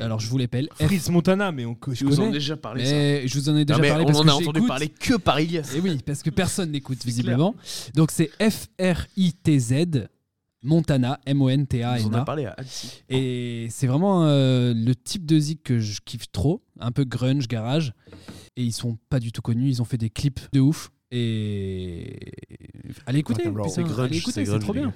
[SPEAKER 6] Alors je vous l'appelle. F-
[SPEAKER 3] Fritz Montana, mais on, co- je
[SPEAKER 4] tu nous en as
[SPEAKER 3] connais.
[SPEAKER 4] déjà parlé. ça.
[SPEAKER 6] Mais je vous en ai déjà
[SPEAKER 4] Non, mais
[SPEAKER 6] parlé
[SPEAKER 4] on
[SPEAKER 6] parce
[SPEAKER 4] en
[SPEAKER 6] que
[SPEAKER 4] a entendu
[SPEAKER 6] j'écoute.
[SPEAKER 4] parler que par Ilias.
[SPEAKER 6] Et oui, parce que personne n'écoute visiblement. Donc c'est F-R-I-T-Z, Montana,
[SPEAKER 4] On en a
[SPEAKER 6] M-O-N-T-A-N-A.
[SPEAKER 4] parlé à Annecy.
[SPEAKER 6] Et c'est vraiment euh, le type de zik que je kiffe trop, un peu grunge, garage. Et ils sont pas du tout connus, ils ont fait des clips de ouf. Et allez écouter,
[SPEAKER 4] Rock and roll.
[SPEAKER 6] putain,
[SPEAKER 4] C'est grunge,
[SPEAKER 6] allez écouter,
[SPEAKER 4] c'est
[SPEAKER 6] c'est
[SPEAKER 4] grunge,
[SPEAKER 6] trop
[SPEAKER 4] les
[SPEAKER 6] bien.
[SPEAKER 4] gars.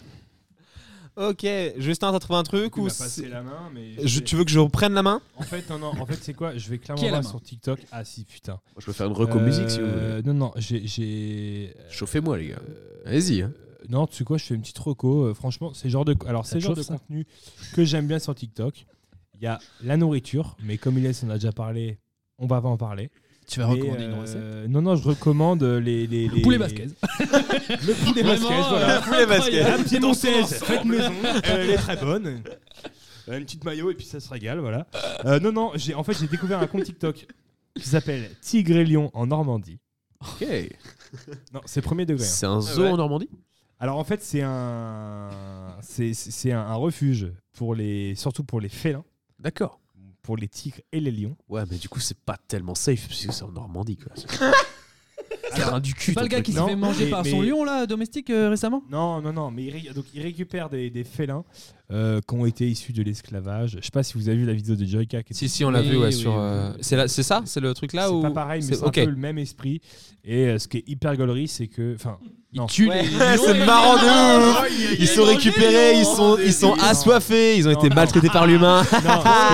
[SPEAKER 5] Ok, Justin, t'as trouvé un truc
[SPEAKER 3] Il
[SPEAKER 5] ou
[SPEAKER 3] m'a passé la main, mais.
[SPEAKER 5] c'est- Je-
[SPEAKER 3] j'ai-
[SPEAKER 5] tu veux que je reprenne la main
[SPEAKER 3] En fait, non, non, en fait, c'est quoi Je vais clairement
[SPEAKER 6] Qui a la
[SPEAKER 3] voir
[SPEAKER 6] main
[SPEAKER 3] sur TikTok. Ah si, putain.
[SPEAKER 4] Moi, je peux faire une reco musique si vous voulez.
[SPEAKER 3] Euh, Non, non, j'ai- j'ai.
[SPEAKER 4] Chauffez-moi, les gars.
[SPEAKER 3] Euh,
[SPEAKER 4] Allez-y. hein.
[SPEAKER 3] Euh, Non, tu sais quoi, je fais une petite reco. euh, franchement, c'est le genre de, alors, c'est le genre
[SPEAKER 6] chauffe,
[SPEAKER 3] de
[SPEAKER 6] ça
[SPEAKER 3] contenu que j'aime bien sur TikTok. Il y a la nourriture, mais comme il est, on a déjà parlé, on va pas en parler.
[SPEAKER 6] Tu vas
[SPEAKER 3] Mais,
[SPEAKER 6] recommander une
[SPEAKER 3] euh,
[SPEAKER 6] recette.
[SPEAKER 3] Non, non, je recommande euh, les. les,
[SPEAKER 6] Le
[SPEAKER 3] les-
[SPEAKER 6] poulet basquez.
[SPEAKER 3] Le poulet
[SPEAKER 6] Vraiment,
[SPEAKER 3] basquez,
[SPEAKER 6] euh,
[SPEAKER 3] voilà.
[SPEAKER 5] Poulet basket.
[SPEAKER 3] La piémontaise, faite maison, euh, elle est très bonne. Euh, Une petite maillot et puis ça se régale, voilà. Euh, non, non, j'ai, en fait, j'ai découvert un compte TikTok qui s'appelle Tigre et Lion en Normandie.
[SPEAKER 4] Ok.
[SPEAKER 3] Non, c'est premier degré. hein.
[SPEAKER 4] C'est un zoo en Normandie
[SPEAKER 3] Alors en fait, c'est un c'est c'est un, un refuge pour les surtout pour les félins,
[SPEAKER 4] D'accord.
[SPEAKER 3] pour les tigres et les lions.
[SPEAKER 4] Ouais, mais du coup, c'est pas tellement safe puisque c'est en Normandie,
[SPEAKER 7] (laughs)
[SPEAKER 4] quoi. C'est un du cul.
[SPEAKER 6] C'est pas
[SPEAKER 4] ton
[SPEAKER 6] le gars
[SPEAKER 4] truc.
[SPEAKER 6] qui s'est
[SPEAKER 3] non,
[SPEAKER 6] fait manger
[SPEAKER 3] mais-
[SPEAKER 6] par
[SPEAKER 3] mais-
[SPEAKER 6] son lion là, domestique euh, récemment
[SPEAKER 3] Non, non, non, mais ils, ré- donc, ils récupèrent des, des félins euh, qui ont été issus de l'esclavage. Je sais pas si vous avez vu la vidéo de Jerika. qui était-
[SPEAKER 5] Si, si, on l'a
[SPEAKER 6] Oui,
[SPEAKER 5] vu, ouais,
[SPEAKER 6] oui,
[SPEAKER 5] sur.
[SPEAKER 6] oui.
[SPEAKER 5] euh, C'est là- c'est ça C'est le truc là
[SPEAKER 3] C'est
[SPEAKER 5] ou
[SPEAKER 3] pas pareil, mais c'est
[SPEAKER 5] Ok.
[SPEAKER 3] un peu le même esprit. Et euh, ce qui est hyper gaulerie, c'est que enfin non.
[SPEAKER 6] Tu
[SPEAKER 5] Ouais,
[SPEAKER 6] les-
[SPEAKER 5] (laughs) c'est marrant de ouf Ils sont récupérés, ils sont, ils sont
[SPEAKER 3] des-
[SPEAKER 5] assoiffés, ils ont
[SPEAKER 3] Non,
[SPEAKER 5] été
[SPEAKER 3] non.
[SPEAKER 5] maltraités par l'humain.
[SPEAKER 3] Non, ce qui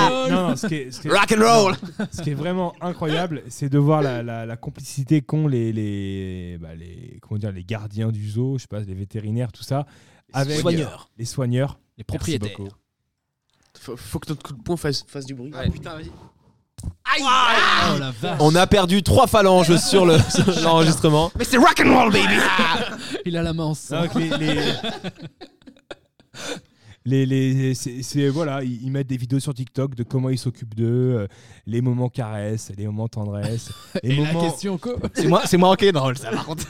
[SPEAKER 5] (laughs)
[SPEAKER 3] est- non, non, ce qui est- ce qui est-
[SPEAKER 5] Rock and roll
[SPEAKER 3] Ce qui est vraiment incroyable, c'est de voir la, la- la complicité qu'ont les, les, bah, les, comment dire, les gardiens du zoo, je sais pas, les vétérinaires, tout ça, avec
[SPEAKER 4] soigneurs.
[SPEAKER 3] les soigneurs,
[SPEAKER 6] les
[SPEAKER 3] Merci
[SPEAKER 6] propriétaires.
[SPEAKER 3] beaucoup.
[SPEAKER 4] Faut, faut que notre coup de poing fasse, fasse du bruit.
[SPEAKER 3] Ah,
[SPEAKER 6] Oh la vache,
[SPEAKER 5] On a perdu trois phalanges sur (laughs) le- sur l'enregistrement.
[SPEAKER 6] il a la main en
[SPEAKER 3] Non,
[SPEAKER 6] sang.
[SPEAKER 3] avec les, les- (laughs) les- les- c'est- c'est- voilà, ils, ils mettent des vidéos sur TikTok de comment ils s'occupent d'eux, euh, les moments caresses, les moments
[SPEAKER 4] (laughs)
[SPEAKER 3] tendresse, les
[SPEAKER 6] Et la
[SPEAKER 3] moments.
[SPEAKER 6] question co- (laughs)
[SPEAKER 5] C'est moi, c'est moi ok, non, ça par contre.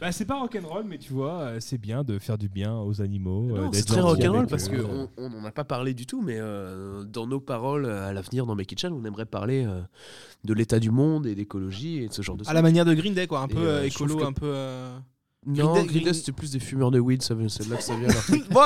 [SPEAKER 3] Bah, c'est pas rock'n'roll, mais tu vois, euh, c'est bien de faire du bien aux animaux. euh,
[SPEAKER 4] Non,
[SPEAKER 3] d'être
[SPEAKER 4] C'est très
[SPEAKER 3] gentil
[SPEAKER 4] rock'n'roll
[SPEAKER 3] avec
[SPEAKER 4] parce
[SPEAKER 3] eux.
[SPEAKER 4] qu'on n'en a pas parlé du tout, mais euh, dans nos paroles euh, à l'avenir, dans mes kitchen, on aimerait parler euh, de l'état du monde et d'écologie et de ce genre de
[SPEAKER 7] À la manière de Green Day, quoi. Un
[SPEAKER 4] Et,
[SPEAKER 7] peu
[SPEAKER 4] euh,
[SPEAKER 7] euh,
[SPEAKER 4] je
[SPEAKER 7] écolo,
[SPEAKER 4] trouve que-
[SPEAKER 7] un peu. euh, (laughs)
[SPEAKER 4] Non,
[SPEAKER 7] Green Day-
[SPEAKER 4] Green Day,
[SPEAKER 7] Green-
[SPEAKER 4] c'était plus des fumeurs de weed, ça vient- c'est de là que ça vient. leur truc.
[SPEAKER 7] bon,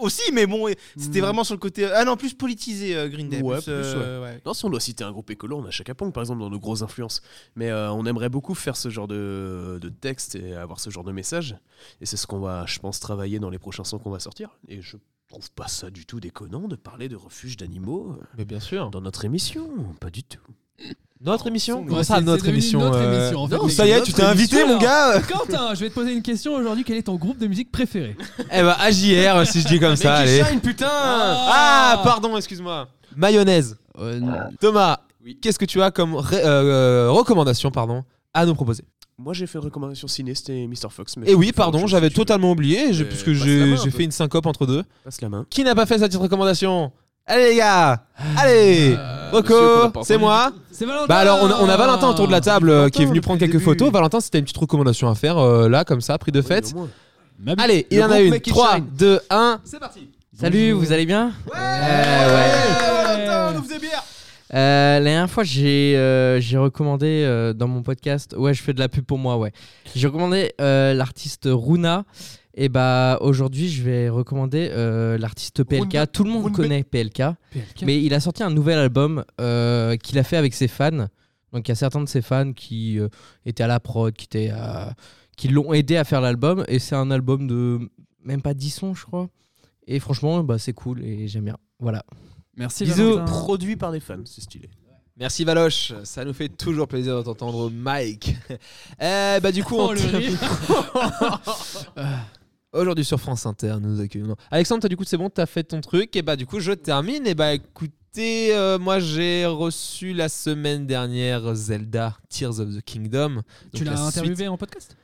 [SPEAKER 7] aussi, mais bon, c'était
[SPEAKER 4] Mm.
[SPEAKER 7] vraiment sur le côté. Ah non, plus politisé euh, Green Day.
[SPEAKER 4] Ouais,
[SPEAKER 7] plus,
[SPEAKER 4] plus,
[SPEAKER 7] euh, ouais.
[SPEAKER 4] Non, si on doit citer un groupe écolo, on a Chaka Pong par exemple dans nos grosses influences. Mais euh, on aimerait beaucoup faire ce genre de, de texte et avoir ce genre de message. Et c'est ce qu'on va, je pense, travailler dans les prochains sons qu'on va sortir. Et je trouve pas ça du tout déconnant de parler de refuge d'animaux euh,
[SPEAKER 5] Mais bien sûr.
[SPEAKER 4] dans notre émission. Pas du tout.
[SPEAKER 5] Notre émission
[SPEAKER 6] Ouais,
[SPEAKER 5] Comment ça,
[SPEAKER 6] c'est-
[SPEAKER 5] notre
[SPEAKER 6] c'est devenu
[SPEAKER 5] émission
[SPEAKER 6] notre
[SPEAKER 5] euh,
[SPEAKER 6] émission, en fait,
[SPEAKER 5] non,
[SPEAKER 6] les
[SPEAKER 5] ça y
[SPEAKER 6] gars,
[SPEAKER 5] est, tu
[SPEAKER 6] notre
[SPEAKER 5] t'es invité,
[SPEAKER 6] émission,
[SPEAKER 5] mon gars
[SPEAKER 6] Quentin, je vais te poser une question aujourd'hui. Quel est ton groupe de musique préféré
[SPEAKER 5] Eh bah, AJR, si je dis comme ça, allez.
[SPEAKER 7] putain
[SPEAKER 5] Ah, pardon, excuse-moi. Mayonnaise. Euh, Thomas, qu'est-ce que tu as comme ré- euh, euh, recommandation pardon, à nous proposer
[SPEAKER 4] Moi, j'ai fait une recommandation ciné, c'était Mr. Fox. mais
[SPEAKER 5] Et
[SPEAKER 4] Bah, je peux
[SPEAKER 5] Eh oui,
[SPEAKER 4] faire autre
[SPEAKER 5] pardon,
[SPEAKER 4] chose
[SPEAKER 5] j'avais
[SPEAKER 4] si tu veux.
[SPEAKER 5] totalement oublié, j'ai-
[SPEAKER 4] Euh,
[SPEAKER 5] puisque
[SPEAKER 4] passe la main
[SPEAKER 5] j'ai
[SPEAKER 4] un
[SPEAKER 5] j'ai
[SPEAKER 4] peu.
[SPEAKER 5] fait une syncope entre deux.
[SPEAKER 4] Passe la main.
[SPEAKER 5] Qui n'a pas fait sa petite recommandation Allez les gars Allez
[SPEAKER 4] Ah, monsieur qu'on a
[SPEAKER 5] Rocco,
[SPEAKER 4] pas
[SPEAKER 5] c'est
[SPEAKER 4] entendu.
[SPEAKER 5] moi
[SPEAKER 6] C'est Valentin
[SPEAKER 5] Bah alors, on a, on a Valentin autour de la table euh, qui est venu prendre quelques photos. Valentin, si t'as une petite recommandation à faire, euh, là, comme ça, pris de fête.
[SPEAKER 4] Ouais, au moins.
[SPEAKER 6] Ma bite.
[SPEAKER 5] Allez, il y en a
[SPEAKER 4] groupe
[SPEAKER 5] une.
[SPEAKER 4] Make It
[SPEAKER 5] 3,
[SPEAKER 4] Shine.
[SPEAKER 5] 2, 1. C'est parti
[SPEAKER 11] Salut, vous allez bien
[SPEAKER 3] Eh
[SPEAKER 7] Valentin, Eh, on ouvre des bières
[SPEAKER 11] Euh, La dernière fois, j'ai euh, j'ai recommandé euh, dans mon podcast. Ouais, je fais de la pub pour moi, ouais. J'ai recommandé euh, l'artiste Runa. Et bah aujourd'hui, je vais recommander euh, l'artiste PLK.
[SPEAKER 7] Runa-
[SPEAKER 11] Tout le monde
[SPEAKER 7] Runa-
[SPEAKER 11] connaît PLK. Mais il a sorti un nouvel album euh, qu'il a fait avec ses fans. Donc il y a certains de ses fans qui euh, étaient à la prod, qui, étaient à- qui l'ont aidé à faire l'album. Et c'est un album de même pas 10 sons, je crois. Et franchement, bah, c'est cool et j'aime bien. Voilà.
[SPEAKER 6] Merci
[SPEAKER 11] Bisous.
[SPEAKER 6] Valentin.
[SPEAKER 4] Produit par des fans, c'est stylé.
[SPEAKER 5] Merci Valoche, ça nous fait toujours plaisir de t'entendre Mike. (laughs) Eh bah du coup
[SPEAKER 11] Oh,
[SPEAKER 5] on
[SPEAKER 11] le
[SPEAKER 5] te- (laughs)
[SPEAKER 11] rire.
[SPEAKER 5] Aujourd'hui sur France Inter, nous accueillons. non. Alexandre, t'as du coup c'est bon, t'as fait ton truc et bah du coup je termine et bah écoutez, euh, moi j'ai reçu la semaine dernière Zelda Tears of the Kingdom.
[SPEAKER 6] Tu
[SPEAKER 5] Donc,
[SPEAKER 6] l'as
[SPEAKER 5] la
[SPEAKER 6] interviewé
[SPEAKER 5] suite-
[SPEAKER 6] en podcast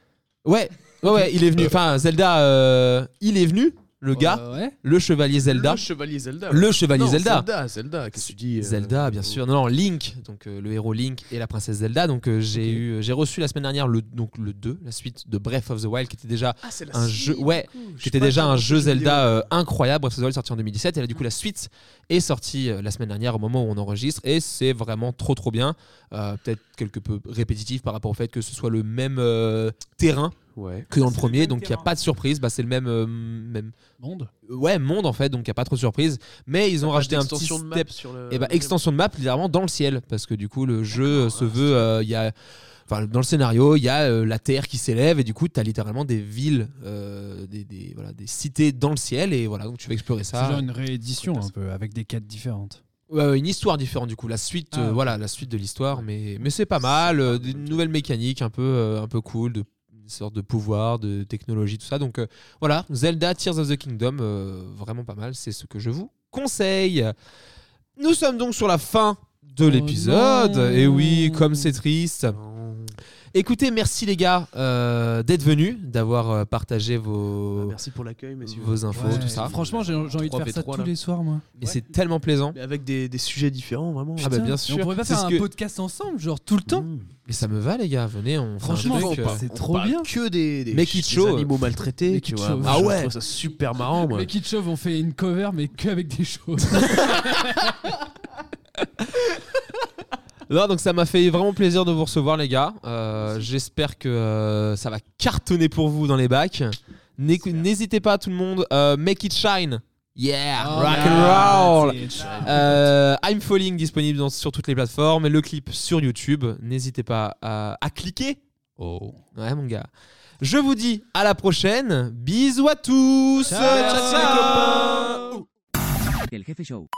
[SPEAKER 5] Ouais, ouais, ouais, il est venu. Enfin, Zelda, euh, il est venu, le gars,
[SPEAKER 6] Euh,
[SPEAKER 5] le chevalier Zelda.
[SPEAKER 4] Le chevalier Zelda.
[SPEAKER 5] Le chevalier
[SPEAKER 4] Non,
[SPEAKER 5] Zelda.
[SPEAKER 4] Zelda, Zelda, qu'est-ce que tu dis euh,
[SPEAKER 5] Zelda, bien sûr. Non, non, Link, donc euh, le héros Link et la princesse Zelda. Donc euh, j'ai eu, j'ai reçu la semaine dernière le donc le 2, la suite de Breath of the Wild, qui était déjà
[SPEAKER 4] Ah, c'est la
[SPEAKER 5] un
[SPEAKER 4] suite,
[SPEAKER 5] jeu,
[SPEAKER 4] du
[SPEAKER 5] ouais,
[SPEAKER 4] coup. Je
[SPEAKER 5] qui
[SPEAKER 4] suis
[SPEAKER 5] était
[SPEAKER 4] pas
[SPEAKER 5] déjà
[SPEAKER 4] dans
[SPEAKER 5] un
[SPEAKER 4] le
[SPEAKER 5] jeu
[SPEAKER 4] jeu vidéo.
[SPEAKER 5] Zelda euh, incroyable. Breath of the Wild sorti en 2017 et là du coup la suite est sortie euh, la semaine dernière au moment où on enregistre et c'est vraiment trop trop bien. Euh, Peut-être quelque peu répétitif par rapport au fait que ce soit le même euh, terrain.
[SPEAKER 4] Ouais.
[SPEAKER 5] que dans le premier, donc il n'y a pas de surprise, bah, c'est le même, euh, même
[SPEAKER 6] monde.
[SPEAKER 5] Ouais, monde en fait, donc il n'y a pas trop de surprise. Mais ils ont
[SPEAKER 4] pas
[SPEAKER 5] rajouté un petit
[SPEAKER 4] d'extension de map
[SPEAKER 5] step.
[SPEAKER 4] sur le-
[SPEAKER 5] Et bah,
[SPEAKER 4] le
[SPEAKER 5] extension de map littéralement dans le ciel, parce que du coup le jeu euh, se veut, euh, il y a, enfin dans le scénario, il y a euh, la terre qui s'élève et du coup tu as littéralement des villes, euh, des, des- voilà, des cités dans le ciel et voilà donc tu vas explorer
[SPEAKER 6] C'est
[SPEAKER 5] ça.
[SPEAKER 6] genre une réédition un peu, avec des quêtes différentes.
[SPEAKER 5] Ouais, ouais, Euh, une histoire différente du coup, la suite,
[SPEAKER 6] Ah,
[SPEAKER 5] euh,
[SPEAKER 6] ok.
[SPEAKER 5] voilà, la suite de l'histoire, mais, mais c'est pas mal, euh, des nouvelles mécaniques un peu, euh, un peu cool, de, une sorte de pouvoir, de technologie, tout ça. Donc euh, voilà, Zelda Tears of the Kingdom, euh, vraiment pas mal, c'est ce que je vous conseille. Nous sommes donc sur la fin de l'épisode, et oui, comme c'est triste. Écoutez, merci les gars euh, d'être venus, d'avoir euh, partagé vos,
[SPEAKER 4] Bah, Merci pour l'accueil, messieurs.
[SPEAKER 5] vos infos, tout ça.
[SPEAKER 6] Franchement, j'ai j'ai envie de
[SPEAKER 4] Trois
[SPEAKER 6] faire ça
[SPEAKER 4] V3,
[SPEAKER 6] tous
[SPEAKER 4] là.
[SPEAKER 6] les soirs, moi.
[SPEAKER 5] Mais c'est tellement plaisant.
[SPEAKER 4] Mais avec des, des sujets différents, vraiment.
[SPEAKER 5] Ah bah bien
[SPEAKER 6] Mais
[SPEAKER 5] sûr.
[SPEAKER 6] On pourrait pas
[SPEAKER 5] C'est
[SPEAKER 6] faire
[SPEAKER 5] ce
[SPEAKER 6] un
[SPEAKER 5] que- Mmh.
[SPEAKER 6] podcast ensemble, genre tout le temps
[SPEAKER 5] Mais ça me va les gars, venez, on fait un
[SPEAKER 6] Franchement,
[SPEAKER 5] truc, euh,
[SPEAKER 6] c'est
[SPEAKER 4] On
[SPEAKER 6] trop
[SPEAKER 4] parle
[SPEAKER 6] bien.
[SPEAKER 4] Que des, des,
[SPEAKER 5] Mais
[SPEAKER 4] des
[SPEAKER 5] qui te chaud.
[SPEAKER 4] animaux maltraités,
[SPEAKER 6] Mais
[SPEAKER 4] tu
[SPEAKER 6] qui te
[SPEAKER 4] vois.
[SPEAKER 6] chaud.
[SPEAKER 4] Moi,
[SPEAKER 5] Ah
[SPEAKER 4] je
[SPEAKER 5] ouais.
[SPEAKER 4] trouve ça super marrant, moi.
[SPEAKER 6] Les Kids Chauves ont fait une cover, mais que avec
[SPEAKER 5] (laughs)
[SPEAKER 6] des choses.
[SPEAKER 5] Non, donc ça m'a fait vraiment plaisir de vous recevoir, les gars. Euh, J'espère que euh, ça va cartonner pour vous dans les bacs. N'éc- N'hésitez pas, tout le monde. euh, make it shine. Yeah,
[SPEAKER 6] Oh,
[SPEAKER 5] rock
[SPEAKER 6] yeah,
[SPEAKER 5] and roll.
[SPEAKER 6] that's it.
[SPEAKER 5] Euh, I'm Falling disponible dans- sur toutes les plateformes. Le clip sur YouTube. N'hésitez pas à, à cliquer. Oh. Ouais, mon gars. Je vous dis à la prochaine. Bisous à tous. Ciao, ciao.
[SPEAKER 12] El jefe show.